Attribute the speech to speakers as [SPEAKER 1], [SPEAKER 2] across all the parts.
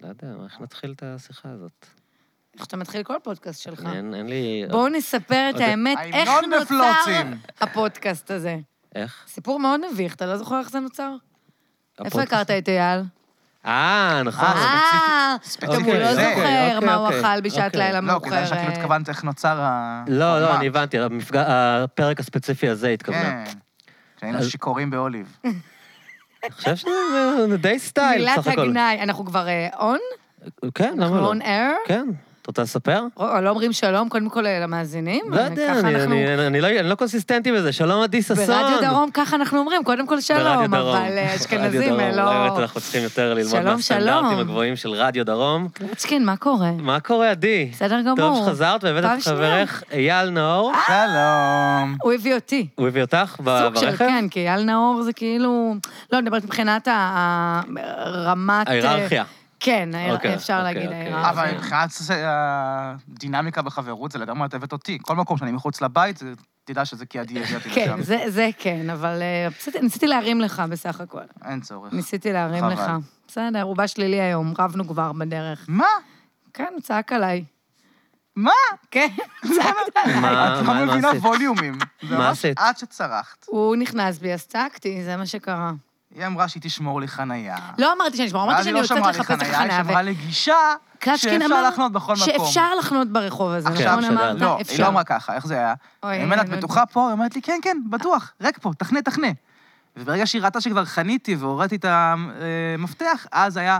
[SPEAKER 1] לא יודע, איך נתחיל את השיחה הזאת?
[SPEAKER 2] איך שאתה מתחיל כל פודקאסט שלך.
[SPEAKER 1] אין, אין לי...
[SPEAKER 2] בואו נספר את
[SPEAKER 1] עוד-
[SPEAKER 2] האמת, איך
[SPEAKER 3] ההמנון
[SPEAKER 2] נוצר
[SPEAKER 3] בפלוצים.
[SPEAKER 2] הפודקאסט הזה.
[SPEAKER 1] איך?
[SPEAKER 2] סיפור מאוד מביך, אתה לא זוכר איך זה נוצר? איפה
[SPEAKER 1] הפודקאסט.
[SPEAKER 2] הכרת את אייל?
[SPEAKER 1] אה, נכון.
[SPEAKER 3] אה,
[SPEAKER 2] אה,
[SPEAKER 3] ספציפית.
[SPEAKER 2] גם הוא
[SPEAKER 3] אוקיי,
[SPEAKER 2] לא
[SPEAKER 3] זה,
[SPEAKER 2] זוכר
[SPEAKER 1] אוקיי,
[SPEAKER 2] מה הוא
[SPEAKER 1] אוקיי,
[SPEAKER 2] אכל בשעת
[SPEAKER 1] אוקיי.
[SPEAKER 2] לילה
[SPEAKER 3] לא, כדאי שכאילו
[SPEAKER 2] מאוחרת.
[SPEAKER 3] התכוונת איך נוצר ה...
[SPEAKER 1] לא, לא,
[SPEAKER 3] הפורמט.
[SPEAKER 1] אני הבנתי, המפגע- הפרק הספציפי הזה התכוונה.
[SPEAKER 3] כן. כשהיינו
[SPEAKER 1] אז-
[SPEAKER 3] שיכורים באוליב.
[SPEAKER 1] אני חושב שזה די סטייל,
[SPEAKER 2] מילת
[SPEAKER 1] בסך הכל.
[SPEAKER 2] הגנאי, אנחנו כבר און?
[SPEAKER 1] כן, למה
[SPEAKER 2] אנחנו
[SPEAKER 1] לא?
[SPEAKER 2] און אייר?
[SPEAKER 1] כן. את רוצה לספר?
[SPEAKER 2] לא אומרים שלום קודם כל אה, למאזינים?
[SPEAKER 1] לא יודע,
[SPEAKER 2] ככה
[SPEAKER 1] אני-
[SPEAKER 2] אנחנו-
[SPEAKER 1] אני- אני לא- אני לא קונסיסטנטי בזה. שלום, עדי ששון.
[SPEAKER 2] ברדיו דרום ככה אנחנו אומרים, קודם כל
[SPEAKER 1] ברדיו
[SPEAKER 2] שלום,
[SPEAKER 1] דרום.
[SPEAKER 2] אבל אה,
[SPEAKER 1] רדיו
[SPEAKER 2] אשכנזים
[SPEAKER 1] דרום,
[SPEAKER 2] אה, לא...
[SPEAKER 1] באמת אנחנו צריכים יותר ללמוד
[SPEAKER 2] שלום,
[SPEAKER 1] מהסטנדרטים
[SPEAKER 2] שלום.
[SPEAKER 1] הגבוהים של רדיו דרום.
[SPEAKER 2] קלצ'קין, כן, מה קורה?
[SPEAKER 1] מה קורה, עדי?
[SPEAKER 2] בסדר גמור.
[SPEAKER 1] טוב שחזרת והבאת
[SPEAKER 2] לא, פעם
[SPEAKER 1] את
[SPEAKER 2] שנייה.
[SPEAKER 1] חברך אייל נאור.
[SPEAKER 3] שלום.
[SPEAKER 2] הוא הביא אותי.
[SPEAKER 1] הוא הביא אותך ב-
[SPEAKER 2] סוג של,
[SPEAKER 1] ברכב?
[SPEAKER 2] כן, כי אייל נאור זה כאילו... לא, אני מדברת מבחינת ה- ה- רמת... אה,
[SPEAKER 1] ההיררכיה.
[SPEAKER 2] כן, ההיר-
[SPEAKER 1] אוקיי,
[SPEAKER 2] אפשר
[SPEAKER 1] אוקיי,
[SPEAKER 2] להגיד
[SPEAKER 1] אוקיי.
[SPEAKER 2] ההיררכיה.
[SPEAKER 1] אה,
[SPEAKER 3] אבל מבחינת הדינמיקה בחברות, זה לגמרי את הבאת אותי. כל מקום שאני מחוץ לבית, זה- תדע שזה כי עדי הביא אותי לשם.
[SPEAKER 2] כן, זה- זה כן, אבל אה, ניסיתי- ניסיתי להרים לך בסך הכל.
[SPEAKER 3] אין צורך.
[SPEAKER 2] ניסיתי להרים
[SPEAKER 3] חבל.
[SPEAKER 2] לך. בסדר, הוא בא שלילי היום, רבנו כבר בדרך.
[SPEAKER 3] מה?
[SPEAKER 2] כן, הוא צעק עליי.
[SPEAKER 3] מה?
[SPEAKER 2] כן, צעקת עליי.
[SPEAKER 1] מה
[SPEAKER 3] את לא
[SPEAKER 1] מה- מה
[SPEAKER 3] מבינה
[SPEAKER 1] עשית?
[SPEAKER 3] ווליומים. זה
[SPEAKER 1] מה
[SPEAKER 3] ממש
[SPEAKER 1] עשית?
[SPEAKER 3] עד שצרחת.
[SPEAKER 2] הוא נכנס בי, אז צעקתי, זה מה שקרה.
[SPEAKER 3] היא אמרה שהיא תשמור לי חניה.
[SPEAKER 2] לא אמרתי שאני אשמור, אמרתי
[SPEAKER 3] ואז היא
[SPEAKER 2] שאני
[SPEAKER 3] לא
[SPEAKER 2] יוצאת
[SPEAKER 3] שמרה לי
[SPEAKER 2] לחפש לך
[SPEAKER 3] חניה,
[SPEAKER 2] חניה.
[SPEAKER 3] היא שמרה לי גישה
[SPEAKER 2] קלצ'קין
[SPEAKER 3] שאפשר
[SPEAKER 2] אמר
[SPEAKER 3] לחנות בכל מקום.
[SPEAKER 2] שאפשר לחנות ברחוב הזה,
[SPEAKER 1] עכשיו,
[SPEAKER 2] נכון
[SPEAKER 1] שאלה.
[SPEAKER 2] אמרת?
[SPEAKER 3] לא, היא
[SPEAKER 2] אפשר.
[SPEAKER 3] לא אמרה ככה, איך זה היה?
[SPEAKER 2] אוי,
[SPEAKER 3] אני
[SPEAKER 2] אני
[SPEAKER 3] אומר לה, את
[SPEAKER 2] לא יודעת.
[SPEAKER 3] בטוחה פה? היא אומרת לי, כן, כן, בטוח, רק פה, תחנה, תחנה. וברגע שהיא ראתה שכבר חניתי והורדתי את המפתח, אז היה,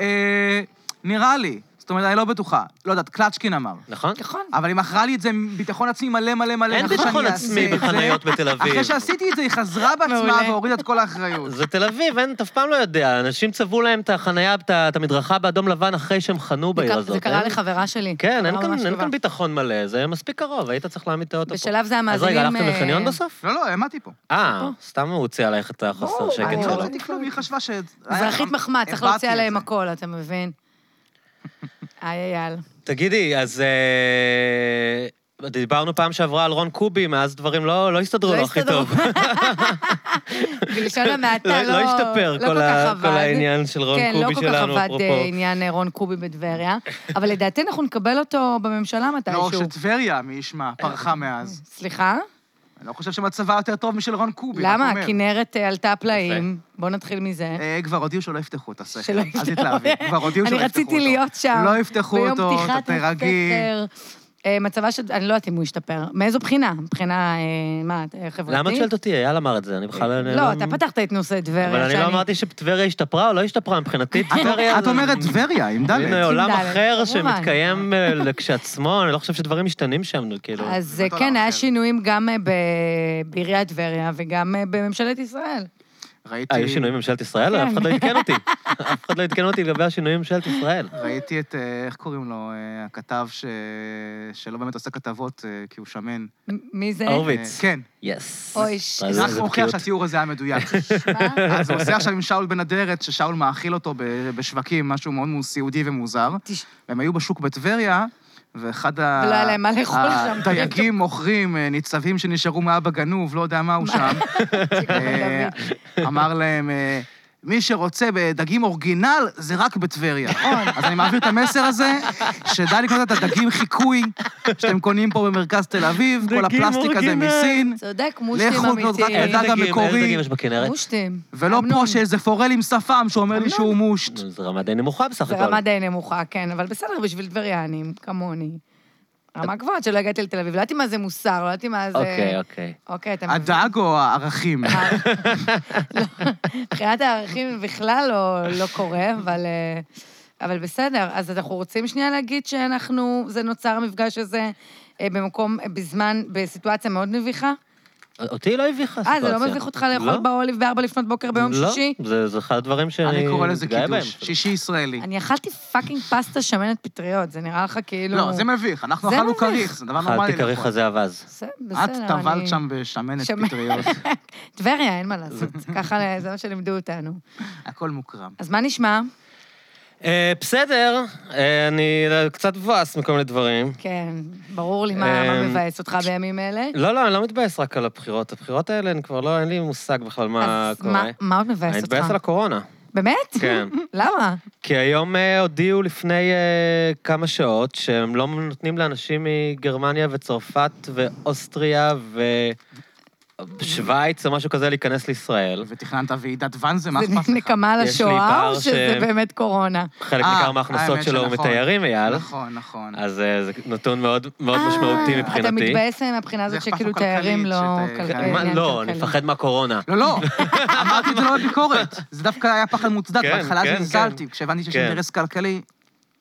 [SPEAKER 3] אה, נראה לי. זאת אומרת, אני לא בטוחה. לא יודעת, קלצ'קין אמר.
[SPEAKER 1] נכון?
[SPEAKER 2] נכון.
[SPEAKER 3] אבל היא מכרה לי את זה עם ביטחון עצמי מלא מלא מלא.
[SPEAKER 1] אין
[SPEAKER 3] אחרי
[SPEAKER 1] ביטחון
[SPEAKER 3] שאני אעשה
[SPEAKER 1] עצמי
[SPEAKER 3] את זה.
[SPEAKER 1] בחניות בתל אביב.
[SPEAKER 3] אחרי שעשיתי את זה, היא חזרה בעצמה
[SPEAKER 2] מעולה.
[SPEAKER 3] והורידה את כל האחריות.
[SPEAKER 1] זה תל אביב, אין, אתה אף פעם לא יודע. אנשים צבעו להם את החנייה, את ה- את המדרכה באדום לבן אחרי שהם חנו
[SPEAKER 2] זה
[SPEAKER 1] בעיר
[SPEAKER 2] קרה-
[SPEAKER 1] הזאת.
[SPEAKER 2] זה קרה
[SPEAKER 1] אין-
[SPEAKER 2] לחברה שלי.
[SPEAKER 1] כן, אין
[SPEAKER 2] חברה
[SPEAKER 1] כאן-
[SPEAKER 2] ממש
[SPEAKER 1] אין
[SPEAKER 2] טובה.
[SPEAKER 1] כאן ביטחון מלא, זה מספיק קרוב, היית צריך להעמיד את האוטו פה.
[SPEAKER 2] בשלב זה
[SPEAKER 1] אז רגע,
[SPEAKER 2] המאזינים...
[SPEAKER 1] הלכתם
[SPEAKER 2] אה,
[SPEAKER 1] לחניון בסוף?
[SPEAKER 3] לא, לא, העמדתי פה.
[SPEAKER 1] אה, סתם הוא הוציא עלייך את החוסר
[SPEAKER 2] ברור,
[SPEAKER 1] שקט
[SPEAKER 3] אני
[SPEAKER 2] שלו.
[SPEAKER 3] לא
[SPEAKER 1] שלו.
[SPEAKER 3] ראיתי כלום, היא חשבה ש...
[SPEAKER 2] אזרחית מחמד, צריך
[SPEAKER 3] הבעתי
[SPEAKER 2] להוציא
[SPEAKER 3] את
[SPEAKER 2] עליהם
[SPEAKER 3] זה.
[SPEAKER 2] הכל, אתה מבין? איי אייל.
[SPEAKER 1] תגידי, אז אה, דיברנו פעם שעברה על רון קובי, מאז דברים לא לא הסתדרו
[SPEAKER 2] לא
[SPEAKER 1] לו הכי
[SPEAKER 2] הסתדרו.
[SPEAKER 1] טוב.
[SPEAKER 2] בלשון המעטה,
[SPEAKER 1] לא
[SPEAKER 2] לא...
[SPEAKER 1] לא השתפר
[SPEAKER 2] לא
[SPEAKER 1] כל
[SPEAKER 2] כל
[SPEAKER 1] ה-
[SPEAKER 2] כך
[SPEAKER 1] כל
[SPEAKER 2] עבד.
[SPEAKER 1] העניין של רון
[SPEAKER 2] כן, לא
[SPEAKER 1] קובי
[SPEAKER 2] כל כך
[SPEAKER 1] שלנו,
[SPEAKER 2] עבד
[SPEAKER 1] אפרופו.
[SPEAKER 2] אה, עניין אה, רון קובי בטבריה, אבל לדעתי אנחנו נקבל אותו בממשלה
[SPEAKER 3] לא,
[SPEAKER 2] מתישהו.
[SPEAKER 3] שטבריה, מי ישמע, פרחה מאז.
[SPEAKER 2] סליחה?
[SPEAKER 3] אני לא חושב שמצבה יותר טוב משל רון קובי, רק
[SPEAKER 2] למה?
[SPEAKER 3] אומר.
[SPEAKER 2] הכנרת אה, עלתה פלאים. בואו נתחיל מזה.
[SPEAKER 3] אה, כבר הודיעו שלא יפתחו את הסכר,
[SPEAKER 2] שלא
[SPEAKER 3] אל
[SPEAKER 2] יפתחו.
[SPEAKER 3] תתלהבי, כבר הודיעו שלא
[SPEAKER 2] אני
[SPEAKER 3] יפתחו אותו.
[SPEAKER 2] רציתי להיות שם.
[SPEAKER 3] לא יפתחו אותו,
[SPEAKER 2] ביום
[SPEAKER 3] אתה
[SPEAKER 2] פתיחת
[SPEAKER 3] תרגי.
[SPEAKER 2] הסכר. אה, מצבה של... אני לא יודעת אם הוא השתפר. מאיזו בחינה? מבחינה, אה, מה, אה, חברתית?
[SPEAKER 1] למה את שואלת אותי? אייל אמר את זה, אני בכלל...
[SPEAKER 2] לא, אתה פתחת את נושא טבריה.
[SPEAKER 1] אבל אני
[SPEAKER 2] שאני-
[SPEAKER 1] לא אמרתי שטבריה השתפרה או לא השתפרה, מבחינתי טבריה...
[SPEAKER 3] את אומרת טבריה, עם
[SPEAKER 1] זה
[SPEAKER 3] דלת.
[SPEAKER 1] עולם
[SPEAKER 2] ד',
[SPEAKER 1] אחר
[SPEAKER 2] כמובן.
[SPEAKER 1] שמתקיים אה, כשעצמו, אני לא חושב שדברים משתנים שם, כאילו.
[SPEAKER 2] אז
[SPEAKER 3] זה
[SPEAKER 2] אה,
[SPEAKER 3] אותו
[SPEAKER 2] כן,
[SPEAKER 3] דבר,
[SPEAKER 2] היה
[SPEAKER 3] כן.
[SPEAKER 2] שינויים גם אה, ב- בעיריית טבריה וגם אה, בממשלת ישראל.
[SPEAKER 3] ראיתי-
[SPEAKER 1] היו אה, שינויים בממשלת ישראל?
[SPEAKER 2] כן.
[SPEAKER 1] אף אחד לא עדכן אותי. אף אחד לא עדכן אותי לגבי השינויים בממשלת ישראל.
[SPEAKER 3] ראיתי את, אה, איך קוראים לו, אה, הכתב ש- שלא באמת עושה כתבות, אה, כי הוא שמן.
[SPEAKER 2] מ- מי זה?
[SPEAKER 1] הורוביץ.
[SPEAKER 3] אה, כן.
[SPEAKER 1] יס.
[SPEAKER 2] אוי, ש-
[SPEAKER 1] אז
[SPEAKER 3] זה רק
[SPEAKER 1] איזה
[SPEAKER 3] מוכיח
[SPEAKER 1] בקיאות.
[SPEAKER 3] שהתיאור הזה היה מדויק.
[SPEAKER 2] מה?
[SPEAKER 3] אז הוא עושה עכשיו עם שאול בן אדרת, ששאול מאכיל אותו ב- בשווקים, משהו מאוד מאוד סיעודי ומוזר.
[SPEAKER 2] תש-
[SPEAKER 3] והם היו בשוק בטבריה, ואחד ה...
[SPEAKER 2] ולא היה להם מה לאכול שם.
[SPEAKER 3] הדייגים מוכרים, אה, ניצבים שנשארו מאבא גנוב, לא יודע מה הוא שם. אה, אמר להם, אה, מי שרוצה בדגים אורגינל, זה רק בטבריה. אז אני מעביר את המסר הזה, שדע לקנות את הדגים חיקוי שאתם קונים פה במרכז תל אביב, כל
[SPEAKER 1] דגים
[SPEAKER 3] הפלסטיק הזה
[SPEAKER 1] אורגינל.
[SPEAKER 3] מסין,
[SPEAKER 2] צודק,
[SPEAKER 3] לכו
[SPEAKER 2] מושטים
[SPEAKER 3] לקנות רק
[SPEAKER 2] אמיתיים.
[SPEAKER 1] איזה
[SPEAKER 3] הדג
[SPEAKER 1] דגים- איזה
[SPEAKER 3] המקורי.
[SPEAKER 1] דגים יש בכנרת?
[SPEAKER 2] מושטים.
[SPEAKER 3] ולא
[SPEAKER 2] אמנון.
[SPEAKER 3] פה שאיזה פורל עם שפם שאומר לי שהוא מושט.
[SPEAKER 1] נו, זה רמה די נמוכה בסך
[SPEAKER 2] זה
[SPEAKER 1] הכל.
[SPEAKER 2] רמה די נמוכה, כן, אבל בסדר, בשביל טבריאנים, כמוני. רמה גבוהה שלא הגעתי לתל אביב, לא ידעתי מה זה מוסר, לא ידעתי מה זה...
[SPEAKER 1] אוקיי, אוקיי.
[SPEAKER 2] אוקיי, אתה מבין.
[SPEAKER 3] הדג או הערכים?
[SPEAKER 2] אה. לא, מבחינת הערכים בכלל לא, לא קורה, אבל, אה, אבל בסדר. אז אנחנו רוצים שנייה להגיד שאנחנו, זה נוצר המפגש הזה אה, במקום, אה, בזמן, בסיטואציה מאוד מביכה.
[SPEAKER 1] אותי לא הביכה
[SPEAKER 2] אה,
[SPEAKER 1] הסיטואציה.
[SPEAKER 2] זה לא מביך אותך לאכול
[SPEAKER 1] לא.
[SPEAKER 2] באוליב בארבע לפנות בוקר ביום שישי?
[SPEAKER 1] לא, זה- זה אחד הדברים שאני
[SPEAKER 3] אני קורא לזה
[SPEAKER 1] מתגאה בהם.
[SPEAKER 3] קידוש, שישי ישראלי.
[SPEAKER 2] אני אכלתי פאקינג פסטה שמנת פטריות, זה נראה לך כאילו...
[SPEAKER 3] לא, זה מביך, אנחנו
[SPEAKER 2] זה
[SPEAKER 3] אכלנו
[SPEAKER 2] מביך.
[SPEAKER 3] כריך, זה דבר לא נורמלי. נכון.
[SPEAKER 1] אכלתי כריך
[SPEAKER 3] לאכול.
[SPEAKER 1] הזה אווז.
[SPEAKER 2] זה
[SPEAKER 3] את
[SPEAKER 2] בסדר,
[SPEAKER 3] טבלת
[SPEAKER 2] אני-
[SPEAKER 3] שם בשמנת
[SPEAKER 2] שמנת.
[SPEAKER 3] פטריות,
[SPEAKER 2] טבריה, אין מה לעשות. ככה, זה מה שלימדו אותנו.
[SPEAKER 3] הכל מוקרם.
[SPEAKER 2] אז מה נשמע?
[SPEAKER 1] אה, בסדר, אה, אני קצת מבואס מכל מיני דברים.
[SPEAKER 2] כן, ברור לי מה מה
[SPEAKER 1] אמ,
[SPEAKER 2] מבאס אותך בימים אלה.
[SPEAKER 1] לא, לא, אני לא מתבאס רק על הבחירות. הבחירות האלה הן כבר לא, אין לי מושג בכלל מה
[SPEAKER 2] אז
[SPEAKER 1] קורה.
[SPEAKER 2] מה- מה עוד מבאס
[SPEAKER 1] אני
[SPEAKER 2] אותך?
[SPEAKER 1] מתבאס על הקורונה.
[SPEAKER 2] באמת?
[SPEAKER 1] כן.
[SPEAKER 2] למה?
[SPEAKER 1] כי היום אה, הודיעו לפני אה, כמה שעות שהם לא נותנים לאנשים מגרמניה וצרפת ואוסטריה ושווייץ או משהו כזה להיכנס לישראל.
[SPEAKER 3] ותכננת ועידת ואן זה, מה
[SPEAKER 2] זה
[SPEAKER 3] אכפת לך?
[SPEAKER 2] נקמה על
[SPEAKER 1] יש לי
[SPEAKER 2] השואה,
[SPEAKER 1] פער
[SPEAKER 2] או שזה
[SPEAKER 1] ש-
[SPEAKER 2] באמת קורונה?
[SPEAKER 1] חלק
[SPEAKER 3] אה,
[SPEAKER 1] ניכר מההכנסות
[SPEAKER 3] האמת
[SPEAKER 1] שלו הוא
[SPEAKER 3] שנכון.
[SPEAKER 1] מתיירים, אייל.
[SPEAKER 3] נכון, נכון.
[SPEAKER 1] אז אה, זה נתון מאוד מאוד
[SPEAKER 2] אה,
[SPEAKER 1] משמעותי
[SPEAKER 2] אתה
[SPEAKER 1] מבחינתי.
[SPEAKER 2] מתבאס אה, מהבחינה
[SPEAKER 3] זה
[SPEAKER 2] הזאת
[SPEAKER 3] אכפת לו
[SPEAKER 2] שכאילו
[SPEAKER 3] כלכלית,
[SPEAKER 2] תיירים לא...
[SPEAKER 3] שת-
[SPEAKER 2] כלכל-
[SPEAKER 3] כן,
[SPEAKER 1] מה,
[SPEAKER 2] עניין
[SPEAKER 1] לא, אני
[SPEAKER 2] כלכלי.
[SPEAKER 1] מפחד מהקורונה.
[SPEAKER 3] לא, לא, אמרתי את זה לא בביקורת. זה דווקא היה פחד מוצדק,
[SPEAKER 1] כן,
[SPEAKER 3] בהתחלה
[SPEAKER 1] כן,
[SPEAKER 3] זלזלתי, כשהבנתי שיש
[SPEAKER 1] כן.
[SPEAKER 3] אינטרס כלכלי,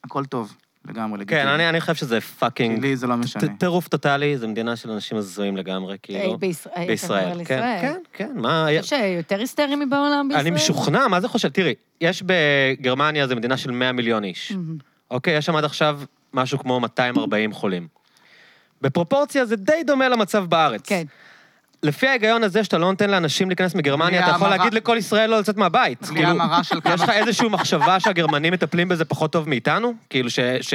[SPEAKER 3] הכל טוב, לגמרי,
[SPEAKER 1] כן,
[SPEAKER 3] לגיטימי.
[SPEAKER 1] אני אני חושב שזה פאקינג
[SPEAKER 3] לי זה לא משנה.
[SPEAKER 1] ט- טירוף טוטאלי, זו מדינה של אנשים הזויים לגמרי,
[SPEAKER 2] אה,
[SPEAKER 1] כאילו.
[SPEAKER 2] בישראל. אתה מדבר
[SPEAKER 1] בישראל,
[SPEAKER 2] על
[SPEAKER 1] כן,
[SPEAKER 2] ישראל.
[SPEAKER 1] כן, כן, מה...
[SPEAKER 2] אתה חושב שיותר היסטרי אה, מבעולם בישראל?
[SPEAKER 1] אני משוכנע, מה זה חושב? תראי, יש בגרמניה, זו מדינה של 100 מיליון איש.
[SPEAKER 2] מהמם.
[SPEAKER 1] אוקיי, יש שם עד עכשיו משהו כמו 240 חולים. בפרופורציה זה די דומה למצב בארץ.
[SPEAKER 2] כן.
[SPEAKER 1] לפי ההיגיון הזה שאתה לא נותן לאנשים להיכנס מגרמניה, אתה יכול
[SPEAKER 3] המרה-
[SPEAKER 1] להגיד לכל ישראל לא לצאת מהבית.
[SPEAKER 3] בלי
[SPEAKER 1] כאילו,
[SPEAKER 3] המרה של כמה-
[SPEAKER 1] יש לך איזושהי מחשבה שהגרמנים מטפלים בזה פחות טוב מאיתנו? כאילו ש... ש-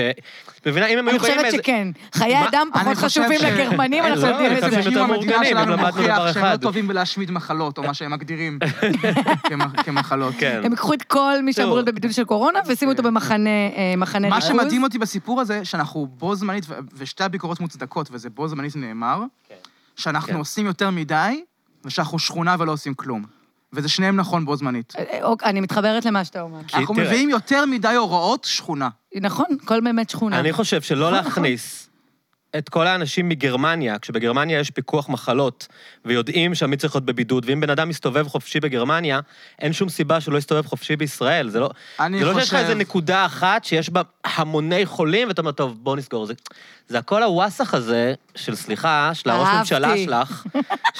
[SPEAKER 1] מבינה, אם הם
[SPEAKER 2] אני
[SPEAKER 1] היו באים
[SPEAKER 2] חושבת
[SPEAKER 1] איזה...
[SPEAKER 2] שכן. חיי
[SPEAKER 3] מה?
[SPEAKER 2] אדם
[SPEAKER 3] אני
[SPEAKER 2] פחות
[SPEAKER 3] חושב
[SPEAKER 2] חשובים
[SPEAKER 3] ש-
[SPEAKER 2] לגרמנים,
[SPEAKER 1] לא,
[SPEAKER 2] אנחנו יודעים
[SPEAKER 1] אני
[SPEAKER 2] את
[SPEAKER 1] חושב
[SPEAKER 2] זה.
[SPEAKER 1] שהם יותר
[SPEAKER 3] כאילו המדינה
[SPEAKER 1] מאורגנים,
[SPEAKER 3] שלנו
[SPEAKER 1] גם למדנו דבר
[SPEAKER 3] מוכיח שהם לא
[SPEAKER 1] אחד.
[SPEAKER 3] טובים בלהשמיד מחלות, או מה שהם מגדירים כמ- כמחלות.
[SPEAKER 1] כן.
[SPEAKER 2] הם ייקחו את כל מי שאמור
[SPEAKER 1] תראו.
[SPEAKER 2] להיות בבידוד של קורונה וישימו אותו במחנה אה, מחנה
[SPEAKER 3] מה
[SPEAKER 2] ריכוז.
[SPEAKER 3] שמדהים אותי בסיפור הזה, שאנחנו בו זמנית, ו- ושתי הביקורות מוצדקות, וזה בו זמנית נאמר,
[SPEAKER 1] כן.
[SPEAKER 3] שאנחנו עושים יותר מדי, ושאנחנו שכונה ולא עושים כלום. וזה שניהם נכון בו זמנית.
[SPEAKER 2] אה, אה, אוקיי, אני מתחברת למה שאתה אומר.
[SPEAKER 1] כי
[SPEAKER 3] אנחנו
[SPEAKER 1] תראה-
[SPEAKER 3] מביאים יותר מדי הוראות שכונה.
[SPEAKER 2] נכון, כל באמת שכונה.
[SPEAKER 1] אני חושב שלא
[SPEAKER 2] נכון,
[SPEAKER 1] להכניס את כל האנשים מגרמניה, כשבגרמניה יש פיקוח מחלות, ויודעים שם מי צריך להיות בבידוד, ואם בן אדם מסתובב חופשי בגרמניה, אין שום סיבה שהוא לא יסתובב חופשי בישראל. זה לא,
[SPEAKER 3] אני
[SPEAKER 1] זה לא שיש לך
[SPEAKER 3] חושב-
[SPEAKER 1] איזו נקודה אחת שיש בה המוני חולים, ואתה אומר, טוב, בוא נסגור את זה. זה הכל הוואסך הזה, של סליחה, של הראש
[SPEAKER 2] אהבתי.
[SPEAKER 1] ממשלה שלך,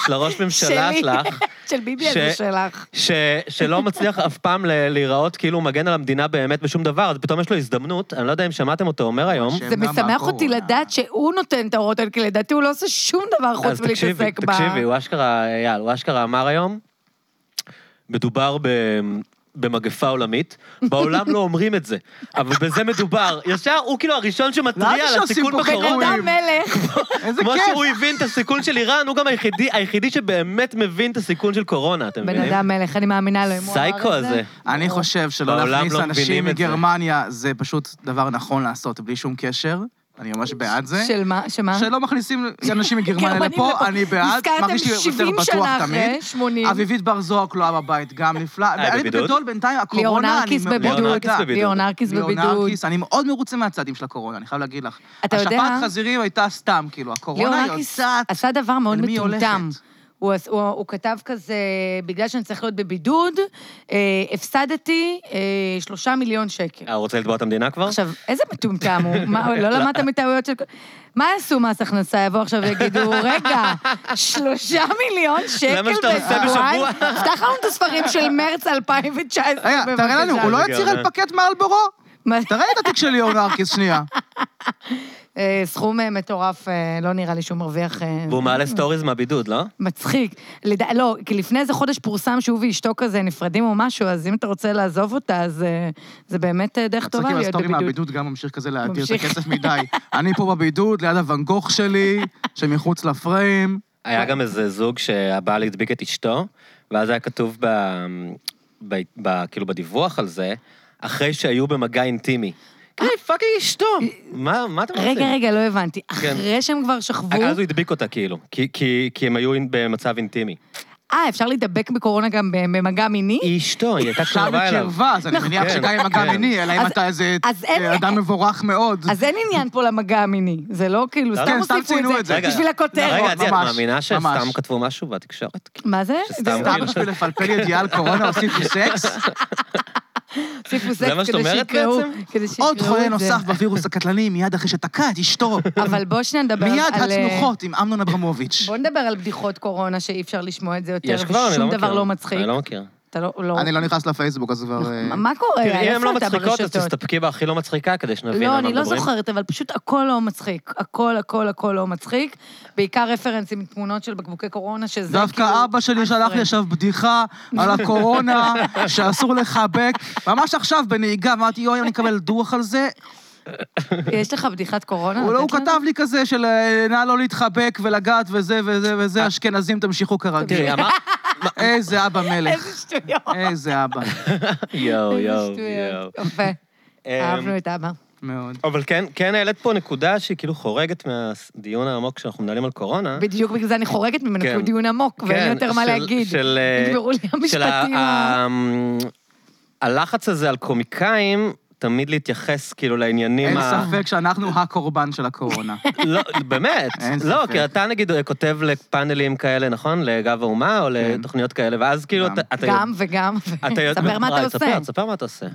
[SPEAKER 1] של הראש ממשלה
[SPEAKER 2] שלי.
[SPEAKER 1] שלך.
[SPEAKER 2] של ביבי
[SPEAKER 1] ש-
[SPEAKER 2] הזה שלך.
[SPEAKER 1] ש, שלא מצליח אף פעם ל- להיראות כאילו הוא מגן על המדינה באמת בשום דבר, אז פתאום יש לו הזדמנות, אני לא יודע אם שמעתם אותו אומר היום.
[SPEAKER 3] ש-
[SPEAKER 2] זה
[SPEAKER 3] גם
[SPEAKER 2] משמח אותי
[SPEAKER 3] מהקורונה.
[SPEAKER 2] לדעת שהוא נותן את ההוראות האלה, כי לדעתי הוא לא עושה שום דבר חוץ
[SPEAKER 1] אז
[SPEAKER 2] מלהתעסק
[SPEAKER 1] תקשיבי,
[SPEAKER 2] ב...
[SPEAKER 1] תקשיבי, הוא אשכרה, אייל, הוא אשכרה אמר היום, מדובר ב... במגפה עולמית, בעולם לא אומרים את זה, אבל בזה מדובר. ישר, הוא כאילו הראשון
[SPEAKER 2] לא
[SPEAKER 3] למה
[SPEAKER 1] שמתריע על
[SPEAKER 3] שעושים
[SPEAKER 1] הסיכון
[SPEAKER 3] פה
[SPEAKER 1] בקורונה.
[SPEAKER 2] בן
[SPEAKER 3] קורונה.
[SPEAKER 2] אדם מלך.
[SPEAKER 3] איזה
[SPEAKER 1] כמו
[SPEAKER 3] כיף!
[SPEAKER 1] שהוא הבין את הסיכון של איראן, הוא גם היחידי, היחידי שבאמת מבין את הסיכון של קורונה, אתם
[SPEAKER 2] בן
[SPEAKER 1] מבינים?
[SPEAKER 2] אדם מלך, אני מאמינה לו. אם הוא אמר את
[SPEAKER 1] סייקו
[SPEAKER 2] זה.
[SPEAKER 1] הזה.
[SPEAKER 3] אני
[SPEAKER 2] נכון.
[SPEAKER 3] חושב שלא
[SPEAKER 1] בעולם
[SPEAKER 3] להכניס
[SPEAKER 1] לא
[SPEAKER 3] אנשים
[SPEAKER 1] מבינים את זה.
[SPEAKER 3] מגרמניה, זה פשוט דבר נכון לעשות, בלי שום קשר. אני ממש בעד זה.
[SPEAKER 2] של מה? שמה?
[SPEAKER 3] שלא מכניסים אנשים מגרמניה
[SPEAKER 2] גרמנים
[SPEAKER 3] לפה,
[SPEAKER 2] לפה.
[SPEAKER 3] אני בעד,
[SPEAKER 2] נזכרתם
[SPEAKER 3] מרגיש לי יותר
[SPEAKER 2] 70
[SPEAKER 3] בטוח
[SPEAKER 2] שנה
[SPEAKER 3] תמיד.
[SPEAKER 2] אחרי, 80.
[SPEAKER 3] אביבית בר זוהר כלואה בבית, גם נפלא. אני
[SPEAKER 1] אה, בבידוד?
[SPEAKER 3] בגדול, בינתיים,
[SPEAKER 2] ליאור
[SPEAKER 3] הקורונה, אני
[SPEAKER 2] נרקיס
[SPEAKER 3] מאוד-
[SPEAKER 1] ליאור
[SPEAKER 2] בבידוד.
[SPEAKER 1] נרקיס בבידוד.
[SPEAKER 2] ליאור נרקיס
[SPEAKER 3] ליאור
[SPEAKER 2] בבידוד.
[SPEAKER 3] נרקיס, אני מאוד מרוצה מהצעדים של הקורונה, אני חייב להגיד לך.
[SPEAKER 2] אתה יודע-
[SPEAKER 3] השפעת חזירים הייתה סתם, כאילו,
[SPEAKER 2] ליאור
[SPEAKER 3] הקורונה
[SPEAKER 2] נרקיס
[SPEAKER 3] יוצאת...
[SPEAKER 2] עשה דבר מאוד
[SPEAKER 3] אל מי היא
[SPEAKER 2] מטומטם.
[SPEAKER 3] הולכת?
[SPEAKER 2] הוא, עש- הוא, הוא כתב כזה, בגלל שאני צריך להיות בבידוד, אה, הפסדתי אה, שלושה מיליון שקל.
[SPEAKER 1] אה, הוא רוצה לתבוע את המדינה כבר?
[SPEAKER 2] עכשיו, איזה מטומטם הוא? מה, לא למדת מטעויות של... מה יעשו מס הכנסה? יבואו עכשיו ויגידו, רגע, שלושה מיליון שקל
[SPEAKER 1] זה מה שאתה עושה בשבוע?
[SPEAKER 2] פתח לנו את הספרים של מרץ 2019.
[SPEAKER 3] רגע, תראה לנו,
[SPEAKER 2] בבקשה.
[SPEAKER 3] הוא לא
[SPEAKER 1] בבקשה.
[SPEAKER 3] יציר על פקט מרלבורו?
[SPEAKER 2] מה-
[SPEAKER 3] תראה לי את התיק של ליאור נרקיס, שנייה.
[SPEAKER 2] אה, סכום אה, מטורף, אה, לא נראה לי שהוא מרוויח... אה,
[SPEAKER 1] והוא מעלה סטוריז מהבידוד, לא?
[SPEAKER 2] מצחיק. לדע... לא, כי לפני איזה חודש פורסם שהוא ואשתו כזה נפרדים או משהו, אז אם אתה רוצה לעזוב אותה, אז אה, זה באמת אה, דרך טובה
[SPEAKER 3] מצחיק עם
[SPEAKER 2] להיות
[SPEAKER 3] הסטורי
[SPEAKER 2] בבידוד.
[SPEAKER 3] מהבידוד גם ממשיך כזה להדיר את
[SPEAKER 2] ממשיך.
[SPEAKER 3] הכסף מדי. אני פה בבידוד, ליד הוואן גוך שלי, שמחוץ לפריים.
[SPEAKER 1] היה גם איזה זוג שהבעל הדביק את אשתו, ואז היה כתוב ב... ב... ב... כאילו בדיווח על זה, אחרי שהיו במגע אינטימי. היי, פאקינג אשתו! מה, מה אתם רוצים?
[SPEAKER 2] אה. רגע, רגע, לא הבנתי.
[SPEAKER 1] כן.
[SPEAKER 2] אחרי שהם כבר שכבו,
[SPEAKER 1] אז הוא הדביק אותה כאילו, כי, כי, כי הם היו במצב אינטימי.
[SPEAKER 2] אה, אפשר להידבק בקורונה גם במגע מיני?
[SPEAKER 1] היא אשתו, היא הייתה
[SPEAKER 3] עכשיו
[SPEAKER 1] קרובה אליו.
[SPEAKER 3] בקרבה, אז אני מניח
[SPEAKER 1] כן,
[SPEAKER 3] שגם עם מגע
[SPEAKER 1] כן.
[SPEAKER 3] מיני, אלא אם
[SPEAKER 2] אז-
[SPEAKER 3] אתה איזה
[SPEAKER 2] אז אין-
[SPEAKER 3] אה, אדם מבורך מאוד.
[SPEAKER 2] אז אין עניין פה למגע המיני. זה לא כאילו,
[SPEAKER 1] לא,
[SPEAKER 2] סתם
[SPEAKER 1] כן,
[SPEAKER 3] סתם ציינו
[SPEAKER 2] הוסיפו
[SPEAKER 3] את
[SPEAKER 2] את
[SPEAKER 3] זה.
[SPEAKER 2] זה
[SPEAKER 1] רגע,
[SPEAKER 2] בשביל
[SPEAKER 1] רגע,
[SPEAKER 2] הכותרת.
[SPEAKER 1] עדי, את
[SPEAKER 3] ממש,
[SPEAKER 1] מאמינה שסתם
[SPEAKER 3] ממש.
[SPEAKER 1] כתבו משהו בתקשורת?
[SPEAKER 2] מה זה?
[SPEAKER 1] שסתם
[SPEAKER 2] סתם
[SPEAKER 1] כאילו-
[SPEAKER 3] סתם בשביל לפלפל ידיעה על קורונה הוסיפו סקס?
[SPEAKER 2] הוסיפו
[SPEAKER 1] זה מה
[SPEAKER 2] סקס
[SPEAKER 1] שאת
[SPEAKER 2] כדי
[SPEAKER 1] אומרת
[SPEAKER 2] שיקראו.
[SPEAKER 1] בעצם?
[SPEAKER 2] כדי שיקראו
[SPEAKER 3] עוד חולה
[SPEAKER 2] את זה.
[SPEAKER 3] נוסף בווירוס הקטלני מיד אחרי שתקע את אשתו.
[SPEAKER 2] אבל בוא שניה נדבר על...
[SPEAKER 3] מיד
[SPEAKER 2] אה,
[SPEAKER 3] התנוחות עם אמנון אברמוביץ'.
[SPEAKER 2] בוא נדבר על בדיחות קורונה שאי אפשר לשמוע את זה יותר,
[SPEAKER 1] יש כבר, אני לא מכיר.
[SPEAKER 2] ושום דבר לא מצחיק.
[SPEAKER 1] אני לא מכיר.
[SPEAKER 2] אתה לא... לא-
[SPEAKER 3] אני לא נכנס לפייסבוק, אז כבר... אה,
[SPEAKER 2] מה- מה קורה?
[SPEAKER 1] תראי, אם הן
[SPEAKER 2] איפה
[SPEAKER 1] לא
[SPEAKER 2] אתה
[SPEAKER 1] מצחיקות, אז
[SPEAKER 2] ברשתות?
[SPEAKER 1] תסתפקי בהכי לא מצחיקה כדי שנבין
[SPEAKER 2] לא,
[SPEAKER 1] על מה
[SPEAKER 2] אני לא
[SPEAKER 1] מדברים.
[SPEAKER 2] זוכרת, אבל פשוט הכל לא מצחיק. הכל, הכל, הכל לא מצחיק. בעיקר רפרנסים עם תמונות של בקבוקי קורונה, שזה כאילו
[SPEAKER 3] דווקא אבא שלי שלח לי עכשיו בדיחה על הקורונה, שאסור לחבק. ממש עכשיו בנהיגה, אמרתי, יואי, אני אקבל דוח על
[SPEAKER 2] אה,
[SPEAKER 3] זה.
[SPEAKER 2] יש לך בדיחת קורונה?
[SPEAKER 3] הוא לא- הוא
[SPEAKER 2] לתת לנו?
[SPEAKER 3] כתב לי כזה
[SPEAKER 2] אה.
[SPEAKER 3] של אה, נא לא להתחבק ולגעת וזה וזה וזה, אשכנזים תמשיכו כרגיל.
[SPEAKER 1] תראי, אמר-
[SPEAKER 3] איזה אבא מלך.
[SPEAKER 2] איזה שטויות.
[SPEAKER 3] איזה אבא.
[SPEAKER 1] יואו,
[SPEAKER 2] איזה
[SPEAKER 1] יואו, יואו. אמ,
[SPEAKER 2] שטויות. יפה, אהבנו את אבא.
[SPEAKER 3] מאוד.
[SPEAKER 1] אבל כן, כן העלית פה נקודה שהיא כאילו חורגת מהדיון העמוק שאנחנו מנהלים על קורונה.
[SPEAKER 2] בדיוק בגלל זה אני חורגת ממנו, כי
[SPEAKER 1] כן.
[SPEAKER 2] הוא דיון עמוק, ואין לי
[SPEAKER 1] כן,
[SPEAKER 2] יותר מה
[SPEAKER 1] של-
[SPEAKER 2] להגיד.
[SPEAKER 1] של, אה,
[SPEAKER 2] נגמרו לי
[SPEAKER 1] של ה-
[SPEAKER 2] המשפטים. ה-
[SPEAKER 1] ה- הלחץ הזה על קומיקאים, תמיד להתייחס כאילו לעניינים
[SPEAKER 3] אין
[SPEAKER 1] ה...
[SPEAKER 3] ספק שאנחנו הקורבן של הקורונה.
[SPEAKER 1] לא, באמת.
[SPEAKER 3] אין
[SPEAKER 1] לא,
[SPEAKER 3] ספק.
[SPEAKER 1] כי אתה נגיד כותב לפאנלים כאלה, נכון? לגב האומה או לתוכניות כאלה, ואז כאילו
[SPEAKER 3] כן. גם.
[SPEAKER 1] אתה... אתה-
[SPEAKER 2] גם וגם,
[SPEAKER 1] אתה יודע-
[SPEAKER 2] ספר מה אתה
[SPEAKER 1] וואי,
[SPEAKER 2] עושה.
[SPEAKER 1] ספר, ספר מה אתה עושה.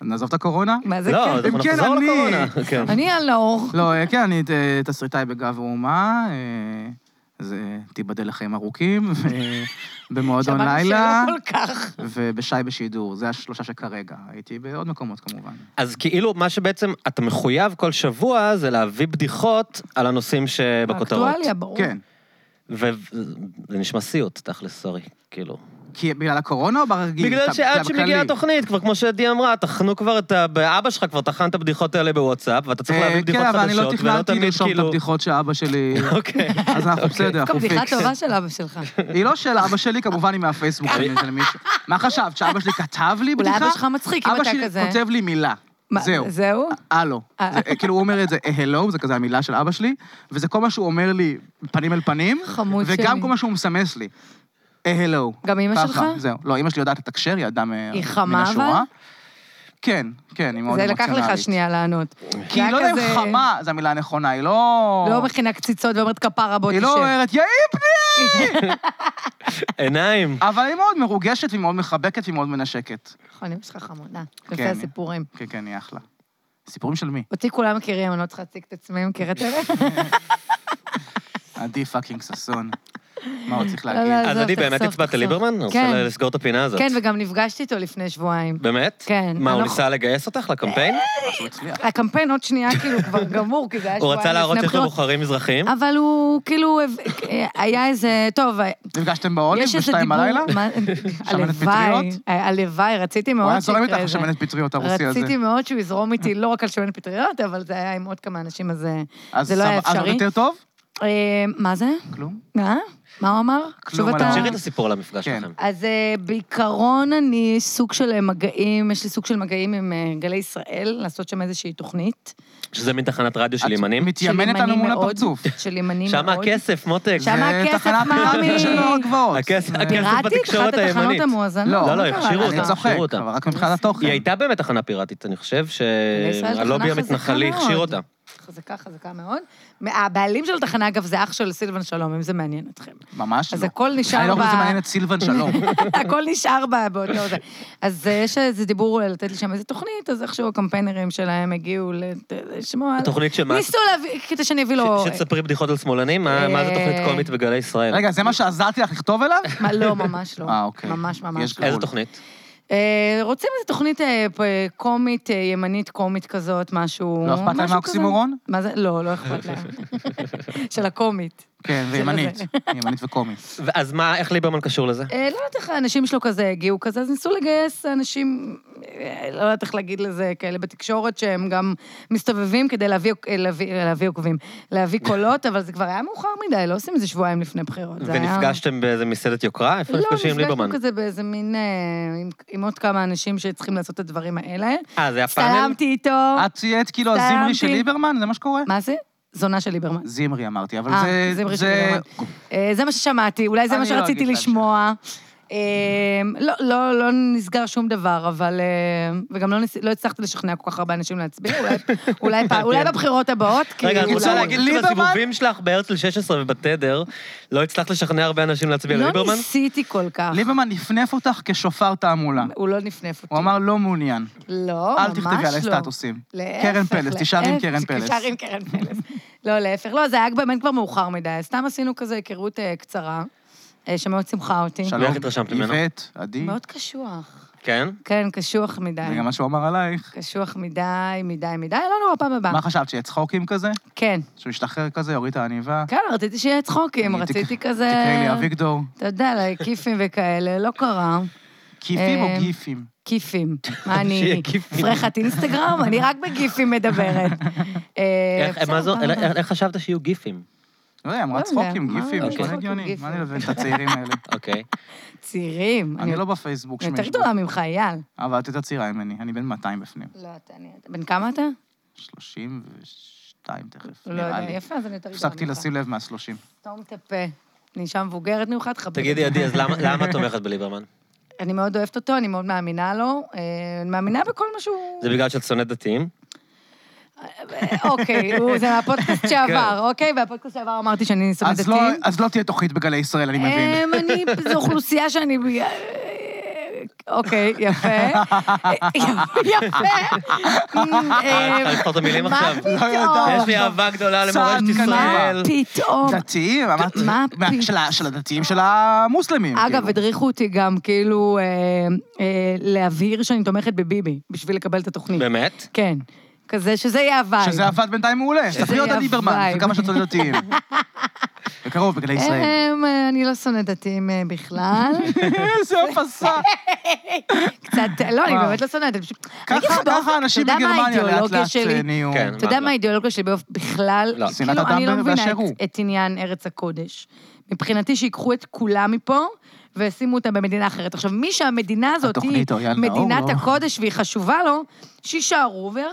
[SPEAKER 3] נעזוב את הקורונה?
[SPEAKER 2] מה זה
[SPEAKER 1] לא,
[SPEAKER 2] כן?
[SPEAKER 1] אנחנו
[SPEAKER 3] אם כן,
[SPEAKER 1] נחזור
[SPEAKER 3] אני-
[SPEAKER 1] לקורונה. כן.
[SPEAKER 2] אני על האור.
[SPEAKER 3] לא, אה, כן, אני אה, תסריטאי בגב האומה, אה, אז אה, תיבדל לחיים ארוכים, אה, במועדון
[SPEAKER 2] שמענו
[SPEAKER 3] לילה,
[SPEAKER 2] שלא כל כך.
[SPEAKER 3] ובשי בשידור, זה השלושה שכרגע. הייתי בעוד מקומות כמובן.
[SPEAKER 1] אז כאילו, מה שבעצם אתה מחויב כל שבוע זה להביא בדיחות על הנושאים שבכותרות.
[SPEAKER 2] אקטואליה, ברור.
[SPEAKER 3] כן.
[SPEAKER 1] וזה נשמע סיוט, תכלס, סורי, כאילו.
[SPEAKER 3] כי בגלל הקורונה או ברגיל?
[SPEAKER 1] בגלל
[SPEAKER 3] אתה-
[SPEAKER 1] שעד
[SPEAKER 3] אתה בכללי?
[SPEAKER 1] שמגיעה התוכנית, כבר כמו שעדי אמרה, תחנו כבר את ה... אבא שלך כבר טחן את הבדיחות האלה בוואטסאפ, ואתה צריך
[SPEAKER 3] אה,
[SPEAKER 1] להביא בדיחות חדשות,
[SPEAKER 3] כן, אבל אני לא
[SPEAKER 1] ולא
[SPEAKER 3] תכננתי
[SPEAKER 1] תמיד
[SPEAKER 3] לרשום את
[SPEAKER 1] כאילו...
[SPEAKER 3] הבדיחות של אבא שלי,
[SPEAKER 1] אוקיי.
[SPEAKER 3] אז אנחנו בסדר,
[SPEAKER 2] דווקא
[SPEAKER 3] אנחנו
[SPEAKER 2] בדיחה
[SPEAKER 3] פיקס.
[SPEAKER 2] טובה של אבא שלך.
[SPEAKER 3] היא לא של אבא שלי, כמובן היא מהפייסבוק. אני מבין, מישהו. מה חשבת, שאבא שלי כתב לי
[SPEAKER 2] אולי
[SPEAKER 3] בדיחה?
[SPEAKER 2] אבא שלך מצחיק, אם
[SPEAKER 3] אבא
[SPEAKER 2] אתה
[SPEAKER 3] שלי
[SPEAKER 2] כזה...
[SPEAKER 3] כותב לי מילה.
[SPEAKER 2] מה,
[SPEAKER 3] זהו.
[SPEAKER 2] זהו?
[SPEAKER 3] הלו.
[SPEAKER 2] אה.
[SPEAKER 3] זה- כאילו, הוא אומר את זה הלו, זה כזה המילה של אבא שלי, וזה כל מה שהוא אומר לי פנים אל פנים,
[SPEAKER 2] חמוד שלי.
[SPEAKER 3] וגם כל מה שהוא מסמס לי. "אה, הלו.
[SPEAKER 2] גם אמא שלך?
[SPEAKER 3] זהו. לא, אמא שלי יודעת לתקשר, היא אדם אה,
[SPEAKER 2] היא
[SPEAKER 3] מן
[SPEAKER 2] חמה,
[SPEAKER 3] השורה.
[SPEAKER 2] אבל?
[SPEAKER 3] כן, כן, היא מאוד
[SPEAKER 2] זה
[SPEAKER 3] אמוציונלית.
[SPEAKER 2] לקח לך שנייה לענות.
[SPEAKER 3] כי
[SPEAKER 2] זה
[SPEAKER 3] היא
[SPEAKER 2] היה
[SPEAKER 3] לא יודעת
[SPEAKER 2] כזה-
[SPEAKER 3] אם חמה, זו המילה הנכונה, היא לא...
[SPEAKER 2] לא מכינה קציצות ואומרת כפרה, בוא
[SPEAKER 3] היא לא
[SPEAKER 2] תשב.
[SPEAKER 3] אומרת, יאי
[SPEAKER 1] עיניים.
[SPEAKER 3] אבל היא מאוד מרוגשת והיא מאוד מחבקת והיא מאוד מנשקת.
[SPEAKER 2] נכון, אמא שלך חמודה. לפי
[SPEAKER 3] כן.
[SPEAKER 2] הסיפורים.
[SPEAKER 3] כן, כן, היא אחלה. סיפורים של מי?
[SPEAKER 2] אותי כולם מכירים, אני לא צריכה להציג את עצמי, מכירת אלה?
[SPEAKER 3] עדי פאקינג ששון. מה עוד צריך
[SPEAKER 2] לא, לא,
[SPEAKER 3] להגיד?
[SPEAKER 1] אז
[SPEAKER 2] עזוב,
[SPEAKER 1] עדי, באמת
[SPEAKER 2] תחסוך,
[SPEAKER 1] הצבעת
[SPEAKER 2] תחסוך.
[SPEAKER 1] ליברמן? אני
[SPEAKER 2] כן.
[SPEAKER 1] רוצה לסגור את הפינה הזאת.
[SPEAKER 2] כן, וגם נפגשתי איתו לפני שבועיים.
[SPEAKER 1] באמת?
[SPEAKER 2] כן, אה,
[SPEAKER 1] מה, הוא
[SPEAKER 2] אנחנו-
[SPEAKER 1] ניסה לגייס אותך לקמפיין?
[SPEAKER 2] לא.
[SPEAKER 3] שהוא הצליח.
[SPEAKER 2] הקמפיין עוד שנייה כאילו כבר גמור, כי זה היה
[SPEAKER 1] הוא
[SPEAKER 2] שבועיים
[SPEAKER 1] רצה להראות
[SPEAKER 2] לפני אה.
[SPEAKER 1] שיש לו
[SPEAKER 2] הבחירות.
[SPEAKER 1] בוחרים מזרחים?
[SPEAKER 2] אבל הוא כאילו, היה איזה, טוב,
[SPEAKER 3] נפגשתם באוהלים
[SPEAKER 2] יש איזה
[SPEAKER 3] בשתיים
[SPEAKER 2] דיבור...
[SPEAKER 3] בלילה?
[SPEAKER 2] מה- הלוואי,
[SPEAKER 3] פטריות?
[SPEAKER 2] הלוואי, רציתי
[SPEAKER 3] הוא היה
[SPEAKER 2] מאוד
[SPEAKER 3] זורם איתך
[SPEAKER 2] זה.
[SPEAKER 3] השמנת פטריות הרוסי הזה.
[SPEAKER 2] רציתי מאוד שהוא יזרום איתי לא רק על שמנת פטריות, אבל זה היה עם עוד כמה אנשים, אז... אה,
[SPEAKER 3] אז
[SPEAKER 2] זה לא היה
[SPEAKER 3] סבבה, אז עוד
[SPEAKER 2] אפשרי.
[SPEAKER 3] יותר טוב?
[SPEAKER 2] אה, מה זה?
[SPEAKER 3] כלום.
[SPEAKER 2] אה? מה הוא אמר?
[SPEAKER 3] כלום,
[SPEAKER 2] שוב
[SPEAKER 3] על
[SPEAKER 2] אתה...
[SPEAKER 1] תמשיכי את הסיפור על המפגש
[SPEAKER 3] כן.
[SPEAKER 1] שלכם.
[SPEAKER 2] אז אה, בעיקרון אני סוג של אה, מגעים, יש לי סוג של מגעים עם אה, גלי ישראל, לעשות שם איזושהי תוכנית.
[SPEAKER 1] שזה מין תחנת רדיו של
[SPEAKER 3] את
[SPEAKER 1] ימנים?
[SPEAKER 3] מתיימנת
[SPEAKER 2] של ימנים
[SPEAKER 3] לנו מול
[SPEAKER 2] מאוד,
[SPEAKER 3] הפרצוף.
[SPEAKER 2] של ימנים מאוד.
[SPEAKER 1] שם הכסף, מותק.
[SPEAKER 2] שם הכסף,
[SPEAKER 3] זה תחנה
[SPEAKER 2] מאמי.
[SPEAKER 3] פיראטית של נוער גבעות.
[SPEAKER 1] הכסף הכסף
[SPEAKER 2] פיראטית?
[SPEAKER 1] בתקשורת
[SPEAKER 2] אחת התחנות
[SPEAKER 1] הימנית.
[SPEAKER 2] המואזנות?
[SPEAKER 3] לא,
[SPEAKER 1] לא,
[SPEAKER 2] מה
[SPEAKER 1] לא,
[SPEAKER 2] קרה
[SPEAKER 1] הכשירו
[SPEAKER 2] לך?
[SPEAKER 3] אני
[SPEAKER 1] אותה.
[SPEAKER 3] צוחק,
[SPEAKER 1] שירו אותה.
[SPEAKER 3] אבל רק מבחינת התוכן.
[SPEAKER 1] היא הייתה באמת תחנה פיראטית, אני חושב
[SPEAKER 2] ישראל תחנה
[SPEAKER 1] שהלובי
[SPEAKER 2] חזקה
[SPEAKER 1] המתנחלי
[SPEAKER 2] מאוד.
[SPEAKER 1] הכשיר אותה.
[SPEAKER 2] חזקה, חזקה מאוד. הבעלים של התחנה, אגב, זה אח של סילבן שלום, אם זה מעניין אתכם.
[SPEAKER 3] ממש לא.
[SPEAKER 2] אז הכל נשאר
[SPEAKER 3] אני לא חושב
[SPEAKER 2] ב-
[SPEAKER 3] שזה מעניין את סילבן שלום.
[SPEAKER 2] הכל נשאר ב- באותו זה. אז אה, יש איזה דיבור לתת לי שם איזה תוכנית, אז איכשהו הקמפיינרים שלהם הגיעו לת- לשמוע... על-
[SPEAKER 1] התוכנית שמה?
[SPEAKER 2] ניסו להביא, כדי שאני אביא לו...
[SPEAKER 1] ש- שתספרי בדיחות על שמאלנים? מה מה זה
[SPEAKER 2] אה,
[SPEAKER 1] תוכנית קומית בגלי ישראל?
[SPEAKER 3] רגע, זה מה שעזרתי לך לכתוב אליו?
[SPEAKER 2] מה, לא, ממש לא.
[SPEAKER 3] אה, אוקיי.
[SPEAKER 2] ממש ממש
[SPEAKER 3] יש
[SPEAKER 2] לא.
[SPEAKER 1] איזה תוכנית?
[SPEAKER 2] אה, רוצים איזו תוכנית אה, פ- אה, קומית, אה, ימנית קומית כזאת, משהו...
[SPEAKER 3] לא אכפת
[SPEAKER 2] משהו
[SPEAKER 3] להם
[SPEAKER 2] כזה.
[SPEAKER 3] מהאוקסימורון?
[SPEAKER 2] מה זה? לא, לא אכפת להם. של הקומית.
[SPEAKER 3] כן, וימנית.
[SPEAKER 2] לא
[SPEAKER 3] ימנית וקומית.
[SPEAKER 1] אז מה, איך ליברמן קשור לזה?
[SPEAKER 2] אה, לא יודעת איך האנשים שלו כזה הגיעו כזה, אז ניסו לגייס אנשים, אה, לא יודעת איך להגיד לזה, כאלה בתקשורת, שהם גם מסתובבים כדי להביא, אה, להביא, להביא עוקבים, להביא קולות, אבל זה כבר היה מאוחר מדי, לא עושים את זה שבועיים לפני בחירות. זה היה-
[SPEAKER 1] ונפגשתם באיזה מסעדת יוקרה? איפה נפגשים עם ליברמן?
[SPEAKER 2] לא, נפגשנו כזה באיזה מין... אה, עם, עם עוד כמה אנשים שצריכים לעשות את הדברים האלה.
[SPEAKER 1] אה, זה היה פאנל?
[SPEAKER 2] הצטלמתי איתו.
[SPEAKER 3] את ציינת כאילו הזמרי של
[SPEAKER 2] הצטלמתי.
[SPEAKER 3] ליברמן? זה מה שקורה?
[SPEAKER 2] מה זה? זונה של ליברמן.
[SPEAKER 3] זמרי אמרתי, אבל
[SPEAKER 2] אה,
[SPEAKER 3] זה...
[SPEAKER 2] זמרי של
[SPEAKER 3] זה-
[SPEAKER 2] ליברמן. אה, זה מה ששמעתי, אולי זה
[SPEAKER 3] אני
[SPEAKER 2] מה
[SPEAKER 3] לא
[SPEAKER 2] שרציתי
[SPEAKER 3] אגיד להם
[SPEAKER 2] לשמוע. אה, לא, לא, לא נסגר שום דבר, אבל... אה, וגם לא, ניס, לא הצלחתי לשכנע כל כך הרבה אנשים להצביע, אולי, אולי, פע- אולי
[SPEAKER 3] כן.
[SPEAKER 2] בבחירות הבאות, כאילו. כי...
[SPEAKER 1] רגע, את
[SPEAKER 2] אולי-
[SPEAKER 1] רוצה
[SPEAKER 3] ליברמן-
[SPEAKER 1] להגיד שבסיבובים שלך בהרצל 16 ובתדר, לא הצלחת לשכנע הרבה אנשים להצביע
[SPEAKER 2] לא
[SPEAKER 1] לליברמן?
[SPEAKER 2] ניסיתי כל כך.
[SPEAKER 3] ליברמן נפנף אותך כשופר תעמולה.
[SPEAKER 2] הוא לא נפנף אותי.
[SPEAKER 3] הוא אמר, לא מעוניין.
[SPEAKER 2] לא, ממש לא.
[SPEAKER 3] אל תכתבי עלי סטטוסים.
[SPEAKER 2] להפך,
[SPEAKER 3] קרן פלס,
[SPEAKER 2] להפך,
[SPEAKER 3] תישאר עם קרן פלס.
[SPEAKER 2] תישאר עם קרן פלס. לא, להפך. לא, זה היה באמת כבר מאוחר מדי, אז סתם עשינו כזה היכרות אה, קצרה, אה, שמאוד שמחה אותי.
[SPEAKER 1] ואיך התרשמת ממנו?
[SPEAKER 3] איווט, עדי.
[SPEAKER 2] מאוד קשוח.
[SPEAKER 1] כן?
[SPEAKER 2] כן, קשוח מדי.
[SPEAKER 3] זה גם מה שהוא אמר עלייך.
[SPEAKER 2] קשוח מדי, מדי, מדי, לא נורא, פעם הבאה.
[SPEAKER 3] מה חשבת, שיהיה צחוקים כזה?
[SPEAKER 2] כן.
[SPEAKER 3] שהוא ישתחרר כזה, יוריד את העניבה?
[SPEAKER 2] כן, רציתי שיהיה צחוקים,
[SPEAKER 3] אני-
[SPEAKER 2] רציתי
[SPEAKER 3] תק-
[SPEAKER 2] כזה...
[SPEAKER 3] תקראי לי אביגדור.
[SPEAKER 2] אתה יודע, כיפים וכאלה, לא קרה.
[SPEAKER 3] כיפים או
[SPEAKER 2] אה,
[SPEAKER 3] גיפים?
[SPEAKER 2] כיפים. מה, אני
[SPEAKER 1] שיהיה כיפים.
[SPEAKER 2] פרחת אינסטגרם? אני רק בגיפים מדברת. אה,
[SPEAKER 1] איך- מה
[SPEAKER 2] בסדר,
[SPEAKER 1] זו-
[SPEAKER 2] פעם
[SPEAKER 1] אלא-
[SPEAKER 2] הבאה.
[SPEAKER 1] איך- איך חשבת שיהיו גיפים?
[SPEAKER 3] לא יודע, היא אמרה
[SPEAKER 2] לא יודע,
[SPEAKER 3] צחוקים,
[SPEAKER 2] מה,
[SPEAKER 3] גיפים, הכל
[SPEAKER 1] צחוקים,
[SPEAKER 3] הגיוני.
[SPEAKER 2] גיפים.
[SPEAKER 3] מה אני מבין את הצעירים האלה?
[SPEAKER 1] אוקיי.
[SPEAKER 2] צעירים.
[SPEAKER 3] אני לא בפייסבוק
[SPEAKER 2] אני
[SPEAKER 3] שמי.
[SPEAKER 2] יותר גדולה ממך, אייל.
[SPEAKER 3] אבל את יותר צעירה ממני, אני בן 200 בפנים.
[SPEAKER 2] לא, אתה... אני- אתה- בן כמה אתה?
[SPEAKER 3] 32 תכף,
[SPEAKER 2] לא
[SPEAKER 3] נראה
[SPEAKER 2] יודע,
[SPEAKER 3] לי.
[SPEAKER 2] יפה, אז אני יותר גדולה ממך.
[SPEAKER 3] הפסקתי לשים לב מה-30.
[SPEAKER 2] סתום את הפה. אני אישה מבוגרת ממך, תכבד.
[SPEAKER 1] תגידי, עדי, אז למה- למה את תומכת בליברמן?
[SPEAKER 2] אני מאוד אוהבת אותו, אני מאוד מאמינה לו. אה, אני מאמינה בכל מה שהוא...
[SPEAKER 1] זה בגלל שאת שונאת דתיים?
[SPEAKER 2] אוקיי, הוא- זה מהפודקאסט שעבר, אוקיי? והפודקאסט שעבר אמרתי שאני שונאת
[SPEAKER 3] כן. אז לא-
[SPEAKER 2] דתיים.
[SPEAKER 3] אז לא תהיה תוכנית בגלי ישראל, אני
[SPEAKER 2] אמ,
[SPEAKER 3] מבין.
[SPEAKER 2] אני, זו אוכלוסייה שאני... אה, אוקיי,
[SPEAKER 3] אה,
[SPEAKER 2] יפה. אה, יפה. אמ,
[SPEAKER 1] אה, את צריכה את המילים עכשיו?
[SPEAKER 2] מה
[SPEAKER 3] לא יודעת.
[SPEAKER 1] יש
[SPEAKER 2] פתאום?
[SPEAKER 1] לי אהבה גדולה למורשת
[SPEAKER 3] צעד
[SPEAKER 2] מה
[SPEAKER 1] ישראל.
[SPEAKER 2] פתאום?
[SPEAKER 3] דתיים, אמרת,
[SPEAKER 2] אוקיי. כן, מה
[SPEAKER 3] מה-
[SPEAKER 2] פתאום?
[SPEAKER 3] של ה- של הדתיים, של המוסלמים.
[SPEAKER 2] אגב,
[SPEAKER 3] כאילו.
[SPEAKER 2] הדריכו אותי גם כאילו אה, אה, להבהיר שאני תומכת בביבי, בשביל לקבל את התוכנית.
[SPEAKER 1] באמת?
[SPEAKER 2] כן. כזה, שזה יהיה הווייב.
[SPEAKER 3] שזה עבד בינתיים מעולה, ספרי עוד
[SPEAKER 2] יהיה
[SPEAKER 3] על ליברמן,
[SPEAKER 2] הווייב.
[SPEAKER 3] וכמה שאתה דתיים. בקרוב, בגלי ישראל.
[SPEAKER 2] אמ, אה, אני לא שונאת דתיים אה, בכלל.
[SPEAKER 3] איזה הפסה.
[SPEAKER 2] קצת, לא, אני
[SPEAKER 3] אה, וואו.
[SPEAKER 2] באמת לא שונאת, אני פשוט... אני אגיד
[SPEAKER 3] ככה
[SPEAKER 2] לך באופן-
[SPEAKER 3] ככה אנשים
[SPEAKER 2] אתה יודע מה
[SPEAKER 3] בגרמניה לאט
[SPEAKER 2] האידיאולוגיה
[SPEAKER 3] לאט
[SPEAKER 2] שלי?
[SPEAKER 3] אה, נהיו...
[SPEAKER 1] כן.
[SPEAKER 2] אתה יודע
[SPEAKER 1] מה,
[SPEAKER 2] מה
[SPEAKER 1] לא.
[SPEAKER 2] האידיאולוגיה שלי באופן בכלל?
[SPEAKER 1] לא.
[SPEAKER 3] שנאת
[SPEAKER 2] כאילו, אני לא
[SPEAKER 3] אדם
[SPEAKER 2] מבינה
[SPEAKER 3] באשר
[SPEAKER 2] את-
[SPEAKER 3] הוא.
[SPEAKER 2] את עניין ארץ הקודש. מבחינתי שיקחו את כולם מפה וישימו אותם במדינה אחרת. עכשיו, מי שהמדינה הזאת היא
[SPEAKER 3] התוכנית אוריאל נאור,
[SPEAKER 2] מדינת
[SPEAKER 3] לא?
[SPEAKER 2] הקודש והיא חשובה לו, שיישארו ויריבו,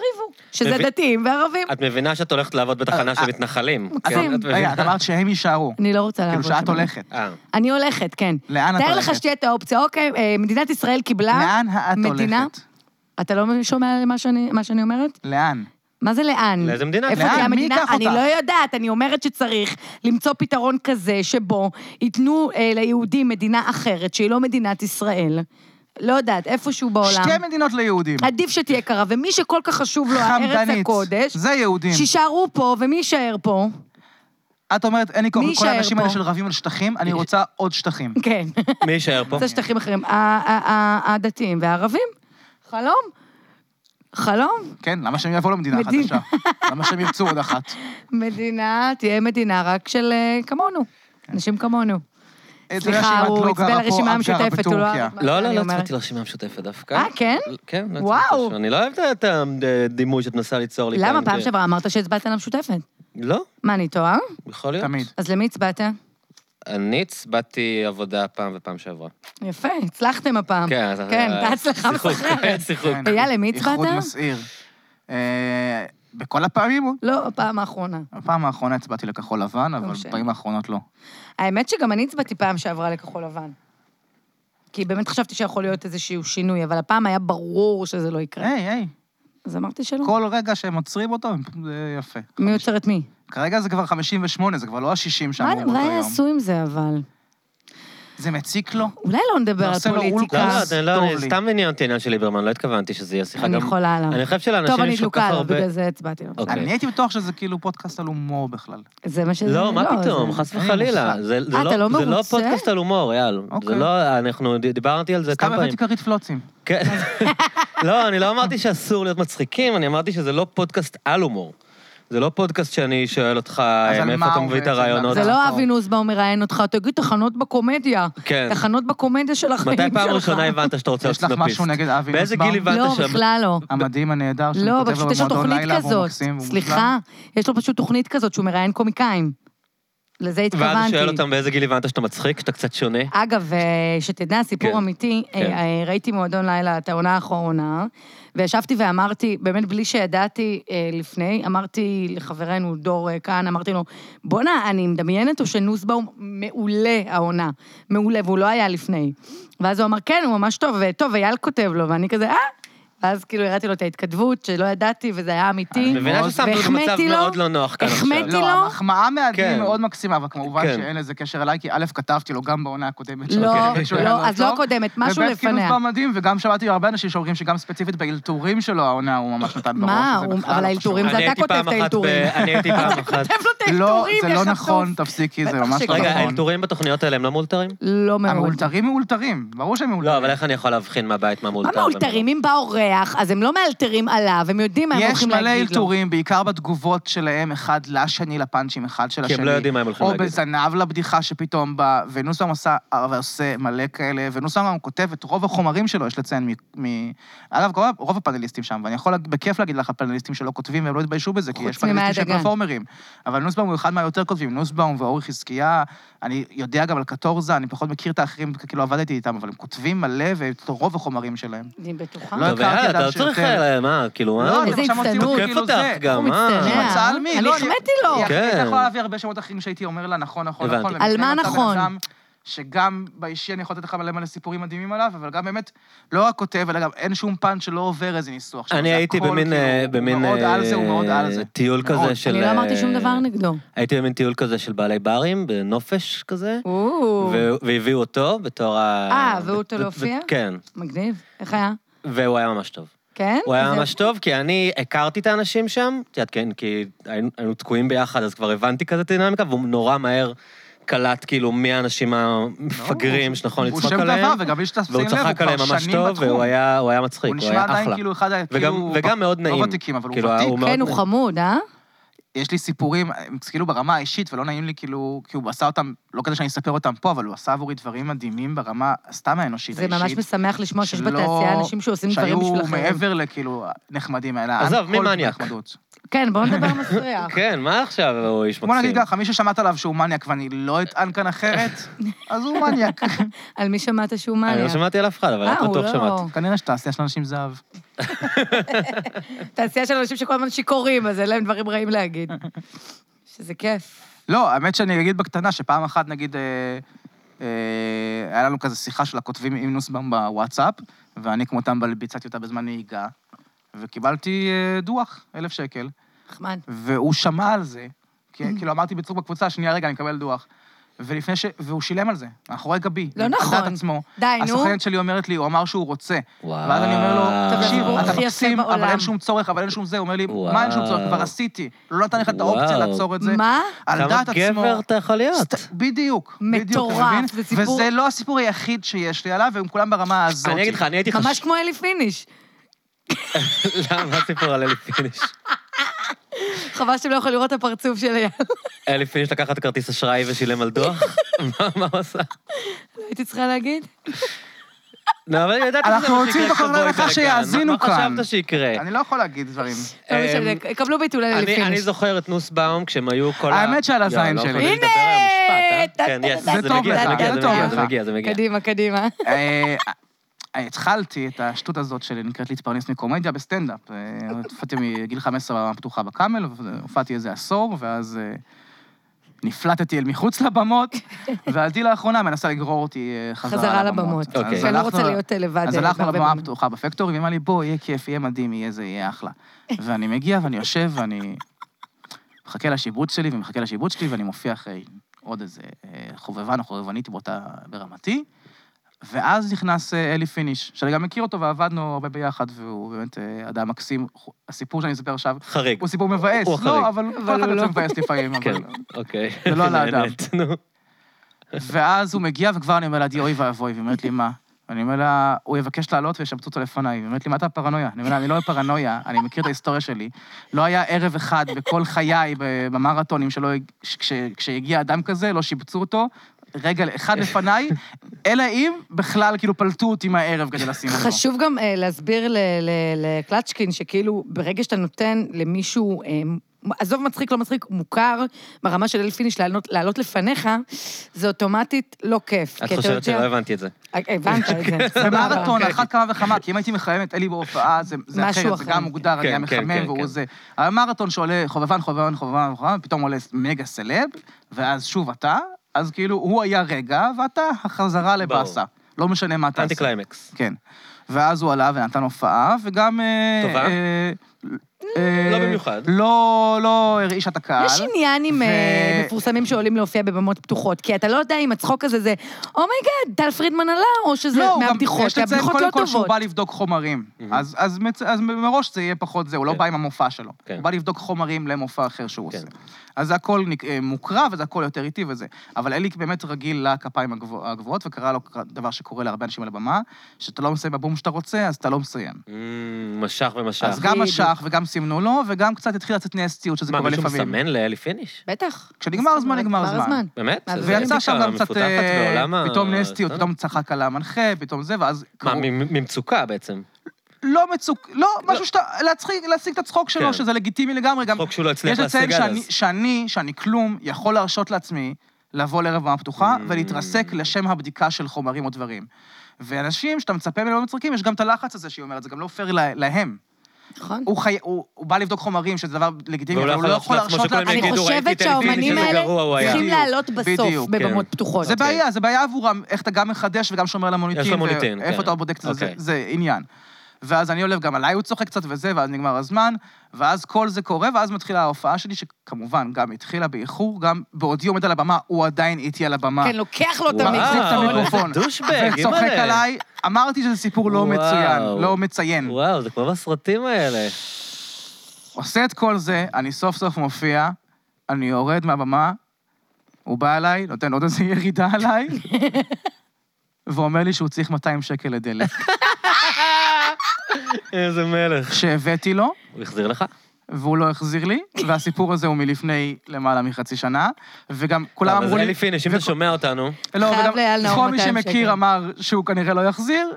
[SPEAKER 2] שזה
[SPEAKER 1] מבין-
[SPEAKER 2] דתיים וערבים.
[SPEAKER 1] את מבינה שאת הולכת לעבוד בתחנה של מתנחלים.
[SPEAKER 2] אה, מקסים.
[SPEAKER 1] כן, את
[SPEAKER 3] רגע,
[SPEAKER 1] מבינה?
[SPEAKER 3] את אמרת שהם יישארו.
[SPEAKER 2] אני לא רוצה לעבוד
[SPEAKER 3] כאילו
[SPEAKER 2] שם.
[SPEAKER 3] שאת הולכת.
[SPEAKER 1] אה,
[SPEAKER 2] אני הולכת, כן.
[SPEAKER 3] לאן את
[SPEAKER 2] תאר לך
[SPEAKER 3] הולכת?
[SPEAKER 2] שתהיה את האופציה, אוקיי, אה, מדינת ישראל קיבלה...
[SPEAKER 3] לאן את
[SPEAKER 2] מדינה?
[SPEAKER 3] הולכת?
[SPEAKER 2] אתה לא שומע מה שאני, מה שאני אומרת?
[SPEAKER 3] לאן?
[SPEAKER 2] מה זה לאן?
[SPEAKER 1] לאיזה מדינה?
[SPEAKER 2] איפה
[SPEAKER 3] לאן?
[SPEAKER 2] תהיה
[SPEAKER 3] מי
[SPEAKER 2] המדינה?
[SPEAKER 3] ייקח
[SPEAKER 2] אני
[SPEAKER 3] אותך?
[SPEAKER 2] לא יודעת, אני אומרת שצריך למצוא פתרון כזה שבו ייתנו אה, ליהודים מדינה אחרת, שהיא לא מדינת ישראל. לא יודעת, איפשהו בעולם.
[SPEAKER 3] שתי מדינות ליהודים.
[SPEAKER 2] עדיף שתהיה קרה, ומי שכל כך חשוב לו, לא, ארץ
[SPEAKER 3] חמדנית.
[SPEAKER 2] הקודש,
[SPEAKER 3] זה יהודים.
[SPEAKER 2] שישארו פה, ומי יישאר פה?
[SPEAKER 3] את אומרת, אין לי כוח
[SPEAKER 2] מי
[SPEAKER 3] לכל
[SPEAKER 2] יישאר
[SPEAKER 3] האנשים האלה
[SPEAKER 2] פה?
[SPEAKER 3] של רבים על שטחים, אני רוצה עוד שטחים.
[SPEAKER 2] כן,
[SPEAKER 1] מי יישאר פה?
[SPEAKER 2] זה שטחים אחרים. ה- ה- ה- הדתיים והערבים. חלום? חלום?
[SPEAKER 3] כן, למה שהם יבואו למדינה
[SPEAKER 2] מדהים.
[SPEAKER 3] חדשה? למה שהם ירצו עוד אחת?
[SPEAKER 2] מדינה, תהיה מדינה רק של אה, כמונו.
[SPEAKER 3] כן.
[SPEAKER 2] אנשים כמונו.
[SPEAKER 3] אה, אתה יודע שאם
[SPEAKER 2] סליחה,
[SPEAKER 3] את
[SPEAKER 2] הוא
[SPEAKER 3] לא
[SPEAKER 2] הצביע
[SPEAKER 3] גרה פה,
[SPEAKER 2] לרשימה
[SPEAKER 3] את גרה
[SPEAKER 2] המשותפת, הוא לא...
[SPEAKER 3] בטורקיה.
[SPEAKER 2] אהב מה
[SPEAKER 1] לא, לא,
[SPEAKER 2] שאני
[SPEAKER 1] לא
[SPEAKER 2] אומרת.
[SPEAKER 1] הצבעתי לרשימה המשותפת דווקא.
[SPEAKER 2] אה, כן?
[SPEAKER 1] כן, לא הצבעתי
[SPEAKER 2] וואו.
[SPEAKER 1] לרשימה. אני לא אוהבת את הדימוי שאת מנסה ליצור לי.
[SPEAKER 2] למה?
[SPEAKER 1] כאן,
[SPEAKER 2] פעם
[SPEAKER 1] כן.
[SPEAKER 2] שעברה אמרת שהצבעת למשותפת.
[SPEAKER 1] לא,
[SPEAKER 2] מה, אני טועה?
[SPEAKER 1] יכול להיות.
[SPEAKER 3] תמיד.
[SPEAKER 2] אז למי הצבעת?
[SPEAKER 1] אני הצבעתי עבודה פעם ופעם שעברה.
[SPEAKER 2] יפה, הצלחתם הפעם.
[SPEAKER 1] כן, אז-
[SPEAKER 2] כן,
[SPEAKER 1] אה,
[SPEAKER 2] הייתה הצלחה
[SPEAKER 1] שיחוק,
[SPEAKER 2] מסחררת.
[SPEAKER 1] שיחוק.
[SPEAKER 3] כן.
[SPEAKER 2] אה, אייל, למי הצבעת?
[SPEAKER 3] איחוד מסעיר. אה, בכל הפעמים הוא.
[SPEAKER 2] לא, הפעם האחרונה.
[SPEAKER 3] הפעם האחרונה הצבעתי לכחול לבן, אבל
[SPEAKER 2] משנה.
[SPEAKER 3] בפעמים האחרונות לא.
[SPEAKER 2] האמת שגם אני הצבעתי פעם שעברה לכחול לבן. כי באמת חשבתי שיכול להיות איזשהו שינוי, אבל הפעם היה ברור שזה לא יקרה.
[SPEAKER 3] היי, היי,
[SPEAKER 2] אז אמרתי שלא.
[SPEAKER 3] כל רגע שהם עוצרים אותו, הם- זה יפה.
[SPEAKER 2] מי עוצר את מי?
[SPEAKER 3] כרגע זה כבר 58, זה כבר לא ה-60
[SPEAKER 2] מה
[SPEAKER 3] שאמרו באותו
[SPEAKER 2] מה
[SPEAKER 3] יום.
[SPEAKER 2] יעשו עם זה, אבל?
[SPEAKER 3] זה מציק לו?
[SPEAKER 2] אולי לא נדבר על
[SPEAKER 3] עושה לו
[SPEAKER 1] לא,
[SPEAKER 2] פוליטיקה.
[SPEAKER 1] לא,
[SPEAKER 3] אולקוס.
[SPEAKER 1] זה לא,
[SPEAKER 3] טוב
[SPEAKER 1] אני-
[SPEAKER 3] לי.
[SPEAKER 1] סתם עניין אותי העניין של ליברמן, לא התכוונתי שזה יהיה שיחה.
[SPEAKER 2] אני
[SPEAKER 1] גם-
[SPEAKER 2] חולה עליו.
[SPEAKER 1] אני חושב שלאנשים
[SPEAKER 2] טוב, אני
[SPEAKER 1] יש כל כך
[SPEAKER 2] דלוקה עליו,
[SPEAKER 1] הרבה...
[SPEAKER 2] בגלל זה הצבעתי לו.
[SPEAKER 1] אוקיי.
[SPEAKER 3] אני הייתי בטוח שזה כאילו פודקאסט על הומור בכלל.
[SPEAKER 2] זה מה שזה...
[SPEAKER 1] לא, מה פתאום,
[SPEAKER 2] זה-
[SPEAKER 1] חס
[SPEAKER 3] אין לי
[SPEAKER 1] וחלילה.
[SPEAKER 3] מושג.
[SPEAKER 1] זה זה
[SPEAKER 2] אה, אתה לא
[SPEAKER 1] זה לא
[SPEAKER 2] מרוצה?
[SPEAKER 1] פודקאסט על הומור, אייל. זה
[SPEAKER 3] אוקיי.
[SPEAKER 1] לא, אנחנו ד- דיברתי על זה
[SPEAKER 3] סתם
[SPEAKER 1] כמה
[SPEAKER 2] לא
[SPEAKER 1] פעמים.
[SPEAKER 3] הבאתי כרית פלוצים.
[SPEAKER 1] כן. לא, אני לא אמרתי שאסור להיות מצחיקים, אני אמרתי שזה לא פודקאסט על הומור. זה לא פודקאסט שאני שואל אותך
[SPEAKER 3] על
[SPEAKER 1] מאיפה
[SPEAKER 3] מה
[SPEAKER 1] אתה
[SPEAKER 3] הוא
[SPEAKER 1] מביא את
[SPEAKER 3] בעצם?
[SPEAKER 1] הרעיונות.
[SPEAKER 2] זה
[SPEAKER 3] עוד
[SPEAKER 2] לא
[SPEAKER 3] לעבור.
[SPEAKER 2] אבי נוסבאום מראיין אותך, תגיד, תחנות בקומדיה.
[SPEAKER 1] נכון. כן.
[SPEAKER 2] תחנות בקומדיה של החיים שלך.
[SPEAKER 1] מתי פעם ראשונה הבנת שאתה רוצה להיות
[SPEAKER 3] יש לך
[SPEAKER 1] סנאפיסט?
[SPEAKER 3] משהו נגד אבי
[SPEAKER 1] באיזה
[SPEAKER 3] נוסבאום?
[SPEAKER 1] גיל הבנת
[SPEAKER 2] לא,
[SPEAKER 1] שם?
[SPEAKER 2] בכלל לא.
[SPEAKER 3] המדהים הנהדר שאני
[SPEAKER 2] לא,
[SPEAKER 3] כותב
[SPEAKER 2] פשוט
[SPEAKER 3] לו
[SPEAKER 2] יש לו
[SPEAKER 3] במועדון
[SPEAKER 2] תוכנית
[SPEAKER 3] לילה, והוא
[SPEAKER 2] כזאת.
[SPEAKER 3] מקסים, והוא
[SPEAKER 2] סליחה, יש לו פשוט תוכנית כזאת שהוא מראיין קומיקאים. לזה
[SPEAKER 1] ואז הוא
[SPEAKER 2] התכוונתי.
[SPEAKER 1] שואל אותם באיזה גיל הבנת שאתה מצחיק, שאתה קצת שונה?
[SPEAKER 2] אגב, אה, שתדע,
[SPEAKER 1] כן,
[SPEAKER 2] סיפור אמיתי, אה,
[SPEAKER 1] כן.
[SPEAKER 2] אה, ראיתי מועדון לילה את העונה האחרונה, וישבתי ואמרתי, באמת בלי שידעתי אה, לפני, אמרתי לחברנו דור אה, כהן, אמרתי לו, בואנה, אני מדמיינת או שנוסבאום מעולה העונה, מעולה, והוא לא היה לפני. ואז הוא אמר, כן, הוא ממש טוב, וטוב, אייל כותב לו, ואני כזה, אה? ואז כאילו הראיתי לו את ההתכתבות, שלא ידעתי, וזה היה אמיתי.
[SPEAKER 1] את מבינה
[SPEAKER 3] מאוד-
[SPEAKER 1] ששמת אותו במצב
[SPEAKER 2] והחמאתי לו,
[SPEAKER 1] מאוד לא נוח כאן עכשיו.
[SPEAKER 2] החמאתי
[SPEAKER 3] מופלא.
[SPEAKER 2] לא,
[SPEAKER 3] לא, המחמאה
[SPEAKER 1] כן.
[SPEAKER 3] מהדין מאוד מקסימה, אבל כמובן
[SPEAKER 1] כן.
[SPEAKER 3] שאין לזה קשר אליי, כי א', כתבתי לו גם בעונה הקודמת. שלו,
[SPEAKER 2] לא,
[SPEAKER 1] אוקיי.
[SPEAKER 3] כן, שהוא היה
[SPEAKER 2] לא, אז לא
[SPEAKER 3] טוב,
[SPEAKER 2] הקודמת, משהו
[SPEAKER 3] וב', כאילו
[SPEAKER 2] לפניה.
[SPEAKER 3] זה מדהים, וגם שמעתי הרבה אנשים שאומרים שגם ספציפית באלתורים שלו, העונה הוא ממש נתן בראש,
[SPEAKER 2] מה,
[SPEAKER 3] שזה
[SPEAKER 2] הוא-
[SPEAKER 3] בכלל
[SPEAKER 2] אבל
[SPEAKER 3] לא
[SPEAKER 2] האלתורים זה
[SPEAKER 3] חשוב.
[SPEAKER 1] אני הייתי
[SPEAKER 2] אתה כותב
[SPEAKER 1] פעם
[SPEAKER 2] את
[SPEAKER 1] אחת ב-
[SPEAKER 2] האלתורים.
[SPEAKER 1] אני הייתי פעם אחת.
[SPEAKER 2] כותב לו את
[SPEAKER 3] לא,
[SPEAKER 2] האלתורים,
[SPEAKER 3] זה לא
[SPEAKER 2] יא
[SPEAKER 3] נכון,
[SPEAKER 2] חצוף.
[SPEAKER 3] תפסיקי, זה
[SPEAKER 2] בטח
[SPEAKER 3] ממש
[SPEAKER 2] שכן.
[SPEAKER 3] לא
[SPEAKER 1] רגע,
[SPEAKER 3] נכון.
[SPEAKER 1] האלתורים בתוכניות האלה הם לא מאולתרים?
[SPEAKER 2] לא מאוד.
[SPEAKER 3] המאולתרים מאולתרים, ברור שהם מאולתרים.
[SPEAKER 1] לא, אבל איך אני יכול להבחין מה בית, מה מאולתר?
[SPEAKER 2] מה מאולתרים? אם בא הורה מאלתח, אז הם לא מאלתרים עליו, הם יודעים מה הם
[SPEAKER 3] יש
[SPEAKER 2] הולכים
[SPEAKER 3] מלא
[SPEAKER 2] להגיד לו.
[SPEAKER 3] אלתורים, בעיקר בתגובות שלהם, אחד לשני, לפאנצ'ים אחד של
[SPEAKER 1] כי
[SPEAKER 3] השני.
[SPEAKER 1] הם לא יודעים מה הם הולכים להגיד.
[SPEAKER 3] או בזנב לבדיחה שפתאום בא, ונוסם עושה, עושה מלא כאלה, ונוסם גם כותב את רוב החומרים שלו, יש לציין, מ... מ... אגב, רוב- רוב הפאנליסטים שם, ואני יכול להג- בכיף להגיד לך, פאנליסטים שלא כותבים והם לא התביישו בזה, כי
[SPEAKER 2] חוץ
[SPEAKER 3] יש פאנליסטים שהם
[SPEAKER 2] ממאי דגן.
[SPEAKER 3] פרפורמרים. אבל נוסבאום הוא אחד מהיותר כותבים, נוסבאום ואורי חזקיה, אני יודע גם על קטורזה, אני פחות מכיר את האחרים, כאילו עבדתי איתם, אבל הם כותבים מלא, ואת רוב החומרים שלהם.
[SPEAKER 2] אני בטוחה.
[SPEAKER 3] לא
[SPEAKER 1] טוב,
[SPEAKER 3] הכרתי
[SPEAKER 1] יאללה, אתה
[SPEAKER 3] אדם
[SPEAKER 1] לא צריך,
[SPEAKER 3] שיותר.
[SPEAKER 1] אה, מה, כאילו,
[SPEAKER 3] לא,
[SPEAKER 1] אה?
[SPEAKER 2] איזה
[SPEAKER 3] אתם עכשיו מוצאים
[SPEAKER 2] הצטיינות.
[SPEAKER 3] אותי
[SPEAKER 1] כיף
[SPEAKER 3] כאילו
[SPEAKER 1] אותך
[SPEAKER 3] זה.
[SPEAKER 1] גם,
[SPEAKER 2] הוא מצטנע.
[SPEAKER 1] אה?
[SPEAKER 3] היא מצאה על מי,
[SPEAKER 2] אני
[SPEAKER 3] לא,
[SPEAKER 2] החמאתי לו.
[SPEAKER 3] היא אחי,
[SPEAKER 1] כן.
[SPEAKER 3] אתה יכול להביא הרבה שמות אחרים שהייתי אומר לה, נכון, נכון,
[SPEAKER 1] הבנתי.
[SPEAKER 3] נכון.
[SPEAKER 2] על
[SPEAKER 3] ובפנים
[SPEAKER 2] מה
[SPEAKER 3] מצא בן
[SPEAKER 2] נכון?
[SPEAKER 3] אדם שגם באישי אני יכול לתת לך מלא מלא סיפורים מדהימים עליו, אבל גם באמת, לא רק כותב, אלא גם אין שום פאנץ' שלא עובר איזה ניסוח. שלו,
[SPEAKER 1] אני
[SPEAKER 3] זה
[SPEAKER 1] הייתי
[SPEAKER 3] הכל,
[SPEAKER 1] במין,
[SPEAKER 3] כאילו,
[SPEAKER 1] אה,
[SPEAKER 3] הוא
[SPEAKER 1] במין...
[SPEAKER 3] מאוד
[SPEAKER 1] אה,
[SPEAKER 3] על זה, הוא מאוד על זה.
[SPEAKER 1] טיול
[SPEAKER 3] מאוד.
[SPEAKER 1] כזה של...
[SPEAKER 2] אני לא אמרתי שום
[SPEAKER 1] אה,
[SPEAKER 2] דבר נגדו.
[SPEAKER 1] הייתי במין טיול כזה של בעלי ברים, בנופש כזה,
[SPEAKER 2] או,
[SPEAKER 1] ו- והביאו אותו בתור ה...
[SPEAKER 2] אה, והוא
[SPEAKER 1] ב-
[SPEAKER 2] אותו
[SPEAKER 1] ב-
[SPEAKER 2] להופיע?
[SPEAKER 1] ב- כן,
[SPEAKER 2] מגניב. איך היה?
[SPEAKER 1] והוא היה ממש טוב.
[SPEAKER 2] כן?
[SPEAKER 1] הוא היה
[SPEAKER 2] זה-
[SPEAKER 1] ממש טוב, כי אני הכרתי את האנשים שם, את יודעת, כן, כי היינו היינו תקועים ביחד, אז כבר הבנתי כזה את הדינמיקה, והוא נורא מהר קלט כאילו מי האנשים המפגרים שנכון
[SPEAKER 3] לא, הוא
[SPEAKER 1] לצחוק
[SPEAKER 3] שם
[SPEAKER 1] עליהם.
[SPEAKER 3] דבר, וגם יש את
[SPEAKER 1] והוא
[SPEAKER 3] הסיין לב, הוא
[SPEAKER 1] צחק עליהם
[SPEAKER 3] כבר
[SPEAKER 1] ממש
[SPEAKER 3] שנים
[SPEAKER 1] טוב,
[SPEAKER 3] בתחום.
[SPEAKER 1] והוא היה הוא היה מצחיק, הוא
[SPEAKER 3] הוא
[SPEAKER 1] היה
[SPEAKER 3] נשמע עדיין
[SPEAKER 1] אחלה.
[SPEAKER 3] כאילו אחד ה...
[SPEAKER 1] וגם-
[SPEAKER 3] כאילו,
[SPEAKER 1] וגם מאוד
[SPEAKER 3] לא
[SPEAKER 1] נעים.
[SPEAKER 3] ותיקים, אבל הוא
[SPEAKER 1] כאילו,
[SPEAKER 3] ותיק.
[SPEAKER 1] הוא מאוד
[SPEAKER 2] כן, הוא
[SPEAKER 1] נעים.
[SPEAKER 2] חמוד, אה?
[SPEAKER 3] יש לי סיפורים, הם כאילו ברמה האישית, ולא נעים לי כאילו, כי הוא עשה אותם, לא כדי שאני אספר אותם פה, אבל הוא עשה עבורי דברים מדהימים ברמה הסתם האנושית,
[SPEAKER 2] זה ממש
[SPEAKER 3] האישית,
[SPEAKER 2] משמח לשמוע שיש
[SPEAKER 3] שלא-
[SPEAKER 2] בתעשייה אנשים שעושים דברים בשביל
[SPEAKER 3] שהיו
[SPEAKER 2] אחרים.
[SPEAKER 3] מעבר לכאילו נחמדים, אלא...
[SPEAKER 1] עזוב,
[SPEAKER 3] הכל
[SPEAKER 1] מי מניאק?
[SPEAKER 3] בנחמדות.
[SPEAKER 2] כן, בואו נדבר מסריח.
[SPEAKER 1] כן, מה עכשיו הוא איש מקסים?
[SPEAKER 3] בוא נגיד ככה, מי ששמעת עליו שהוא מניאק ואני לא אטען כאן אחרת, אז הוא מניאק.
[SPEAKER 2] על מי שמעת שהוא מניאק.
[SPEAKER 1] אני לא שמעתי על אף אחד, אבל
[SPEAKER 2] אה,
[SPEAKER 1] את
[SPEAKER 2] הוא
[SPEAKER 1] בטוח
[SPEAKER 2] לא-
[SPEAKER 1] שמעת.
[SPEAKER 3] כנראה שתעשייה של אנשים זהב.
[SPEAKER 2] תעשייה של אנשים שכל הזמן שיכורים, אז אין להם דברים רעים להגיד. שזה כיף.
[SPEAKER 3] לא, האמת שאני אגיד בקטנה, שפעם אחת, נגיד, אה, אה, היה לנו כזה שיחה של הכותבים עם נוסבאום בוואטסאפ, ואני כמותם בל- ביצעתי אותה בזמן נהיגה, וקיבלתי אה, דוח, אלף שקל,
[SPEAKER 2] נחמד.
[SPEAKER 3] והוא שמע על זה, כי- כאילו אמרתי בצחוק בקבוצה, שנייה רגע, אני מקבל דוח. ולפני ש... והוא שילם על זה, מאחורי גבי.
[SPEAKER 2] לא
[SPEAKER 3] על
[SPEAKER 2] נכון.
[SPEAKER 3] דעת עצמו.
[SPEAKER 2] די, נו.
[SPEAKER 3] הסוכנת שלי אומרת לי, הוא אמר שהוא רוצה.
[SPEAKER 1] וואו. אוקיי.
[SPEAKER 3] ואז אני אומר לו,
[SPEAKER 1] טוב,
[SPEAKER 3] תקשיב,
[SPEAKER 2] הסיפור הכי
[SPEAKER 3] אתה
[SPEAKER 2] יפה
[SPEAKER 3] מקסים, אבל
[SPEAKER 2] בעולם."
[SPEAKER 3] אין שום צורך, אבל אין שום זה. הוא אומר לי,
[SPEAKER 1] וואו.
[SPEAKER 3] מה אין שום צורך? כבר עשיתי. לא נתן לך את האופציה
[SPEAKER 1] וואו.
[SPEAKER 3] לעצור את זה.
[SPEAKER 2] מה?
[SPEAKER 3] על
[SPEAKER 1] כמה
[SPEAKER 3] דעת עצמו.
[SPEAKER 1] גבר אתה יכול להיות?
[SPEAKER 3] סת- בדיוק. בדיוק,
[SPEAKER 2] מטורף,
[SPEAKER 3] אתה מבין?
[SPEAKER 2] זה סיפור-
[SPEAKER 3] וזה לא הסיפור היחיד שיש לי עליו, והם כולם ברמה הזאת.
[SPEAKER 1] אני אגיד לך, אני הייתי חש...
[SPEAKER 2] ממש כמו אלי פיניש.
[SPEAKER 1] למה הסיפור על אלי פיניש?
[SPEAKER 2] חבל שאתם לא יכולים לראות את הפרצוף של אייל.
[SPEAKER 1] אלי פיניש לקח את הכרטיס אשראי ושילם על דוח? מה- מה הוא עשה?
[SPEAKER 2] הייתי צריכה להגיד?
[SPEAKER 1] לא, אבל אני ידעתי שזה
[SPEAKER 3] אנחנו
[SPEAKER 1] מה
[SPEAKER 3] רוצים
[SPEAKER 1] שיקרה
[SPEAKER 3] כל כך
[SPEAKER 1] כשתבואי
[SPEAKER 3] להנחה
[SPEAKER 1] לכאן.
[SPEAKER 3] שיאזינו
[SPEAKER 1] מה
[SPEAKER 3] כאן.
[SPEAKER 1] חשבת שיקרה?
[SPEAKER 3] אני לא יכול להגיד דברים.
[SPEAKER 2] לא
[SPEAKER 1] אמ,
[SPEAKER 2] משנה, קבלו ביטול על אלי
[SPEAKER 1] אני, אני
[SPEAKER 2] פיניש.
[SPEAKER 1] זוכר את נוסבאום כשהם היו כל ה...
[SPEAKER 3] האמת שעל
[SPEAKER 1] יואו,
[SPEAKER 3] הזין
[SPEAKER 1] לא
[SPEAKER 3] שלי.
[SPEAKER 1] יכולים
[SPEAKER 2] הנה!
[SPEAKER 1] לדבר על המשפט,
[SPEAKER 2] טה,
[SPEAKER 1] אה?
[SPEAKER 2] טה,
[SPEAKER 1] כן,
[SPEAKER 2] טה,
[SPEAKER 1] יש,
[SPEAKER 2] טה,
[SPEAKER 1] זה
[SPEAKER 3] טה,
[SPEAKER 1] מגיע,
[SPEAKER 3] טה,
[SPEAKER 1] זה
[SPEAKER 3] טה,
[SPEAKER 1] מגיע,
[SPEAKER 3] טה,
[SPEAKER 1] זה
[SPEAKER 3] טוב
[SPEAKER 1] מגיע,
[SPEAKER 3] לך.
[SPEAKER 1] זה מגיע, זה מגיע.
[SPEAKER 2] קדימה, קדימה.
[SPEAKER 3] אה, אה, התחלתי את השטות הזאת של נקראת להתפרנס מקומדיה בסטנדאפ. אה, הופעתי מגיל 15 בבמה פתוחה בקאמל, הופעתי איזה עשור, ואז אה, נפלטתי אל מחוץ לבמות, ועדי לאחרונה מנסה לגרור אותי אה,
[SPEAKER 2] חזרה
[SPEAKER 3] חזרה
[SPEAKER 2] לבמות.
[SPEAKER 3] לבמות. אז
[SPEAKER 1] אוקיי.
[SPEAKER 2] שאני לא
[SPEAKER 3] הלכנו
[SPEAKER 2] רוצה
[SPEAKER 3] ל-
[SPEAKER 2] להיות אה, לבד.
[SPEAKER 3] אז
[SPEAKER 2] אה,
[SPEAKER 3] הלכנו
[SPEAKER 2] בהרבה
[SPEAKER 3] לבמה
[SPEAKER 2] במים.
[SPEAKER 3] הפתוחה בפקטור, והיא אמרה לי, בוא, יהיה כיף, יהיה מדהים, יהיה זה, יהיה אחלה. ואני מגיע ואני יושב ואני מחכה לשיבוץ שלי ומחכה לשיבוץ שלי, ואני מופיע אחרי עוד איזה אה, חובבן או חובבנית באותה, ברמתי. ואז נכנס אה, אלי פיניש, שאני גם מכיר אותו ועבדנו הרבה ביחד, והוא באמת אה, אדם מקסים. הסיפור שאני אספר עכשיו
[SPEAKER 1] חריג.
[SPEAKER 3] הוא סיפור מבאס.
[SPEAKER 1] הוא החריג.
[SPEAKER 3] לא, אבל
[SPEAKER 2] אבל
[SPEAKER 3] כל אחד
[SPEAKER 2] הוא
[SPEAKER 3] יוצא
[SPEAKER 2] לא.
[SPEAKER 3] מבאס לפעמים,
[SPEAKER 1] כן,
[SPEAKER 3] אבל...
[SPEAKER 1] אוקיי.
[SPEAKER 3] זה לא על האדם.
[SPEAKER 1] נהנית, נו.
[SPEAKER 3] ואז הוא מגיע, וכבר אני אומר לה, עדי, אוי ואבוי, והיא אומרת לי, מה? אני אומר לה, הוא יבקש לעלות וישבצו אותו לפניי. היא אומרת לי, מה אתה פרנויה? אני אומר לה, אני לא פרנויה, אני מכיר את ההיסטוריה שלי. לא היה ערב אחד בכל חיי ב- במרתונים שלא... ש- כש- כשהגיע אדם כזה, לא שיבצו אותו. רגע אחד לפניי, אלא אם בכלל כאילו פלטו אותי מהערב כדי לשים אותו.
[SPEAKER 2] חשוב גם אה, להסביר ל- ל- לקלצ'קין, שכאילו, ברגע שאתה נותן למישהו, אה, מ- עזוב מצחיק, לא מצחיק, מוכר, ברמה של אלי פיניש לעלות- לעלות לפניך, זה אוטומטית לא כיף.
[SPEAKER 1] את
[SPEAKER 2] כי אתה
[SPEAKER 1] חושבת
[SPEAKER 2] יודע-
[SPEAKER 1] שלא הבנתי את זה.
[SPEAKER 2] אה, הבנת את זה, סבבה.
[SPEAKER 1] כן,
[SPEAKER 2] כן.
[SPEAKER 3] במרתון, על אחת כמה וכמה, כי אם הייתי מחמם את אלי בהופעה, זה זה
[SPEAKER 2] משהו
[SPEAKER 3] אחרת, זה
[SPEAKER 2] אחר.
[SPEAKER 3] גם מוגדר, אני
[SPEAKER 1] כן,
[SPEAKER 3] היה
[SPEAKER 1] כן, כן,
[SPEAKER 3] מחמם
[SPEAKER 1] כן.
[SPEAKER 3] והוא זה. המרתון שעולה חובבן, חובבן, חובבן, חובבן, פתאום עולה מגה סלב, ואז שוב אתה, אז כאילו, הוא היה רגע, ואתה החזרה לבאסה. לא משנה מה אתה
[SPEAKER 1] אנטי קליימקס.
[SPEAKER 3] כן. ואז הוא עלה ונתן הופעה, וגם... אה,
[SPEAKER 1] טובה?
[SPEAKER 3] אה, אה,
[SPEAKER 1] לא במיוחד.
[SPEAKER 3] לא, לא הרעישה את הקהל.
[SPEAKER 2] יש עניין עם
[SPEAKER 3] ו-
[SPEAKER 2] אה, מפורסמים שעולים להופיע בבמות פתוחות, כי אתה לא יודע אם הצחוק הזה זה, אומייגאד, טל פרידמן עלה, או שזה
[SPEAKER 3] לא, הוא גם
[SPEAKER 2] מהבדיחות,
[SPEAKER 3] יש
[SPEAKER 2] כי
[SPEAKER 3] לציין
[SPEAKER 2] הבדיחות לא
[SPEAKER 3] קודם כל שהוא
[SPEAKER 2] טובות.
[SPEAKER 3] בא לבדוק חומרים. אז- אז מצ- אז מראש זה יהיה פחות זה, הוא לא
[SPEAKER 1] כן.
[SPEAKER 3] בא עם המופע שלו.
[SPEAKER 1] כן.
[SPEAKER 3] הוא בא לבדוק חומרים למופע אחר שהוא
[SPEAKER 1] כן.
[SPEAKER 3] עושה. אז זה הכל נק- אה, מוקרא וזה הכל יותר איטי וזה. אבל אליק באמת רגיל לכפיים הגבוה- הגבוהות, וקרה לו דבר שקורה להרבה אנשים על הבמה, שאתה לא מסיים בבום שאתה רוצה, אז אתה לא מסיים.
[SPEAKER 1] אמ, משך ומשך.
[SPEAKER 3] אז גם
[SPEAKER 2] בדיוק.
[SPEAKER 3] משך וגם סימנו לו, וגם קצת התחיל לצאת נסטיות, שזה
[SPEAKER 1] מה,
[SPEAKER 3] קורה
[SPEAKER 1] מישהו
[SPEAKER 3] לפעמים.
[SPEAKER 1] מסמן לאלי פיניש?
[SPEAKER 2] בטח.
[SPEAKER 3] כשנגמר הזמן,
[SPEAKER 2] זאת אומרת,
[SPEAKER 3] נגמר הזמן.
[SPEAKER 1] באמת?
[SPEAKER 2] מה,
[SPEAKER 1] זה
[SPEAKER 3] ויצא
[SPEAKER 1] אתיקה
[SPEAKER 3] שם גם קצת,
[SPEAKER 1] מפותחת
[SPEAKER 3] אה,
[SPEAKER 1] בעולם ה-
[SPEAKER 3] פתאום נסטיות,
[SPEAKER 1] אה?
[SPEAKER 3] פתאום צחק על המנחה, פתאום זה, ואז...
[SPEAKER 1] מה,
[SPEAKER 3] קרו-
[SPEAKER 1] מ- ממצוקה בעצם.
[SPEAKER 3] לא מצוק... לא, משהו שאתה... להצחיק, להשיג את הצחוק
[SPEAKER 1] כן.
[SPEAKER 3] שלו, שזה לגיטימי לגמרי. גם
[SPEAKER 1] חוק שהוא לא הצליח
[SPEAKER 3] יש לציין
[SPEAKER 1] להשיג עד
[SPEAKER 3] שאני,
[SPEAKER 1] אז.
[SPEAKER 3] שאני, שאני כלום, יכול להרשות לעצמי לבוא לערב במה פתוחה
[SPEAKER 1] Mm.
[SPEAKER 3] ולהתרסק לשם הבדיקה של חומרים או דברים. ואנשים שאתה מצפה מהם לא מצחיקים, יש גם את הלחץ הזה שהיא אומרת, זה גם לא פייר לה- להם.
[SPEAKER 2] נכון.
[SPEAKER 3] הוא, חי... הוא... הוא בא לבדוק חומרים, שזה דבר לגיטימי, אבל הוא לא
[SPEAKER 1] לעצמו
[SPEAKER 3] יכול להרשות
[SPEAKER 1] שכולם
[SPEAKER 3] לעצמו.
[SPEAKER 2] אני
[SPEAKER 1] יגידו, "ראיתי את
[SPEAKER 2] חושבת
[SPEAKER 1] אלי פיניש,
[SPEAKER 2] שהאומנים
[SPEAKER 1] איזה
[SPEAKER 2] האלה
[SPEAKER 1] גרוע הוא היה."
[SPEAKER 2] צריכים
[SPEAKER 3] בדיוק,
[SPEAKER 2] לעלות בסוף
[SPEAKER 3] בדיוק,
[SPEAKER 2] בבמות
[SPEAKER 1] כן.
[SPEAKER 2] פתוחות.
[SPEAKER 3] זה
[SPEAKER 1] אוקיי.
[SPEAKER 3] בעיה, זה בעיה עבורם, איך אתה גם מחדש וגם שומר על המוניטין.
[SPEAKER 1] יש לו מוניטין,
[SPEAKER 3] ואיפה
[SPEAKER 1] כן.
[SPEAKER 3] אתה בודק את זה, זה,
[SPEAKER 1] אוקיי.
[SPEAKER 3] זה עניין. ואז אני עולב, גם עליי הוא צוחק קצת וזה, ואז נגמר הזמן, ואז כל זה קורה, ואז מתחילה ההופעה שלי, שכמובן גם התחילה באיחור, גם בעודי עומד על הבמה, הוא עדיין איתי על הבמה.
[SPEAKER 2] כן, לוקח לו את
[SPEAKER 1] וואו,
[SPEAKER 2] המיקרופון.
[SPEAKER 3] המיקרופון.
[SPEAKER 1] איזה דושבג,
[SPEAKER 3] וצוחק
[SPEAKER 1] אימא'לה.
[SPEAKER 3] עליי, אמרתי שזה סיפור לא
[SPEAKER 1] וואו.
[SPEAKER 3] מצוין, לא מציין.
[SPEAKER 1] וואו, זה כמו בסרטים האלה.
[SPEAKER 3] עושה את כל זה, אני סוף סוף מופיע, אני יורד מהבמה, הוא בא אליי, נותן עוד איזה ירידה עליי, ואומר לי שהוא צריך 200 שקל לדלק,
[SPEAKER 1] איזה מלך.
[SPEAKER 3] שהבאתי לו,
[SPEAKER 1] הוא החזיר לך?
[SPEAKER 3] והוא לא החזיר לי, והסיפור הזה הוא מלפני למעלה מחצי שנה, וגם כולם
[SPEAKER 1] אבל
[SPEAKER 3] אמרו
[SPEAKER 1] זה
[SPEAKER 3] לי...
[SPEAKER 1] אלי פיניש, אם אתה
[SPEAKER 3] וכ-
[SPEAKER 1] שומע אותנו,
[SPEAKER 3] לא,
[SPEAKER 2] חייב
[SPEAKER 3] וגם
[SPEAKER 2] לאייל נאור
[SPEAKER 3] כל מי
[SPEAKER 2] 200 שקל.
[SPEAKER 3] שמכיר אמר שהוא כנראה לא יחזיר.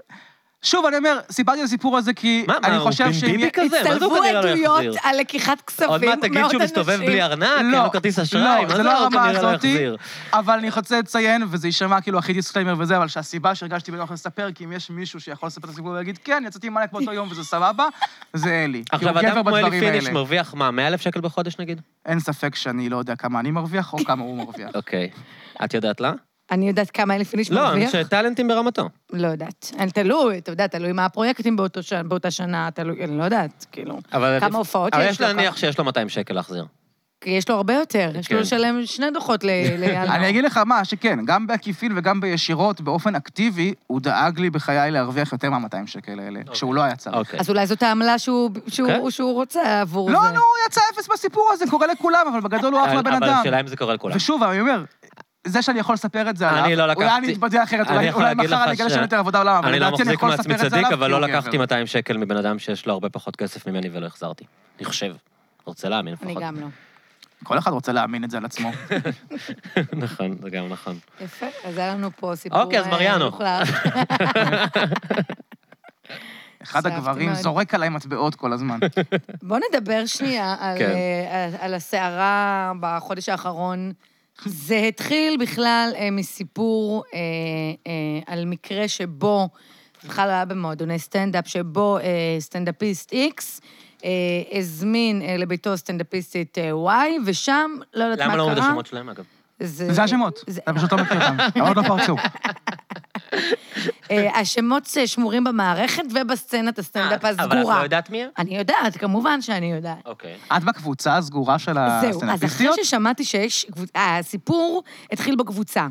[SPEAKER 3] שוב, אני אומר, סיפרתי את הסיפור הזה כי
[SPEAKER 1] מה, מה,
[SPEAKER 3] אני
[SPEAKER 1] הוא
[SPEAKER 3] חושב
[SPEAKER 1] בן
[SPEAKER 3] שאם...
[SPEAKER 1] ביבי
[SPEAKER 3] יהיה-
[SPEAKER 1] כזה? מה זה הוא
[SPEAKER 2] הצטלבו
[SPEAKER 1] כנראה לא
[SPEAKER 2] עדויות
[SPEAKER 1] יחזיר?
[SPEAKER 2] על לקיחת כספים
[SPEAKER 1] עוד מעט תגיד שהוא
[SPEAKER 2] מאות
[SPEAKER 1] מסתובב
[SPEAKER 2] אנשים.
[SPEAKER 1] בלי ארנק, אין לו כרטיס אשראי,
[SPEAKER 3] לא,
[SPEAKER 1] מה
[SPEAKER 3] זה לא
[SPEAKER 1] הוא
[SPEAKER 3] הרמה
[SPEAKER 1] כנראה לא
[SPEAKER 3] הזאתי,
[SPEAKER 1] יחזיר?
[SPEAKER 3] אבל אני רוצה לציין, וזה יישמע כאילו הכי דיסקליימר וזה, אבל שהסיבה שהרגשתי בנוח לספר, כי אם יש מישהו שיכול לספר את הסיפור ולהגיד, כן, יצאתי עם מלאק באותו יום וזה סבבה, זה אלי. כי הוא
[SPEAKER 1] עכשיו,
[SPEAKER 3] גבר
[SPEAKER 1] אדם כמו אלי
[SPEAKER 3] בדברים
[SPEAKER 1] פיניש
[SPEAKER 3] האלה.
[SPEAKER 1] מרוויח, מה, 100 אלף שקל בחודש נגיד?
[SPEAKER 3] אין ספק שאני לא יודע כמה אני מרוויח, או כמה הוא מרוויח.
[SPEAKER 1] אוקיי. את יודעת לה?
[SPEAKER 2] אני יודעת כמה אלי פיניש
[SPEAKER 1] לא, אני
[SPEAKER 2] מרוויח?
[SPEAKER 1] חושב שטאלנטים ברמתו.
[SPEAKER 2] לא יודעת. אני- תלוי, אתה יודע, תלוי מה הפרויקטים באותו ש- באותה שנה, תלוי, אני לא יודעת, כאילו.
[SPEAKER 1] אבל...
[SPEAKER 2] כמה הופעות
[SPEAKER 1] אבל
[SPEAKER 2] יש
[SPEAKER 1] יש
[SPEAKER 2] לו,
[SPEAKER 1] להניח
[SPEAKER 2] כמה-
[SPEAKER 1] שיש לו 200 שקל להחזיר.
[SPEAKER 2] כי יש לו הרבה יותר, יש לו
[SPEAKER 1] כן.
[SPEAKER 2] לשלם שני דוחות ל- לאייל נאור.
[SPEAKER 3] אני אגיד לך מה, שכן, גם בעקיפין וגם בישירות, באופן אקטיבי, הוא דאג לי בחיי להרוויח יותר מה-200 שקל האלה, כשהוא לא היה צריך.
[SPEAKER 1] אוקיי.
[SPEAKER 2] אז אולי זאת העמלה שהוא-
[SPEAKER 1] כן.
[SPEAKER 2] שהוא שהוא רוצה עבור זה.
[SPEAKER 3] לא, נו, הוא יצא אפס בסיפור הזה, קורה לכולם, אבל בגדול הוא אחלה בן
[SPEAKER 1] אוקיי. אבל
[SPEAKER 3] אדם.
[SPEAKER 1] השאלה אם זה קורה לכולם.
[SPEAKER 3] ושוב, אני אומר, זה שאני יכול לספר את זה
[SPEAKER 1] אני
[SPEAKER 3] עליו,
[SPEAKER 1] לא לקחתי-
[SPEAKER 3] אולי אני אתבדה אחרת,
[SPEAKER 1] אני
[SPEAKER 3] אולי
[SPEAKER 1] יכול
[SPEAKER 3] אולי
[SPEAKER 1] להגיד
[SPEAKER 3] מחר
[SPEAKER 1] לך
[SPEAKER 3] אני אגלה
[SPEAKER 1] ש-
[SPEAKER 3] שאין יותר עבודה בעולם, אבל
[SPEAKER 1] אני לא
[SPEAKER 3] לדעתי אני
[SPEAKER 1] מחזיק
[SPEAKER 3] יכול
[SPEAKER 1] מעצמי
[SPEAKER 3] לספר את זה עליו,
[SPEAKER 1] צדיק, אבל
[SPEAKER 3] כי
[SPEAKER 1] לא
[SPEAKER 3] הוא גבר.
[SPEAKER 1] לקחתי 200 שקל מבן אדם שיש לו הרבה פחות כסף ממני ולא החזרתי. אני חושב. רוצה להאמין
[SPEAKER 2] אני
[SPEAKER 1] לפחות.
[SPEAKER 2] גם לא.
[SPEAKER 3] כל אחד רוצה להאמין את זה על עצמו.
[SPEAKER 1] נכון, זה גם נכון.
[SPEAKER 2] יפה, אז היה לנו פה סיפור...
[SPEAKER 1] אוקיי, אז
[SPEAKER 2] אה,
[SPEAKER 1] מריאנו.
[SPEAKER 2] מוחלט.
[SPEAKER 3] אחד
[SPEAKER 2] אהבתי
[SPEAKER 3] הגברים
[SPEAKER 2] מאוד.
[SPEAKER 3] זורק עליי מטבעות כל הזמן.
[SPEAKER 2] בוא נדבר שנייה על,
[SPEAKER 1] כן.
[SPEAKER 2] אה, על הסערה בחודש האחרון. זה התחיל בכלל אה, מסיפור אה, אה, על מקרה שבו, זה בכלל היה במועדוני סטנדאפ, שבו אה, סטנדאפיסט X אה, הזמין אה, לביתו סטנדאפיסטית אה, Y, ושם, לא יודעת מה קרה.
[SPEAKER 1] למה לא אומרים את השמות שלהם, אגב?
[SPEAKER 3] זה השמות,
[SPEAKER 2] זה-
[SPEAKER 3] אתה פשוט לא מכיר אותם, הם עוד לא פרצו.
[SPEAKER 2] אה, השמות שמורים במערכת ובסצנת הסטנדאפ
[SPEAKER 1] אה, אבל את
[SPEAKER 2] הסגורה.
[SPEAKER 1] לא יודעת מי הם?
[SPEAKER 2] אני יודעת, כמובן שאני יודעת.
[SPEAKER 1] אוקיי.
[SPEAKER 3] את בקבוצה הסגורה של
[SPEAKER 2] זהו, אז אחרי
[SPEAKER 3] הסטנדאפיסטיות?
[SPEAKER 2] ששמעתי שיש... קבוצ- הסיפור התחיל בקבוצה.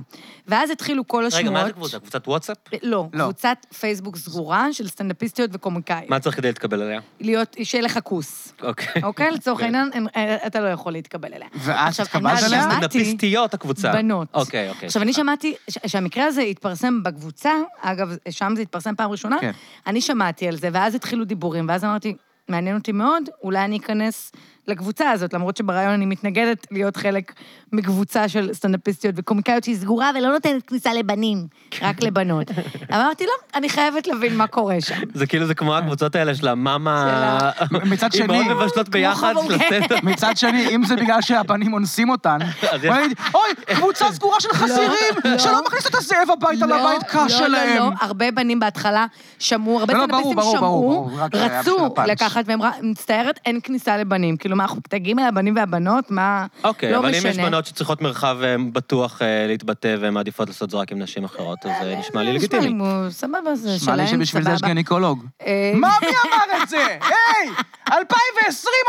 [SPEAKER 2] ואז התחילו כל השמועות...
[SPEAKER 1] רגע, מה זה קבוצה? קבוצת וואטסאפ?
[SPEAKER 2] לא,
[SPEAKER 3] לא.
[SPEAKER 2] קבוצת פייסבוק סגורה של סטנדאפיסטיות וקומיקאיות.
[SPEAKER 1] מה צריך כדי להתקבל אליה?
[SPEAKER 2] להיות, שיהיה לך כוס,
[SPEAKER 1] אוקיי.
[SPEAKER 2] אוקיי? לצורך העניין, אין- אה, אתה לא יכול להתקבל אליה.
[SPEAKER 3] ואת
[SPEAKER 2] עכשיו,
[SPEAKER 3] התקבלת
[SPEAKER 2] אני
[SPEAKER 3] אליה?
[SPEAKER 2] שמעתי-
[SPEAKER 1] סטנדאפיסטיות הקבוצה.
[SPEAKER 2] בנות.
[SPEAKER 1] אוקיי, אוקיי.
[SPEAKER 2] עכשיו, אני שמעתי ש- שהמקרה הזה התפרסם בקבוצה, אגב, שם זה התפרסם פעם ראשונה,
[SPEAKER 3] כן.
[SPEAKER 2] אני שמעתי על זה, ואז התחילו דיבורים, ואז אמרתי, מעניין אותי מאוד, אולי אני אכנס לקבוצה הזאת, למרות שברעיון אני מתנגדת להיות חלק מקבוצה של סטנדאפיסטיות וקומיקאיות שהיא סגורה ולא נותנת כניסה לבנים, רק לבנות. אבל אמרתי, לא, אני חייבת להבין מה קורה שם.
[SPEAKER 1] זה כאילו, זה כמו הקבוצות האלה של המאמה...
[SPEAKER 3] מצד שני-
[SPEAKER 1] אימהות מבשלות ביחד
[SPEAKER 2] חבורה,
[SPEAKER 1] של הסטנדאפ.
[SPEAKER 3] מצד שני, אם זה בגלל שהבנים אונסים אותן,
[SPEAKER 1] אז יש-
[SPEAKER 3] בוא נגיד, אוי, קבוצה סגורה של חזירים,
[SPEAKER 2] לא.
[SPEAKER 3] שלא מכניס את הזאב הביתה לבית קש
[SPEAKER 2] לא, לא,
[SPEAKER 3] שלהם.
[SPEAKER 2] לא, הרבה בנים בהתחלה שמעו, הרבה
[SPEAKER 3] לא, לא,
[SPEAKER 2] סטנדאפיסטים
[SPEAKER 3] ברור,
[SPEAKER 2] שמעו,
[SPEAKER 3] ברור, ברור, ברור, רק זה היה בשביל
[SPEAKER 2] רצו
[SPEAKER 3] הפאנץ'.
[SPEAKER 2] לקחת, והם ר- מצטערת, אין כניסה לבנים. כאילו, מה, אנחנו מתגים על הבנים והבנות? מה,
[SPEAKER 1] אוקיי,
[SPEAKER 2] לא
[SPEAKER 1] אבל אם
[SPEAKER 2] משנה.
[SPEAKER 1] יש בנות שצריכות מרחב אה, בטוח אה, להתבטא והן מעדיפות לעשות את זה רק עם נשים אחרות, אז אה, נשמע לי לגיטימי.
[SPEAKER 2] נשמע לי, סבבה, זה
[SPEAKER 3] נשמע לי
[SPEAKER 2] שלהם,
[SPEAKER 3] שבשביל זה יש
[SPEAKER 2] סבבה.
[SPEAKER 3] גניקולוג.
[SPEAKER 2] אה,
[SPEAKER 3] מה, מי אמר את זה? היי! 2020,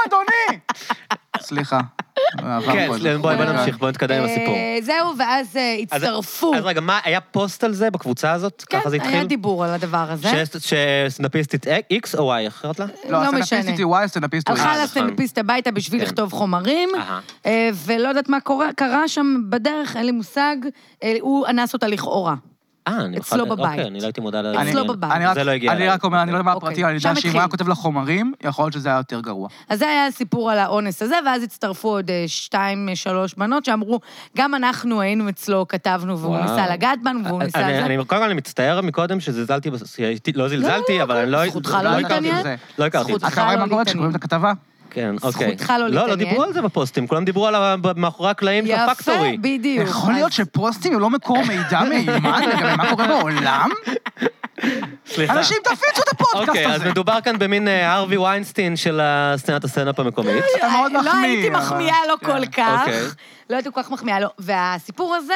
[SPEAKER 3] אדוני! סליחה. עבר
[SPEAKER 1] כן,
[SPEAKER 3] פה איזה
[SPEAKER 1] בואי בואי
[SPEAKER 3] חוק.
[SPEAKER 1] נמשיך, בואי נתקדם עם הסיפור.
[SPEAKER 2] אה, זהו, ואז אה,
[SPEAKER 1] אז-
[SPEAKER 2] הצטרפו.
[SPEAKER 1] אז רגע, מה, היה פוסט על זה בקבוצה הזאת?
[SPEAKER 2] כן,
[SPEAKER 1] ככה זה התחיל?
[SPEAKER 2] היה דיבור על הדבר הזה.
[SPEAKER 1] ש- שסטנדאפיסטית X או Y, איך קראת לה?
[SPEAKER 2] לא
[SPEAKER 3] לא,
[SPEAKER 2] משנה.
[SPEAKER 3] הסטנדאפיסט איתי וואי, הסטנדאפיסט הוא
[SPEAKER 2] הלכה
[SPEAKER 1] אה,
[SPEAKER 3] אחד.
[SPEAKER 1] נכון.
[SPEAKER 2] לסטנדאפיסט הביתה בשביל
[SPEAKER 1] כן.
[SPEAKER 2] לכתוב חומרים,
[SPEAKER 1] אהה.
[SPEAKER 2] אה, ולא יודעת מה קורה- קרה שם בדרך, אין לי מושג. אה, הוא אנס אותה לכאורה.
[SPEAKER 1] אה, אני
[SPEAKER 2] אצלו
[SPEAKER 1] בכלל-
[SPEAKER 2] בבית.
[SPEAKER 1] אוקיי, אני לא הייתי מודע לזה.
[SPEAKER 2] אצלו בבית.
[SPEAKER 3] אני רק-
[SPEAKER 1] זה לא הגיע
[SPEAKER 3] אני
[SPEAKER 1] אליי.
[SPEAKER 3] רק אומר, אני לא יודע מה
[SPEAKER 2] אוקיי.
[SPEAKER 3] הפרטים, אבל אני
[SPEAKER 2] שם
[SPEAKER 3] יודע שאם הוא היה
[SPEAKER 2] התחיל.
[SPEAKER 3] כותב לך חומרים, יכול להיות שזה היה יותר גרוע.
[SPEAKER 2] אז זה היה הסיפור על האונס הזה, ואז הצטרפו עוד אה, שתיים, אה, שלוש בנות שאמרו, גם אנחנו היינו אצלו, כתבנו, והוא
[SPEAKER 1] וואו. אה,
[SPEAKER 2] ניסה לגעת בנו, והוא ניסה
[SPEAKER 1] אני-
[SPEAKER 2] זה.
[SPEAKER 1] אני- קודם כל אני מצטער מקודם שזלזלתי, בס- שהייתי- לא זלזלתי, אבל אני לא...
[SPEAKER 2] זכותך לא
[SPEAKER 1] הכרתי את
[SPEAKER 2] להתעניין.
[SPEAKER 1] זה. לא הכרתי את זה.
[SPEAKER 2] זכותך.
[SPEAKER 3] אתה רואה
[SPEAKER 2] לא
[SPEAKER 3] מה קורה
[SPEAKER 2] להתעניין.
[SPEAKER 3] כשקוראים את הכתבה?
[SPEAKER 1] כן, אוקיי.
[SPEAKER 2] זכותך לא
[SPEAKER 1] לא, לא
[SPEAKER 2] להתעניין.
[SPEAKER 1] דיברו על זה בפוסטים, כולם דיברו על ה- ב- מאחורי הקלעים של
[SPEAKER 2] יפה,
[SPEAKER 1] הפקטורי.
[SPEAKER 2] בדיוק.
[SPEAKER 3] יכול להיות
[SPEAKER 2] אז-
[SPEAKER 3] שפוסטים הם לא מקור מידע מהימן לגבי מה קורה בעולם?
[SPEAKER 1] סליחה.
[SPEAKER 3] אנשים, תפיצו את הפודקאסט
[SPEAKER 1] אוקיי, אז
[SPEAKER 3] הזה.
[SPEAKER 1] מדובר כאן במין אה, הרווי ויינסטין של אה, סצנת הסטנדאפ המקומית.
[SPEAKER 3] אתה מאוד
[SPEAKER 2] לא
[SPEAKER 3] מחמיא,
[SPEAKER 2] הייתי
[SPEAKER 3] אבל-
[SPEAKER 2] מחמיאה לו כל כך.
[SPEAKER 1] אוקיי.
[SPEAKER 2] לא הייתי כל כך מחמיאה לו. והסיפור הזה,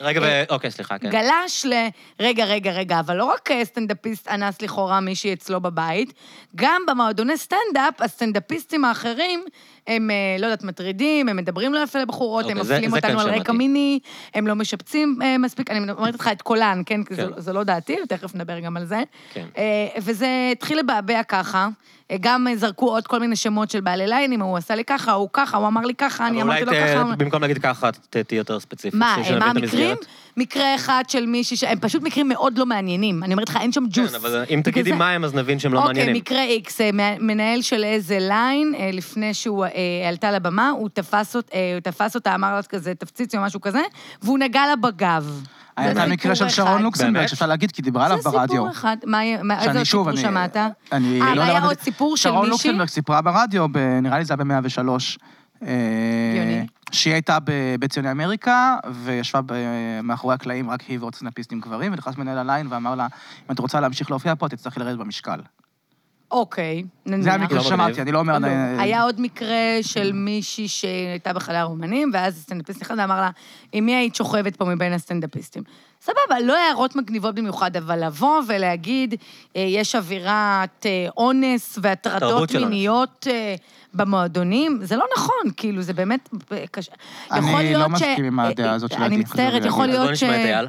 [SPEAKER 1] רגע, ו- אוקיי, סליחה, כן.
[SPEAKER 2] גלש ל... רגע, רגע, רגע, אבל לא רק סטנדאפיסט אנס לכאורה מישהי אצלו בבית, גם במועדוני סטנדאפ, הסטנדאפיסטים האחרים, הם, אה, לא יודעת, מטרידים, הם מדברים לא יפה לבחורות, הם
[SPEAKER 1] אוקיי, זה-
[SPEAKER 2] מפלים
[SPEAKER 1] זה כן
[SPEAKER 2] אותנו על
[SPEAKER 1] שמעתי.
[SPEAKER 2] רקע מיני, הם לא משפצים אה, מספיק, אני אומרת לך את קולן, כן? כי זה-
[SPEAKER 1] כן.
[SPEAKER 2] זה לא דעתי, ותכף נדבר גם על זה.
[SPEAKER 1] כן.
[SPEAKER 2] אה, וזה התחיל לבעבע ככה. אה, גם אה, זרקו עוד כל מיני שמות של בעלי ליינים, הוא עשה לי ככה, הוא ככה, הוא אמר לי ככה, אני
[SPEAKER 1] אבל
[SPEAKER 2] אמרתי
[SPEAKER 1] אולי
[SPEAKER 2] לו
[SPEAKER 1] ת-
[SPEAKER 2] ככה. הוא-
[SPEAKER 1] במקום להגיד ככה, ת- תהיי יותר ספציפית.
[SPEAKER 2] מה,
[SPEAKER 1] כדי שנבין
[SPEAKER 2] מה
[SPEAKER 1] את
[SPEAKER 2] המקרים?
[SPEAKER 1] המסגרת.
[SPEAKER 2] מקרה אחד של מישהי ש... הם פשוט מקרים מאוד לא מעניינים. אני אומרת לך, אין שם ג'וס.
[SPEAKER 1] כן, אבל אם
[SPEAKER 2] בגלל
[SPEAKER 1] תגידי
[SPEAKER 2] זה-
[SPEAKER 1] מה הם, אז נבין שהם לא
[SPEAKER 2] אוקיי,
[SPEAKER 1] מעניינים.
[SPEAKER 2] מקרה איקס, אה, מה- מנהל של איזה ליין, אה, לפני שהוא אה, עלתה לבמה, הוא תפס אות- אה, הוא תפס אותה, אמר לה כזה, תפציצי או משהו כזה, והוא נגע לה בגב.
[SPEAKER 3] היה
[SPEAKER 2] זה
[SPEAKER 3] את המקרה של
[SPEAKER 2] סיפור
[SPEAKER 3] שרון
[SPEAKER 2] אחד.
[SPEAKER 3] לוקסנברג,
[SPEAKER 1] באמת?
[SPEAKER 3] שאפשר להגיד, כי היא דיברה עליו
[SPEAKER 2] זה
[SPEAKER 3] ברדיו.
[SPEAKER 2] סיפור אחד. מה, יהיה- מה- איזה
[SPEAKER 3] שאני
[SPEAKER 2] עוד
[SPEAKER 3] שוב,
[SPEAKER 2] סיפור
[SPEAKER 3] אני...
[SPEAKER 2] שמעת?
[SPEAKER 3] אני
[SPEAKER 2] אה,
[SPEAKER 3] לא
[SPEAKER 2] והיה
[SPEAKER 3] למדתי-
[SPEAKER 2] עוד סיפור של
[SPEAKER 3] שרון
[SPEAKER 2] מישהי?
[SPEAKER 3] לוקסנברג סיפרה ברדיו, ב- נראה לי זה היה ב-103.
[SPEAKER 2] הגיוני.
[SPEAKER 3] שהיא הייתה ב- בציוני אמריקה, וישבה ב- מאחורי הקלעים רק היא ועוד סטנאפיסטים גברים, ונכנס מנהל הליין ואמר לה, אם את רוצה להמשיך להופיע פה, את תצטרכי לרדת במשקל.
[SPEAKER 2] אוקיי, נניח.
[SPEAKER 3] זה המקרה
[SPEAKER 1] לא מגניב.
[SPEAKER 3] ששמעתי, אני לא אומר...
[SPEAKER 2] לא.
[SPEAKER 3] אני-
[SPEAKER 2] היה עוד מקרה של מישהי שהייתה בחלל האומנים, ואז הסטנדאפיסט אחד אמר לה, עם מי היית שוכבת פה מבין הסטנדאפיסטים? סבבה, לא הערות מגניבות במיוחד, אבל לבוא ולהגיד, אה, יש אווירת אה, אונס
[SPEAKER 1] תרבות
[SPEAKER 2] והטרדות
[SPEAKER 1] של אונס.
[SPEAKER 2] מיניות אה, במועדונים, זה לא נכון, כאילו, זה באמת אה, קשה.
[SPEAKER 3] אני
[SPEAKER 2] יכול
[SPEAKER 3] לא
[SPEAKER 2] להיות
[SPEAKER 3] מסכים עם
[SPEAKER 2] אה,
[SPEAKER 3] הדעה
[SPEAKER 2] אה,
[SPEAKER 3] הזאת של
[SPEAKER 2] אני
[SPEAKER 3] עדי, חשוב
[SPEAKER 2] מצטערת,
[SPEAKER 3] לי
[SPEAKER 2] יכול
[SPEAKER 1] אז
[SPEAKER 3] להגיד.
[SPEAKER 1] בוא
[SPEAKER 2] להיות ש...
[SPEAKER 1] נשמע את אייל.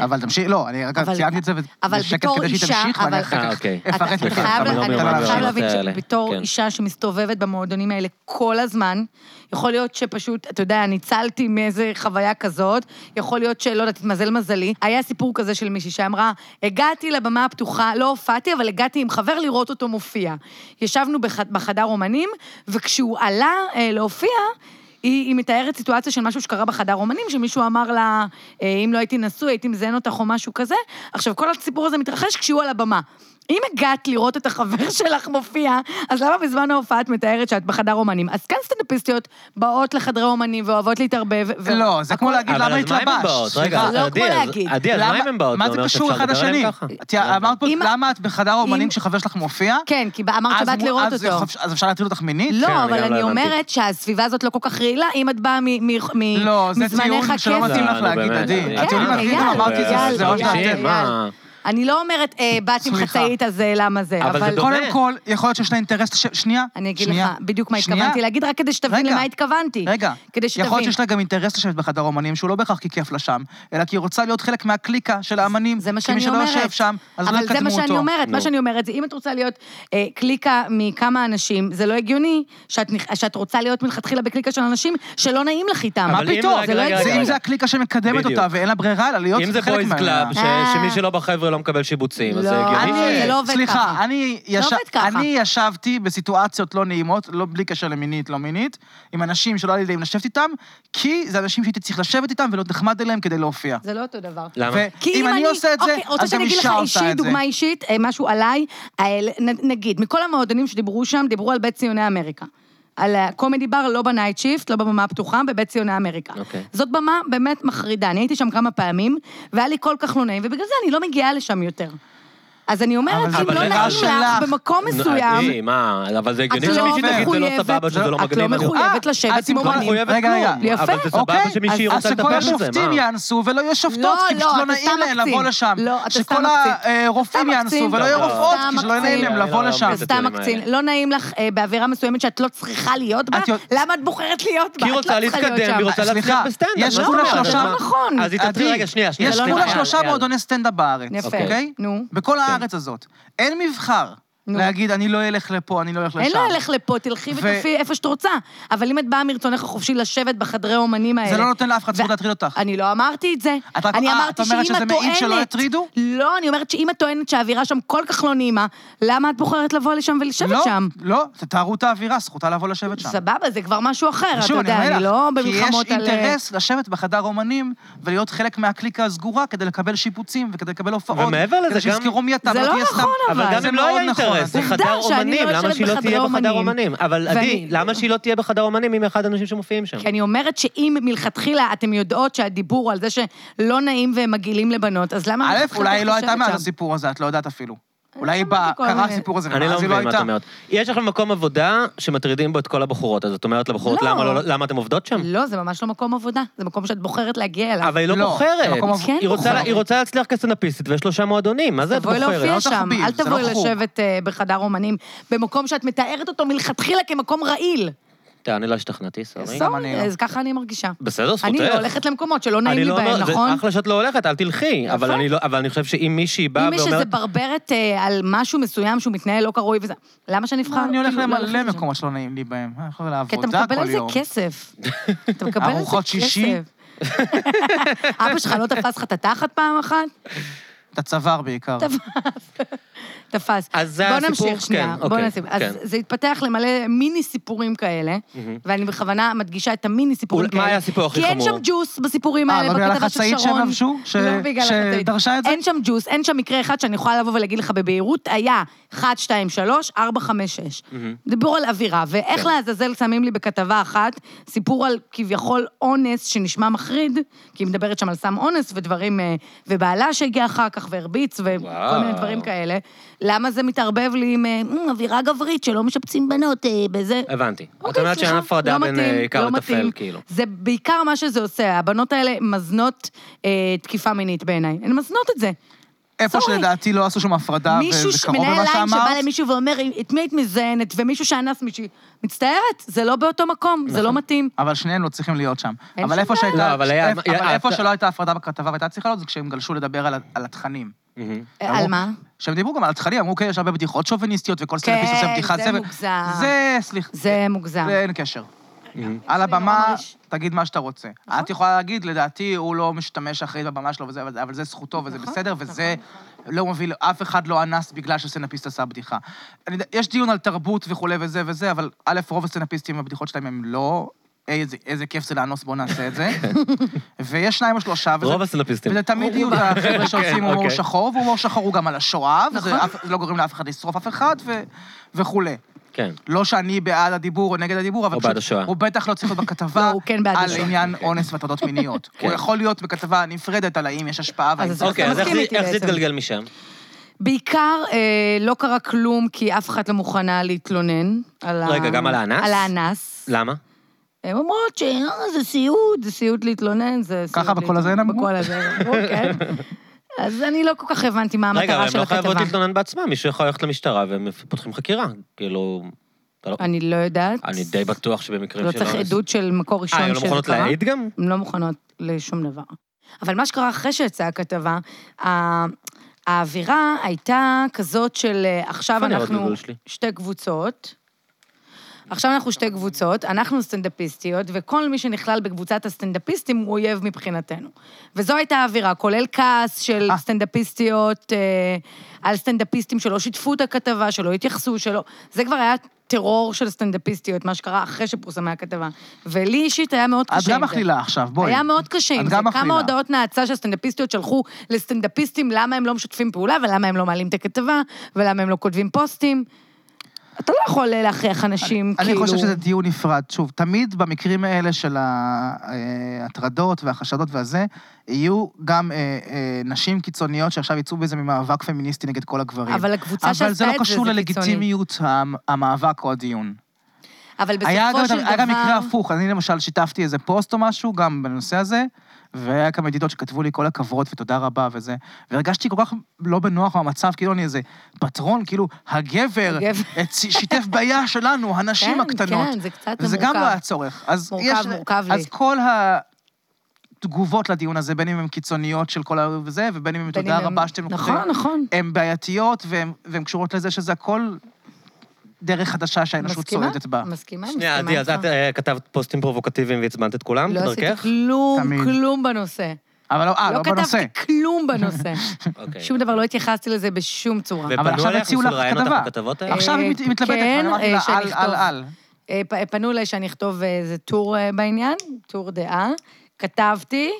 [SPEAKER 3] אבל תמשיך, לא, אני רק
[SPEAKER 2] אבל-
[SPEAKER 3] ציינתי את זה
[SPEAKER 2] אבל
[SPEAKER 3] בשקט
[SPEAKER 2] בתור
[SPEAKER 3] כדי שהיא
[SPEAKER 2] אישה,
[SPEAKER 3] תמשיך, ואני
[SPEAKER 2] אבל-
[SPEAKER 3] אחר
[SPEAKER 1] אה,
[SPEAKER 3] כך
[SPEAKER 1] אוקיי.
[SPEAKER 2] אתה-
[SPEAKER 3] אפרט
[SPEAKER 2] אתה
[SPEAKER 1] סליחה,
[SPEAKER 2] חייב
[SPEAKER 1] אני לא
[SPEAKER 2] לה-
[SPEAKER 1] מבין
[SPEAKER 2] אתה
[SPEAKER 1] מה
[SPEAKER 2] חייב
[SPEAKER 1] זה
[SPEAKER 2] להבין
[SPEAKER 1] האלה.
[SPEAKER 2] שבתור
[SPEAKER 1] כן.
[SPEAKER 2] אישה שמסתובבת במועדונים האלה כל הזמן, יכול להיות שפשוט, אתה יודע, ניצלתי מאיזה חוויה כזאת, יכול להיות שלא יודעת, התמזל מזלי. היה סיפור כזה של מישהי שאמרה, הגעתי לבמה הפתוחה, לא הופעתי, אבל הגעתי עם חבר לראות אותו מופיע. ישבנו בח- בחדר אומנים, וכשהוא עלה אה, להופיע, היא, היא מתארת סיטואציה של משהו שקרה בחדר אומנים, שמישהו אמר לה, "אה, אם לא הייתי נשוי, הייתי מזיין אותך או משהו כזה. עכשיו, כל הסיפור הזה מתרחש כשהוא על הבמה. אם הגעת לראות את החבר שלך מופיע, אז למה בזמן ההופעה את מתארת שאת בחדר אומנים? אז כאן סטנדאפיסטיות באות לחדרי אומנים ואוהבות להתערבב. ו-
[SPEAKER 3] לא, זה כמו
[SPEAKER 2] הכל-
[SPEAKER 3] להגיד
[SPEAKER 1] אבל
[SPEAKER 3] למה
[SPEAKER 1] אז מה אם הן
[SPEAKER 3] התלבשת?
[SPEAKER 1] באות? רגע,
[SPEAKER 3] סליחה.
[SPEAKER 2] זה לא
[SPEAKER 1] עדי,
[SPEAKER 2] כמו
[SPEAKER 1] אז-
[SPEAKER 2] להגיד.
[SPEAKER 1] עדי, אז מה
[SPEAKER 3] למה-
[SPEAKER 1] אם הם באות?
[SPEAKER 3] מה
[SPEAKER 1] זה
[SPEAKER 3] זה
[SPEAKER 1] אומר
[SPEAKER 3] קשור
[SPEAKER 1] שאפשר
[SPEAKER 3] אחד
[SPEAKER 1] לדבר עליהם
[SPEAKER 3] לשני?
[SPEAKER 1] ככה? לא
[SPEAKER 3] את אמרת פה
[SPEAKER 2] אם-
[SPEAKER 3] למה את בחדר האומנים
[SPEAKER 2] אם-
[SPEAKER 3] כשחבר שלך מופיע?
[SPEAKER 2] כן, כי בא- אמרת
[SPEAKER 3] אז
[SPEAKER 2] שבאת
[SPEAKER 3] מ-
[SPEAKER 2] לראות
[SPEAKER 3] אז
[SPEAKER 2] אותו.
[SPEAKER 3] יכול- אז אפשר להטריד אותך מינית?
[SPEAKER 2] לא,
[SPEAKER 1] כן, אני
[SPEAKER 2] אבל
[SPEAKER 1] גם לא
[SPEAKER 2] אני
[SPEAKER 1] הבנתי.
[SPEAKER 2] אומרת שהסביבה הזאת לא כל כך רעילה, אם את באה מ- מ- מ-
[SPEAKER 3] לא, זה
[SPEAKER 2] מזמנך
[SPEAKER 3] טיעון שלא
[SPEAKER 2] כיפי.
[SPEAKER 3] מתאים לך
[SPEAKER 1] לא,
[SPEAKER 3] להגיד,
[SPEAKER 1] באמת,
[SPEAKER 3] עדי.
[SPEAKER 1] עדי.
[SPEAKER 3] הטיעונים
[SPEAKER 1] אה,
[SPEAKER 3] הטרידים,
[SPEAKER 1] אייל,
[SPEAKER 3] אמרתי, זה-
[SPEAKER 1] אייל,
[SPEAKER 3] זה או
[SPEAKER 1] אייל,
[SPEAKER 3] שאתם.
[SPEAKER 1] אייל. מה?
[SPEAKER 2] אני לא אומרת, אה, באת עם
[SPEAKER 3] סליחה.
[SPEAKER 2] חצאית, אז אה, למה זה,
[SPEAKER 1] אבל זה
[SPEAKER 2] אבל...
[SPEAKER 1] דומה.
[SPEAKER 3] קודם כל, יכול להיות שיש לה אינטרס, ש- שנייה,
[SPEAKER 2] אני אגיד
[SPEAKER 3] שנייה,
[SPEAKER 2] לך בדיוק מה
[SPEAKER 3] שנייה.
[SPEAKER 2] התכוונתי להגיד, רק כדי שתבין
[SPEAKER 3] רגע,
[SPEAKER 2] למה התכוונתי.
[SPEAKER 3] רגע,
[SPEAKER 2] כדי
[SPEAKER 3] יכול
[SPEAKER 2] שתבין.
[SPEAKER 3] להיות שיש לה גם אינטרס לשבת בחדר אומנים, שהוא לא בהכרח כי כיף לה שם, אלא כי היא רוצה להיות חלק מהקליקה של האמנים.
[SPEAKER 2] זה מה
[SPEAKER 3] כי
[SPEAKER 2] שאני
[SPEAKER 3] מי שלא
[SPEAKER 2] אומרת.
[SPEAKER 3] יושב שם, אז לא
[SPEAKER 2] אבל זה
[SPEAKER 3] יקדמו
[SPEAKER 2] מה
[SPEAKER 3] אותו.
[SPEAKER 2] שאני אומרת, מה
[SPEAKER 1] נו.
[SPEAKER 2] שאני אומרת זה, אם את רוצה להיות אה, קליקה מכמה אנשים, זה לא הגיוני שאת נכ- שאת רוצה להיות מלכתחילה בקליקה של אנשים שלא נעים לך איתם.
[SPEAKER 3] מה
[SPEAKER 1] אבל אם-
[SPEAKER 3] פתאום?
[SPEAKER 1] רגע,
[SPEAKER 2] זה לא
[SPEAKER 1] רגע,
[SPEAKER 2] הגיוני.
[SPEAKER 3] זה אם
[SPEAKER 1] רגע.
[SPEAKER 3] זה הקליקה שמקדמת
[SPEAKER 1] בדיוק.
[SPEAKER 3] אותה ואין לה ברירה, אלא להיות
[SPEAKER 1] אם זה
[SPEAKER 3] חלק
[SPEAKER 1] בויז קלאב,
[SPEAKER 3] ממנה.
[SPEAKER 2] אה.
[SPEAKER 1] שמי שלא בחבר'ה לא מקבל שיבוצים, אז זה
[SPEAKER 2] לא,
[SPEAKER 1] הגיוני.
[SPEAKER 2] אני- זה לא עובד ככה. לא
[SPEAKER 3] סליחה, אני יש-
[SPEAKER 2] עובד ככה.
[SPEAKER 3] אני ישבתי בסיטואציות לא נעימות, לא בלי קשר למינית, לא מינית, עם אנשים שלא היה לי אם לשבת איתם, כי זה אנשים שהייתי צריך לשבת איתם ולהיות נחמד אליהם כדי להופפיע.
[SPEAKER 2] זה לא אותו דבר.
[SPEAKER 1] למה?
[SPEAKER 2] כי
[SPEAKER 3] ואם אני עושה את זה,
[SPEAKER 2] אוקיי, רוצה
[SPEAKER 3] אז גם
[SPEAKER 2] שאני אגיד לך
[SPEAKER 3] אישה עושה
[SPEAKER 2] אישית,
[SPEAKER 3] את זה.
[SPEAKER 2] דוגמה אישית, אה, משהו עליי, אה, נ- נגיד, מכל המועדונים שדיברו שם, דיברו על בית ציוני אמריקה. על הקומדי בר, לא בנייט שיפט, לא בבמה הפתוחה, בבית ציוני אמריקה.
[SPEAKER 1] אוקיי.
[SPEAKER 2] זאת במה באמת מחרידה. אני הייתי שם כמה פעמים, והיה לי כל כך לא נעים, ובגלל זה אני לא מגיעה לשם יותר. אז אני אומרת,
[SPEAKER 3] אבל
[SPEAKER 2] אם
[SPEAKER 3] זה
[SPEAKER 2] לא
[SPEAKER 3] בחירה
[SPEAKER 2] נעים לך
[SPEAKER 3] שלך.
[SPEAKER 2] במקום מסוים,
[SPEAKER 1] אחי, מה, אבל זה הגיוני
[SPEAKER 3] לא
[SPEAKER 1] שמישהי תגיד זה לא
[SPEAKER 2] מחויבת.
[SPEAKER 1] סבבה, שזה לא
[SPEAKER 2] את לא
[SPEAKER 1] מגניב. אני-
[SPEAKER 2] מחויבת.
[SPEAKER 3] אה,
[SPEAKER 2] לשבת
[SPEAKER 3] את
[SPEAKER 2] עם
[SPEAKER 1] לא
[SPEAKER 2] אומנים.
[SPEAKER 1] מחויבת
[SPEAKER 3] רגע, רגע. אוקיי?
[SPEAKER 1] כלום. אבל
[SPEAKER 2] יפה.
[SPEAKER 1] זה סבבה שמישהי
[SPEAKER 3] אז
[SPEAKER 1] רוצה
[SPEAKER 3] שכל
[SPEAKER 1] לטפל בזה,
[SPEAKER 3] השופטים
[SPEAKER 1] מה?
[SPEAKER 3] יאנסו ולא יהיה שופטות,
[SPEAKER 2] לא,
[SPEAKER 3] כי
[SPEAKER 2] לא,
[SPEAKER 3] פשוט לא
[SPEAKER 2] אתה
[SPEAKER 3] נעים
[SPEAKER 2] סתם
[SPEAKER 3] להן לבוא
[SPEAKER 2] מקצין.
[SPEAKER 3] לשם.
[SPEAKER 2] לא, אתה סתם
[SPEAKER 3] שכל אה, הרופאים
[SPEAKER 2] סתם
[SPEAKER 3] יאנסו
[SPEAKER 2] מקצין.
[SPEAKER 3] ולא יהיו
[SPEAKER 1] לא, לא.
[SPEAKER 3] רופאות,
[SPEAKER 2] סתם
[SPEAKER 3] כי שלא יהיה
[SPEAKER 2] מקצין.
[SPEAKER 3] נעים להן
[SPEAKER 1] אני לא
[SPEAKER 3] לבוא
[SPEAKER 1] מאמין
[SPEAKER 3] לשם.
[SPEAKER 1] את
[SPEAKER 2] אתה
[SPEAKER 1] הדברים
[SPEAKER 2] סתם
[SPEAKER 1] האלה.
[SPEAKER 2] מקצין. לא נעים לך אה, באווירה מסוימת שאת לא צריכה להיות בה,
[SPEAKER 3] את יודעת-
[SPEAKER 2] למה את בוחרת להיות בה?
[SPEAKER 1] כי היא
[SPEAKER 2] את לא
[SPEAKER 1] רוצה
[SPEAKER 2] צריכה להיות
[SPEAKER 1] להתקדם, היא
[SPEAKER 2] שם.
[SPEAKER 1] רוצה
[SPEAKER 3] סליחה,
[SPEAKER 1] להצליח בסטנדאפ.
[SPEAKER 3] יש
[SPEAKER 1] מה זאת
[SPEAKER 2] כולה
[SPEAKER 1] אומרת?
[SPEAKER 2] שלושה-
[SPEAKER 1] מה-
[SPEAKER 2] לא נכון.
[SPEAKER 1] אז היא תתחיל,
[SPEAKER 3] עדי,
[SPEAKER 1] אה, רגע, שנייה, שנייה.
[SPEAKER 3] יש
[SPEAKER 2] זה לא
[SPEAKER 1] שנייה,
[SPEAKER 3] כולה
[SPEAKER 1] שנייה,
[SPEAKER 2] נכון.
[SPEAKER 3] שלושה
[SPEAKER 1] יאללה.
[SPEAKER 3] מועדוני סטנדאפ בארץ,
[SPEAKER 2] יפה,
[SPEAKER 3] אוקיי?
[SPEAKER 2] נו.
[SPEAKER 3] בכל
[SPEAKER 1] כן.
[SPEAKER 3] הארץ הזאת. אין מבחר
[SPEAKER 2] נו.
[SPEAKER 3] להגיד, אני לא אלך לפה, אני לא אלך לשם.
[SPEAKER 2] אין לה לך לפה, תלכי
[SPEAKER 3] ו-
[SPEAKER 2] ותופיעי איפה שאת רוצה. אבל אם את באה מרצונך החופשי לשבת בחדרי האומנים האלה...
[SPEAKER 3] זה לא נותן לאף אחד זכות
[SPEAKER 2] ו-
[SPEAKER 3] להטריד אותך.
[SPEAKER 2] אני לא אמרתי את זה.
[SPEAKER 3] את רק-
[SPEAKER 2] אני
[SPEAKER 3] אה, את
[SPEAKER 2] אמרתי שאם
[SPEAKER 3] אומרת
[SPEAKER 2] את טוענת...
[SPEAKER 3] שזה מעיד שלא הטרידו?
[SPEAKER 2] לא, אני אומרת שאם את טוענת שהאווירה שם כל כך לא נעימה, למה את בוחרת לבוא לשם ולשבת
[SPEAKER 3] לא,
[SPEAKER 2] שם?
[SPEAKER 3] לא, תתארו את האווירה, זכותה לבוא לשבת שם.
[SPEAKER 2] סבבה, זה כבר משהו אחר, אתה
[SPEAKER 3] ושוב,
[SPEAKER 2] יודע,
[SPEAKER 3] אומר
[SPEAKER 2] אני
[SPEAKER 3] לך,
[SPEAKER 2] לא במלחמות על...
[SPEAKER 3] כי יש אינטרס לשבת בחדר אומנים ולהיות חלק מהקליקה הסגורה כדי לקבל שיפוצים וכדי לקבל הופעות.
[SPEAKER 1] ומעבר לזה,
[SPEAKER 3] כדי
[SPEAKER 1] גם-
[SPEAKER 3] שיזכרו מי אתה,
[SPEAKER 2] זה
[SPEAKER 3] ולא
[SPEAKER 2] לא
[SPEAKER 3] תהיה
[SPEAKER 2] נכון,
[SPEAKER 3] סתם-
[SPEAKER 2] אבל.
[SPEAKER 1] אבל גם
[SPEAKER 3] זה
[SPEAKER 1] אם לא היה
[SPEAKER 3] מאוד נכון,
[SPEAKER 1] אינטרס, זה
[SPEAKER 2] עובדה
[SPEAKER 1] חדר
[SPEAKER 2] שאני לא
[SPEAKER 1] אומנים,
[SPEAKER 2] יושבת
[SPEAKER 1] למה שהיא לא
[SPEAKER 2] בחדרי
[SPEAKER 1] תהיה בחדר
[SPEAKER 2] אומנים.
[SPEAKER 1] אומנים? אבל עדי,
[SPEAKER 2] ואני- כן.
[SPEAKER 1] למה שהיא לא תהיה בחדר אומנים אם היא אחד האנשים שמופיעים שם?
[SPEAKER 2] כי אני אומרת שאם מלכתחילה אתם יודעות שהדיבור הוא על זה שלא נעים והם מגעילים לבנות, אז למה
[SPEAKER 3] א',
[SPEAKER 2] מלכתחילה
[SPEAKER 3] אולי
[SPEAKER 2] את
[SPEAKER 3] היא לא הייתה
[SPEAKER 2] יושבת
[SPEAKER 3] מאז
[SPEAKER 2] שם? אה, לא
[SPEAKER 3] הסיפור הזה, את לא יודעת אפילו. אולי היא
[SPEAKER 2] שמעתי
[SPEAKER 3] באה,
[SPEAKER 2] כל
[SPEAKER 3] קרה
[SPEAKER 2] מיני.
[SPEAKER 3] הסיפור הזה,
[SPEAKER 1] אני
[SPEAKER 3] ואז
[SPEAKER 1] לא
[SPEAKER 3] היא לא
[SPEAKER 1] מבין מה את
[SPEAKER 3] הייתה.
[SPEAKER 1] אומרת. יש לכם מקום עבודה שמטרידים בו את כל הבחורות, אז את אומרת לבחורות,
[SPEAKER 2] לא.
[SPEAKER 1] "למה לא- למה אתם עובדות שם?
[SPEAKER 2] לא, זה ממש לא מקום עבודה, זה מקום שאת בוחרת להגיע אליו.
[SPEAKER 1] אבל היא לא
[SPEAKER 3] לא,
[SPEAKER 1] בוחרת.
[SPEAKER 3] זה מקום עבודה.
[SPEAKER 2] כן
[SPEAKER 1] היא רוצה לה-
[SPEAKER 2] בוחרת.
[SPEAKER 1] היא רוצה להצליח כסטנאפיסטית, ויש שלושה מועדונים, מה זה את
[SPEAKER 2] תבואי
[SPEAKER 1] בוחרת?
[SPEAKER 2] להופיע
[SPEAKER 3] לא
[SPEAKER 2] שם,
[SPEAKER 3] תחביב,
[SPEAKER 2] אל
[SPEAKER 3] זה לא
[SPEAKER 2] תבואי
[SPEAKER 3] חוג.
[SPEAKER 2] לשבת אה, בחדר אומנים, במקום שאת מתארת אותו מלכתחילה כמקום רעיל.
[SPEAKER 1] תעני לא השתכנעתי, סורי.
[SPEAKER 3] גם אני
[SPEAKER 2] סורי,
[SPEAKER 3] לא.
[SPEAKER 2] אז ככה אני מרגישה.
[SPEAKER 1] בסדר, זכותך.
[SPEAKER 2] אני לא הולכת למקומות שלא נעים
[SPEAKER 1] אני
[SPEAKER 2] לי
[SPEAKER 1] לא אומר-
[SPEAKER 2] בהם,
[SPEAKER 1] זה
[SPEAKER 2] נכון?
[SPEAKER 1] אחלה שאת לא הולכת, אל תלכי. אבל
[SPEAKER 2] נכון.
[SPEAKER 1] אני לא- אבל אני חושב שאם מישהי באה
[SPEAKER 2] אם יש איזה
[SPEAKER 1] ואומרת...
[SPEAKER 2] ברברת אה, על משהו מסוים שהוא מתנהל לא קרוי וזה, למה שנבחר?
[SPEAKER 3] אני הולך
[SPEAKER 2] כאילו, לא
[SPEAKER 3] למלא
[SPEAKER 2] ללכת לשם.
[SPEAKER 3] מקומות שלא נעים לי בהם. אני יכול
[SPEAKER 2] כי אתה
[SPEAKER 3] לעבודה
[SPEAKER 2] מקבל על
[SPEAKER 3] כל
[SPEAKER 2] זה
[SPEAKER 3] יום.
[SPEAKER 2] כסף. אתה מקבל על זה
[SPEAKER 3] ארוחות שישי?
[SPEAKER 2] כסף. אבא שלך לא תפס לך את התחת פעם אחת?
[SPEAKER 3] את הצוואר בעיקר.
[SPEAKER 2] תפס.
[SPEAKER 1] אז זה
[SPEAKER 2] בוא
[SPEAKER 1] הסיפור?
[SPEAKER 2] נמשיך שנייה.
[SPEAKER 1] כן,
[SPEAKER 2] בוא
[SPEAKER 1] אוקיי,
[SPEAKER 2] נמשיך. אז
[SPEAKER 1] כן.
[SPEAKER 2] זה התפתח למלא מיני סיפורים כאלה, ואני בכוונה מדגישה את המיני סיפורים
[SPEAKER 1] אולי-
[SPEAKER 2] כאלה.
[SPEAKER 1] מה היה הסיפור הכי
[SPEAKER 2] כי אין
[SPEAKER 1] חמור?
[SPEAKER 2] שם ג'וס בסיפורים
[SPEAKER 3] אה,
[SPEAKER 2] האלה,
[SPEAKER 3] לא בגלל
[SPEAKER 2] בכתבה של
[SPEAKER 3] החצאית שהם
[SPEAKER 2] שרון.
[SPEAKER 3] לבשו? ש-
[SPEAKER 2] לא בגלל החצאית.
[SPEAKER 3] שדרשה את זה?
[SPEAKER 2] אין שם ג'וס, אין שם מקרה אחד שאני יכולה לבוא ולהגיד לך בבהירות, היה 1, 2, 3, 4, 5, 6. דיברו על אווירה, ואיך
[SPEAKER 1] כן.
[SPEAKER 2] לעזאזל שמים לי בכתבה אחת סיפור על כביכול אונס שנשמע מחריד, כי היא מדברת שם על סם אונס ודברים, אה, ובעלה שהגיע אחר כך והרביץ, וכל מיני
[SPEAKER 1] וואו.
[SPEAKER 2] דברים כאלה. למה זה מתערבב לי עם אה, "מ, אווירה גברית שלא משפצים בנות אה, בזה?
[SPEAKER 1] הבנתי. את
[SPEAKER 2] אוקיי,
[SPEAKER 1] אומרת שאין
[SPEAKER 2] סליחה,
[SPEAKER 1] הפרדה
[SPEAKER 2] לא
[SPEAKER 1] בין
[SPEAKER 2] מתאים,
[SPEAKER 1] אה, עיקר
[SPEAKER 2] לא
[SPEAKER 1] לטפל,
[SPEAKER 2] מתאים.
[SPEAKER 1] כאילו.
[SPEAKER 2] זה בעיקר מה שזה עושה, הבנות האלה מזנות אה, תקיפה מינית בעיניי. הן מזנות את זה.
[SPEAKER 3] איפה
[SPEAKER 2] סורי.
[SPEAKER 3] שלדעתי לא עשו שום הפרדה,
[SPEAKER 2] מישהו
[SPEAKER 3] וזה קרוב
[SPEAKER 2] שמנהל
[SPEAKER 3] למה
[SPEAKER 2] ליין שבא
[SPEAKER 3] שאמרת.
[SPEAKER 2] למישהו ואומר, את מי את מזיינת, ומישהו שאנס מישהי, מצטערת, זה לא באותו מקום, זה לא
[SPEAKER 1] נכון.
[SPEAKER 2] מתאים.
[SPEAKER 3] אבל שניהם לא צריכים להיות שם.
[SPEAKER 2] אין
[SPEAKER 3] אבל
[SPEAKER 2] שום
[SPEAKER 3] איפה
[SPEAKER 2] בעיה.
[SPEAKER 3] שהייתה,
[SPEAKER 1] לא, אבל היה-
[SPEAKER 3] איפה-
[SPEAKER 1] היה-
[SPEAKER 3] אבל איפה
[SPEAKER 1] אתה-
[SPEAKER 3] שלא הייתה הפרדה בכתבה והייתה צריכה להיות, זה כשהם גלשו לדבר על ה- על התכנים.
[SPEAKER 1] מהמם.
[SPEAKER 2] אה, על
[SPEAKER 3] אמרו-
[SPEAKER 2] מה?
[SPEAKER 3] שהם דיברו גם על התכנים, אמרו, כן, יש הרבה בדיחות שוביניסטיות, וכל סטנדאפיסט עושה
[SPEAKER 2] כן,
[SPEAKER 3] בדיחת
[SPEAKER 2] זה
[SPEAKER 3] סבל.
[SPEAKER 2] מוגזם.
[SPEAKER 3] זה, סליחה.
[SPEAKER 2] זה מוגזם.
[SPEAKER 3] זה אין קשר.
[SPEAKER 1] מהמם.
[SPEAKER 3] על
[SPEAKER 2] נורא
[SPEAKER 3] הבמה,
[SPEAKER 2] מרעיש.
[SPEAKER 3] תגיד מה שאתה רוצה. את יכולה להגיד, לדעתי, הוא לא משתמש אחראית בבמה שלו, וזה- אבל- אבל זה זכותו וזה בסדר, וזה לא מביא, אף אחד לא אנס בגלל שסטנאפיסט עשה בדיחה. אני יודע- יש דיון על תרבות וכולי וזה וזה, אבל א', רוב הסטנאפיסטים, הבדיחות שלהם הם לא... איזה, איזה כיף זה לאנוס, בואו נעשה את זה. ויש שניים או שלושה, וזה,
[SPEAKER 1] רוב הסטנאפיסטים.
[SPEAKER 3] וזה תמיד יהיו את החבר'ה
[SPEAKER 1] כן,
[SPEAKER 3] שעושים הומור
[SPEAKER 1] אוקיי.
[SPEAKER 3] שחור, והומור שחור הוא גם על השואה,
[SPEAKER 2] נכון.
[SPEAKER 3] וזה אף- זה לא גורם לאף אחד לשרוף אף אחד, ו, וכולי.
[SPEAKER 1] כן.
[SPEAKER 3] לא שאני בעד הדיבור או נגד הדיבור, אבל
[SPEAKER 1] או
[SPEAKER 3] פשוט...
[SPEAKER 1] בעד השואה.
[SPEAKER 3] הוא בטח לא צריך להיות
[SPEAKER 2] לא,
[SPEAKER 3] בכתבה
[SPEAKER 2] הוא כן בעד
[SPEAKER 3] על
[SPEAKER 2] השואה.
[SPEAKER 3] עניין אונס והטרדות מיניות.
[SPEAKER 1] כן.
[SPEAKER 3] הוא יכול להיות בכתבה נפרדת על האם יש השפעה והאם
[SPEAKER 2] אז
[SPEAKER 3] זה...
[SPEAKER 1] אוקיי, אז איך
[SPEAKER 2] מסכים
[SPEAKER 1] זה-
[SPEAKER 2] איתי
[SPEAKER 1] איך זה
[SPEAKER 2] בעצם.
[SPEAKER 1] התגלגל משם?
[SPEAKER 2] בעיקר אה, לא קרה כלום, כי אף אחת לא מוכנה להתלונן על ה...
[SPEAKER 1] רגע, גם על האנס?
[SPEAKER 2] על האנס.
[SPEAKER 1] למה?
[SPEAKER 2] הן אומרות ש... "אה, זה סיוט, זה סיוט להתלונן, זה סיוט...
[SPEAKER 3] ככה בקול הזה הן אמרו?
[SPEAKER 2] בכל הזה, אמרו, כן. אז אני לא כל כך הבנתי מה
[SPEAKER 1] רגע, אבל
[SPEAKER 2] המטרה
[SPEAKER 1] הם
[SPEAKER 2] של
[SPEAKER 1] לא חייבות
[SPEAKER 2] הכתבה.
[SPEAKER 1] להתלונן בעצמם, מישהו יכול ללכת למשטרה והם פותחים חקירה. כאילו, אתה לא-
[SPEAKER 2] אני לא יודעת.
[SPEAKER 1] אני די בטוח שבמקרים
[SPEAKER 2] לא
[SPEAKER 1] של
[SPEAKER 2] צריך
[SPEAKER 1] אונס-
[SPEAKER 2] עדות של מקור ראשון
[SPEAKER 1] אה, הם לא
[SPEAKER 2] שזה
[SPEAKER 1] מוכנות
[SPEAKER 2] קרה.
[SPEAKER 1] להעיד גם?
[SPEAKER 2] הן לא מוכנות לשום דבר. אבל מה שקרה אחרי שיצאה הכתבה, ה- האווירה הייתה כזאת של אה, עכשיו
[SPEAKER 1] איפה נראות
[SPEAKER 2] אנחנו
[SPEAKER 1] הגלגול שלי?
[SPEAKER 2] שתי קבוצות. עכשיו אנחנו שתי קבוצות, אנחנו סטנדאפיסטיות, וכל מי שנכלל בקבוצת הסטנדאפיסטים הוא אויב מבחינתנו. וזו הייתה האווירה, כולל כעס של
[SPEAKER 3] אה.
[SPEAKER 2] סטנדאפיסטיות אה, על סטנדאפיסטים שלא שיתפו את הכתבה, שלא התייחסו, שלא... זה כבר היה טרור של סטנדאפיסטיות, מה שקרה אחרי שפורסמה הכתבה. ולי אישית היה מאוד קשה עם
[SPEAKER 3] את
[SPEAKER 2] זה.
[SPEAKER 3] גם מכלילה עכשיו, בואי.
[SPEAKER 2] היה מאוד קשה
[SPEAKER 3] את
[SPEAKER 2] עם זה.
[SPEAKER 3] גם
[SPEAKER 2] כמה
[SPEAKER 3] מכלילה.
[SPEAKER 2] הודעות נאצה שהסטנדאפיסטיות שלחו לסטנדאפיסטים, למה הם לא משתפים פעולה, ולמה הם לא מעלים את הכתבה, ולמה הם לא כותבים פוסטים. אתה לא יכול להכריח אנשים,
[SPEAKER 3] אני
[SPEAKER 2] כאילו...
[SPEAKER 3] חושב שזה דיון נפרד. שוב, תמיד במקרים האלה של ההטרדות והחשדות והזה, יהיו גם אה, אה, נשים קיצוניות שעכשיו יצאו בזה ממאבק פמיניסטי נגד כל הגברים.
[SPEAKER 2] אבל הקבוצה שעשתה
[SPEAKER 3] אבל
[SPEAKER 2] את
[SPEAKER 3] זה
[SPEAKER 2] זה,
[SPEAKER 3] לא
[SPEAKER 2] זה
[SPEAKER 3] קשור
[SPEAKER 2] קיצוני.
[SPEAKER 3] ללגיטימיות המ- המאבק או הדיון.
[SPEAKER 2] אבל
[SPEAKER 3] היה
[SPEAKER 2] בסופו של
[SPEAKER 3] גם-
[SPEAKER 2] דבר...
[SPEAKER 3] היה גם מקרה הפוך, אני למשל שיתפתי איזה פוסט או משהו, גם בנושא הזה, והיה כמה ידידות שכתבו לי כל הכבוד ותודה רבה וזה, והרגשתי כל כך לא בנוח מהמצב, כאילו אני איזה פטרון, כאילו, הגבר
[SPEAKER 2] הגבר.
[SPEAKER 3] את- שיתף בעיה שלנו, הנשים
[SPEAKER 2] כן,
[SPEAKER 3] הקטנות.
[SPEAKER 2] כן, זה קצת
[SPEAKER 3] וזה
[SPEAKER 2] מורכב.
[SPEAKER 3] גם לא היה צורך. אז
[SPEAKER 2] מורכב,
[SPEAKER 3] יש-
[SPEAKER 2] מורכב לי.
[SPEAKER 3] אז כל התגובות לדיון הזה, בין אם הן קיצוניות של כל ה... וזה, ובין אם הן
[SPEAKER 2] בין
[SPEAKER 3] תודה
[SPEAKER 2] אם הם-
[SPEAKER 3] רבה שאתם לוקחים,
[SPEAKER 2] נכון, נכון.
[SPEAKER 3] הן בעייתיות והן- והן קשורות לזה שזה הכל דרך חדשה שהאנושות
[SPEAKER 2] מסכימה?
[SPEAKER 3] צועדת בה.
[SPEAKER 2] מסכימה,
[SPEAKER 1] שנייה, עדי,
[SPEAKER 2] מסכימה
[SPEAKER 1] אז
[SPEAKER 2] איתך.
[SPEAKER 1] את אה, כתבת פוסטים פרובוקטיביים ועצבנת את כולם?
[SPEAKER 2] לא עשיתי
[SPEAKER 1] בדרכך?
[SPEAKER 2] כלום,
[SPEAKER 3] תמיד.
[SPEAKER 2] כלום בנוס
[SPEAKER 3] אבל לא, אה, לא
[SPEAKER 2] לא
[SPEAKER 3] בנושא.
[SPEAKER 2] כתבתי כלום בנושא.
[SPEAKER 1] אוקיי.
[SPEAKER 2] שום דבר, לא התייחסתי לזה בשום צורה.
[SPEAKER 1] ופנו
[SPEAKER 3] עכשיו
[SPEAKER 1] אלייך
[SPEAKER 3] הציעו
[SPEAKER 1] בשביל
[SPEAKER 3] לך
[SPEAKER 1] לראיין אותך
[SPEAKER 3] כתבה.
[SPEAKER 1] בכתבות האלה?
[SPEAKER 3] עכשיו היא מת-
[SPEAKER 2] אה,
[SPEAKER 3] מתלבטת,
[SPEAKER 2] כן,
[SPEAKER 3] ואני אמרתי
[SPEAKER 2] אה,
[SPEAKER 3] לה,
[SPEAKER 2] שאני
[SPEAKER 3] על, על,
[SPEAKER 2] אכתוב.
[SPEAKER 3] על.
[SPEAKER 2] אה, פ- אה, פנו אליי שאני אכתוב אה, איזה טור אה, בעניין, טור דעה. כתבתי,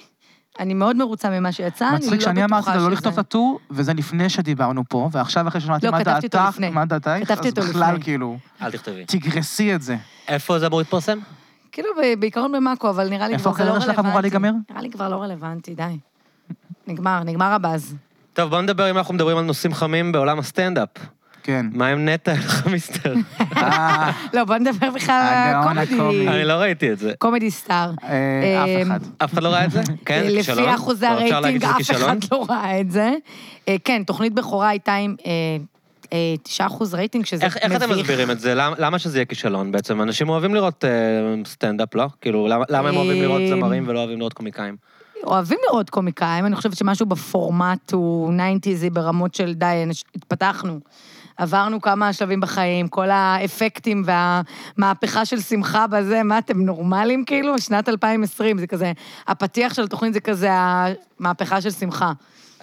[SPEAKER 2] אני מאוד מרוצה ממה שיצא, אני לא
[SPEAKER 3] מצחיק
[SPEAKER 2] בטוחה
[SPEAKER 3] שאני אמרתי לה לא
[SPEAKER 2] שזה-
[SPEAKER 3] לכתוב את הטור, וזה לפני שדיברנו פה, ועכשיו אחרי ששמעתי
[SPEAKER 2] לא,
[SPEAKER 3] מה
[SPEAKER 2] כתבתי אותו
[SPEAKER 3] דעתך,
[SPEAKER 2] לפני.
[SPEAKER 3] מה דעתייך,
[SPEAKER 2] כתבתי
[SPEAKER 3] אז
[SPEAKER 2] אותו
[SPEAKER 3] בכלל
[SPEAKER 2] לפני.
[SPEAKER 3] כאילו,
[SPEAKER 1] אל תכתבי.
[SPEAKER 3] תגרסי את זה.
[SPEAKER 1] איפה זה אמור להתפרסם?
[SPEAKER 2] כאילו ב- בעיקרון במאקו, אבל נראה לי
[SPEAKER 3] איפה
[SPEAKER 2] כבר זה לא
[SPEAKER 3] הקריירה
[SPEAKER 2] רלוונטי.
[SPEAKER 3] שלך אמורה להיגמר?
[SPEAKER 2] נראה לי כבר לא רלוונטי, די. נגמר, נגמר הבאז.
[SPEAKER 1] טוב, בואו נדבר, אם אנחנו מדברים על נושאים חמים בעולם הסטנדאפ.
[SPEAKER 3] כן.
[SPEAKER 1] מה עם נטע אלחמיסטר?
[SPEAKER 3] אה,
[SPEAKER 2] לא, בוא נדבר בכלל על
[SPEAKER 3] הגאון הקומי.
[SPEAKER 2] הקומדי.
[SPEAKER 1] אני לא ראיתי את זה.
[SPEAKER 2] קומדי סטאר.
[SPEAKER 3] אה,
[SPEAKER 2] אה,
[SPEAKER 3] אף אחד.
[SPEAKER 1] אף אחד לא ראה את זה? כן, זה כישלון?
[SPEAKER 2] לפי אחוזי
[SPEAKER 1] או אפשר להגיד
[SPEAKER 2] הרייטינג,
[SPEAKER 1] שזה
[SPEAKER 2] אף אחד
[SPEAKER 1] כישלון?
[SPEAKER 2] לא ראה את זה. אה, כן, תוכנית בכורה הייתה עם אה, אה, 9 אחוז רייטינג, שזה
[SPEAKER 1] איך
[SPEAKER 2] מביך.
[SPEAKER 1] איך אתם מסבירים את זה? למה למה שזה יהיה כישלון בעצם? אנשים אוהבים לראות אה, סטנדאפ, לא? כאילו, למה למה הם אוהבים לראות
[SPEAKER 2] אה,
[SPEAKER 1] זמרים ולא אוהבים לראות קומיקאים?
[SPEAKER 2] אוהבים לראות קומיקאים, אני חושבת שמשהו בפורמט הוא 90'סי ברמות של די, אנש- התפתחנו. עברנו כמה שלבים בחיים, כל האפקטים והמהפכה של שמחה בזה, מה, אתם נורמלים כאילו? שנת 2020, זה כזה, הפתיח של התוכנית זה כזה המהפכה של שמחה.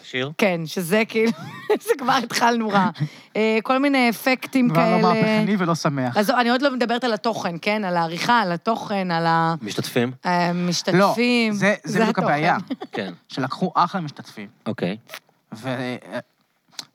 [SPEAKER 1] השיר?
[SPEAKER 2] כן, שזה כאילו, זה כבר התחלנו רע. אה, כל מיני אפקטים
[SPEAKER 3] כבר
[SPEAKER 2] כאלה.
[SPEAKER 3] לא מהפכני ולא שמח.
[SPEAKER 2] אז אני עוד לא מדברת על התוכן, כן? על העריכה, על התוכן, על אה,
[SPEAKER 1] משתתפים?
[SPEAKER 3] לא,
[SPEAKER 2] המשתתפים.
[SPEAKER 3] זה- זה בדיוק
[SPEAKER 2] התוכן.
[SPEAKER 3] הבעיה,
[SPEAKER 1] כן,
[SPEAKER 3] שלקחו אחלה משתתפים.
[SPEAKER 1] אוקיי.
[SPEAKER 3] ו-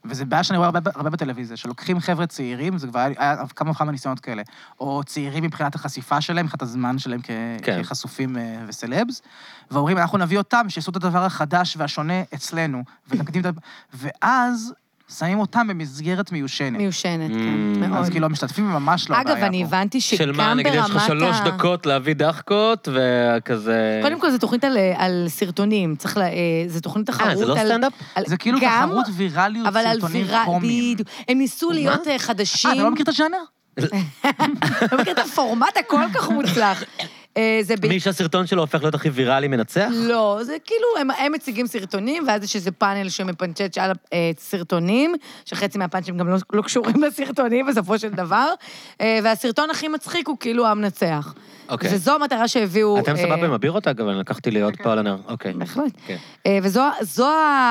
[SPEAKER 3] וזו בעיה שאני רואה הרבה, הרבה בטלוויזיה, שלוקחים חבר'ה צעירים, זה כבר היה, היה כמה וכמה ניסיונות כאלה, או צעירים מבחינת החשיפה שלהם, מבחינת הזמן שלהם כ,
[SPEAKER 1] כן.
[SPEAKER 3] כן. כחשופים אה, וסלבס, ואומרים, אנחנו נביא אותם, שיעשו את הדבר החדש והשונה אצלנו, ונקדים את ה... ואז שמים אותם במסגרת מיושנת.
[SPEAKER 2] מיושנת,
[SPEAKER 1] Mm.
[SPEAKER 2] כן,
[SPEAKER 1] אז
[SPEAKER 2] מאוד.
[SPEAKER 3] אז כאילו, המשתתפים הם ממש לא
[SPEAKER 2] אגב,
[SPEAKER 3] הבעיה
[SPEAKER 2] אני
[SPEAKER 3] פה.
[SPEAKER 2] הבנתי שגם
[SPEAKER 1] של
[SPEAKER 2] ברמת
[SPEAKER 1] מה, נגיד, יש לך שלוש
[SPEAKER 2] ה-
[SPEAKER 1] דקות להביא דחקות וכזה...
[SPEAKER 2] קודם כל, זו תוכנית על, על סרטונים, צריך ל... אה, זו תוכנית תחרות על...
[SPEAKER 1] זה לא סטנדאפ?
[SPEAKER 2] על...
[SPEAKER 3] זה כאילו
[SPEAKER 2] גם,
[SPEAKER 3] תחרות ויראליות
[SPEAKER 2] אבל על
[SPEAKER 3] סרטונים
[SPEAKER 2] וירה-
[SPEAKER 3] קומיים.
[SPEAKER 2] בדיוק. הם ניסו להיות אה, חדשים.
[SPEAKER 3] אה, אתה לא מכיר את הז'אנר?
[SPEAKER 2] אתה לא מכיר את הפורמט הכל כך מוצלח. אה, זה ב...
[SPEAKER 1] מי שהסרטון שלו הופך להיות הכי ויראלי מנצח?
[SPEAKER 2] לא, זה כאילו, הם, הם מציגים סרטונים, ואז יש איזה פאנל שמפנצ'ץ' על הסרטונים, שחצי מהפאנצ'ים גם לא, לא קשורים לסרטונים בסופו של דבר, אה, והסרטון הכי מצחיק הוא כאילו המנצח.
[SPEAKER 1] אוקיי.
[SPEAKER 2] וזו המטרה שהביאו...
[SPEAKER 1] אתם
[SPEAKER 2] אה,
[SPEAKER 1] סבבה עם הבירות, אגב, אני לקחתי לי עוד פעל הנר. אוקיי.
[SPEAKER 2] בהחלט.
[SPEAKER 1] כן.
[SPEAKER 2] אה, וזו זו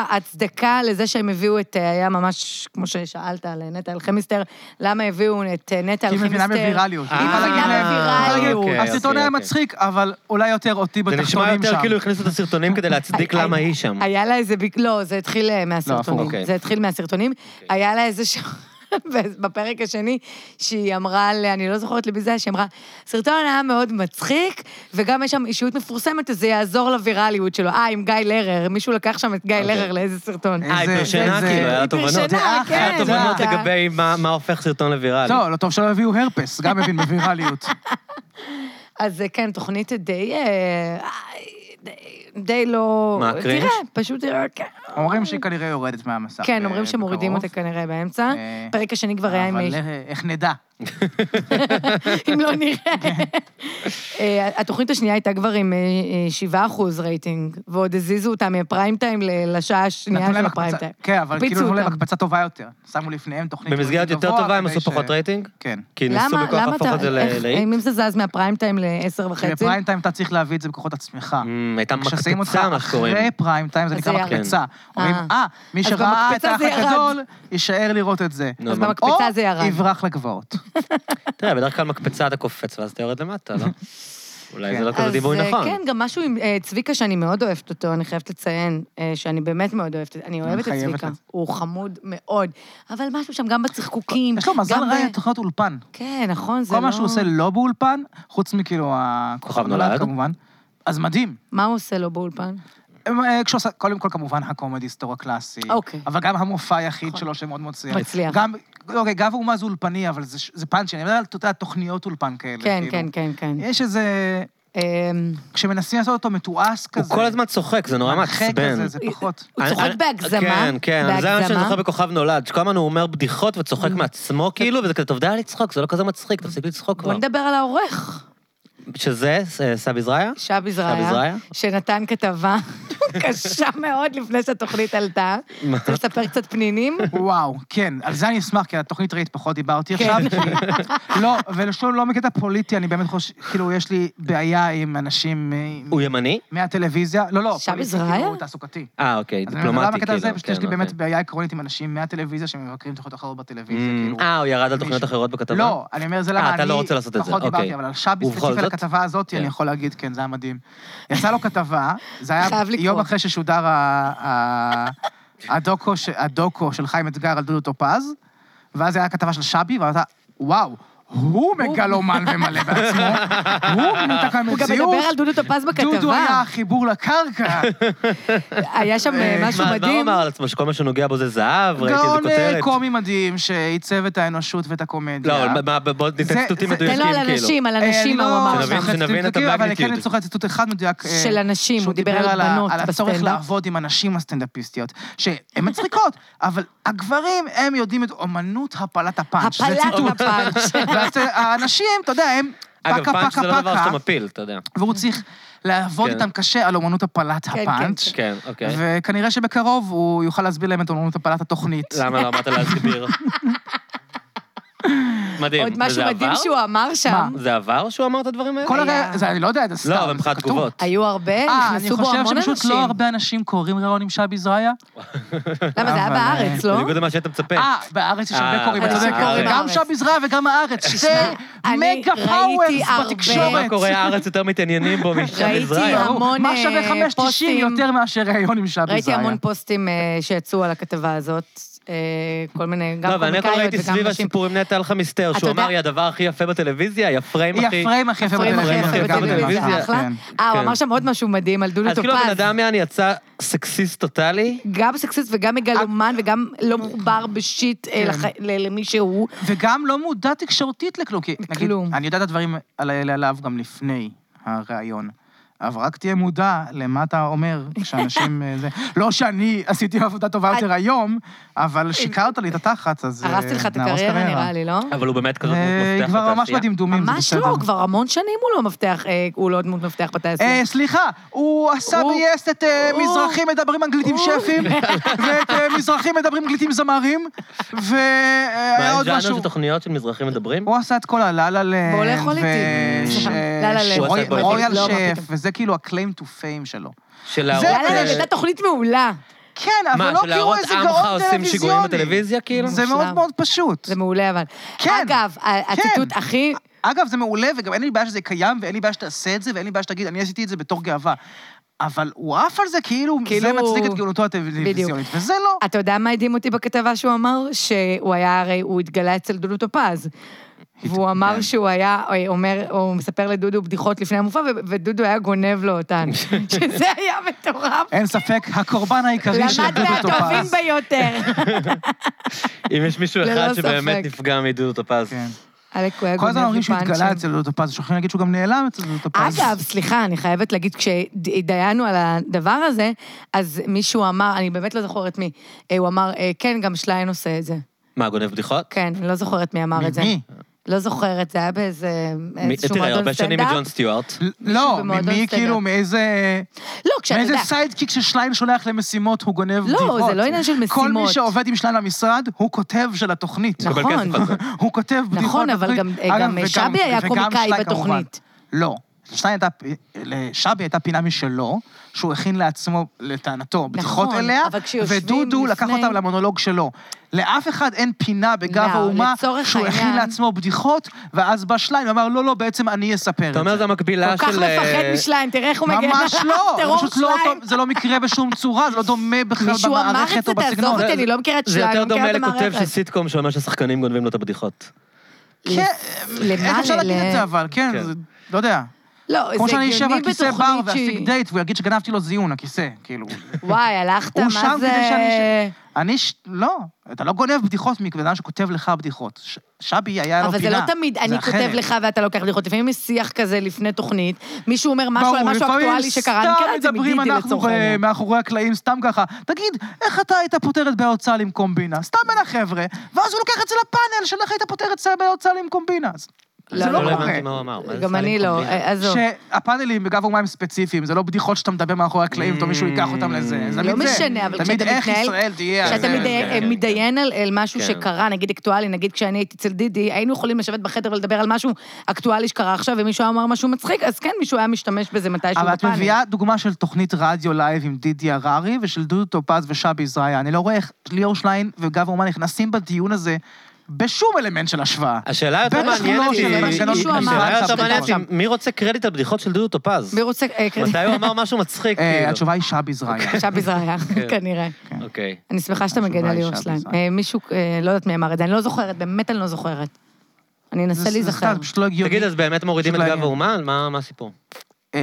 [SPEAKER 2] ההצדקה לזה שהם הביאו את, אה, היה ממש, כמו ששאלת על אה, נטע אלחמיסטר, למה הביאו את אה, נטע
[SPEAKER 3] כי היא
[SPEAKER 2] אלחמיסטר.
[SPEAKER 3] כאילו, מבינה בוויראליות. היא
[SPEAKER 2] היא
[SPEAKER 3] יכולה להגיד
[SPEAKER 2] מבינה
[SPEAKER 3] להם,
[SPEAKER 2] בוויראליות.
[SPEAKER 1] אוקיי,
[SPEAKER 3] הסרטון
[SPEAKER 1] אוקיי,
[SPEAKER 3] היה
[SPEAKER 1] אוקיי.
[SPEAKER 3] מצחיק, אבל אולי יותר אותי
[SPEAKER 1] זה
[SPEAKER 3] בתחתונים שם.
[SPEAKER 1] נשמע יותר כאילו הכניסו את הסרטונים כדי להצדיק
[SPEAKER 2] היה-
[SPEAKER 1] למה היא שם.
[SPEAKER 2] היה לה איזה, ביק- לא, זה התחיל אה, מהסרטונים.
[SPEAKER 1] אוקיי.
[SPEAKER 2] זה התחיל מהסרטונים. היה לה איזה ש... בפרק השני, שהיא אמרה, ל- אני לא זוכרת למי זה, היה, שהיא אמרה, סרטון היה מאוד מצחיק, וגם יש שם אישיות מפורסמת, אז זה יעזור לווירליות שלו. אה, עם גיא לרר, מישהו לקח שם את גיא
[SPEAKER 1] אוקיי.
[SPEAKER 2] לרר לאיזה סרטון.
[SPEAKER 1] אה, היא
[SPEAKER 3] איזה-
[SPEAKER 1] פרשנה,
[SPEAKER 3] איזה-
[SPEAKER 1] כאילו, היה לה
[SPEAKER 2] היא
[SPEAKER 1] תובנות.
[SPEAKER 2] פרשנה,
[SPEAKER 1] היה
[SPEAKER 2] כן,
[SPEAKER 1] לה תובנות
[SPEAKER 2] זה היה-
[SPEAKER 1] לגבי מה מה הופך סרטון לוויראלי.
[SPEAKER 3] לא, לא טוב שלא הביאו הרפס, גם מבין בוויראליות.
[SPEAKER 2] אז אה, כן, תוכנית די... אה, אה, די- די לא...
[SPEAKER 1] מה, קרינג'?
[SPEAKER 2] תראה, פשוט תראה, כן.
[SPEAKER 3] אומרים שהיא כנראה יורדת מהמסך.
[SPEAKER 2] כן,
[SPEAKER 3] אה,
[SPEAKER 2] אומרים שמורידים
[SPEAKER 3] בקרוב.
[SPEAKER 2] אותה כנראה באמצע.
[SPEAKER 3] אה,
[SPEAKER 2] הפרק השני כבר היה עם
[SPEAKER 3] אבל
[SPEAKER 2] מישהו.
[SPEAKER 3] אה, איך נדע?
[SPEAKER 2] אם לא נראה.
[SPEAKER 3] כן.
[SPEAKER 2] אה, התוכנית השנייה הייתה כבר עם אה, אה, 7 אחוז רייטינג, ועוד הזיזו אותה מפריים טיים ל- לשעה השנייה
[SPEAKER 3] נתנו להם
[SPEAKER 2] של
[SPEAKER 3] הקפצה-
[SPEAKER 2] הפריים לא טיים.
[SPEAKER 3] כן, אבל
[SPEAKER 2] הקפיצו
[SPEAKER 3] כאילו נתנו להם
[SPEAKER 2] אותם.
[SPEAKER 3] הקפצה טובה יותר. שמו לפניהם תוכנית...
[SPEAKER 1] במסגרת יותר
[SPEAKER 3] כאילו גבוה
[SPEAKER 1] טובה הם
[SPEAKER 3] כדי
[SPEAKER 1] עשו
[SPEAKER 3] ש-
[SPEAKER 1] פחות רייטינג?
[SPEAKER 3] כן.
[SPEAKER 1] כי ניסו
[SPEAKER 2] למה,
[SPEAKER 1] בכוח
[SPEAKER 2] למה
[SPEAKER 1] להפוך את זה
[SPEAKER 2] אתה, איך,
[SPEAKER 1] ללהיט?
[SPEAKER 2] אם זה זז מהפריים טיים לעשר
[SPEAKER 3] כי
[SPEAKER 2] וחצי?
[SPEAKER 3] בפריים טיים אתה צריך להביא את זה בכוחות עצמך.
[SPEAKER 1] אמ, הייתה
[SPEAKER 3] כששמים אותך
[SPEAKER 1] מקפצה, מה שקוראים.
[SPEAKER 3] אחרי פריים טיים, זה
[SPEAKER 2] אז
[SPEAKER 3] נקרא
[SPEAKER 2] זה ירד.
[SPEAKER 3] מקפצה.
[SPEAKER 2] כן.
[SPEAKER 3] אומרים,
[SPEAKER 2] אה.
[SPEAKER 3] אה, מי
[SPEAKER 2] אז
[SPEAKER 3] שראה את
[SPEAKER 2] במקפצה
[SPEAKER 3] האח
[SPEAKER 2] זה ירד.
[SPEAKER 3] הגדול, יישאר לראות את זה.
[SPEAKER 1] נו,
[SPEAKER 2] אז
[SPEAKER 1] מה-
[SPEAKER 2] במקפצה זה ירד.
[SPEAKER 3] או יברח לגבעות.
[SPEAKER 1] תראה, בדרך כלל מקפצה אתה קופץ ואז אתה יורד למטה, לא? אולי
[SPEAKER 3] כן.
[SPEAKER 1] זה לא כזה
[SPEAKER 2] אז,
[SPEAKER 1] דימוי
[SPEAKER 2] אה,
[SPEAKER 1] נכון.
[SPEAKER 2] כן, גם משהו עם אה, צביקה שאני מאוד אוהבת אותו, אני חייבת לציין, אה, שאני באמת מאוד אוהבת, אני אוהבת את
[SPEAKER 3] חייבת
[SPEAKER 2] צביקה,
[SPEAKER 3] לצ-
[SPEAKER 2] הוא חמוד מאוד, אבל משהו שם גם בצחקוקים.
[SPEAKER 3] יש לו מזל
[SPEAKER 2] גם ב-
[SPEAKER 3] רע עם תוכנות אולפן.
[SPEAKER 2] כן, נכון, זה לא...
[SPEAKER 3] כל מה שהוא עושה לא באולפן, חוץ מכאילו הכוכב
[SPEAKER 1] נולד.
[SPEAKER 3] נולד כמובן. אז מדהים.
[SPEAKER 2] מה הוא עושה לו באולפן?
[SPEAKER 3] הם, אה, כשהוא עשה, קודם כל כמובן הקומדיסטור הקלאסי.
[SPEAKER 2] אוקיי.
[SPEAKER 3] אבל גם המופע היחיד
[SPEAKER 2] נכון.
[SPEAKER 3] שלו שמאוד מצליח.
[SPEAKER 2] מצליח.
[SPEAKER 3] גם, אוקיי, גב אומה זה אולפני, אבל זה, ש- זה פאנצ'י, אני מדבר על אתה יודע, תוכניות אולפן כאלה.
[SPEAKER 2] כן,
[SPEAKER 3] כאילו.
[SPEAKER 2] כן, כן, כן.
[SPEAKER 3] יש איזה...
[SPEAKER 2] אמ,
[SPEAKER 3] כשמנסים לעשות אותו מתועש
[SPEAKER 1] הוא
[SPEAKER 3] כזה.
[SPEAKER 1] כל הזמן צוחק, זה נורא
[SPEAKER 3] מנחה
[SPEAKER 1] מעצבן.
[SPEAKER 3] כזה, זה פחות.
[SPEAKER 2] הוא
[SPEAKER 1] אני-
[SPEAKER 2] צוחק
[SPEAKER 1] אני-
[SPEAKER 2] בהגזמה,
[SPEAKER 1] כן, כן, זה מה שאני
[SPEAKER 2] בהגזמה. Mm.
[SPEAKER 1] זוכר בכוכב נולד, שכל הזמן הוא אומר בדיחות וצוחק מעצמו כאילו, וזה כזה, טוב, די לצחוק, זה לא כזה מצחיק, תפסיק לצחוק
[SPEAKER 2] כן. בוא
[SPEAKER 1] כבר.
[SPEAKER 2] נדבר על העורך,
[SPEAKER 1] שזה ס- סבי זרעיה?
[SPEAKER 2] שבי
[SPEAKER 1] שבי
[SPEAKER 2] זרעיה,
[SPEAKER 1] זרעיה?
[SPEAKER 2] שנתן כתבה קשה מאוד לפני שהתוכנית עלתה. רוצה לספר קצת פנינים?
[SPEAKER 3] וואו, כן, על זה אני אשמח, כי על התוכנית ראית פחות דיברתי
[SPEAKER 2] כן.
[SPEAKER 3] עכשיו. כי- לא, ולשון לא מקטע פוליטי, אני באמת חושב, כאילו, יש לי בעיה עם אנשים אה,
[SPEAKER 1] הוא ימני?
[SPEAKER 3] מהטלוויזיה. לא, לא,
[SPEAKER 2] שבי
[SPEAKER 3] פוליטי,
[SPEAKER 2] זרעיה?
[SPEAKER 3] כאילו, תעסוקתי.
[SPEAKER 1] אה, אוקיי,
[SPEAKER 3] אז אני לא מדבר
[SPEAKER 1] דיפלומטי
[SPEAKER 3] בקטע הזה,
[SPEAKER 1] כאילו.
[SPEAKER 3] פשוט יש
[SPEAKER 1] כן,
[SPEAKER 3] לי באמת
[SPEAKER 1] אוקיי.
[SPEAKER 3] בעיה עקרונית עם אנשים מהטלוויזיה שמבקרים תוכניות אחרות בטלוויזיה,
[SPEAKER 1] אמ,
[SPEAKER 3] כאילו.
[SPEAKER 1] אה, הוא ירד על תוכניות
[SPEAKER 3] מישהו-
[SPEAKER 1] אחרות בכתבה?
[SPEAKER 3] לא, אני אומר, זה למה
[SPEAKER 1] אה,
[SPEAKER 3] אני...
[SPEAKER 1] אתה לא רוצה לעשות את זה,
[SPEAKER 3] פחות דיברתי,
[SPEAKER 1] אוקיי.
[SPEAKER 3] אבל על שבי
[SPEAKER 1] ובכל
[SPEAKER 3] ספציפית, על
[SPEAKER 1] זאת?
[SPEAKER 3] הכתבה הזאת, אני
[SPEAKER 1] כן.
[SPEAKER 3] יכול להגיד, כן, זה היה מדהים. יצא לו כתבה, זה היה
[SPEAKER 2] חייב לקרוא.
[SPEAKER 3] יום אחרי ששודר ה- ה- הדוקו ש- הדוקו של חיים אתגר על דודו טופז, ואז הייתה כתבה של שבי, ואתה, וואו. הוא מגלומן ומלא בעצמו, הוא מנותק
[SPEAKER 2] הוא גם
[SPEAKER 3] מהמציאות.
[SPEAKER 2] מדבר על דודו טופז
[SPEAKER 3] דודו היה
[SPEAKER 2] בכתבה.
[SPEAKER 3] החיבור לקרקע.
[SPEAKER 2] היה שם אה,
[SPEAKER 3] אה,
[SPEAKER 2] משהו
[SPEAKER 1] מה- מה הוא
[SPEAKER 2] מדהים.
[SPEAKER 1] אמר על עצמו, שכל מה שנוגע בו זה זהב? ראיתי איזה
[SPEAKER 3] גאון אה,
[SPEAKER 1] כותרת.
[SPEAKER 3] קומי מדהים שעיצב את האנושות ואת הקומדיה.
[SPEAKER 1] לא, מה- מה- בוא ניתן
[SPEAKER 3] זה-
[SPEAKER 1] ציטוטים
[SPEAKER 3] זה-
[SPEAKER 2] תן
[SPEAKER 1] מדויקים
[SPEAKER 2] לו על
[SPEAKER 1] כאילו.
[SPEAKER 2] אנשים,
[SPEAKER 3] אה,
[SPEAKER 2] על אנשים, מה
[SPEAKER 3] לא.
[SPEAKER 2] הוא אמר
[SPEAKER 1] שנבין-
[SPEAKER 2] שם.
[SPEAKER 1] שנבין את
[SPEAKER 3] אבל כן, אני
[SPEAKER 1] המגניטיוד.
[SPEAKER 3] זוכר ציטוט אחד מדויק. אה,
[SPEAKER 2] של אנשים,
[SPEAKER 3] שהוא
[SPEAKER 2] הוא דיבר על
[SPEAKER 3] ה-
[SPEAKER 2] בנות
[SPEAKER 3] על הצורך
[SPEAKER 2] בסטנדאפ.
[SPEAKER 3] לעבוד עם הנשים הסטנדאפיסטיות, שהן מצחיקות, אבל הגברים, הם יודעים את אומנות הפלת הפאנץ'. זה
[SPEAKER 2] הפלת
[SPEAKER 3] ציטוט.
[SPEAKER 2] הפאנץ'.
[SPEAKER 3] ואז, אה, האנשים, אתה יודע, הם
[SPEAKER 1] אגב,
[SPEAKER 3] פקה
[SPEAKER 1] פאנץ'
[SPEAKER 3] פקה
[SPEAKER 1] זה לא דבר
[SPEAKER 3] פקה,
[SPEAKER 1] שאתה מפיל, אתה יודע.
[SPEAKER 3] והוא צריך לעבוד
[SPEAKER 1] כן.
[SPEAKER 3] איתם קשה על אומנות הפלת
[SPEAKER 2] כן,
[SPEAKER 3] הפאנץ'.
[SPEAKER 1] כן, אוקיי.
[SPEAKER 3] וכנראה שבקרוב הוא יוכל להסביר להם את אומנות הפלת התוכנית.
[SPEAKER 1] למה לא באת להסביר? מדהים.
[SPEAKER 2] עוד משהו
[SPEAKER 1] וזה
[SPEAKER 2] מדהים
[SPEAKER 1] עבר?
[SPEAKER 2] שהוא אמר שם.
[SPEAKER 3] מה?
[SPEAKER 1] זה עבר שהוא אמר את הדברים האלה?
[SPEAKER 3] כל
[SPEAKER 2] היה-
[SPEAKER 3] הרי, זה- אני לא יודע, זה סתם.
[SPEAKER 1] לא, אבל
[SPEAKER 3] זה
[SPEAKER 1] מבחינת
[SPEAKER 3] כתוב.
[SPEAKER 1] תגובות.
[SPEAKER 2] היו הרבה,
[SPEAKER 3] אה, אני
[SPEAKER 2] נכנסו בו
[SPEAKER 3] חושב
[SPEAKER 2] המון
[SPEAKER 3] שפשוט
[SPEAKER 2] אנשים.
[SPEAKER 3] לא הרבה אנשים קוראים ראיון עם שבי זרעיה.
[SPEAKER 2] למה, זה היה
[SPEAKER 3] אבל,
[SPEAKER 2] בארץ, לא?
[SPEAKER 1] אה, בניגוד למה שהיית מצפה.
[SPEAKER 3] אה, בארץ יש הרבה
[SPEAKER 1] אה,
[SPEAKER 3] קוראים, את
[SPEAKER 1] אנשים
[SPEAKER 3] צודקת.
[SPEAKER 1] קוראים
[SPEAKER 3] גם
[SPEAKER 2] בארץ.
[SPEAKER 3] שבי זרעיה וגם הארץ, שתי
[SPEAKER 2] אני
[SPEAKER 3] מגה
[SPEAKER 2] ראיתי
[SPEAKER 3] פאוורס
[SPEAKER 2] הרבה-
[SPEAKER 1] מה
[SPEAKER 3] בתקשורת.
[SPEAKER 1] קורה הארץ יותר מתעניינים בו משם
[SPEAKER 2] ראיתי
[SPEAKER 1] עזריה?
[SPEAKER 2] המון-
[SPEAKER 3] ברור. מה שווה
[SPEAKER 2] אה,
[SPEAKER 3] 590
[SPEAKER 2] פוסטים.
[SPEAKER 3] יותר מאשר ראיון עם שבי
[SPEAKER 2] ראיתי
[SPEAKER 3] זרעיה?
[SPEAKER 2] המון פוסטים אה, שיצאו על הכתבה הזאת, אה, כל מיני,
[SPEAKER 1] לא,
[SPEAKER 2] גם
[SPEAKER 1] אבל אני הכל
[SPEAKER 2] קומיקאיות
[SPEAKER 1] ראיתי סביב
[SPEAKER 2] וגם נשים.
[SPEAKER 1] הסיפור עם נטע אלחמיסטר,
[SPEAKER 2] אתה
[SPEAKER 1] שהוא
[SPEAKER 2] יודע-
[SPEAKER 1] אמר, היא הדבר הכי יפה בטלוויזיה, היא הפריים
[SPEAKER 3] היא
[SPEAKER 1] הכי...
[SPEAKER 3] הפריים הכי יפה
[SPEAKER 2] הפריים הכי
[SPEAKER 1] בטלוויזיה,
[SPEAKER 2] יפה
[SPEAKER 1] גם
[SPEAKER 2] בטלוויזיה,
[SPEAKER 1] בטלוויזיה,
[SPEAKER 2] אחלה.
[SPEAKER 3] כן.
[SPEAKER 2] אה, הוא
[SPEAKER 1] כן.
[SPEAKER 2] אמר שם עוד משהו מדהים על דודו
[SPEAKER 1] אז כאילו הבן
[SPEAKER 2] טופז.
[SPEAKER 1] אדם יעני יצא סקסיסט טוטאלי,
[SPEAKER 2] גם סקסיסט וגם מגלומן וגם לא מחובר בשיט אה,
[SPEAKER 3] אה, כן.
[SPEAKER 2] לח- ל- למי שהוא.
[SPEAKER 3] וגם לא מודע תקשורתית לכלום, כי נגיד,
[SPEAKER 2] לכלום.
[SPEAKER 3] אני יודע את הדברים על- עליו גם לפני הראיון. אבל רק תהיה מודע למה אתה אומר, כשאנשים... אה, זה... לא שאני עשיתי עבודה טובה יותר היום, אבל שיקרת לי את התחת, אז... אה,
[SPEAKER 2] הרסתי לך את
[SPEAKER 3] נהרוס
[SPEAKER 2] הקריירה, נראה לי, לא?
[SPEAKER 1] אבל הוא באמת כזה דמות
[SPEAKER 3] אה,
[SPEAKER 1] מפתח
[SPEAKER 3] כבר ממש
[SPEAKER 1] בתעשייה.
[SPEAKER 3] בדמדומים, זה
[SPEAKER 2] ממש
[SPEAKER 3] בסדר.
[SPEAKER 2] לא, כבר המון שנים הוא לא מפתח, אה, הוא לא דמות מפתח בתעשייה.
[SPEAKER 3] אה, סליחה, הוא עשה
[SPEAKER 2] הוא-
[SPEAKER 3] ביס את אה,
[SPEAKER 2] הוא-
[SPEAKER 3] מזרחים מדברים אנגלית עם
[SPEAKER 2] הוא-
[SPEAKER 3] שפים, ואת אה, מזרחים מדברים אנגלית עם זמרים, והיה
[SPEAKER 1] מה,
[SPEAKER 3] עוד
[SPEAKER 1] ז'אנר
[SPEAKER 3] משהו.
[SPEAKER 1] של תוכניות של מזרחים מדברים?
[SPEAKER 3] הוא עשה את כל הללה לנד,
[SPEAKER 2] בוא לאכול איתי. סליחה, לה לה לנד.
[SPEAKER 1] הוא עשה את בוא לאכול
[SPEAKER 3] רויאל
[SPEAKER 2] איתי. לא, מה
[SPEAKER 3] שף,
[SPEAKER 2] פתאום.
[SPEAKER 3] וזה כאילו ה-claim to fame שלו.
[SPEAKER 1] של
[SPEAKER 3] זה-
[SPEAKER 1] להראות...
[SPEAKER 2] יאללה,
[SPEAKER 1] אה,
[SPEAKER 2] לנד, הייתה תוכנית מעולה.
[SPEAKER 3] כן, אבל
[SPEAKER 1] מה,
[SPEAKER 3] לא
[SPEAKER 1] של
[SPEAKER 3] כאילו
[SPEAKER 1] להראות
[SPEAKER 3] איזה
[SPEAKER 1] עמך
[SPEAKER 3] גאון
[SPEAKER 1] עושים שיגועים
[SPEAKER 3] טלוויזיוני.
[SPEAKER 1] בטלוויזיה, כאילו?
[SPEAKER 3] זה מאוד
[SPEAKER 2] מושלם.
[SPEAKER 3] מאוד פשוט.
[SPEAKER 2] זה מעולה, אבל.
[SPEAKER 3] כן. אה,
[SPEAKER 2] אגב, ה- הציטוט הכי...
[SPEAKER 3] אגב, זה מעולה, וגם אין לי בעיה שזה קיים, ואין לי בעיה שתעשה את זה, ואין לי בעיה שתגיד, אני עשיתי את זה בתור גאווה. אבל הוא עף על זה כאילו,
[SPEAKER 2] כאילו-
[SPEAKER 3] זה מצדיק את גאונותו הטלוויזיונית, וזה לא.
[SPEAKER 2] אתה יודע מה הדהים אותי בכתבה שהוא אמר? שהוא היה, הרי הוא התגלה אצל דודו טופז. והוא אמר
[SPEAKER 3] כן.
[SPEAKER 2] שהוא היה, אה, אומר, הוא מספר לדודו בדיחות לפני המופע, ו- ודודו היה גונב לו אותן. שזה היה מטורף.
[SPEAKER 3] אין ספק, הקורבן העיקרי של
[SPEAKER 2] למד
[SPEAKER 3] דודו
[SPEAKER 2] מהטובים
[SPEAKER 3] טופז.
[SPEAKER 2] ביותר.
[SPEAKER 1] אם יש מישהו
[SPEAKER 2] ללא
[SPEAKER 1] אחד
[SPEAKER 2] ספק.
[SPEAKER 1] שבאמת נפגע מדודו טופז.
[SPEAKER 3] כן.
[SPEAKER 2] אלק, הוא היה
[SPEAKER 3] כל הזמן
[SPEAKER 2] גונב
[SPEAKER 3] אומרים
[SPEAKER 2] לי
[SPEAKER 3] שהוא התגלה
[SPEAKER 2] פאנצ'ים.
[SPEAKER 3] אצל דודו טופז, שוכחים להגיד שהוא גם נעלם אצל דודו טופז.
[SPEAKER 2] אגב, סליחה, אני חייבת להגיד, כשדיינו על הדבר הזה, אז מישהו אמר, אני באמת לא זוכרת מי, אה, הוא אמר, אה, כן, גם שליין עושה את זה.
[SPEAKER 1] מה, גונב בדיחות?
[SPEAKER 2] כן, אני לא זוכרת מי אמר
[SPEAKER 3] מי-
[SPEAKER 2] את זה.
[SPEAKER 3] מי?
[SPEAKER 2] לא זוכרת, זה היה באיזה
[SPEAKER 1] מי-
[SPEAKER 2] איזשהו
[SPEAKER 1] תראה,
[SPEAKER 2] מועדון
[SPEAKER 1] הרבה שנים
[SPEAKER 2] סטנדאפ.
[SPEAKER 1] מג'ון סטיוארט.
[SPEAKER 3] לא,
[SPEAKER 2] במועדון
[SPEAKER 3] מי
[SPEAKER 2] סטנדאפ.
[SPEAKER 3] כאילו, מאיזה...
[SPEAKER 2] לא, כשאתה
[SPEAKER 3] מאיזה
[SPEAKER 2] יודע,
[SPEAKER 3] סיידקיק ששליין שולח למשימות, הוא גונב
[SPEAKER 2] לא,
[SPEAKER 3] דירות.
[SPEAKER 2] זה לא עניין של
[SPEAKER 3] כל מי
[SPEAKER 2] משימות.
[SPEAKER 3] שעובד עם שליין במשרד, הוא כותב של התוכנית.
[SPEAKER 1] מקבל
[SPEAKER 2] נכון.
[SPEAKER 1] כסף על זה.
[SPEAKER 3] הוא כותב בדיחות
[SPEAKER 2] נכון, אבל
[SPEAKER 3] בתוכנית.
[SPEAKER 2] גם- גם
[SPEAKER 3] וגם-
[SPEAKER 2] שבי היה
[SPEAKER 3] וגם
[SPEAKER 2] קומיקאי
[SPEAKER 3] שליין,
[SPEAKER 2] בתוכנית.
[SPEAKER 3] כמובן. לא. לשטיין הייתה, פ- לשבי הייתה פינה משלו, שהוא הכין לעצמו, לטענתו, בדיחות
[SPEAKER 2] נכון,
[SPEAKER 3] אליה,
[SPEAKER 2] אבל כשיושבים
[SPEAKER 3] ודודו לקח
[SPEAKER 2] לפני-
[SPEAKER 3] אותם למונולוג שלו. לאף אחד אין פינה בגב
[SPEAKER 2] לא,
[SPEAKER 3] האומה,
[SPEAKER 2] לצורך
[SPEAKER 3] שהוא הכין
[SPEAKER 2] העניין-
[SPEAKER 3] לעצמו בדיחות, ואז בא שליין ואמר, לא, לא, בעצם אני אספר את
[SPEAKER 1] אתה
[SPEAKER 3] זה.
[SPEAKER 1] אומר, זה המקבילה של...
[SPEAKER 2] כל כך מפחד
[SPEAKER 1] אה,
[SPEAKER 2] משליים, תראה איך הוא מגן.
[SPEAKER 3] ממש לא, זה
[SPEAKER 2] טרור
[SPEAKER 3] פשוט לא
[SPEAKER 2] שליים.
[SPEAKER 3] אותו, זה לא מקרה בשום צורה, זה לא דומה בכלל
[SPEAKER 2] מישהו אמר את
[SPEAKER 3] במערכת
[SPEAKER 2] זה,
[SPEAKER 3] או
[SPEAKER 2] תעזוב
[SPEAKER 3] בסגנון.
[SPEAKER 2] אותי, אני לא מכירה את
[SPEAKER 1] זה
[SPEAKER 2] שלה, אני
[SPEAKER 1] יותר
[SPEAKER 2] לא מכירה
[SPEAKER 1] דומה
[SPEAKER 2] את
[SPEAKER 1] לכותב של
[SPEAKER 2] המערכת.
[SPEAKER 1] סיטקום שאומר שהשחקנים גונבים לו את הבדיחות.
[SPEAKER 3] כן, איך
[SPEAKER 2] למה?
[SPEAKER 3] אפשר להגיד
[SPEAKER 2] ל-
[SPEAKER 3] את זה אבל, כן,
[SPEAKER 1] כן.
[SPEAKER 3] זה- לא יודע.
[SPEAKER 2] לא, זה
[SPEAKER 3] כמו שאני אשב
[SPEAKER 2] הגיוני
[SPEAKER 3] על כיסא בר
[SPEAKER 2] בתוכנית
[SPEAKER 3] ואשיג
[SPEAKER 2] שהיא...
[SPEAKER 3] דייט, והוא יגיד שגנבתי לו זיון, הכיסא, כאילו.
[SPEAKER 2] וואי, הלכת,
[SPEAKER 3] הוא
[SPEAKER 2] מה
[SPEAKER 3] שם
[SPEAKER 2] זה...
[SPEAKER 3] כדי שאני אשב. אני, ש- לא, אתה לא גונב בדיחות מבן אדם שכותב לך בדיחות. ש- שבי היה לו
[SPEAKER 2] אבל זה
[SPEAKER 3] פינה.
[SPEAKER 2] לא תמיד, אני כותב
[SPEAKER 3] אחרת.
[SPEAKER 2] לך ואתה לוקח בדיחות. לפעמים יש שיח כזה לפני תוכנית, מישהו אומר משהו
[SPEAKER 3] ברור,
[SPEAKER 2] על משהו
[SPEAKER 3] לפעמים
[SPEAKER 2] אקטואלי שקרה, אני מכירה את זה
[SPEAKER 3] סתם מדברים
[SPEAKER 2] מדידי
[SPEAKER 3] אנחנו אה,
[SPEAKER 2] לצורך
[SPEAKER 3] ב-
[SPEAKER 2] העניין.
[SPEAKER 3] מאחורי הקלעים, סתם ככה. תגיד, איך אתה היית פותר את בעיות צה"ל עם קומבינה? סתם בין החבר'ה, ואז הוא לוקח את זה לפאנל של איך היית פותר את בעיות צה"ל עם קומבינה. אז-
[SPEAKER 2] לא,
[SPEAKER 3] זה לא
[SPEAKER 1] לא
[SPEAKER 3] קורה.
[SPEAKER 1] הבנתי מה הוא אמר. מה זה
[SPEAKER 2] גם
[SPEAKER 1] סל
[SPEAKER 2] אני לא,
[SPEAKER 1] קומבינה?
[SPEAKER 2] אה, עזוב.
[SPEAKER 3] שהפאנלים בגב אומה הם ספציפיים, זה לא בדיחות שאתה מדבר מאחורי הקלעים, פתאום מישהו ייקח אותם לזה. זה
[SPEAKER 2] לא
[SPEAKER 3] תמיד זה.
[SPEAKER 2] משנה, אבל
[SPEAKER 3] תמיד
[SPEAKER 2] כשאתה
[SPEAKER 3] איך
[SPEAKER 2] מתנהל-
[SPEAKER 3] ישראל תהיה...
[SPEAKER 2] כשאתה
[SPEAKER 3] זה-
[SPEAKER 1] כן,
[SPEAKER 2] מדי-
[SPEAKER 1] כן, כן.
[SPEAKER 2] מתדיין על על משהו
[SPEAKER 1] כן.
[SPEAKER 2] שקרה, נגיד אקטואלי, נגיד כשאני הייתי אצל דידי, היינו יכולים לשבת בחדר ולדבר על משהו אקטואלי שקרה עכשיו, ומישהו היה אמר משהו מצחיק, אז כן, מישהו היה משתמש בזה מתישהו
[SPEAKER 3] אבל את
[SPEAKER 2] בפאנל.
[SPEAKER 3] מביאה דוגמה של תוכנית רדיו לייב עם דידי הררי ושל דודו טופז ושבי עזריה. אני לא רואה איך ליאור שליין וגב אומה נכנסים בדיון הזה בשום אלמנט של השוואה.
[SPEAKER 1] השאלה היותר
[SPEAKER 3] בטח לא
[SPEAKER 1] מעניינת
[SPEAKER 3] של
[SPEAKER 1] היא...
[SPEAKER 2] מנגנון מישהו אמר
[SPEAKER 1] השאלה היותר
[SPEAKER 2] עכשיו,
[SPEAKER 1] מעניינת היא,
[SPEAKER 2] עכשיו.
[SPEAKER 1] מי רוצה קרדיט על בדיחות של דודו טופז?
[SPEAKER 2] מי רוצה... אה,
[SPEAKER 1] מתי הוא אמר משהו מצחיק?
[SPEAKER 3] אה,
[SPEAKER 1] כאילו?
[SPEAKER 3] התשובה היא שבי עזריה.
[SPEAKER 2] עכשיו בזרעיה,
[SPEAKER 1] כן.
[SPEAKER 2] כנראה.
[SPEAKER 1] אוקיי.
[SPEAKER 2] אני שמחה שאתה
[SPEAKER 3] התשובה
[SPEAKER 2] מגן על
[SPEAKER 3] היא
[SPEAKER 2] ליאור
[SPEAKER 3] שבי
[SPEAKER 2] שלהם.
[SPEAKER 3] זרעיה.
[SPEAKER 2] אה, מישהו, אה, לא יודעת מי אמר את זה, אני לא זוכרת, באמת אני לא זוכרת. אני
[SPEAKER 3] זה-
[SPEAKER 2] אנסה
[SPEAKER 3] זה
[SPEAKER 2] להיזכר.
[SPEAKER 3] סתם, פשוט לא הגיוני.
[SPEAKER 1] תגיד, אז באמת מורידים את
[SPEAKER 3] פשוט לא
[SPEAKER 1] גב
[SPEAKER 3] יהיה.
[SPEAKER 1] האומה? מה מה הסיפור?
[SPEAKER 3] אה,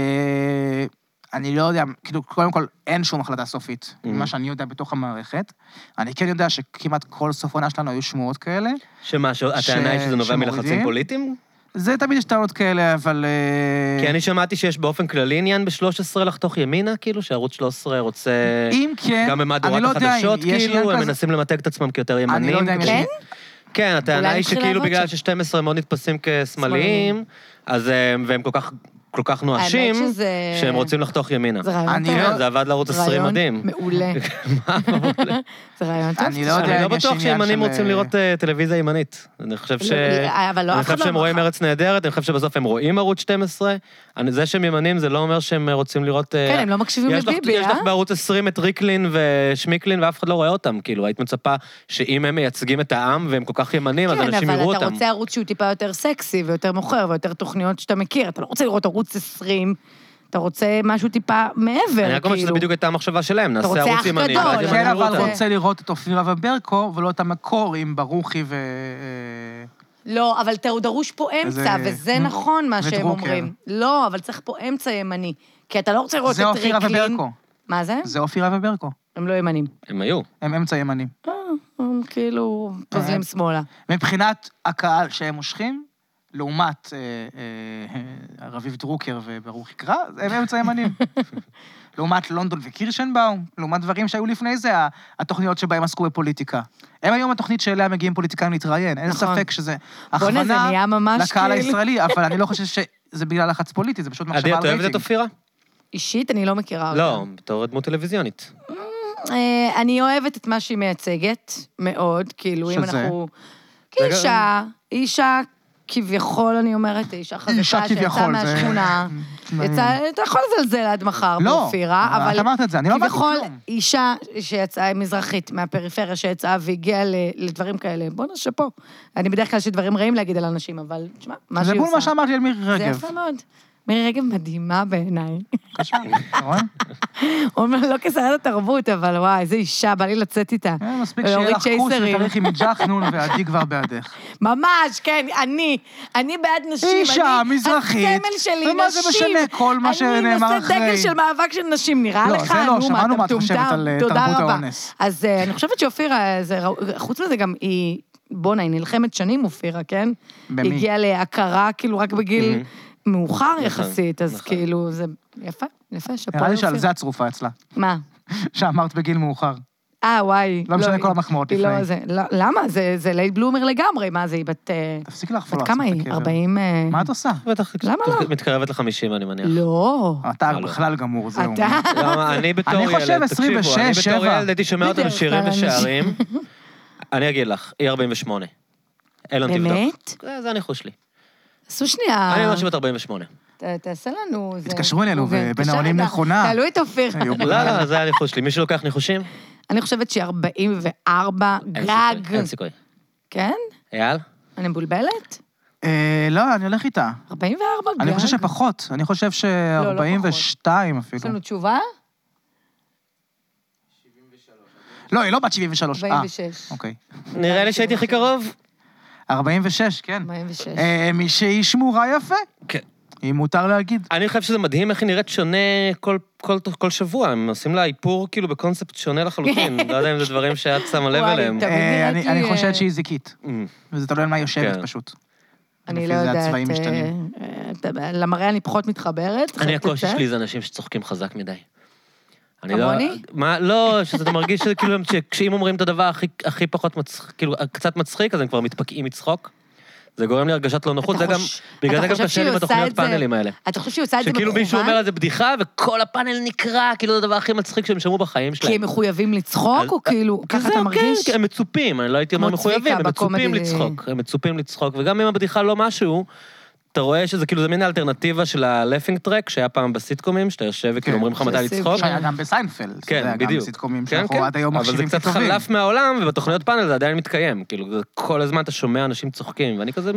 [SPEAKER 3] אני לא יודע, כאילו, קודם כל, אין שום החלטה סופית,
[SPEAKER 1] Mm-hmm.
[SPEAKER 3] ממה שאני יודע בתוך המערכת. אני כן יודע שכמעט כל סוף עונה שלנו היו שמועות כאלה.
[SPEAKER 1] שמה, ש- הטענה היא שזה נובע
[SPEAKER 3] שמורידים?
[SPEAKER 1] מלחצים פוליטיים?
[SPEAKER 3] זה תמיד יש טענות כאלה, אבל... אה,
[SPEAKER 1] כי אני שמעתי שיש באופן כללי עניין ב-13 לחתוך ימינה, כאילו, שערוץ 13 רוצה...
[SPEAKER 3] אם כן,
[SPEAKER 1] גם
[SPEAKER 3] אני
[SPEAKER 1] במהדורת
[SPEAKER 3] לא יודע אם
[SPEAKER 1] החדשות,
[SPEAKER 3] יש עניין
[SPEAKER 1] כאילו, הם
[SPEAKER 3] כזה.
[SPEAKER 1] מנסים למתג את עצמם כיותר
[SPEAKER 3] לא
[SPEAKER 1] ימנים.
[SPEAKER 3] יודע אם יש-
[SPEAKER 2] כן?
[SPEAKER 1] כן, הטענה
[SPEAKER 2] אולי
[SPEAKER 1] היא
[SPEAKER 2] נתחיל
[SPEAKER 1] שכאילו
[SPEAKER 2] לעבוד
[SPEAKER 1] בגלל
[SPEAKER 2] שם.
[SPEAKER 1] ש-12 מאוד נתפסים כשמאליים,
[SPEAKER 2] שמאליים.
[SPEAKER 1] אז הם, והם כל כך, כל כך נואשים,
[SPEAKER 2] שזה-
[SPEAKER 1] שהם רוצים לחתוך ימינה.
[SPEAKER 2] זה רעיון
[SPEAKER 3] אני
[SPEAKER 2] טוב.
[SPEAKER 3] לא-
[SPEAKER 1] כן, זה עבד לערוץ 20
[SPEAKER 2] רעיון
[SPEAKER 1] מדהים.
[SPEAKER 2] מעולה. זה רעיון טוב.
[SPEAKER 3] אני לא יודע
[SPEAKER 1] אני
[SPEAKER 3] אם
[SPEAKER 1] לא
[SPEAKER 3] לא יש
[SPEAKER 1] בטוח
[SPEAKER 3] עניין
[SPEAKER 1] שימנים
[SPEAKER 3] של-
[SPEAKER 1] רוצים לראות אה, טלוויזיה ימנית. אני חושב ש...
[SPEAKER 2] לא, אבל לא,
[SPEAKER 1] אני
[SPEAKER 2] אף אחד
[SPEAKER 1] חושב
[SPEAKER 2] לא
[SPEAKER 1] שהם
[SPEAKER 2] אמר
[SPEAKER 1] רואים
[SPEAKER 2] לך.
[SPEAKER 1] ארץ נהדרת, אני חושב שבסוף הם רואים ערוץ 12. אני- זה שהם ימנים זה לא אומר שהם רוצים לראות... אה,
[SPEAKER 2] כן, הם לא מקשיבים
[SPEAKER 1] יש לך-
[SPEAKER 2] לביבי,
[SPEAKER 1] יש לך
[SPEAKER 2] אה?
[SPEAKER 1] בערוץ 20 את ריקלין ושמיקלין, ואף אחד לא רואה אותם. כאילו, היית מצפה שאם הם מייצגים את העם והם כל כך ימנים, אז
[SPEAKER 2] כן,
[SPEAKER 1] אנשים יראו
[SPEAKER 2] אבל
[SPEAKER 1] אותם.
[SPEAKER 2] אתה רוצה ערוץ שהוא טיפה יותר סקסי ויותר מוכר ויותר תוכניות שאתה מכיר. אתה לא רוצה לראות ערוץ 20, אתה רוצה משהו טיפה מעבר,
[SPEAKER 1] אני רק אומר שזו
[SPEAKER 2] כאילו.
[SPEAKER 1] בדיוק הייתה המחשבה שלהם, נעשה
[SPEAKER 2] רוצה
[SPEAKER 1] ערוץ
[SPEAKER 2] אח
[SPEAKER 1] ימני,
[SPEAKER 2] גדול,
[SPEAKER 1] ואז
[SPEAKER 2] אבל- לא
[SPEAKER 1] ימנים
[SPEAKER 3] כן,
[SPEAKER 1] יראו
[SPEAKER 3] אבל
[SPEAKER 1] אותם.
[SPEAKER 2] אותה.
[SPEAKER 3] רוצה לראות את אופירה וברקו, ולא את המקור עם ברוכי ו... אה,
[SPEAKER 2] לא, אבל ת- הוא דרוש פה אמצע,
[SPEAKER 3] איזה-
[SPEAKER 2] וזה נכון מה שהם
[SPEAKER 3] וטרוקר.
[SPEAKER 2] אומרים. לא, אבל צריך פה אמצע ימני. כי אתה לא רוצה לראות את
[SPEAKER 3] זה
[SPEAKER 2] ריקלין.
[SPEAKER 3] אופירה וברקו.
[SPEAKER 2] מה זה?
[SPEAKER 3] זה אופירה וברקו.
[SPEAKER 2] הם לא ימנים.
[SPEAKER 1] הם היו.
[SPEAKER 3] הם אמצע ימני.
[SPEAKER 2] אה, הם כאילו
[SPEAKER 3] אה,
[SPEAKER 2] פוזלים שמאלה.
[SPEAKER 3] מבחינת הקהל שהם מושכים, לעומת אה, אה, רביב דרוקר וברוך יקרא, הם אמצע ימנים. לעומת לונדון וקירשנבאום, לעומת דברים שהיו לפני זה, ה- התוכניות שבהם עסקו בפוליטיקה. הם היום התוכנית שאליה מגיעים פוליטיקאים להתראיין, אין
[SPEAKER 2] נכון.
[SPEAKER 3] ספק שזה
[SPEAKER 2] בואנה, זה
[SPEAKER 3] הכוונה
[SPEAKER 2] נהיה ממש
[SPEAKER 3] לקהל
[SPEAKER 2] כאילו-
[SPEAKER 3] הישראלי, אבל אני לא חושב שזה בגלל לחץ פוליטי, זה פשוט
[SPEAKER 1] עדי,
[SPEAKER 3] מחשבה
[SPEAKER 1] את
[SPEAKER 3] על
[SPEAKER 1] אוהבת את
[SPEAKER 3] רייטינג.
[SPEAKER 1] אופירה?
[SPEAKER 2] אוקיי. אישית, אני לא מכירה אותה.
[SPEAKER 1] לא, בתור דמות טלוויזיונית.
[SPEAKER 2] אה, אני אוהבת את מה שהיא מייצגת, מאוד, כאילו, אם
[SPEAKER 3] שזה?
[SPEAKER 2] אנחנו... כאישה, אישה כביכול, אני אומרת, אישה חזקה, שיצאה
[SPEAKER 3] כביכול, זה-
[SPEAKER 2] מהשכונה. יצא, אתה יכול לזלזל עד מחר
[SPEAKER 3] לא,
[SPEAKER 2] באופירה,
[SPEAKER 3] אבל
[SPEAKER 2] אבל...
[SPEAKER 3] את אמרת את זה, אני לא אמרתי
[SPEAKER 2] כביכול,
[SPEAKER 3] כלום.
[SPEAKER 2] אישה שיצאה מזרחית מהפריפריה, שיצאה והגיעה ל- לדברים כאלה, בואנה, שאפו. אני בדרך כלל יש לי דברים רעים להגיד על אנשים, אבל תשמע, מה
[SPEAKER 3] זה
[SPEAKER 2] שהיא
[SPEAKER 3] בול
[SPEAKER 2] עושה...
[SPEAKER 3] מה שאמרתי על מירי
[SPEAKER 2] זה
[SPEAKER 3] רגב.
[SPEAKER 2] יפה מאוד. מירי רגב מדהימה בעיניי.
[SPEAKER 3] קשה, אתה רואה?
[SPEAKER 2] אומנם לא כשרת התרבות, אבל וואי, איזה אישה, בא לי לצאת איתה.
[SPEAKER 3] אה, מספיק שיהיה
[SPEAKER 2] ולהוריד
[SPEAKER 3] לך כוס
[SPEAKER 2] צ'ייסרים.
[SPEAKER 3] ותריחי מג'חנון ועדי כבר בעדך.
[SPEAKER 2] ממש, כן, אני. אני בעד נשים.
[SPEAKER 3] אישה
[SPEAKER 2] אני-
[SPEAKER 3] מזרחית,
[SPEAKER 2] הסמל שלי,
[SPEAKER 3] ומה זה
[SPEAKER 2] נשים.
[SPEAKER 3] משנה כל מה שנאמר
[SPEAKER 2] אני
[SPEAKER 3] אחרי?
[SPEAKER 2] נושא דגל של מאבק של נשים, נראה
[SPEAKER 3] לא,
[SPEAKER 2] לך?
[SPEAKER 3] זה לא,
[SPEAKER 2] נו,
[SPEAKER 3] שמענו מה את
[SPEAKER 2] אתה
[SPEAKER 3] חושבת
[SPEAKER 2] מטומטם?
[SPEAKER 3] על, אה,
[SPEAKER 2] תודה
[SPEAKER 3] תרבות
[SPEAKER 2] רבה.
[SPEAKER 3] האונס.
[SPEAKER 2] אז אה, אני חושבת שאופירה, זה ראו- חוץ מזה גם היא... בואנה, היא נלחמת שנים, אופירה, כן?
[SPEAKER 3] במי?
[SPEAKER 2] היא הגיעה להכרה, כאילו, רק בגיל מאוחר
[SPEAKER 1] נכון,
[SPEAKER 2] יחסית, אז
[SPEAKER 1] נכון.
[SPEAKER 2] כאילו, זה יפה, יפה, שאפו
[SPEAKER 3] נראה לי
[SPEAKER 2] לאופירה.
[SPEAKER 3] שעל זה הצרופה אצלה,
[SPEAKER 2] מה?
[SPEAKER 3] שאמרת בגיל מאוחר.
[SPEAKER 2] אה, וואי.
[SPEAKER 3] לא משנה
[SPEAKER 2] היא-
[SPEAKER 3] כל המחמאות
[SPEAKER 2] היא
[SPEAKER 3] לפני.
[SPEAKER 2] לא, זה, לא, למה? זה, זה לייט בלומר לגמרי, מה זה, היא בת... אה,
[SPEAKER 3] תפסיקי לחפור
[SPEAKER 2] בת
[SPEAKER 3] לעצמך
[SPEAKER 2] כמה
[SPEAKER 3] את
[SPEAKER 2] היא?
[SPEAKER 3] הקבר.
[SPEAKER 2] 40... אה,
[SPEAKER 3] לא, מה את עושה?
[SPEAKER 1] בטח,
[SPEAKER 2] למה לא?
[SPEAKER 1] מתקרבת ל-50, אני מניח.
[SPEAKER 2] לא.
[SPEAKER 3] אתה
[SPEAKER 1] לא, לא.
[SPEAKER 3] בכלל גמור, זהו.
[SPEAKER 2] אתה...
[SPEAKER 1] למה, אני בתור
[SPEAKER 3] אני
[SPEAKER 1] ילד,
[SPEAKER 3] חושב 26,
[SPEAKER 1] אני בתור
[SPEAKER 3] שבע.
[SPEAKER 1] ילד הייתי שומע אותם
[SPEAKER 2] בדרך
[SPEAKER 1] שירים
[SPEAKER 2] כלל אנשים.
[SPEAKER 1] ושערים. אני אגיד לך, היא 48. אילון תבדוק. אה,
[SPEAKER 2] באמת? אה.
[SPEAKER 1] זה זה הניחוש שלי.
[SPEAKER 2] עשו שנייה.
[SPEAKER 1] אני אומר שהיא בת 48.
[SPEAKER 2] ת- תעשה לנו... זה-
[SPEAKER 3] לא התקשרו אלינו,
[SPEAKER 2] ראובן,
[SPEAKER 3] ובין
[SPEAKER 2] תשאל
[SPEAKER 3] העונים
[SPEAKER 2] אותה.
[SPEAKER 3] נכונה.
[SPEAKER 2] תעלו את אופיר.
[SPEAKER 3] היו
[SPEAKER 1] לא, לא, זה הניחוש שלי. מישהו לוקח ניחושים?
[SPEAKER 2] אני חושבת ש-44
[SPEAKER 1] אין סיכוי,
[SPEAKER 2] גג.
[SPEAKER 1] אין סיכוי.
[SPEAKER 2] כן?
[SPEAKER 1] אייל?
[SPEAKER 2] אני מבולבלת?
[SPEAKER 3] אה, לא, אני הולך איתה.
[SPEAKER 2] 44 גג?
[SPEAKER 3] אני חושב שפחות, אני חושב
[SPEAKER 2] לא, לא
[SPEAKER 3] ש-42
[SPEAKER 2] יש
[SPEAKER 3] אפילו.
[SPEAKER 2] לנו תשובה?
[SPEAKER 3] לא, היא לא בת 73. אה,
[SPEAKER 2] 46.
[SPEAKER 3] אוקיי.
[SPEAKER 1] נראה לי שהייתי הכי קרוב.
[SPEAKER 3] 46, כן.
[SPEAKER 2] 46.
[SPEAKER 3] אה, מי שהיא שמורה יפה,
[SPEAKER 1] כן.
[SPEAKER 3] אם מותר להגיד.
[SPEAKER 1] אני חושב שזה מדהים איך היא נראית שונה כל, כל, כל שבוע, הם עושים לה איפור כאילו בקונספט שונה לחלוטין, לא יודע אם זה דברים שאת שמה לב
[SPEAKER 2] כן. וואי,
[SPEAKER 1] אליהם.
[SPEAKER 2] טוב. תמיד
[SPEAKER 3] אה,
[SPEAKER 2] נראית
[SPEAKER 3] אני-
[SPEAKER 2] לי,
[SPEAKER 3] אני
[SPEAKER 2] אה,
[SPEAKER 3] חושבת שהיא זיקית,
[SPEAKER 1] אמ,
[SPEAKER 3] וזה תלוי על מה היא יושבת
[SPEAKER 1] כן.
[SPEAKER 3] פשוט.
[SPEAKER 2] אני
[SPEAKER 3] לפי
[SPEAKER 2] לא
[SPEAKER 3] זה
[SPEAKER 2] יודעת...
[SPEAKER 3] הצבעים
[SPEAKER 2] אה,
[SPEAKER 3] משתנים.
[SPEAKER 2] אה, אתה- למראה אני פחות מתחברת.
[SPEAKER 1] אני,
[SPEAKER 2] חייבת
[SPEAKER 1] הקושי
[SPEAKER 2] לציין.
[SPEAKER 1] שלי זה אנשים שצוחקים חזק מדי. אני
[SPEAKER 2] כמוני?
[SPEAKER 1] מה, לא, שזה אתה מרגיש שזה כאילו, הם- כשאם אומרים את הדבר הכי, הכי פחות מצחיק, כאילו, קצת מצחיק, אז הם כבר מתפקעים מצחוק. זה גורם לי הרגשת לא נוחות,
[SPEAKER 2] אתה
[SPEAKER 1] זה גם,
[SPEAKER 2] חוש-
[SPEAKER 1] בגלל
[SPEAKER 2] אתה
[SPEAKER 1] זה גם
[SPEAKER 2] חושב
[SPEAKER 1] קשה לי
[SPEAKER 2] שהיא
[SPEAKER 1] עם
[SPEAKER 2] עושה
[SPEAKER 1] התוכניות
[SPEAKER 2] את זה-
[SPEAKER 1] פאנלים האלה.
[SPEAKER 2] אתה חושב שהיא עושה את זה אה?
[SPEAKER 1] שכאילו מישהו אומר
[SPEAKER 2] במכוון?
[SPEAKER 1] על זה בדיחה, וכל הפאנל נקרע, כאילו זה הדבר הכי מצחיק שהם שמעו בחיים שלהם.
[SPEAKER 2] כי הם מחויבים לצחוק,
[SPEAKER 1] אז-
[SPEAKER 2] או כאילו, ככה
[SPEAKER 1] זהו,
[SPEAKER 2] אתה מרגיש?
[SPEAKER 1] כן, הם מצופים, אני לא הייתי אומר
[SPEAKER 2] כמו צביקה
[SPEAKER 1] מחויבים, הם
[SPEAKER 2] בקומדי.
[SPEAKER 1] מצופים לצחוק, הם מצופים לצחוק, וגם אם הבדיחה לא משהו, אתה רואה שזה כאילו, זה מין האלטרנטיבה של הלפינג טרק, שהיה פעם בסיטקומים, שאתה יושב וכאילו
[SPEAKER 3] כן,
[SPEAKER 1] אומרים לך מתי
[SPEAKER 2] זה
[SPEAKER 1] לצחוק.
[SPEAKER 2] סיפור.
[SPEAKER 3] שהיה גם בסיינפלד. אתה יודע,
[SPEAKER 1] כן, בדיוק.
[SPEAKER 3] גם סיטקומים
[SPEAKER 1] כן,
[SPEAKER 3] שאנחנו
[SPEAKER 1] כן.
[SPEAKER 3] עד היום
[SPEAKER 1] אבל זה
[SPEAKER 3] מחשיבים
[SPEAKER 1] קצת
[SPEAKER 3] כטובים.
[SPEAKER 1] חלף מהעולם, ובתוכניות פאנל זה עדיין מתקיים. כאילו, זה- כל הזמן אתה שומע אנשים צוחקים, ואני כזה,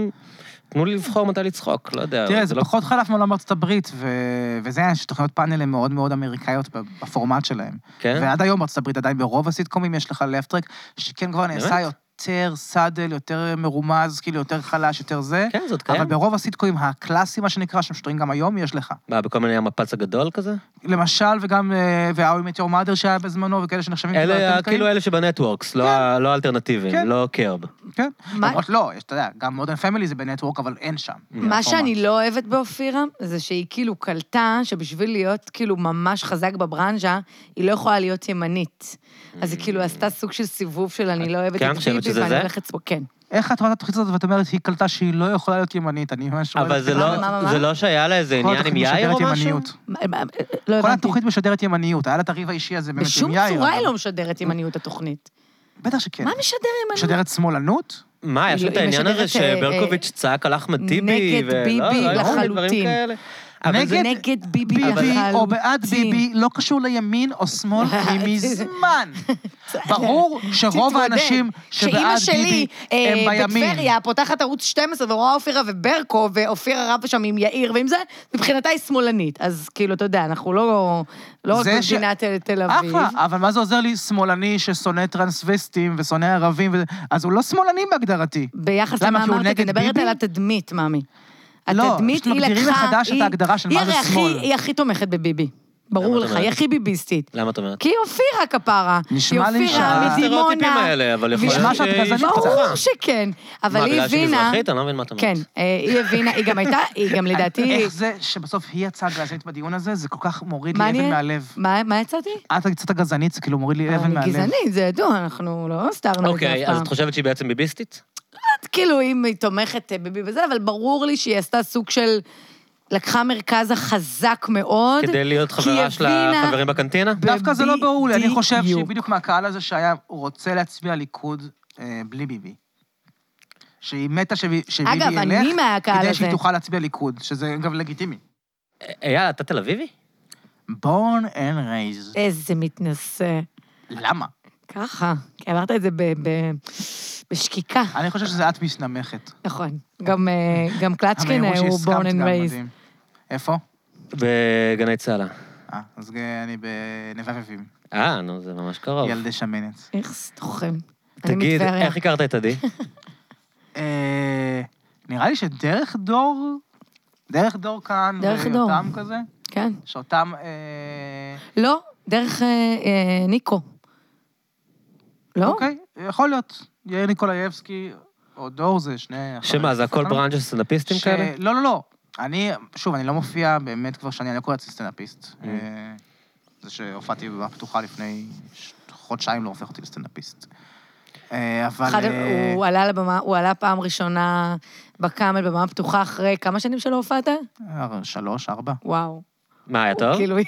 [SPEAKER 1] תנו לי לבחור מתי לצחוק, לא יודע.
[SPEAKER 3] תראה,
[SPEAKER 1] אבל
[SPEAKER 3] זה
[SPEAKER 1] לא-
[SPEAKER 3] פחות חלף מעולם ארצות הברית, ו- וזה היה שתוכניות פאנל הן מאוד מאוד אמריקאיות בפורמט שלהן.
[SPEAKER 1] כן?
[SPEAKER 3] ועד היום ארצות הברית עדיין ברוב הסיטקומים יש לך לפט טרק, שכן כבר נעשה
[SPEAKER 1] באמת?
[SPEAKER 3] יותר סאדל, יותר מרומז, כאילו יותר חלש, יותר זה.
[SPEAKER 1] כן, זאת
[SPEAKER 3] אבל
[SPEAKER 1] קיים.
[SPEAKER 3] ברוב הסיטקומים הקלאסי, מה שנקרא, שמשודרים גם היום, יש לך.
[SPEAKER 1] מה, בכל מיני המפץ הגדול כזה?
[SPEAKER 3] למשל, וגם, אה, וה-How I Met Your Mother שהיה בזמנו, וכאלה שנחשבים כאילו
[SPEAKER 1] אלה,
[SPEAKER 3] יותר
[SPEAKER 1] כאילו
[SPEAKER 3] קלים.
[SPEAKER 1] אלה שבנטוורקס, לא ה- לא האלטרנטיביים,
[SPEAKER 3] כן.
[SPEAKER 1] לא קרב.
[SPEAKER 3] כן.
[SPEAKER 2] מה-
[SPEAKER 1] כאילו-
[SPEAKER 3] למרות לא, יש, אתה יודע, גם מודרן פמילי זה בנטוורק, אבל אין שם.
[SPEAKER 2] מה
[SPEAKER 3] הפורמט.
[SPEAKER 2] שאני לא אוהבת באופירה, זה שהיא כאילו קלטה שבשביל להיות כאילו ממש חזק בברנז'ה, היא לא יכולה להיות ימנית. אז היא כאילו עשתה סוג של סיבוב של אני לא אוהבת
[SPEAKER 1] כן,
[SPEAKER 2] את
[SPEAKER 1] חושבת
[SPEAKER 2] ביבי
[SPEAKER 1] שזה
[SPEAKER 2] ואני
[SPEAKER 1] זה?
[SPEAKER 2] הולכת פה, כן.
[SPEAKER 3] איך את רואה את התוכנית הזאת ואת אומרת, היא קלטה שהיא לא יכולה להיות ימנית, אני ממש רואה
[SPEAKER 1] אבל
[SPEAKER 3] את
[SPEAKER 1] זה
[SPEAKER 3] כל
[SPEAKER 1] לא-
[SPEAKER 2] מה, מה, מה?
[SPEAKER 1] זה לא שהיה לה איזה עניין עם
[SPEAKER 3] התוכנית
[SPEAKER 1] יאיר או
[SPEAKER 3] משדרת
[SPEAKER 1] משהו?
[SPEAKER 3] ימניות.
[SPEAKER 2] מה- מה- לא
[SPEAKER 3] כל
[SPEAKER 2] הבנתי.
[SPEAKER 3] התוכנית משדרת ימניות, היה לה את הריב האישי הזה באמת
[SPEAKER 2] בשום
[SPEAKER 3] עם יאיר.
[SPEAKER 2] צורה
[SPEAKER 3] אבל-
[SPEAKER 2] היא לא משדרת ימניות התוכנית.
[SPEAKER 3] בטח שכן.
[SPEAKER 2] מה משדר ימניות?
[SPEAKER 3] כן. משדרת שמאלנות?
[SPEAKER 1] מה, יש
[SPEAKER 2] היא
[SPEAKER 1] לו את
[SPEAKER 2] לא- היא
[SPEAKER 1] העניין הזה
[SPEAKER 2] משדרת, אה,
[SPEAKER 1] שברקוביץ' צעק על אחמד טיבי?
[SPEAKER 2] נגד
[SPEAKER 1] ולא,
[SPEAKER 2] ביבי
[SPEAKER 1] לא, לא,
[SPEAKER 2] לחלוטין.
[SPEAKER 1] דברים כאלה. אבל זה-
[SPEAKER 3] נגד
[SPEAKER 2] נגד ביבי
[SPEAKER 3] ביבי
[SPEAKER 2] לחלוטין.
[SPEAKER 3] או בעד ביבי לא קשור לימין או שמאל ממזמן. ברור שרוב
[SPEAKER 2] תתמודד.
[SPEAKER 3] האנשים
[SPEAKER 2] שאימא
[SPEAKER 3] שבעד
[SPEAKER 2] שלי
[SPEAKER 3] ביבי הם
[SPEAKER 2] אה,
[SPEAKER 3] בימין.
[SPEAKER 2] בטבריה פותחת ערוץ 12 ורואה אופירה וברקו, ואופירה רבה שם עם יאיר ועם זה, מבחינתה היא שמאלנית. אז כאילו, אתה יודע, אנחנו לא לא רק
[SPEAKER 3] זה ש-
[SPEAKER 2] במדינת תל- תל אביב.
[SPEAKER 3] אחלה, אבל מה זה עוזר לי שמאלני ששונא טרנסווסטים ושונא ערבים? וזה? אז הוא לא שמאלני בהגדרתי.
[SPEAKER 2] ביחס
[SPEAKER 3] למה,
[SPEAKER 2] למה
[SPEAKER 3] כי הוא
[SPEAKER 2] אמרת,
[SPEAKER 3] נגד
[SPEAKER 2] מדברת
[SPEAKER 3] ביבי?
[SPEAKER 2] על התדמית, מאמי.
[SPEAKER 3] לא,
[SPEAKER 2] התדמית
[SPEAKER 3] פשוט
[SPEAKER 2] היא לקחה...
[SPEAKER 3] מגדירים מחדש את
[SPEAKER 2] היא-
[SPEAKER 3] ההגדרה של
[SPEAKER 2] היא
[SPEAKER 3] מה זה
[SPEAKER 2] הרי הכי-
[SPEAKER 3] שמאל.
[SPEAKER 2] היא הכי תומכת בביבי. ברור
[SPEAKER 1] למה את
[SPEAKER 2] לך,
[SPEAKER 1] אומרת?
[SPEAKER 2] היא הכי ביביסטית.
[SPEAKER 1] למה את אומרת?
[SPEAKER 2] כי היא אופירה כפרה.
[SPEAKER 3] נשמע
[SPEAKER 2] היא
[SPEAKER 3] לי
[SPEAKER 2] אופירה
[SPEAKER 3] שה-
[SPEAKER 2] מדימונה.
[SPEAKER 1] הסטריאוטיפים האלה, אבל יכול
[SPEAKER 3] נשמע
[SPEAKER 1] להיות
[SPEAKER 3] שאת
[SPEAKER 1] שהיא
[SPEAKER 3] כזה
[SPEAKER 1] שפחה.
[SPEAKER 2] ברור שכן, אבל
[SPEAKER 1] מה,
[SPEAKER 2] היא
[SPEAKER 1] בגלל שהיא
[SPEAKER 2] הבינה...
[SPEAKER 1] מזרחית? אני לא מבין מה את אומרת. אה.
[SPEAKER 2] כן, אה, היא הבינה, היא גם הייתה, היא גם לדעתי...
[SPEAKER 3] איך זה שבסוף היא יצאה גזענית בדיון הזה, זה כל כך מוריד לי אבן
[SPEAKER 2] מעניין.
[SPEAKER 3] מהלב.
[SPEAKER 2] מה מה יצאתי?
[SPEAKER 3] את קצת הגזענית, זה כאילו מוריד לי
[SPEAKER 2] אבל
[SPEAKER 3] אבן
[SPEAKER 2] אני
[SPEAKER 3] מהלב.
[SPEAKER 2] גזענית, זה ידוע, אנחנו לא הסתרנו את זה אף
[SPEAKER 1] אוקיי, אז
[SPEAKER 2] פעם.
[SPEAKER 1] את חושבת שהיא בעצם ביביסטית?
[SPEAKER 2] את כאילו, אם היא תומכת אה, בביבי וזה, אבל ברור לי שהיא עשתה סוג של... לקחה מרכז החזק מאוד.
[SPEAKER 1] כדי להיות
[SPEAKER 2] כי
[SPEAKER 1] חברה
[SPEAKER 2] היא
[SPEAKER 1] של
[SPEAKER 2] הבינה-
[SPEAKER 1] החברים בקנטינה?
[SPEAKER 3] דווקא זה לא ברור לי, אני חושב שהיא
[SPEAKER 2] בדיוק.
[SPEAKER 3] בדיוק מהקהל הזה שהיה רוצה להצביע ליכוד אה, בלי ביבי. שהיא מתה שבי- שביבי ילך,
[SPEAKER 2] אגב, אני מהקהל
[SPEAKER 3] כדי
[SPEAKER 2] הזה.
[SPEAKER 3] שהיא תוכל להצביע ליכוד, שזה אגב לגיטימי.
[SPEAKER 1] אה, אייל, אתה תל אביבי?
[SPEAKER 3] born and raised.
[SPEAKER 2] איזה מתנשא.
[SPEAKER 3] למה?
[SPEAKER 2] ככה. כי אמרת את זה ב- ב- בשקיקה.
[SPEAKER 3] אני חושב שזה את מסתמכת.
[SPEAKER 2] נכון. גם, אה, גם קלצ'קין
[SPEAKER 3] המהירות
[SPEAKER 2] אה, הוא
[SPEAKER 3] שהסכמת
[SPEAKER 2] בורן אנד
[SPEAKER 3] גם
[SPEAKER 2] רייז.
[SPEAKER 3] מדהים. איפה?
[SPEAKER 1] בגני צהלה.
[SPEAKER 3] אה, אז אה, אני בנווה אביבים,
[SPEAKER 1] אה, נו, זה ממש קרוב.
[SPEAKER 3] ילדי שמנת.
[SPEAKER 2] איך סטוחם. אני
[SPEAKER 1] תגיד,
[SPEAKER 2] מטבריה.
[SPEAKER 1] איך הכרת את עדי?
[SPEAKER 3] אה, נראה לי שדרך דור, דרך דור כאן,
[SPEAKER 2] דרך דור.
[SPEAKER 3] ויותם כזה,
[SPEAKER 2] כן.
[SPEAKER 3] שאותם... אה,
[SPEAKER 2] לא, דרך אה, אה, ניקו. לא?
[SPEAKER 3] אוקיי, יכול להיות. יאיר ניקולאייבסקי, או דור זה שני...
[SPEAKER 1] שמה, זה הכל ברנג'ה של סטנדאפיסטים
[SPEAKER 3] ש-
[SPEAKER 1] כאלה?
[SPEAKER 3] לא, לא, לא. אני, שוב, אני לא מופיע באמת כבר שנים, אני לא קורא לעצמי סטנדאפיסט.
[SPEAKER 1] Mm.
[SPEAKER 3] אה, זה שהופעתי בבמה פתוחה לפני ש- חודשיים לא הופך אותי לסטנדאפיסט. אה, אבל...
[SPEAKER 2] אחד,
[SPEAKER 3] אה,
[SPEAKER 2] הוא עלה לבמה, הוא עלה פעם ראשונה בקאמל, בבמה פתוחה, אחרי כמה שנים שלא הופעת?
[SPEAKER 3] אה, שלוש, ארבע.
[SPEAKER 2] וואו.
[SPEAKER 1] מה, היה
[SPEAKER 2] הוא
[SPEAKER 1] טוב?
[SPEAKER 2] כאילו,
[SPEAKER 1] אה?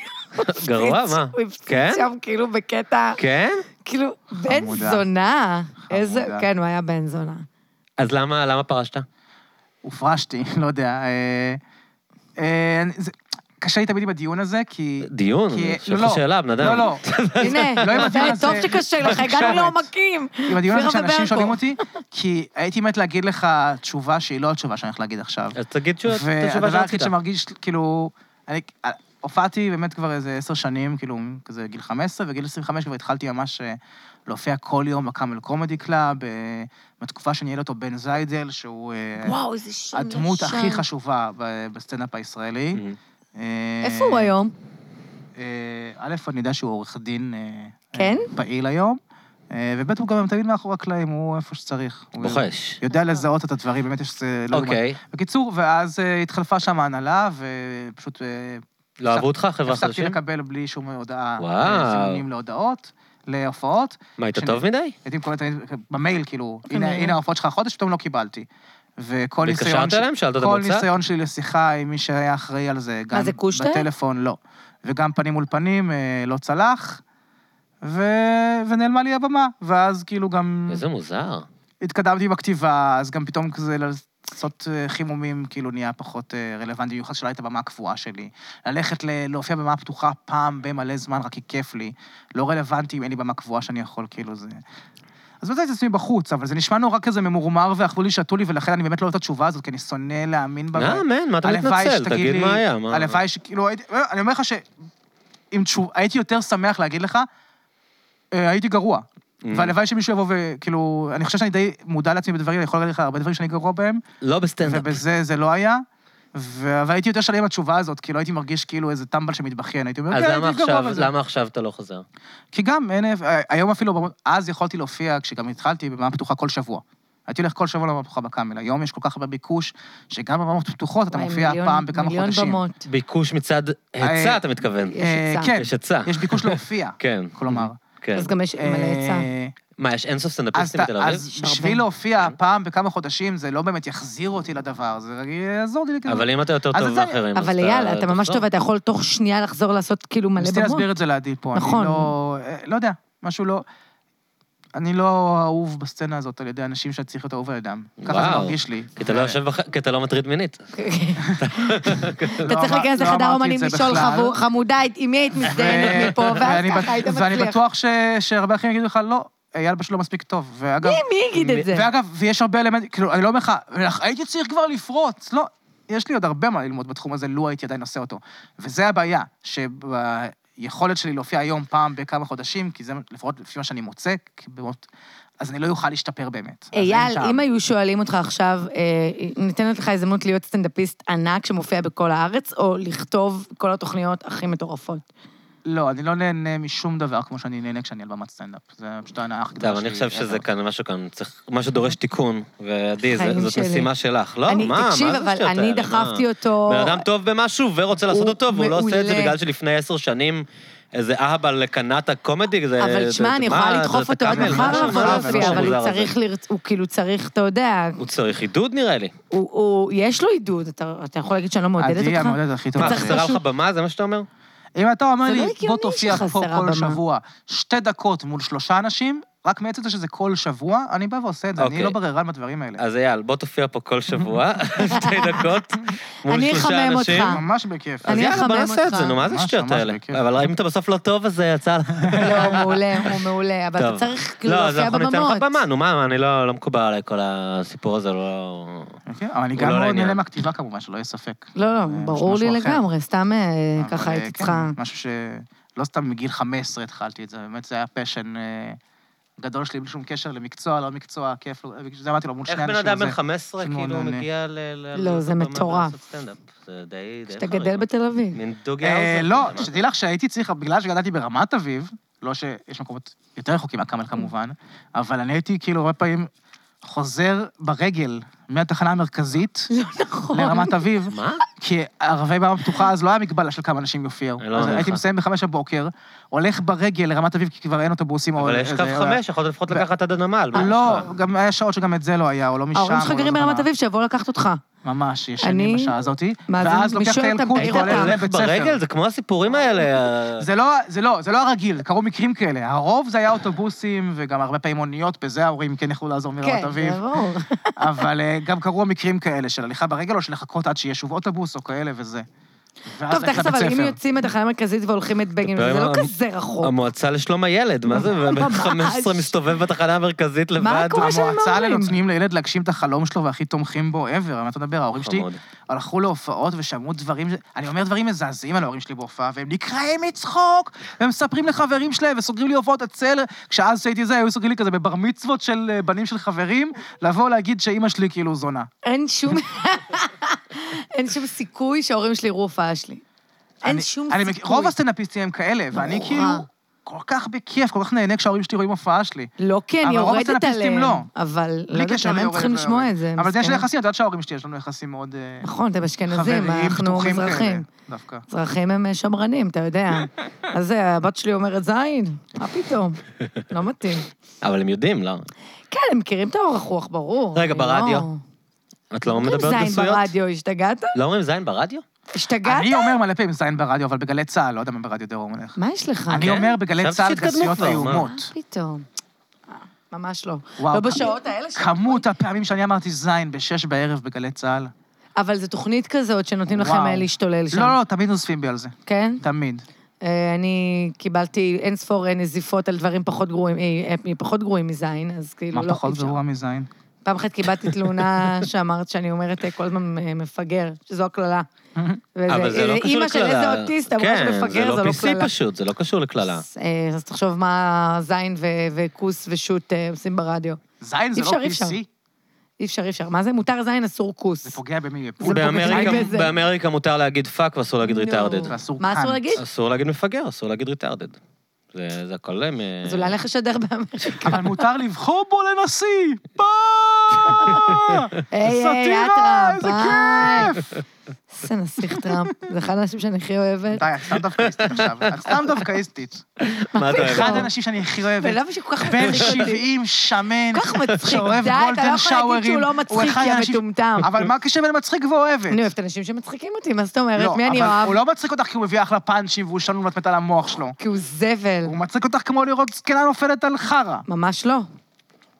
[SPEAKER 1] גרוע?
[SPEAKER 2] הפציץ-
[SPEAKER 1] מה?
[SPEAKER 2] הוא הפציץ
[SPEAKER 1] כן?
[SPEAKER 2] שם כאילו בקטע,
[SPEAKER 1] כן?
[SPEAKER 2] כאילו, בן
[SPEAKER 3] חמודה.
[SPEAKER 2] זונה. איזה,
[SPEAKER 3] חמודה.
[SPEAKER 2] כן, הוא היה בן זונה.
[SPEAKER 1] אז למה למה פרשת?
[SPEAKER 3] הופרשתי, לא יודע. אה, אה, זה- קשה לי תמיד עם הדיון הזה, כי...
[SPEAKER 1] דיון?
[SPEAKER 3] כי-
[SPEAKER 1] אני חושב
[SPEAKER 3] לא,
[SPEAKER 1] לך שאלה, בן אדם.
[SPEAKER 3] לא, לא.
[SPEAKER 2] הנה,
[SPEAKER 3] לא עם
[SPEAKER 2] יפה,
[SPEAKER 3] הדיון הזה.
[SPEAKER 2] טוב שקשה לך, הגענו
[SPEAKER 3] תקשורת.
[SPEAKER 2] לעומקים.
[SPEAKER 3] עם הדיון הזה
[SPEAKER 2] פירה
[SPEAKER 3] שאנשים
[SPEAKER 2] וברקו.
[SPEAKER 3] שואלים אותי, כי הייתי מת להגיד לך תשובה שהיא לא התשובה שאני הולך להגיד עכשיו.
[SPEAKER 1] אז תגיד תשוב- את התשובה
[SPEAKER 3] והדבר היחיד
[SPEAKER 1] שרצית.
[SPEAKER 3] שמרגיש, כאילו, אני אה, הופעתי באמת כבר איזה עשר שנים, כאילו, כזה גיל 15, וגיל 25 כבר התחלתי ממש אה, להופיע כל יום בקאמל קומדי קלאב, אה, בתקופה שניהל אותו בן זיידל, שהוא אה,
[SPEAKER 2] וואו, איזה שם
[SPEAKER 3] הדמות הכי
[SPEAKER 2] ישן.
[SPEAKER 3] חשובה ב- בסטנדאפ הישראלי.
[SPEAKER 1] מהמם.
[SPEAKER 3] אה,
[SPEAKER 2] איפה הוא היום?
[SPEAKER 3] אה, א', אני יודע שהוא עורך דין אה,
[SPEAKER 2] כן?
[SPEAKER 3] אה, פעיל היום, אה, וב' הוא גם תמיד מאחורי הקלעים, הוא איפה שצריך. הוא
[SPEAKER 1] בוחש.
[SPEAKER 3] יודע לזהות את הדברים, באמת יש... אה, לא יאומן.
[SPEAKER 1] אוקיי.
[SPEAKER 3] בקיצור, ואז אה, התחלפה שם ההנהלה, ופשוט אה,
[SPEAKER 1] לא אהבו אותך, חברה
[SPEAKER 3] הפסקתי
[SPEAKER 1] חדשים?
[SPEAKER 3] לקבל בלי שום הודעה,
[SPEAKER 1] וואו.
[SPEAKER 3] אה, זימונים להודעות, להופעות.
[SPEAKER 1] מה, היית
[SPEAKER 3] כשאני-
[SPEAKER 1] טוב מדי?
[SPEAKER 3] הייתי מקבל תמיד במייל, כאילו,
[SPEAKER 2] איזה
[SPEAKER 3] הנה
[SPEAKER 2] מהר.
[SPEAKER 3] הנה ההופעות שלך החודש, פתאום לא קיבלתי. וכל ניסיון...
[SPEAKER 1] התקשרת
[SPEAKER 3] ש-
[SPEAKER 1] אליהם? שאלת אותם
[SPEAKER 3] כל
[SPEAKER 1] בהוצאה?
[SPEAKER 3] ניסיון שלי לשיחה עם מי שהיה אחראי על זה, גם
[SPEAKER 2] זה קושטר?
[SPEAKER 3] בטלפון, לא. וגם פנים מול פנים, אה, לא צלח, ו... ונעלמה לי הבמה. ואז כאילו גם
[SPEAKER 1] איזה מוזר.
[SPEAKER 3] התקדמתי בכתיבה, אז גם פתאום כזה לעשות אה, חימומים, כאילו נהיה פחות אה, רלוונטי, במיוחד שלא הייתה במה הקבועה שלי. ללכת ל... להופיע במה פתוחה פעם במלא זמן, רק כי כיף לי. לא רלוונטי אם אין לי במה קבועה שאני יכול, כאילו זה... אז מצאתי את עצמי בחוץ, אבל זה נשמע נורא כזה ממורמר ואכלו לי, שתו לי, ולכן אני באמת לא אוהב את התשובה הזאת, כי אני שונא להאמין בה.
[SPEAKER 1] אה, מן, מה אתה
[SPEAKER 3] הלוואי
[SPEAKER 1] מתנצל?
[SPEAKER 3] שתגיד
[SPEAKER 1] תגיד
[SPEAKER 3] לי-
[SPEAKER 1] מה היה. מה-
[SPEAKER 3] הלוואי שכאילו, הייתי- לא, אני אומר לך ש... אם תשוב, הייתי יותר שמח להגיד לך, אה, הייתי גרוע.
[SPEAKER 1] Mm.
[SPEAKER 3] והלוואי שמישהו יבוא וכאילו, אני חושב שאני די מודע לעצמי בדברים, אני יכול להגיד לך הרבה דברים שאני גרוע בהם,
[SPEAKER 1] לא בסטנדאפ.
[SPEAKER 3] ובזה זה לא היה. ו... והייתי יותר שלם עם התשובה הזאת, כאילו הייתי מרגיש כאילו איזה טמבל שמתבכיין, הייתי אומר,
[SPEAKER 1] אז
[SPEAKER 3] כן,
[SPEAKER 1] למה
[SPEAKER 3] הייתי גרוע
[SPEAKER 1] עכשיו,
[SPEAKER 3] בזה.
[SPEAKER 1] למה עכשיו אתה לא חוזר?
[SPEAKER 3] כי גם אין, אה, היום אפילו, במו- אז יכולתי להופיע, כשגם התחלתי, במה פתוחה כל שבוע. הייתי הולך כל שבוע לבמה פתוחה בקאמל, היום יש כל כך הרבה ביקוש, שגם בבמות פתוחות אתה
[SPEAKER 2] וואי,
[SPEAKER 3] מופיע
[SPEAKER 2] מיליון-
[SPEAKER 3] פעם בכמה
[SPEAKER 2] מיליון
[SPEAKER 3] חודשים.
[SPEAKER 2] במות.
[SPEAKER 1] ביקוש מצד היצע, אתה מתכוון.
[SPEAKER 2] יש
[SPEAKER 3] אה,
[SPEAKER 2] היצע.
[SPEAKER 3] כן,
[SPEAKER 1] יש היצע.
[SPEAKER 3] יש ביקוש להופיע,
[SPEAKER 1] כן.
[SPEAKER 3] כלומר.
[SPEAKER 1] כן.
[SPEAKER 2] אז גם יש מלא היצע.
[SPEAKER 3] אה,
[SPEAKER 1] מה, יש אינסוף
[SPEAKER 3] אז,
[SPEAKER 1] סטנדאפיסטים
[SPEAKER 3] אתה-
[SPEAKER 1] בתל אביב? כן.
[SPEAKER 3] אז
[SPEAKER 2] יש הרבה.
[SPEAKER 3] בשביל להופיע פעם בכמה חודשים, זה לא באמת יחזיר אותי לדבר, זה רק יעזור לי כאילו. לכאילו.
[SPEAKER 1] אבל אם אתה יותר
[SPEAKER 3] אז
[SPEAKER 1] טוב
[SPEAKER 3] אתה-
[SPEAKER 1] מאחרים, אז
[SPEAKER 2] אבל אייל, אתה ממש
[SPEAKER 1] תחזור.
[SPEAKER 2] טוב, אתה יכול תוך שנייה לחזור לעשות כאילו מלא
[SPEAKER 3] ניסיתי
[SPEAKER 2] במות.
[SPEAKER 3] להסביר את זה לעדי פה,
[SPEAKER 2] נכון.
[SPEAKER 3] אני לא... אה, לא יודע, משהו לא... אני לא אהוב בסצנה הזאת על ידי אנשים שאת צריך להיות אהוב על ידם. ככה זה
[SPEAKER 1] וואו.
[SPEAKER 3] מרגיש לי.
[SPEAKER 1] כי אתה לא יושב בח... כי אתה לא מטריד מינית.
[SPEAKER 3] לא
[SPEAKER 2] אתה צריך להיכנס לחדר אומנים לשאול חבו- חמודה, עם מי היית מזדיינת מפה, ואז ככה היית מצליח.
[SPEAKER 3] ואני בטוח ש- שהרבה אחרים יגידו לך, לא, אייל בשלו לא מספיק טוב. ואגב,
[SPEAKER 2] מי- מי יגיד את זה?
[SPEAKER 3] ואגב, ויש הרבה אלמנטים, כאילו, אני לא אומר לך, הייתי צריך כבר לפרוץ, לא. יש לי עוד הרבה מה ללמוד בתחום הזה, לו הייתי עדיין עושה אותו. וזה הבעיה, שביכולת שלי להופיע היום פעם בכמה חודשים, כי זה לפחות לפי מה שאני מוצא, כי במות- אז אני לא אוכל להשתפר באמת. אז אין
[SPEAKER 2] אייל,
[SPEAKER 3] טעם.
[SPEAKER 2] אם היו שואלים אותך עכשיו, אה, ניתנת לך הזדמנות להיות סטנדאפיסט ענק שמופיע בכל הארץ, או לכתוב כל התוכניות הכי מטורפות?
[SPEAKER 3] לא, אני לא נהנה משום דבר כמו שאני נהנה כשאני על במת סטנדאפ. זה פשוט ההנאה הכי גדולה
[SPEAKER 1] טוב, אני חושב שזה
[SPEAKER 3] ever.
[SPEAKER 1] כאן משהו כאן, צריך, משהו דורש תיקון, ועדי, זה-
[SPEAKER 2] חיים
[SPEAKER 1] זאת
[SPEAKER 2] שלי.
[SPEAKER 1] משימה שלך. לא,
[SPEAKER 2] אני-
[SPEAKER 1] מה, מה זה
[SPEAKER 2] תקשיב,
[SPEAKER 1] השטויות
[SPEAKER 2] אבל
[SPEAKER 1] האלה?
[SPEAKER 2] אני
[SPEAKER 1] מה?
[SPEAKER 2] דחפתי אותו-
[SPEAKER 1] בן אדם טוב במשהו ורוצה לעשות
[SPEAKER 2] הוא
[SPEAKER 1] אותו, והוא לא עושה את זה
[SPEAKER 2] מעולה.
[SPEAKER 1] בגלל שלפני עשר שנים איזה אהבל לקנאת הקומדי, זה...
[SPEAKER 2] אבל
[SPEAKER 1] זה-
[SPEAKER 2] שמע, אני
[SPEAKER 1] אה, מה,
[SPEAKER 2] יכולה
[SPEAKER 1] זה-
[SPEAKER 2] לדחוף
[SPEAKER 1] אתה
[SPEAKER 2] אותו עד
[SPEAKER 1] קאמל,
[SPEAKER 2] מחר
[SPEAKER 1] מה
[SPEAKER 2] לבוא
[SPEAKER 1] לא, זה-
[SPEAKER 3] אבל
[SPEAKER 2] להופיע,
[SPEAKER 1] מה
[SPEAKER 2] אבל הוא
[SPEAKER 1] המוזר הזה?
[SPEAKER 2] צריך, לרצ- הוא כאילו צריך, אתה יודע,
[SPEAKER 1] הוא צריך עידוד נראה לי.
[SPEAKER 2] הוא- הוא- יש לו עידוד, אתה אתה יכול להגיד שאני לא מעודדת
[SPEAKER 3] עדי
[SPEAKER 2] אותך?
[SPEAKER 3] המודדת הכי
[SPEAKER 1] מה,
[SPEAKER 3] טובה.
[SPEAKER 2] צריך
[SPEAKER 1] חסרה לך
[SPEAKER 2] פשוט-
[SPEAKER 1] במה, זה מה שאתה אומר?
[SPEAKER 3] אם אתה אומר
[SPEAKER 2] זה לא
[SPEAKER 3] לי, בוא
[SPEAKER 2] הגיוני
[SPEAKER 3] תופיע פה
[SPEAKER 2] שחסרה
[SPEAKER 3] כל
[SPEAKER 2] במה."
[SPEAKER 3] שבוע, שתי דקות מול שלושה אנשים, רק מעצם זה שזה כל שבוע, אני בא ועושה את זה, אני
[SPEAKER 1] אוקיי.
[SPEAKER 3] לא בררן בדברים האלה.
[SPEAKER 1] אז אייל, בוא תופיע פה כל שבוע, שתי דקות, מול
[SPEAKER 2] אני
[SPEAKER 1] שלושה
[SPEAKER 2] אחמם אותך.
[SPEAKER 1] אנשים.
[SPEAKER 3] ממש בכיף.
[SPEAKER 1] אז
[SPEAKER 2] אה. אני
[SPEAKER 1] יאללה, בוא
[SPEAKER 2] אחמם
[SPEAKER 1] נעשה את
[SPEAKER 2] אותך.
[SPEAKER 1] זה, נו, מה זה
[SPEAKER 3] ממש,
[SPEAKER 1] השטויות
[SPEAKER 3] ממש
[SPEAKER 1] האלה?
[SPEAKER 3] בכיף.
[SPEAKER 1] אבל אם אתה בסוף לא טוב, אז אה, יצא לך.
[SPEAKER 2] לא, הוא מעולה, הוא מעולה, אבל אתה
[SPEAKER 1] טוב.
[SPEAKER 2] צריך כאילו
[SPEAKER 1] לא, אז
[SPEAKER 2] להופיע
[SPEAKER 1] אנחנו ניתן
[SPEAKER 2] בבמות.
[SPEAKER 1] לך במה, נו מה, אני לא לא מקובל עליי כל הסיפור הזה, לא...
[SPEAKER 3] אוקיי, אבל אני
[SPEAKER 1] הוא
[SPEAKER 3] גם
[SPEAKER 1] לא
[SPEAKER 3] מאוד
[SPEAKER 1] לעניין.
[SPEAKER 3] נהנה מהכתיבה כמובן, שלא יהיה ספק.
[SPEAKER 2] לא, לא,
[SPEAKER 3] זה
[SPEAKER 2] ברור לי
[SPEAKER 3] משהו אחר.
[SPEAKER 2] לגמרי, סתם אה,
[SPEAKER 3] אבל,
[SPEAKER 2] ככה
[SPEAKER 3] אה,
[SPEAKER 2] הייתי
[SPEAKER 3] כן,
[SPEAKER 2] צריכה...
[SPEAKER 3] משהו ש... לא סתם מגיל 15 התחלתי את זה, באמת זה היה פשן אה, גדול שלי, בלי שום קשר למקצוע, לא מקצוע, כיף, לא- זה אמרתי לו מול
[SPEAKER 1] איך
[SPEAKER 3] שני
[SPEAKER 1] בן
[SPEAKER 3] אנשים.
[SPEAKER 1] אדם
[SPEAKER 3] זה-
[SPEAKER 1] בן 15
[SPEAKER 3] שמעון,
[SPEAKER 1] כאילו
[SPEAKER 3] אני-
[SPEAKER 1] מגיע ל... ל-
[SPEAKER 2] לא, זה
[SPEAKER 1] לבמה
[SPEAKER 2] מטורף.
[SPEAKER 1] ולעשות סטנדאפ? זה די... די
[SPEAKER 2] שאתה
[SPEAKER 1] חריג.
[SPEAKER 2] גדל בתל אביב.
[SPEAKER 1] מין דוגי
[SPEAKER 3] אה,
[SPEAKER 1] האוזר.
[SPEAKER 3] לא,
[SPEAKER 1] כזה, מה?
[SPEAKER 3] שתדעי לך שהייתי צריך, בגלל שגדלתי ברמת אביב, לא שיש מקומות יותר רחוקים מהקאמל כמובן, אבל אני הייתי כאילו הרבה פעמים חוזר ברגל מהתחנה המרכזית
[SPEAKER 2] לא נכון.
[SPEAKER 3] לרמת אביב.
[SPEAKER 1] מה?
[SPEAKER 3] כי ערבי במה פתוחה, אז לא היה מגבלה של כמה אנשים יופיעו.
[SPEAKER 1] אני לא
[SPEAKER 3] אז
[SPEAKER 1] מאמין
[SPEAKER 3] הייתי
[SPEAKER 1] לך.
[SPEAKER 3] מסיים בחמש בבוקר, הולך ברגל לרמת אביב, כי כבר אין אוטובוסים. או
[SPEAKER 1] אבל יש קו
[SPEAKER 3] איזה-
[SPEAKER 1] חמש, יכולת לפחות
[SPEAKER 3] אה, ו-
[SPEAKER 1] לקחת עד הנמל. מה יש
[SPEAKER 3] לא,
[SPEAKER 1] לך?
[SPEAKER 3] גם היה שעות שגם את זה לא היה, או לא משם.
[SPEAKER 2] ההורים שלך
[SPEAKER 3] או לא
[SPEAKER 2] גרים
[SPEAKER 3] זוכר
[SPEAKER 2] ברמת
[SPEAKER 3] מה.
[SPEAKER 2] אביב, שיבואו לקחת אותך.
[SPEAKER 3] ממש
[SPEAKER 2] אני-
[SPEAKER 3] ישנים בשעה הזאתי.
[SPEAKER 2] מה, זה
[SPEAKER 3] ואז לוקח את
[SPEAKER 2] מישור
[SPEAKER 3] הילד
[SPEAKER 2] אתה
[SPEAKER 3] קורס
[SPEAKER 2] מטריד
[SPEAKER 3] והולך
[SPEAKER 2] אותם.
[SPEAKER 1] הולך
[SPEAKER 3] לבית ספר.
[SPEAKER 1] ברגל, זה כמו הסיפורים האלה. ה-
[SPEAKER 3] זה לא, זה לא, זה לא הרגיל, קרו מקרים כאלה. הרוב זה היה אוטובוסים, וגם הרבה פעמים אוניות, בזה ההורים כן יכלו לעזור מרמת
[SPEAKER 2] כן,
[SPEAKER 3] אביב.
[SPEAKER 2] זה ברור.
[SPEAKER 3] אבל אה, גם קרו המקרים כאלה של הליכה ברגל, או של לחכות עד שיהיה שוב אוטובוס, או כאלה וזה. ואז
[SPEAKER 2] טוב,
[SPEAKER 3] ללכת
[SPEAKER 2] תכף,
[SPEAKER 3] לבית
[SPEAKER 2] אבל אם
[SPEAKER 3] ספר.
[SPEAKER 2] יוצאים את החיים המרכזית והולכים את בגין,
[SPEAKER 1] דבר
[SPEAKER 2] זה לא
[SPEAKER 1] עם
[SPEAKER 2] כזה רחוק.
[SPEAKER 1] המועצה לשלום הילד, מה זה? בן 15 מסתובב בתחנה המרכזית לבד.
[SPEAKER 2] קורה שם עם
[SPEAKER 3] המועצה האלה
[SPEAKER 2] ההורים?
[SPEAKER 3] נותנים לילד להגשים את החלום שלו והכי תומכים בו ever, על מה אתה מדבר? ההורים שלי
[SPEAKER 1] חמוד.
[SPEAKER 3] הלכו להופעות ושמעו דברים, אני אומר דברים מזעזעים על ההורים שלי בהופעה, והם נקרעים מצחוק, והם מספרים לחברים שלהם וסוגרים לי הופעות עצל, כשאז שהייתי זה, היו סוגרים לי כזה בבר מצוות של אה, בנים של חברים, לבוא להגיד שאימא שלי כאילו זונה.
[SPEAKER 2] אין שום... אין שום סיכוי שההורים שלי יראו הופעה שלי. אין
[SPEAKER 3] אני-
[SPEAKER 2] שום
[SPEAKER 3] אני מכיר-
[SPEAKER 2] סיכוי.
[SPEAKER 3] רוב הסטנאפיסטים הם כאלה, ואני
[SPEAKER 2] נורא.
[SPEAKER 3] כאילו כל כך בכיף, כל כך נהנה כשההורים שלי רואים הופעה שלי.
[SPEAKER 2] לא כי אני
[SPEAKER 3] אבל רוב
[SPEAKER 2] יורדת עליהם,
[SPEAKER 3] הסטנאפיסטים לא.
[SPEAKER 2] אבל לא
[SPEAKER 3] בלי
[SPEAKER 2] יודעת
[SPEAKER 3] קשר
[SPEAKER 2] למה הם
[SPEAKER 3] ליורד
[SPEAKER 2] צריכים לשמוע
[SPEAKER 3] ויורד.
[SPEAKER 2] את זה.
[SPEAKER 3] אבל זה יש לי
[SPEAKER 2] מסכנים.
[SPEAKER 3] יחסים, את יודעת שההורים שלי, יש לנו יחסים מאוד... אה,
[SPEAKER 2] נכון, אתם אשכנזים,
[SPEAKER 3] חברים,
[SPEAKER 2] אנחנו
[SPEAKER 3] פתוחים כאלה,
[SPEAKER 2] מזרחים.
[SPEAKER 3] דווקא.
[SPEAKER 2] מזרחים הם אה, שמרנים, אתה יודע. אז זה, הבת שלי אומרת זין, מה פתאום? לא מתאים.
[SPEAKER 1] אבל הם יודעים, לא?
[SPEAKER 2] כן, הם מכירים את האורך רוח, ברור.
[SPEAKER 1] רגע,
[SPEAKER 2] אני לא-
[SPEAKER 1] ברדיו. את לא
[SPEAKER 2] אומרים
[SPEAKER 1] מדברת
[SPEAKER 2] כן, זין
[SPEAKER 1] גסויות?
[SPEAKER 2] ברדיו, השתגעת?
[SPEAKER 1] לא אומרים זין ברדיו?
[SPEAKER 2] השתגעת?
[SPEAKER 3] אני אומר מלא פעמים זין ברדיו, אבל בגלי צהל, לא יודע מה ברדיו דרום הולך.
[SPEAKER 2] מה יש לך?
[SPEAKER 3] אני
[SPEAKER 1] כן?
[SPEAKER 3] אומר בגלי
[SPEAKER 1] חשבתי
[SPEAKER 3] צהל
[SPEAKER 1] שהתקדמו
[SPEAKER 3] גסויות
[SPEAKER 1] כבר, מה?
[SPEAKER 2] מה
[SPEAKER 3] איומות.
[SPEAKER 2] פתאום? אה, ממש לא.
[SPEAKER 3] וואו,
[SPEAKER 2] לא
[SPEAKER 3] כמה-
[SPEAKER 2] בשעות האלה ש...
[SPEAKER 3] כמות הפעמים שאני אמרתי זין בשש בערב בגלי צהל.
[SPEAKER 2] אבל זו תוכנית כזאת שנותנים לכם
[SPEAKER 3] וואו.
[SPEAKER 2] אה, להשתולל שם.
[SPEAKER 3] לא, לא, תמיד נוספים בי על זה.
[SPEAKER 2] כן?
[SPEAKER 3] תמיד.
[SPEAKER 2] אה, אני קיבלתי אין ספור אה, נזיפות על דברים פחות גרועים, אה, אה, פחות גרועים מזין, אז כאילו
[SPEAKER 3] מה
[SPEAKER 2] לא, אי
[SPEAKER 3] פחות
[SPEAKER 2] אפשר.
[SPEAKER 3] גרוע מזין?
[SPEAKER 2] פעם אחת קיבלתי תלונה שאמרת שאני אומרת אה, כל הזמן אה, מפגר, שזו הקללה. וזה-
[SPEAKER 1] אבל זה לא
[SPEAKER 2] אה,
[SPEAKER 1] קשור לקללה.
[SPEAKER 2] אימא של איזה אוטיסט אמרה שמפגר, זו לא
[SPEAKER 1] כן, זה לא PC
[SPEAKER 2] קללה.
[SPEAKER 1] פשוט, זה לא קשור לקללה.
[SPEAKER 2] אה, אז תחשוב מה זין ו- וכוס ושות אה, עושים ברדיו.
[SPEAKER 3] זין זה
[SPEAKER 2] אי
[SPEAKER 3] לא
[SPEAKER 2] אפשר, אי אפשר.
[SPEAKER 3] PC,
[SPEAKER 2] אי אפשר, אי אפשר. מה זה? מותר זין, אסור כוס.
[SPEAKER 3] זה פוגע במי?
[SPEAKER 2] זה פוגע
[SPEAKER 1] באמריקה-
[SPEAKER 2] רק בזה.
[SPEAKER 1] באמריקה מותר להגיד פאק ואסור להגיד
[SPEAKER 2] נו.
[SPEAKER 1] ריטארדד.
[SPEAKER 3] ואסור
[SPEAKER 2] מה אסור
[SPEAKER 3] קאנט.
[SPEAKER 2] להגיד?
[SPEAKER 1] אסור להגיד מפגר, אסור להגיד ריטארדד. זה זה הכל... הם, אה,
[SPEAKER 2] אז אולי לך לשדר באמריקה.
[SPEAKER 3] אבל מותר לבחור בו לנשיא! בא!
[SPEAKER 2] היי, היי,
[SPEAKER 3] סאטירה,
[SPEAKER 2] אטרף,
[SPEAKER 3] איזה
[SPEAKER 2] היי. איזה נסיך טראמפ. זה אחד האנשים שאני הכי אוהבת.
[SPEAKER 3] די, את סתם דווקאיסטית עכשיו. את סתם דווקאיסטית.
[SPEAKER 1] מה
[SPEAKER 2] לא.
[SPEAKER 1] אתה
[SPEAKER 3] אחד
[SPEAKER 1] אוהב?
[SPEAKER 3] האנשים שאני הכי אוהבת.
[SPEAKER 2] ולמה שכל כך
[SPEAKER 3] בן
[SPEAKER 2] מצחיק אותי?
[SPEAKER 3] 70, שמן,
[SPEAKER 2] כל כך מצחיק,
[SPEAKER 3] שאוהב
[SPEAKER 2] די, אתה לא
[SPEAKER 3] גולדן
[SPEAKER 2] יכול להגיד
[SPEAKER 3] שאוורים.
[SPEAKER 2] שהוא לא מצחיק,
[SPEAKER 3] אחד
[SPEAKER 2] יא
[SPEAKER 3] האנשים-
[SPEAKER 2] מטומטם.
[SPEAKER 3] אבל מה הקשר בין מצחיק ואוהבת?
[SPEAKER 2] אני אוהבת אנשים שמצחיקים אותי, מה זאת אומרת?
[SPEAKER 3] לא,
[SPEAKER 2] מי אני
[SPEAKER 3] אבל
[SPEAKER 2] אוהב?
[SPEAKER 3] הוא לא מצחיק אותך כי הוא מביא אחלה פאנצ'ים והוא שנון ואת מתה על המוח שלו.
[SPEAKER 2] כי הוא זבל.
[SPEAKER 3] הוא מצחיק אותך כמו לראות זקנה נופלת על חרא.
[SPEAKER 2] ממש לא.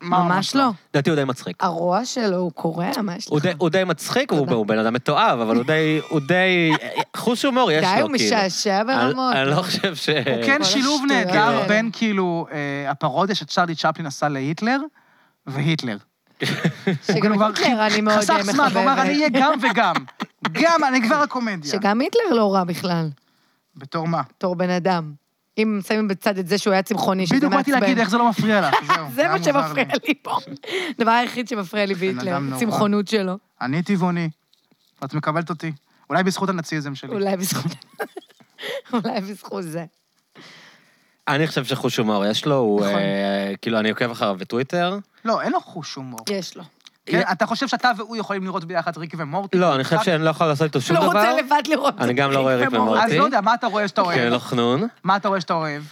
[SPEAKER 3] מה,
[SPEAKER 2] ממש לא.
[SPEAKER 1] לדעתי הוא די מצחיק.
[SPEAKER 2] הרוע שלו, הוא קורע, מה יש
[SPEAKER 1] הוא
[SPEAKER 2] לך?
[SPEAKER 1] די- הוא די מצחיק, הוא הוא בן אדם מתועב, אבל הוא די... הוא די... חוש הומור יש לו,
[SPEAKER 2] די,
[SPEAKER 1] כאילו.
[SPEAKER 2] הוא משעשע ברמות.
[SPEAKER 1] אני אני לא חושב ש...
[SPEAKER 3] הוא כן
[SPEAKER 2] כל
[SPEAKER 3] שילוב
[SPEAKER 2] השטויות כן.
[SPEAKER 3] נהדר
[SPEAKER 2] האלה.
[SPEAKER 3] בין כאילו אה, הפרודיה שצ'רלי צ'פלין עשה להיטלר והיטלר. הוא
[SPEAKER 2] שגם
[SPEAKER 3] כאילו כבר
[SPEAKER 2] היטלר אני מאוד אה,
[SPEAKER 3] חסך זמן, הוא אמר, אני
[SPEAKER 2] מחבבת.
[SPEAKER 3] אהיה גם וגם. גם, אני כבר הקומדיה.
[SPEAKER 2] שגם היטלר לא רע בכלל,
[SPEAKER 3] בתור מה?
[SPEAKER 2] בתור בן אדם. אם שמים בצד את זה שהוא היה צמחוני, שזה
[SPEAKER 3] בדיוק באתי להגיד
[SPEAKER 2] מעצבן.
[SPEAKER 3] איך זה לא מפריע לך, זהו.
[SPEAKER 2] זה
[SPEAKER 3] היה
[SPEAKER 2] מה
[SPEAKER 3] מוזר לי.
[SPEAKER 2] שמפריע לי פה. הדבר היחיד שמפריע לי בהיטלר,
[SPEAKER 3] אדם נורא.
[SPEAKER 2] צמחונות שלו.
[SPEAKER 3] אני טבעוני, ואת מקבלת אותי. אולי בזכות הנאציזם שלי.
[SPEAKER 2] אולי בזכות... אולי בזכות זה.
[SPEAKER 1] אני חושב שחוש הומור יש לו, הוא...
[SPEAKER 2] נכון.
[SPEAKER 1] אה, כאילו, אני עוקב אחריו בטוויטר.
[SPEAKER 3] לא, אין לו חוש הומור.
[SPEAKER 2] יש לו.
[SPEAKER 3] כן,
[SPEAKER 2] אה-
[SPEAKER 3] אתה חושב שאתה והוא יכולים לראות ביחד ריקי ומורטי?
[SPEAKER 1] לא, אני חושב שאני לא יכול לעשות איתו שום
[SPEAKER 2] לא רוצה
[SPEAKER 1] דבר.
[SPEAKER 2] לבד לראות
[SPEAKER 1] אני גם לא רואה ריק ומורטי.
[SPEAKER 3] אז לא יודע, מה אתה רואה שאתה
[SPEAKER 1] כי אני
[SPEAKER 3] אוהב?
[SPEAKER 1] לא חנון.
[SPEAKER 3] מה אתה רואה שאתה אוהב?
[SPEAKER 1] לא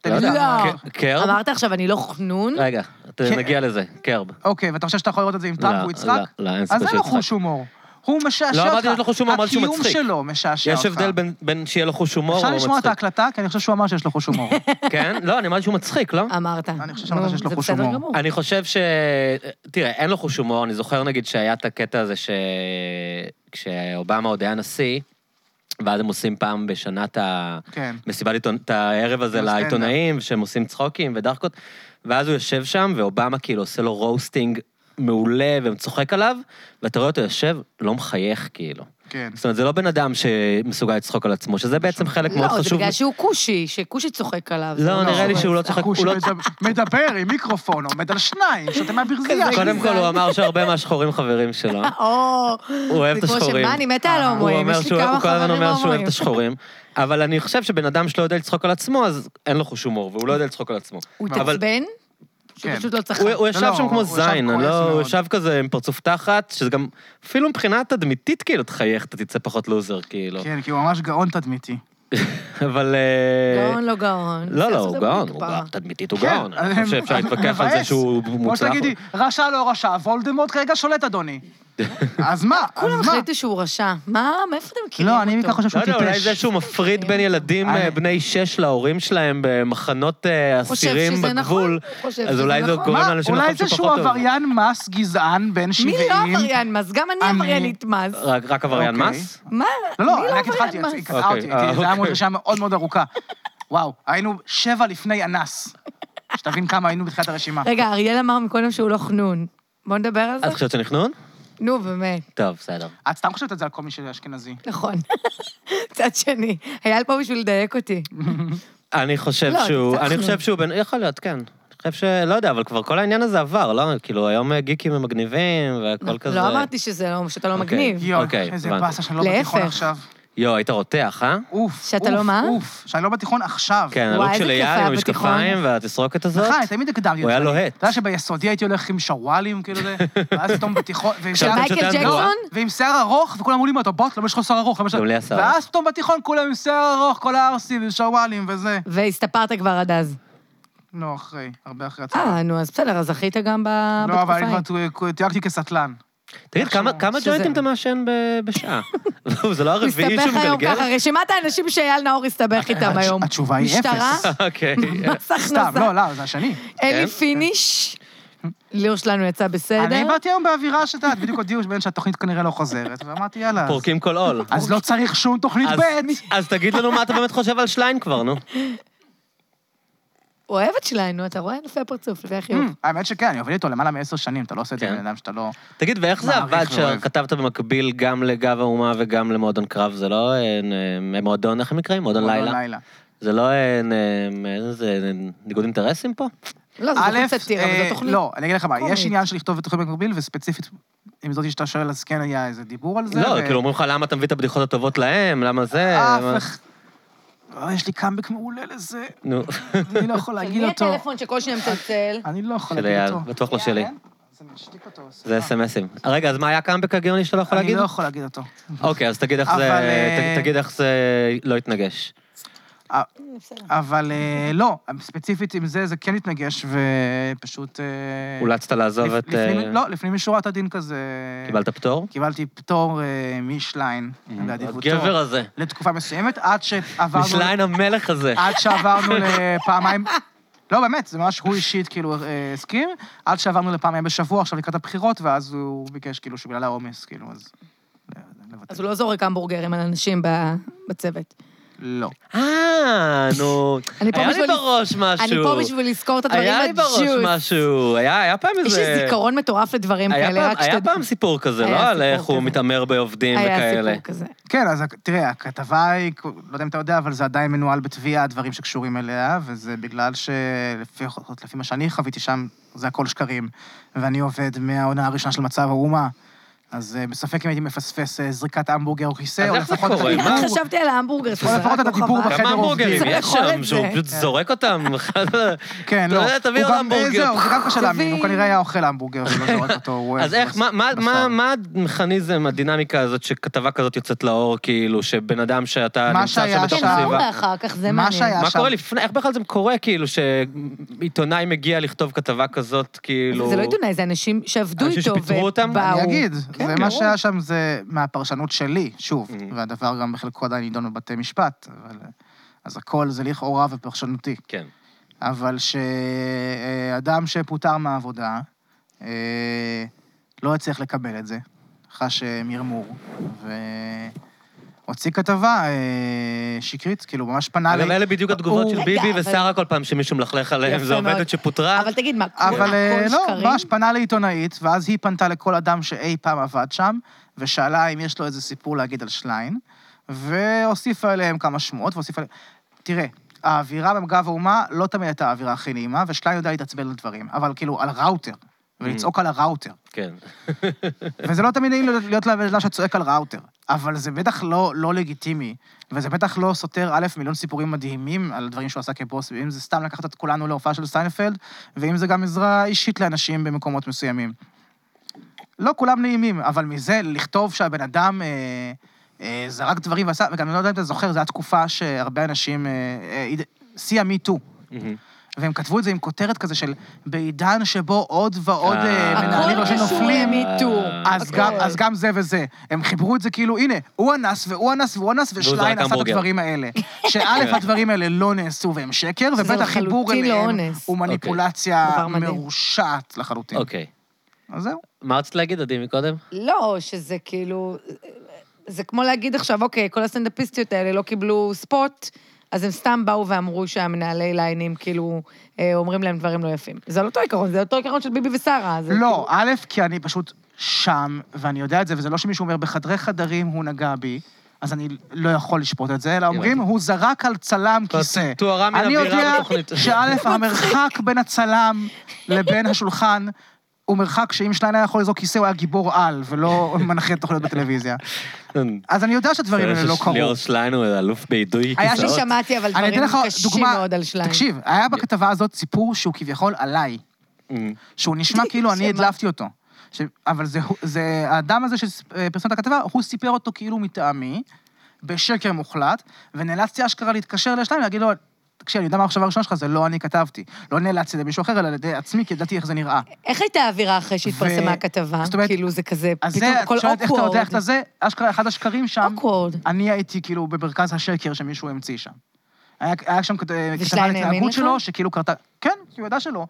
[SPEAKER 3] תגיד לי.
[SPEAKER 1] יודע.
[SPEAKER 2] לא.
[SPEAKER 1] ק- קרב?
[SPEAKER 2] אמרת עכשיו, אני לא חנון?
[SPEAKER 1] רגע, ת-
[SPEAKER 3] כן.
[SPEAKER 1] נגיע לזה, קרב.
[SPEAKER 3] אוקיי, ואתה חושב שאתה יכול לראות את זה עם
[SPEAKER 1] לא,
[SPEAKER 3] טראמפ ויצחק?
[SPEAKER 1] לא, לא, אין סיכוי
[SPEAKER 3] אז אין לו
[SPEAKER 1] שיצחק.
[SPEAKER 3] חוש הומור. הוא משעשע אותך.
[SPEAKER 1] לא, אמרתי שיש לו חוש הומור, אמרתי שהוא
[SPEAKER 3] הקיום
[SPEAKER 1] מצחיק.
[SPEAKER 3] שלו משעשע אותך.
[SPEAKER 1] יש הבדל בין- בין שיהיה לו חוש הומור או
[SPEAKER 3] אפשר
[SPEAKER 1] הוא
[SPEAKER 3] לשמוע את
[SPEAKER 1] מצחיק.
[SPEAKER 3] ההקלטה, כי אני חושב שהוא אמר שיש לו חוש הומור.
[SPEAKER 1] כן? לא, אני אמרתי שהוא מצחיק, לא?
[SPEAKER 2] אמרת.
[SPEAKER 3] אני חושב שאמרת
[SPEAKER 2] נו,
[SPEAKER 3] שיש לו חוש
[SPEAKER 2] זה
[SPEAKER 3] הומור.
[SPEAKER 2] בסדר גמור.
[SPEAKER 1] אני חושב ש... תראה, אין לו חוש הומור. אני זוכר, נגיד, שהיה את הקטע הזה ש... כשאובמה עוד היה נשיא, ואז הם עושים פעם בשנה את ה...
[SPEAKER 3] כן.
[SPEAKER 1] מסיבת עיתונ... את הערב הזה
[SPEAKER 3] עם הסטנדאפ.
[SPEAKER 1] לעיתונאים, שהם עושים צחוקים ודחקות, ואז הוא יושב שם, ואובמה כאילו עושה לו רוסטינג מעולה, וצוחק עליו, ואתה רואה אותו יושב, לא מחייך כאילו.
[SPEAKER 3] כן.
[SPEAKER 1] זאת אומרת, זה לא בן אדם שמסוגל לצחוק על עצמו, שזה בעצם חלק מאוד
[SPEAKER 2] לא, זה
[SPEAKER 1] חשוב.
[SPEAKER 2] בגלל שהוא כושי, שכושי צוחק עליו. זה
[SPEAKER 1] לא, נראה לי שהוא לא צוחק,
[SPEAKER 3] חוש
[SPEAKER 1] הוא לא...
[SPEAKER 3] מדבר עם מיקרופון, עומד על שניים, שותה מהברזייה.
[SPEAKER 2] כזה
[SPEAKER 1] קודם כל, לא. הוא אמר שהרבה מהשחורים חברים שלו.
[SPEAKER 2] או,
[SPEAKER 1] הוא אוהב את
[SPEAKER 2] זה כמו
[SPEAKER 1] השחורים. אה,
[SPEAKER 2] שמה, אני מתה על
[SPEAKER 1] הוא
[SPEAKER 2] ההומואים,
[SPEAKER 1] אומר
[SPEAKER 2] יש לי
[SPEAKER 1] שהוא,
[SPEAKER 2] כמה
[SPEAKER 1] הוא כל הזמן
[SPEAKER 2] חברים
[SPEAKER 1] אומר שהוא אוהב
[SPEAKER 2] הומואים.
[SPEAKER 1] את השחורים, אבל אני חושב שבן אדם שלא יודע לצחוק על עצמו, אז אין לו חוש הומור, והוא לא יודע לצחוק על עצמו.
[SPEAKER 2] הוא
[SPEAKER 1] אבל-
[SPEAKER 2] התעצבן? שהוא
[SPEAKER 3] כן.
[SPEAKER 2] פשוט לא צחק.
[SPEAKER 1] הוא, הוא
[SPEAKER 3] לא,
[SPEAKER 1] ישב
[SPEAKER 3] לא,
[SPEAKER 1] שם כמו
[SPEAKER 3] הוא ישב
[SPEAKER 1] זין, אני
[SPEAKER 3] כועס
[SPEAKER 1] לא, הוא
[SPEAKER 3] מאוד.
[SPEAKER 1] ישב כזה עם פרצוף תחת, שזה גם, אפילו מבחינה תדמיתית, כאילו, תחייך, אתה תצא פחות לוזר, כאילו.
[SPEAKER 3] כן, כי הוא ממש גאון תדמיתי.
[SPEAKER 1] אבל... אה,
[SPEAKER 2] גאון לא גאון.
[SPEAKER 1] לא, לא,
[SPEAKER 2] בסדר,
[SPEAKER 1] הוא
[SPEAKER 2] זה
[SPEAKER 1] גאון, הוא
[SPEAKER 2] בדיוק
[SPEAKER 1] גאון,
[SPEAKER 2] פעם.
[SPEAKER 1] תדמיתית הוא
[SPEAKER 3] כן,
[SPEAKER 1] גאון. אני
[SPEAKER 3] הם-
[SPEAKER 1] חושב שאפשר להתווכח על זה
[SPEAKER 3] מבאס.
[SPEAKER 1] שהוא
[SPEAKER 3] כמו
[SPEAKER 1] מוצלח.
[SPEAKER 3] שתגידי, רשע לא רשע, וולדמורט כרגע שולט, אדוני. אז מה?
[SPEAKER 2] כולם
[SPEAKER 3] אז מה?
[SPEAKER 2] החליטו שהוא רשע. מה, מאיפה אתם מכירים אותו?
[SPEAKER 3] לא, אני בעיקר חושב
[SPEAKER 1] לא
[SPEAKER 3] שהוא
[SPEAKER 1] יודע, אולי זה
[SPEAKER 3] טיפש.
[SPEAKER 1] שהוא מפריד בין ילדים
[SPEAKER 3] אני-
[SPEAKER 1] אה, בני שש להורים שלהם במחנות אה,
[SPEAKER 2] חושב
[SPEAKER 1] אסירים
[SPEAKER 2] שזה נכון,
[SPEAKER 1] בגבול,
[SPEAKER 2] הוא חושב
[SPEAKER 1] אז
[SPEAKER 2] שזה
[SPEAKER 1] אולי זה
[SPEAKER 2] נכון.
[SPEAKER 1] גורם
[SPEAKER 3] מה?
[SPEAKER 1] לאנשים
[SPEAKER 3] אולי
[SPEAKER 1] לחשוב
[SPEAKER 3] זה
[SPEAKER 1] שהוא
[SPEAKER 3] שהוא
[SPEAKER 1] פחות טוב.
[SPEAKER 3] עבריין מס גזען בן 70.
[SPEAKER 2] מי לא עבריין מס? גם אני
[SPEAKER 3] אני-
[SPEAKER 2] עבריינית מס.
[SPEAKER 1] רק רק עבריין
[SPEAKER 3] אוקיי.
[SPEAKER 1] מס?
[SPEAKER 2] מה?
[SPEAKER 3] לא,
[SPEAKER 2] מי
[SPEAKER 3] לא, אני רק התחלתי,
[SPEAKER 2] עבריין מס?
[SPEAKER 3] היא קטעה אותי,
[SPEAKER 1] אוקיי, אה,
[SPEAKER 3] זה היה מאוד
[SPEAKER 1] אוקיי.
[SPEAKER 3] רשימה מאוד מאוד ארוכה. וואו, היינו שבע לפני אנס. שתבין כמה היינו בתחילת הרשימה.
[SPEAKER 2] רגע, אריאל אמר מקודם שהוא לא חנון. בוא נדבר על זה?
[SPEAKER 1] את חושבת שאני חנון?
[SPEAKER 2] נו, באמת,
[SPEAKER 1] טוב, בסדר.
[SPEAKER 3] את סתם חושבת את זה על כל מי שאשכנזי.
[SPEAKER 2] נכון. צד שני. אייל פה בשביל לדייק אותי.
[SPEAKER 1] אני חושב
[SPEAKER 2] לא, אתה
[SPEAKER 1] שהוא,
[SPEAKER 2] קצת
[SPEAKER 1] אני
[SPEAKER 2] חנון.
[SPEAKER 1] חושב שהוא בן, יכול להיות, כן. אני חושב שלא יודע, אבל כבר כל העניין הזה עבר, לא? כאילו, היום אה, גיקים הם מגניבים והכל כזה.
[SPEAKER 2] לא אמרתי שזה לא, שאתה לא
[SPEAKER 1] אוקיי.
[SPEAKER 2] מגניב.
[SPEAKER 3] יואו,
[SPEAKER 1] אוקיי,
[SPEAKER 3] איזה
[SPEAKER 1] הבנתי.
[SPEAKER 3] באסה שאני לא בתיכון
[SPEAKER 2] להפך.
[SPEAKER 3] עכשיו.
[SPEAKER 1] יואו, היית רותח, אה?
[SPEAKER 3] אוף,
[SPEAKER 2] שאתה
[SPEAKER 3] אוף,
[SPEAKER 2] לא מה?
[SPEAKER 3] אוף, שאני לא בתיכון עכשיו.
[SPEAKER 1] כן,
[SPEAKER 2] וואי,
[SPEAKER 1] הלוק
[SPEAKER 2] איזה
[SPEAKER 1] של
[SPEAKER 2] כיף
[SPEAKER 1] אייל
[SPEAKER 2] היה
[SPEAKER 1] עם
[SPEAKER 2] בתיכון.
[SPEAKER 1] המשקפיים והתסרוקת הזאת.
[SPEAKER 3] נכון, אני תמיד הקדמתי
[SPEAKER 1] הוא היה
[SPEAKER 3] את זה.
[SPEAKER 1] לוהט.
[SPEAKER 3] אתה יודע שביסודי הייתי הולך עם שרוואלים, כאילו זה, ואז פתאום בתיכון, ועם
[SPEAKER 1] עכשיו
[SPEAKER 3] שיער-
[SPEAKER 1] פשוט
[SPEAKER 2] מייקל
[SPEAKER 1] היה
[SPEAKER 2] ג'קסון?
[SPEAKER 3] ועם שיער ארוך, וכולם אמרו לי, מה, אתה בוט? למה יש לך שיער ארוך? למה יש לך-"
[SPEAKER 1] גם לי היה שיער
[SPEAKER 3] ואז פתאום בתיכון כולם עם שיער ארוך, כל הערסים, עם שרוואלים וזה.
[SPEAKER 2] והסתפרת כבר עד אז.
[SPEAKER 3] לא, אחרי, הרבה אחרי הצבא.
[SPEAKER 2] אה, נו, אז בסדר, אז זכית גם ב-
[SPEAKER 3] לא, אבל
[SPEAKER 2] אה, בתקופה
[SPEAKER 3] אני
[SPEAKER 2] ההיא.
[SPEAKER 3] כבר תו- תויגתי כסטלן.
[SPEAKER 1] תגיד, כמה-
[SPEAKER 3] איכשהו.
[SPEAKER 1] כמה
[SPEAKER 2] נכון. שזה-
[SPEAKER 1] ג'וינטים אתה מעשן ב- בשעה? זה לא
[SPEAKER 2] הוא
[SPEAKER 1] הרביעי
[SPEAKER 2] הסתבך היום
[SPEAKER 1] שמגלגל?
[SPEAKER 2] ככה, רשימת האנשים שאייל נאור הסתבך איתם
[SPEAKER 3] אה? התש-
[SPEAKER 2] היום.
[SPEAKER 3] התשובה היא
[SPEAKER 2] משטרה,
[SPEAKER 3] אפס.
[SPEAKER 1] אוקיי.
[SPEAKER 2] מס הכנסה.
[SPEAKER 3] סתם, לא, לא, זה השני.
[SPEAKER 2] אלי
[SPEAKER 1] כן.
[SPEAKER 2] פיניש. ליאור שלנו יצא
[SPEAKER 3] אני
[SPEAKER 2] בסדר.
[SPEAKER 3] באתי היום באווירה שאתה, יודעת, בדיוק הודיעו בין שהתוכנית כנראה לא חוזרת, ואמרתי, יאללה. אז-
[SPEAKER 1] פורקים כל עול.
[SPEAKER 3] אז לא צריך שום תוכנית
[SPEAKER 1] אז-
[SPEAKER 3] ב'.
[SPEAKER 1] אז תגיד לנו מה אתה באמת חושב על שליין כבר, נו.
[SPEAKER 2] הוא אוהב את שלנו, אתה רואה? לפי הפרצוף, לפי החיוך.
[SPEAKER 3] Mm, האמת שכן, אני עובד איתו למעלה מעשר שנים, אתה לא עושה את זה
[SPEAKER 1] כן.
[SPEAKER 3] לבן אדם שאתה לא...
[SPEAKER 1] תגיד, ואיך זה
[SPEAKER 3] מעריך
[SPEAKER 1] עבד
[SPEAKER 3] ואוהב.
[SPEAKER 1] שכתבת במקביל גם לגב האומה וגם למועדון קרב? זה לא אה, אה, מועדון, איך הם נקראים? מועדון
[SPEAKER 3] לא
[SPEAKER 1] לילה? זה לא אה, אה, איזה ניגוד אינטרסים פה?
[SPEAKER 2] לא, זה
[SPEAKER 3] א',
[SPEAKER 2] תוכנית סאטירה, אבל
[SPEAKER 3] אה,
[SPEAKER 2] זו תוכנית.
[SPEAKER 3] לא, אני אגיד לך מה,
[SPEAKER 2] קומית.
[SPEAKER 3] יש עניין של לכתוב את התוכנית במקביל, וספציפית, אם זאת שאתה שואל, אז כן היה איזה דיבור על זה.
[SPEAKER 1] לא,
[SPEAKER 3] ו- אה,
[SPEAKER 1] כאילו אומרים לך למה אתה מביא את הבדיחות הטובות להם, למה זה...
[SPEAKER 3] אף
[SPEAKER 1] למה-
[SPEAKER 3] אח... אה, יש לי קאמבק מעולה לזה,
[SPEAKER 1] נו,
[SPEAKER 3] אני לא יכול להגיד
[SPEAKER 2] מי
[SPEAKER 3] אותו.
[SPEAKER 2] הטלפון שכל שניה מצלצל?
[SPEAKER 3] אני לא יכול
[SPEAKER 1] של
[SPEAKER 3] להגיד
[SPEAKER 1] אייל,
[SPEAKER 3] אותו.
[SPEAKER 1] בטוח לא שלי.
[SPEAKER 3] כן? אז אני אשתיק אותו,
[SPEAKER 1] זה
[SPEAKER 3] סליחה.
[SPEAKER 1] אס.אם.אסים. רגע, אז מה היה הקאמבק הגאוני שאתה לא יכול
[SPEAKER 3] אני
[SPEAKER 1] להגיד?
[SPEAKER 3] לא יכול להגיד אותו.
[SPEAKER 1] אוקיי, אז תגיד איך
[SPEAKER 3] אבל,
[SPEAKER 1] זה...
[SPEAKER 3] אה,
[SPEAKER 1] ת- תגיד איך זה לא התנגש.
[SPEAKER 3] אה,
[SPEAKER 2] כן.
[SPEAKER 3] אבל אה, לא, ספציפית עם זה, זה כן התנגש, ופשוט... אה,
[SPEAKER 1] אולצת לעזוב
[SPEAKER 3] לפ-
[SPEAKER 1] את...
[SPEAKER 3] לפנים-
[SPEAKER 1] אה,
[SPEAKER 3] לא, לפנים משורת הדין כזה...
[SPEAKER 1] קיבלת פטור?
[SPEAKER 3] קיבלתי פטור אה, משליין, באדיבותו.
[SPEAKER 1] הגבר הזה.
[SPEAKER 3] לתקופה מסוימת, עד שעברנו...
[SPEAKER 1] משליין המלך הזה.
[SPEAKER 2] אה,
[SPEAKER 3] עד שעברנו לפעמיים... לא, באמת, זה ממש הוא אישית, כאילו, אה, הסכים, עד שעברנו לפעמיים בשבוע, עכשיו לקראת הבחירות, ואז הוא ביקש, כאילו, שבגלל העומס, כאילו, אז...
[SPEAKER 2] אז הוא לא זורק המבורגרים על אנשים ב- בצוות.
[SPEAKER 3] לא.
[SPEAKER 1] אה, נו.
[SPEAKER 2] אני פה
[SPEAKER 1] היה לי
[SPEAKER 2] בשביל-
[SPEAKER 1] בראש משהו.
[SPEAKER 2] אני פה בשביל לזכור את הדברים
[SPEAKER 1] היה לי בראש
[SPEAKER 2] בג'וס.
[SPEAKER 1] משהו. היה היה פעם
[SPEAKER 2] יש
[SPEAKER 1] איזה...
[SPEAKER 2] לי זיכרון מטורף לדברים
[SPEAKER 1] היה
[SPEAKER 2] כאלה,
[SPEAKER 1] פעם-
[SPEAKER 2] רק
[SPEAKER 1] היה
[SPEAKER 2] שתדע.
[SPEAKER 1] פעם סיפור כזה,
[SPEAKER 2] היה
[SPEAKER 1] לא? על
[SPEAKER 2] סיפור
[SPEAKER 1] איך הוא
[SPEAKER 2] כזה.
[SPEAKER 1] מתעמר בעובדים
[SPEAKER 2] היה
[SPEAKER 1] וכאלה.
[SPEAKER 2] סיפור כזה.
[SPEAKER 3] כן, אז תראה, הכתבה היא, לא יודע אם אתה יודע, אבל זה עדיין מנוהל בתביעה, הדברים שקשורים אליה, וזה בגלל שלפי לפחות לפי מה שאני חוויתי שם, זה הכל שקרים. ואני עובד מהעונה הראשונה של מצב האומה, אז אה, בספק אם הייתי מפספס אה, זריקת המבורגר או כיסא,
[SPEAKER 1] אז
[SPEAKER 3] או
[SPEAKER 1] איך זה
[SPEAKER 3] לפחות... את
[SPEAKER 1] קורה?
[SPEAKER 3] הדיבור.
[SPEAKER 1] מה?
[SPEAKER 2] חשבתי על ההמבורגר,
[SPEAKER 3] או לפחות את הדיבור
[SPEAKER 2] חבל.
[SPEAKER 1] כמה
[SPEAKER 3] בחדר עובדים.
[SPEAKER 1] המבורגרים
[SPEAKER 2] צריך
[SPEAKER 1] יש
[SPEAKER 2] לאכול
[SPEAKER 1] שם,
[SPEAKER 2] את
[SPEAKER 1] שהוא
[SPEAKER 2] זה.
[SPEAKER 1] פשוט זורק אותם.
[SPEAKER 3] כן,
[SPEAKER 1] אתה
[SPEAKER 3] לא.
[SPEAKER 1] יודע, תביא
[SPEAKER 3] הוא
[SPEAKER 1] עוד
[SPEAKER 3] גם- אה,
[SPEAKER 1] המבורגר.
[SPEAKER 3] זהו, זה גם קשה להאמין, הוא
[SPEAKER 2] תביא.
[SPEAKER 3] כנראה היה אוכל המבורגר ולא זורק אותו, הוא נכון. אוהב
[SPEAKER 1] אז איך, מה- מה- מה-
[SPEAKER 3] בשר.
[SPEAKER 1] מה המכניזם, הדינמיקה הזאת, שכתבה כזאת יוצאת לאור, כאילו, שבן אדם שאתה
[SPEAKER 3] מה
[SPEAKER 1] נמצא
[SPEAKER 3] שהיה
[SPEAKER 1] שם
[SPEAKER 2] כן,
[SPEAKER 1] בתוך
[SPEAKER 3] שם-
[SPEAKER 2] מה
[SPEAKER 1] הסביבה?
[SPEAKER 2] קורה אחר כך? זה
[SPEAKER 3] מה
[SPEAKER 2] מעניין.
[SPEAKER 3] שהיה
[SPEAKER 1] מה
[SPEAKER 3] שם.
[SPEAKER 1] קורה לפני, איך בכלל זה קורה, כאילו, שעיתונאי מגיע לכתוב כתבה כזאת, כאילו...
[SPEAKER 2] זה לא עיתונאי, זה אנשים שעבדו
[SPEAKER 1] אנשים
[SPEAKER 2] איתו
[SPEAKER 1] שפיטרו אותם?
[SPEAKER 2] ובאו.
[SPEAKER 3] אני אגיד,
[SPEAKER 2] כן,
[SPEAKER 3] זה מה
[SPEAKER 2] ברור.
[SPEAKER 3] שהיה שם, זה מהפרשנות שלי, שוב,
[SPEAKER 1] Mhm.
[SPEAKER 3] והדבר גם בחלקו עדיין נידון בבתי משפט, אבל... אז הכל זה לכאורה ופרשנותי.
[SPEAKER 1] כן.
[SPEAKER 3] אבל שאדם שפוטר מהעבודה, אה, לא הצליח לקבל את זה, חש אה, מרמור, והוציא כתבה אה, שקרית, כאילו, ממש פנה
[SPEAKER 1] אגב, אלה בדיוק התגובות
[SPEAKER 3] הוא-
[SPEAKER 1] של
[SPEAKER 2] רגע,
[SPEAKER 1] ביבי
[SPEAKER 2] אבל-
[SPEAKER 1] ושרה כל פעם שמישהו מלכלך עליהם,
[SPEAKER 2] יפה
[SPEAKER 1] זו
[SPEAKER 2] מאוד.
[SPEAKER 1] עובדת שפוטרה.
[SPEAKER 2] אבל תגיד, מה,
[SPEAKER 3] אבל אה,
[SPEAKER 2] הכל
[SPEAKER 3] לא,
[SPEAKER 2] שקרים?
[SPEAKER 3] ממש פנה לעיתונאית, ואז היא פנתה לכל אדם שאי פעם עבד שם, ושאלה אם יש לו איזה סיפור להגיד על שליין, והוסיפה אליהם כמה שמועות, והוסיפה אליהם... תראה, האווירה במג"ב האומה לא תמיד הייתה האווירה הכי נעימה, ושליין יודע להתעצבן על דברים, אבל כאילו, על ראוטר, ולצעוק על הראוטר.
[SPEAKER 1] כן.
[SPEAKER 3] וזה לא תמיד נעים להיות- להיות לבן אדם שצועק על ראוטר, אבל זה בטח לא, לא לגיטימי, וזה בטח לא סותר, א', מיליון סיפורים מדהימים על דברים שהוא עשה כבוס, ואם זה סתם לקחת את כולנו להופעה של סטיינפלד, ואם זה גם עזרה אישית לאנשים במקומות מסוימים. לא כולם נעימים, אבל מזה לכתוב שהבן אדם אה, אה, זרק דברים ועשה, וגם אני לא יודע אם אתה זוכר, זו הייתה תקופה שהרבה אנשים, אה, אה, עיד- שיא המיטו, אוקיי.
[SPEAKER 1] מהמם.
[SPEAKER 3] והם כתבו את זה עם כותרת כזה של בעידן שבו עוד ועוד
[SPEAKER 1] אה.
[SPEAKER 3] אה,
[SPEAKER 1] הכל
[SPEAKER 3] מנהלים לא
[SPEAKER 1] קשור
[SPEAKER 3] שנופלים.
[SPEAKER 1] למי-
[SPEAKER 2] למיטו.
[SPEAKER 3] אז
[SPEAKER 1] הכל.
[SPEAKER 3] גם, אז גם זה וזה. הם חיברו את זה כאילו, הנה, הוא אנס והוא אנס והוא אנס, ושליין עשה את
[SPEAKER 1] המבורגר.
[SPEAKER 3] הדברים האלה. שא',
[SPEAKER 1] כן.
[SPEAKER 3] הדברים האלה לא נעשו והם שקר,
[SPEAKER 2] שזה
[SPEAKER 3] וב', החיבור
[SPEAKER 2] לחלוטין לא
[SPEAKER 3] אליהם
[SPEAKER 2] אונס.
[SPEAKER 3] הוא
[SPEAKER 2] דבר
[SPEAKER 3] מניפולציה
[SPEAKER 2] מדהים.
[SPEAKER 3] מרושעת לחלוטין.
[SPEAKER 1] אוקיי.
[SPEAKER 3] אז זהו.
[SPEAKER 1] מה רצית להגיד, עדי, מקודם?
[SPEAKER 2] לא, שזה כאילו... זה כמו להגיד עכשיו, אוקיי, כל הסטנדאפיסטיות האלה לא קיבלו ספוט, אז הם סתם באו ואמרו שהמנהלי ליינים כאילו אה, אומרים להם דברים לא יפים. זה על אותו עיקרון, זה אותו עיקרון של ביבי ושרה. זה
[SPEAKER 3] לא,
[SPEAKER 1] אוקיי.
[SPEAKER 3] א', כי אני פשוט שם, ואני יודע את זה, וזה לא שמישהו אומר, בחדרי חדרים הוא נגע בי. אז אני לא יכול לשפוט את זה, אלא אומרים,
[SPEAKER 1] הבנתי.
[SPEAKER 3] הוא זרק על צלם כיסא.
[SPEAKER 1] תוארה מן
[SPEAKER 3] אני
[SPEAKER 1] הבירה
[SPEAKER 3] יודע
[SPEAKER 1] בתוכנית.
[SPEAKER 3] שא', המרחק בין הצלם לבין השולחן הוא מרחק שאם שטיין היה יכול לזרוק כיסא, הוא היה גיבור על, ולא מנחה תוכניות בטלוויזיה. אז אני יודע שהדברים האלה לא קרו.
[SPEAKER 1] ליאור שליין הוא אלוף בעידוי
[SPEAKER 3] היה
[SPEAKER 2] כאילו-
[SPEAKER 1] כיסאות.
[SPEAKER 2] אני שמעתי אבל
[SPEAKER 3] אני אתן
[SPEAKER 2] דברים
[SPEAKER 3] לך
[SPEAKER 2] קשים
[SPEAKER 3] דוגמה,
[SPEAKER 2] מאוד על שליין.
[SPEAKER 3] תקשיב, היה בכתבה הזאת סיפור שהוא כביכול עליי.
[SPEAKER 1] אמ,
[SPEAKER 3] שהוא נשמע כאילו אני
[SPEAKER 2] שמה?
[SPEAKER 3] הדלפתי אותו. ש... אבל זה, הוא- זה, האדם הזה שפרסם את הכתבה, הוא סיפר אותו כאילו מטעמי, בשקר מוחלט, ונאלצתי אשכרה להתקשר לשניים ולהגיד לו, תקשיב, אני יודע מה המחשבה הראשונה שלך, זה לא אני כתבתי. לא נאלצתי למישהו אחר, אלא על ידי עצמי, כי ידעתי איך זה נראה.
[SPEAKER 2] איך הייתה האווירה אחרי שהתפרסמה
[SPEAKER 3] ו-
[SPEAKER 2] הכתבה?
[SPEAKER 3] זאת אומרת,
[SPEAKER 2] כאילו זה כזה,
[SPEAKER 3] אז
[SPEAKER 2] פתאום
[SPEAKER 3] זה,
[SPEAKER 2] הכל
[SPEAKER 3] את שואלת איך אתה יודע איך
[SPEAKER 2] אוקוורד.
[SPEAKER 3] אתה זה, אשכרה אחד השקרים שם,
[SPEAKER 2] אוקוורד.
[SPEAKER 3] אני הייתי כאילו במרכז השקר שמישהו המציא שם. היה, היה שם כת- כתבה
[SPEAKER 2] ושליין
[SPEAKER 3] על
[SPEAKER 2] האמין
[SPEAKER 3] התנהגות
[SPEAKER 2] לך?
[SPEAKER 3] שלו, שכאילו קרתה, כן, כי הוא ידע שלא.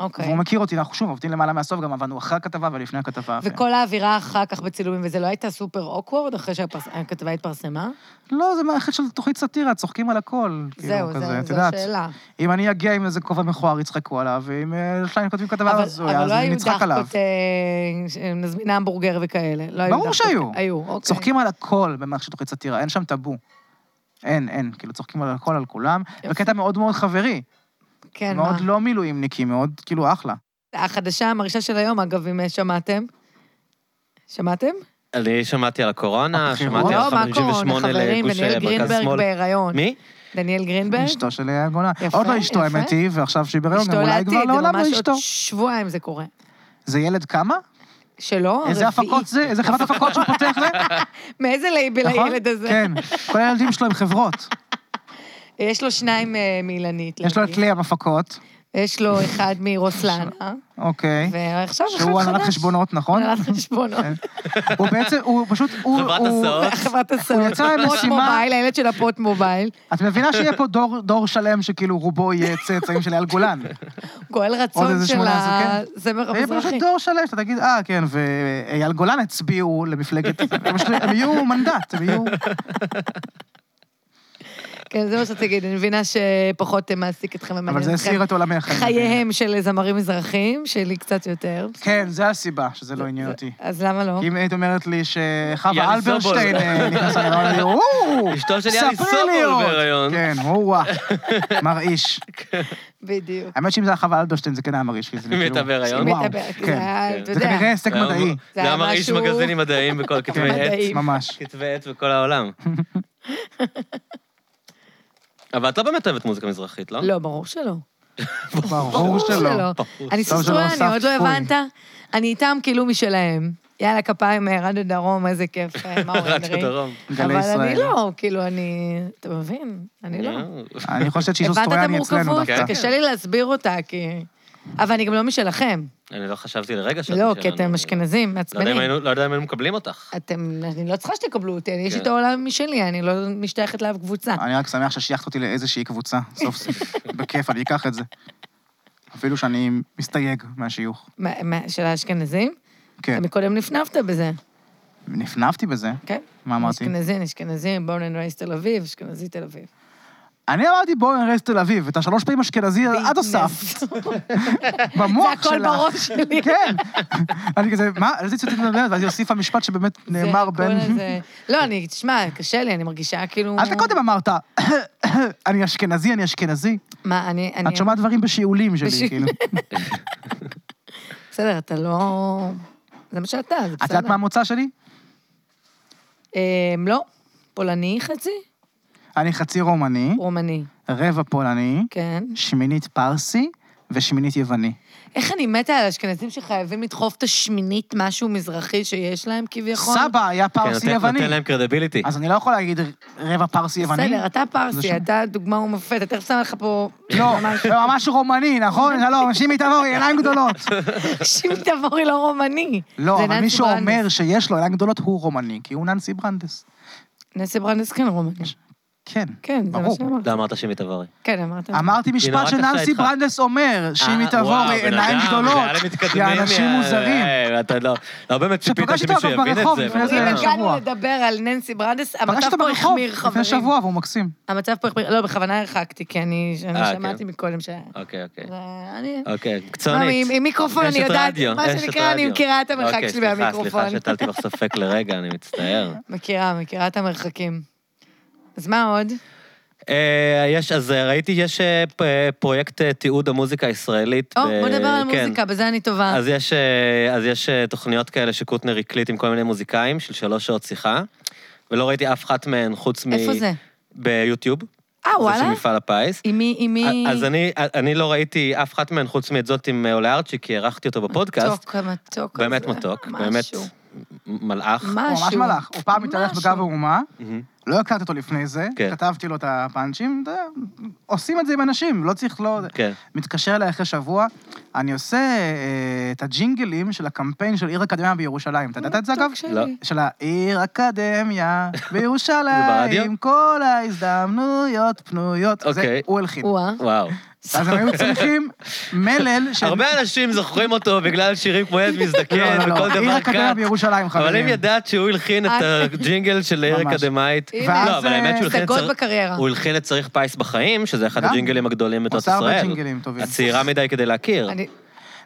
[SPEAKER 2] אוקיי.
[SPEAKER 3] והוא מכיר אותי, אנחנו שוב עובדים למעלה מהסוף, גם עבדנו אחרי הכתבה ולפני הכתבה. ו-
[SPEAKER 2] וכל האווירה אחר כך בצילומים, וזה לא הייתה סופר אוקוורד אחרי שהכתבה התפרסמה?
[SPEAKER 3] לא, זה מערכת של תוכנית סאטירה, צוחקים על הכל.
[SPEAKER 2] זהו,
[SPEAKER 3] כאילו, כזה,
[SPEAKER 2] זה-
[SPEAKER 3] את
[SPEAKER 2] זו
[SPEAKER 3] יודעת.
[SPEAKER 2] השאלה.
[SPEAKER 3] אם אני אגיע עם איזה כובע מכוער, יצחקו עליו, ואם אה, שתיים כותבים כתבה
[SPEAKER 2] אבל
[SPEAKER 3] הזויה,
[SPEAKER 2] אבל
[SPEAKER 3] אז
[SPEAKER 2] לא היו
[SPEAKER 3] נצחק עליו.
[SPEAKER 2] דחקות, אה, ש- נזמין המבורגר וכאלה. לא היו
[SPEAKER 3] ברור
[SPEAKER 2] דחקות-
[SPEAKER 3] שהיו.
[SPEAKER 2] היו, אוקיי.
[SPEAKER 3] צוחקים על הכל במערכת של תוכנית סאטירה, אין שם טאבו. אין, אין, כאילו צוחקים על הכל, על כולם.
[SPEAKER 2] יפה.
[SPEAKER 3] בקטע מאוד מאוד חברי,
[SPEAKER 2] כן, מה?
[SPEAKER 3] מאוד לא מילואימניקי, מאוד כאילו אחלה.
[SPEAKER 2] החדשה המרעישה של היום, אגב, אם אה, שמעתם. שמעתם?
[SPEAKER 1] אני שמעתי על הקורונה,
[SPEAKER 3] הבחירות?
[SPEAKER 1] שמעתי על
[SPEAKER 2] לא, מה
[SPEAKER 1] 58
[SPEAKER 2] הקורונה, חברים,
[SPEAKER 1] לגוש
[SPEAKER 2] דניאל
[SPEAKER 1] אה, מרכז
[SPEAKER 2] גרינברג
[SPEAKER 1] שמאל.
[SPEAKER 2] בהיריון.
[SPEAKER 1] מי?
[SPEAKER 2] דניאל גרינברג?
[SPEAKER 3] אשתו של אייל גולן.
[SPEAKER 2] יפה,
[SPEAKER 3] עוד לא אשתו,
[SPEAKER 2] יפה.
[SPEAKER 3] האמת היא, ועכשיו שהיא בהיריון, גם לא, אולי
[SPEAKER 2] לעתיד,
[SPEAKER 3] כבר לעולם
[SPEAKER 2] ממש
[SPEAKER 3] לא
[SPEAKER 2] עוד
[SPEAKER 3] אשתו.
[SPEAKER 2] שבועיים זה קורה.
[SPEAKER 3] זה ילד כמה?
[SPEAKER 2] שלא?
[SPEAKER 3] איזה
[SPEAKER 2] רביעי.
[SPEAKER 3] הפקות זה? איזה חברת הפקות שהוא פותח זה?
[SPEAKER 2] מאיזה לייבל
[SPEAKER 3] נכון?
[SPEAKER 2] הילד הזה?
[SPEAKER 3] כן. כל הילדים שלו הם חברות.
[SPEAKER 2] יש לו שניים אה, מאילנית.
[SPEAKER 3] יש לו את
[SPEAKER 2] להגיד.
[SPEAKER 3] ליאם הפקות,
[SPEAKER 2] יש לו אחד מרוסלן, אה?
[SPEAKER 3] אוקיי.
[SPEAKER 2] ועכשיו אחד חדש.
[SPEAKER 3] שהוא הנהלת חשבונות, נכון?
[SPEAKER 2] הנהלת חשבונות.
[SPEAKER 3] הוא בעצם, הוא פשוט, הוא...
[SPEAKER 1] חברת
[SPEAKER 3] הוא-
[SPEAKER 1] הסעות.
[SPEAKER 2] חברת הסעות.
[SPEAKER 3] יצא עם
[SPEAKER 2] פוט
[SPEAKER 3] משימה.
[SPEAKER 2] מובייל, הילד של הפוט מובייל.
[SPEAKER 3] את מבינה שיהיה פה דור- דור שלם שכאילו רובו יהיה צאצאים של אייל גולן.
[SPEAKER 2] גואל
[SPEAKER 3] עוד
[SPEAKER 2] רצון
[SPEAKER 3] איזה
[SPEAKER 2] של
[SPEAKER 3] שמונה עשרה, כן.
[SPEAKER 2] הזמר
[SPEAKER 3] ויהיה פשוט
[SPEAKER 2] המזרחי.
[SPEAKER 3] דור שלם שאתה תגיד, אה, כן, ואייל גולן הצביעו למפלגת... הם פשוט- הם יהיו מנדט, הם יהיו...
[SPEAKER 2] כן, זה מה שאתה תגיד, אני מבינה שפחות אה, מעסיק אתכם
[SPEAKER 3] אבל זה
[SPEAKER 2] ומעניין אתכם.
[SPEAKER 3] הסעיר את עולמך. אני מבין.
[SPEAKER 2] חייהם של זמרים מזרחים, שלי קצת יותר.
[SPEAKER 3] כן, זה הסיבה שזה לא עניין אותי.
[SPEAKER 2] אז למה לא?
[SPEAKER 3] כי אם היית אומרת לי שחווה
[SPEAKER 1] יאלי
[SPEAKER 3] אלברשטיין
[SPEAKER 1] סובול.
[SPEAKER 3] אה, נכנסה לרעיון, אני אומר, "או,
[SPEAKER 1] אשתו של יאלי
[SPEAKER 3] ספרי
[SPEAKER 1] סובול
[SPEAKER 3] לי עוד."
[SPEAKER 1] בהיריון.
[SPEAKER 3] כן, או-אה, מרעיש.
[SPEAKER 2] בדיוק.
[SPEAKER 3] האמת שאם זה היה חווה אלברשטיין זה כן היה מרעיש, כי זה
[SPEAKER 1] אם הייתה בהיריון?
[SPEAKER 3] וואו,
[SPEAKER 2] מדבר, כי זה
[SPEAKER 3] כן.
[SPEAKER 2] היה, אתה
[SPEAKER 3] זה כנראה
[SPEAKER 2] יודע,
[SPEAKER 3] הישג
[SPEAKER 1] היה-
[SPEAKER 3] מדעי.
[SPEAKER 1] זה היה
[SPEAKER 2] היה
[SPEAKER 1] מרעיש
[SPEAKER 2] משהו-
[SPEAKER 1] מגזינים מדעיים בכל כתבי עת.
[SPEAKER 2] מדעי.
[SPEAKER 3] ממש.
[SPEAKER 1] כתבי עת בכל העולם. אבל את לא באמת אוהבת מוזיקה מזרחית, לא?
[SPEAKER 2] לא, ברור שלא.
[SPEAKER 3] ברור שלא.
[SPEAKER 2] אני
[SPEAKER 3] טוב שלא
[SPEAKER 2] ססואני,
[SPEAKER 3] הוספת
[SPEAKER 2] עוד לא
[SPEAKER 3] פוי.
[SPEAKER 2] הבנת? אני איתם כאילו משלהם. יאללה, כפיים, אה, רדיו דרום, איזה כיף, אה, מאור
[SPEAKER 1] רדיו
[SPEAKER 2] אנרי.
[SPEAKER 1] דרום.
[SPEAKER 3] גלי
[SPEAKER 2] אבל אני
[SPEAKER 3] ישראל.
[SPEAKER 2] לא, כאילו, אני... אתה מבין? אני לא.
[SPEAKER 1] אה,
[SPEAKER 3] אני חושבת שהיא
[SPEAKER 2] הבנת את
[SPEAKER 3] סוסטוריאני אצלנו
[SPEAKER 2] המורכבות?
[SPEAKER 3] דווקא.
[SPEAKER 1] כן.
[SPEAKER 2] קשה לי להסביר אותה, כי... אבל אני גם לא משלכם.
[SPEAKER 1] אני לא חשבתי לרגע שאת
[SPEAKER 2] לא,
[SPEAKER 1] משלנו.
[SPEAKER 2] כי אתם אשכנזים,
[SPEAKER 1] לא יודע אם
[SPEAKER 2] מעצבנים.
[SPEAKER 1] היינו- לא יודע אם היינו מקבלים אותך.
[SPEAKER 2] אתם, אני לא צריכה שתקבלו אותי, אני- יש לי
[SPEAKER 1] כן.
[SPEAKER 2] את העולם משלי, אני לא משתייכת לאף קבוצה.
[SPEAKER 3] אני רק שמח ששייכת אותי לאיזושהי קבוצה, סוף סוף. בכיף, אני אקח את זה. אפילו שאני מסתייג מהשיוך.
[SPEAKER 2] מה- מה- של האשכנזים?
[SPEAKER 3] כן,
[SPEAKER 2] אתה מקודם נפנפת בזה,
[SPEAKER 3] נפנפתי בזה.
[SPEAKER 2] כן?
[SPEAKER 3] מה אמרתי?
[SPEAKER 2] אשכנזים, אשכנזים, בואו נרייס תל אביב, אשכנזי תל אביב.
[SPEAKER 3] אה, אני אמרתי בואו נראה תל אביב, את השלוש פעמים אשכנזי עד הוספת.
[SPEAKER 2] זה
[SPEAKER 3] במוח שלך.
[SPEAKER 2] הכל בראש שלי.
[SPEAKER 3] כן. אני כזה, מה, על איזה ציטוט את מדברת? ואז היא הוסיפה משפט שבאמת
[SPEAKER 2] זה
[SPEAKER 3] נאמר
[SPEAKER 2] הכל
[SPEAKER 3] בין...
[SPEAKER 2] הזה. לא, אני, תשמע, קשה לי, אני מרגישה כאילו...
[SPEAKER 3] אז אתה קודם אמרת, אני אשכנזי, אני אשכנזי.
[SPEAKER 2] מה, אני... אני-
[SPEAKER 3] את שומעת דברים בשיעולים
[SPEAKER 2] בשי-
[SPEAKER 3] שלי, כאילו.
[SPEAKER 2] בסדר, אתה לא... זה מה שאתה, זה
[SPEAKER 3] את
[SPEAKER 2] בסדר.
[SPEAKER 3] יודעת מה המוצא שלי?
[SPEAKER 2] אמ, לא. פולני חצי?
[SPEAKER 3] אני חצי רומני,
[SPEAKER 2] רומני,
[SPEAKER 3] רבע פולני,
[SPEAKER 2] כן.
[SPEAKER 3] שמינית פרסי ושמינית יווני.
[SPEAKER 2] איך אני מתה על אשכנזים שחייבים לדחוף את השמינית משהו מזרחי שיש להם כביכול?
[SPEAKER 3] סבא היה
[SPEAKER 1] כן,
[SPEAKER 3] פרסי
[SPEAKER 1] נותן-
[SPEAKER 3] יווני.
[SPEAKER 1] נותן להם קרדיביליטי.
[SPEAKER 3] אז אני לא יכול להגיד רבע פרסי יווני.
[SPEAKER 2] בסדר, אתה
[SPEAKER 3] זה
[SPEAKER 2] פרסי,
[SPEAKER 3] שם.
[SPEAKER 2] אתה דוגמה ומופת, אתה תכף שם לך פה...
[SPEAKER 3] לא, לא, ממש רומני, נכון? שלום, שימי תבורי, עיניים גדולות.
[SPEAKER 2] שימי תבורי לא רומני.
[SPEAKER 3] לא,
[SPEAKER 2] זה
[SPEAKER 3] אבל
[SPEAKER 2] ננסי
[SPEAKER 3] מי שאומר
[SPEAKER 2] ברנדס.
[SPEAKER 3] שיש לו עיניים גדולות הוא רומני, כי הוא ננסי ברנדס.
[SPEAKER 2] ננסי ברנדס כן רומני.
[SPEAKER 3] כן,
[SPEAKER 2] כן, זה מה
[SPEAKER 3] ברור.
[SPEAKER 2] שאמרת.
[SPEAKER 1] לא אמרת שימי תברי.
[SPEAKER 2] כן, אמרת.
[SPEAKER 3] אמרתי משפט
[SPEAKER 1] נורא קשה
[SPEAKER 3] שננסי
[SPEAKER 1] איתך.
[SPEAKER 3] ברנדס אומר, שימי
[SPEAKER 1] אה, וואו,
[SPEAKER 3] תבורי,
[SPEAKER 1] בן
[SPEAKER 3] עיניים
[SPEAKER 1] אדם,
[SPEAKER 3] גדולות,
[SPEAKER 1] לאלה מתקדמים,
[SPEAKER 3] כי האנשים
[SPEAKER 1] אה,
[SPEAKER 3] מוזרים.
[SPEAKER 1] אה, אתה לא, לא באמת ציפית
[SPEAKER 3] שפגשתי אותו,
[SPEAKER 1] שמישהו
[SPEAKER 3] אגב,
[SPEAKER 1] יבין את
[SPEAKER 3] ברחוב
[SPEAKER 1] זה.
[SPEAKER 3] לפני
[SPEAKER 1] אבל-
[SPEAKER 3] איזה
[SPEAKER 2] אם הגענו
[SPEAKER 3] שבוע.
[SPEAKER 2] לדבר על ננסי ברנדס,
[SPEAKER 3] פגשתי
[SPEAKER 2] המצב
[SPEAKER 3] אותו
[SPEAKER 2] פה
[SPEAKER 3] ברחוב
[SPEAKER 2] החמיר,
[SPEAKER 3] לפני
[SPEAKER 2] חברים.
[SPEAKER 3] שבוע, והוא מקסים.
[SPEAKER 2] המצב פה החמיר, לא, בכוונה הרחקתי, כי אני אני
[SPEAKER 1] אה,
[SPEAKER 2] שמעתי
[SPEAKER 1] כן.
[SPEAKER 2] מקודם ש...
[SPEAKER 1] אוקיי, אוקיי.
[SPEAKER 2] ואני-
[SPEAKER 1] אוקיי,
[SPEAKER 2] לא,
[SPEAKER 1] קצונית.
[SPEAKER 2] עם- עם מיקרופון,
[SPEAKER 1] אשת
[SPEAKER 2] אני יודעת,
[SPEAKER 1] רדיו,
[SPEAKER 2] מה
[SPEAKER 1] אשת
[SPEAKER 2] שנקרא, אני
[SPEAKER 1] רדיו.
[SPEAKER 2] מכירה את המרחק
[SPEAKER 1] אוקיי,
[SPEAKER 2] שלי
[SPEAKER 1] סליחה,
[SPEAKER 2] מהמיקרופון.
[SPEAKER 1] סליחה שהטלתי לך ספק לרגע, אני מצטער.
[SPEAKER 2] מכירה, מכירה את המרחקים. אז מה עוד?
[SPEAKER 1] אה, יש, אז אה, ראיתי, יש אה, פ- אה, פרויקט אה, תיעוד המוזיקה הישראלית.
[SPEAKER 2] או,
[SPEAKER 1] ב-
[SPEAKER 2] בוא נדבר על
[SPEAKER 1] כן.
[SPEAKER 2] מוזיקה, בזה אני טובה.
[SPEAKER 1] אז יש, אה, אז יש אה, תוכניות כאלה שקוטנר הקליט עם כל מיני מוזיקאים של שלוש שעות שיחה, ולא ראיתי אף אחת מהן חוץ מ...
[SPEAKER 2] איפה זה?
[SPEAKER 1] ביוטיוב.
[SPEAKER 2] אה,
[SPEAKER 1] זה של
[SPEAKER 2] וואלה?
[SPEAKER 1] מפעל הפיס.
[SPEAKER 2] עם מי, עם מי...
[SPEAKER 1] אז אני, אני לא ראיתי אף אחת מהן חוץ מאת זאת עם אה, עולה ארצ'י, כי אירחתי אותו בפודקאסט.
[SPEAKER 2] מתוק, המתוק הזה.
[SPEAKER 1] באמת מתוק, באמת
[SPEAKER 2] משהו,
[SPEAKER 1] מלאך. Mm-hmm.
[SPEAKER 3] הוא ממש
[SPEAKER 2] משהו.
[SPEAKER 3] מלאך. הוא פעם התארח
[SPEAKER 2] משהו.
[SPEAKER 3] בגב האומה,
[SPEAKER 1] מהמם.
[SPEAKER 3] לא הכרתי אותו לפני זה,
[SPEAKER 1] כן.
[SPEAKER 3] כתבתי לו את הפאנצ'ים, אתה יודע, עושים את זה עם אנשים, לא צריך, לא...
[SPEAKER 1] כן.
[SPEAKER 3] מתקשר אליי אחרי שבוע, אני עושה אה, את הג'ינגלים של הקמפיין של עיר אקדמיה בירושלים. אתה ידעת את זה אגב?
[SPEAKER 2] מתוק שלי.
[SPEAKER 1] לא.
[SPEAKER 3] של העיר אקדמיה בירושלים,
[SPEAKER 1] ברדיו?
[SPEAKER 3] כל ההזדמנויות פנויות. זה
[SPEAKER 1] אוקיי.
[SPEAKER 3] הוא הלחין.
[SPEAKER 2] וואה.
[SPEAKER 1] וואו.
[SPEAKER 3] אז הם היו צריכים מלל
[SPEAKER 2] כן.
[SPEAKER 3] של...
[SPEAKER 1] הרבה אנשים זוכרים אותו בגלל שירים כמו ילד מזדקן
[SPEAKER 3] לא, לא,
[SPEAKER 1] וכל
[SPEAKER 3] לא. עיר
[SPEAKER 1] דבר
[SPEAKER 3] אקדמיה
[SPEAKER 1] כת.
[SPEAKER 3] בירושלים,
[SPEAKER 1] אבל אם
[SPEAKER 3] חברים.
[SPEAKER 1] ידעת שהוא הלחין את
[SPEAKER 2] אה.
[SPEAKER 1] הג'ינגל של עיר
[SPEAKER 3] ממש.
[SPEAKER 1] אקדמית...
[SPEAKER 2] הנה.
[SPEAKER 1] לא, אבל האמת שהוא הלחין את
[SPEAKER 2] השגות
[SPEAKER 1] צר-
[SPEAKER 2] בקריירה.
[SPEAKER 1] הוא הלחין את צריך פיס בחיים, שזה אחד
[SPEAKER 3] גם.
[SPEAKER 1] הג'ינגלים הגדולים בתות
[SPEAKER 3] עושה הרבה
[SPEAKER 1] ישראל.
[SPEAKER 3] ג'ינגלים טובים.
[SPEAKER 1] הצעירה מדי כדי להכיר.
[SPEAKER 2] אני-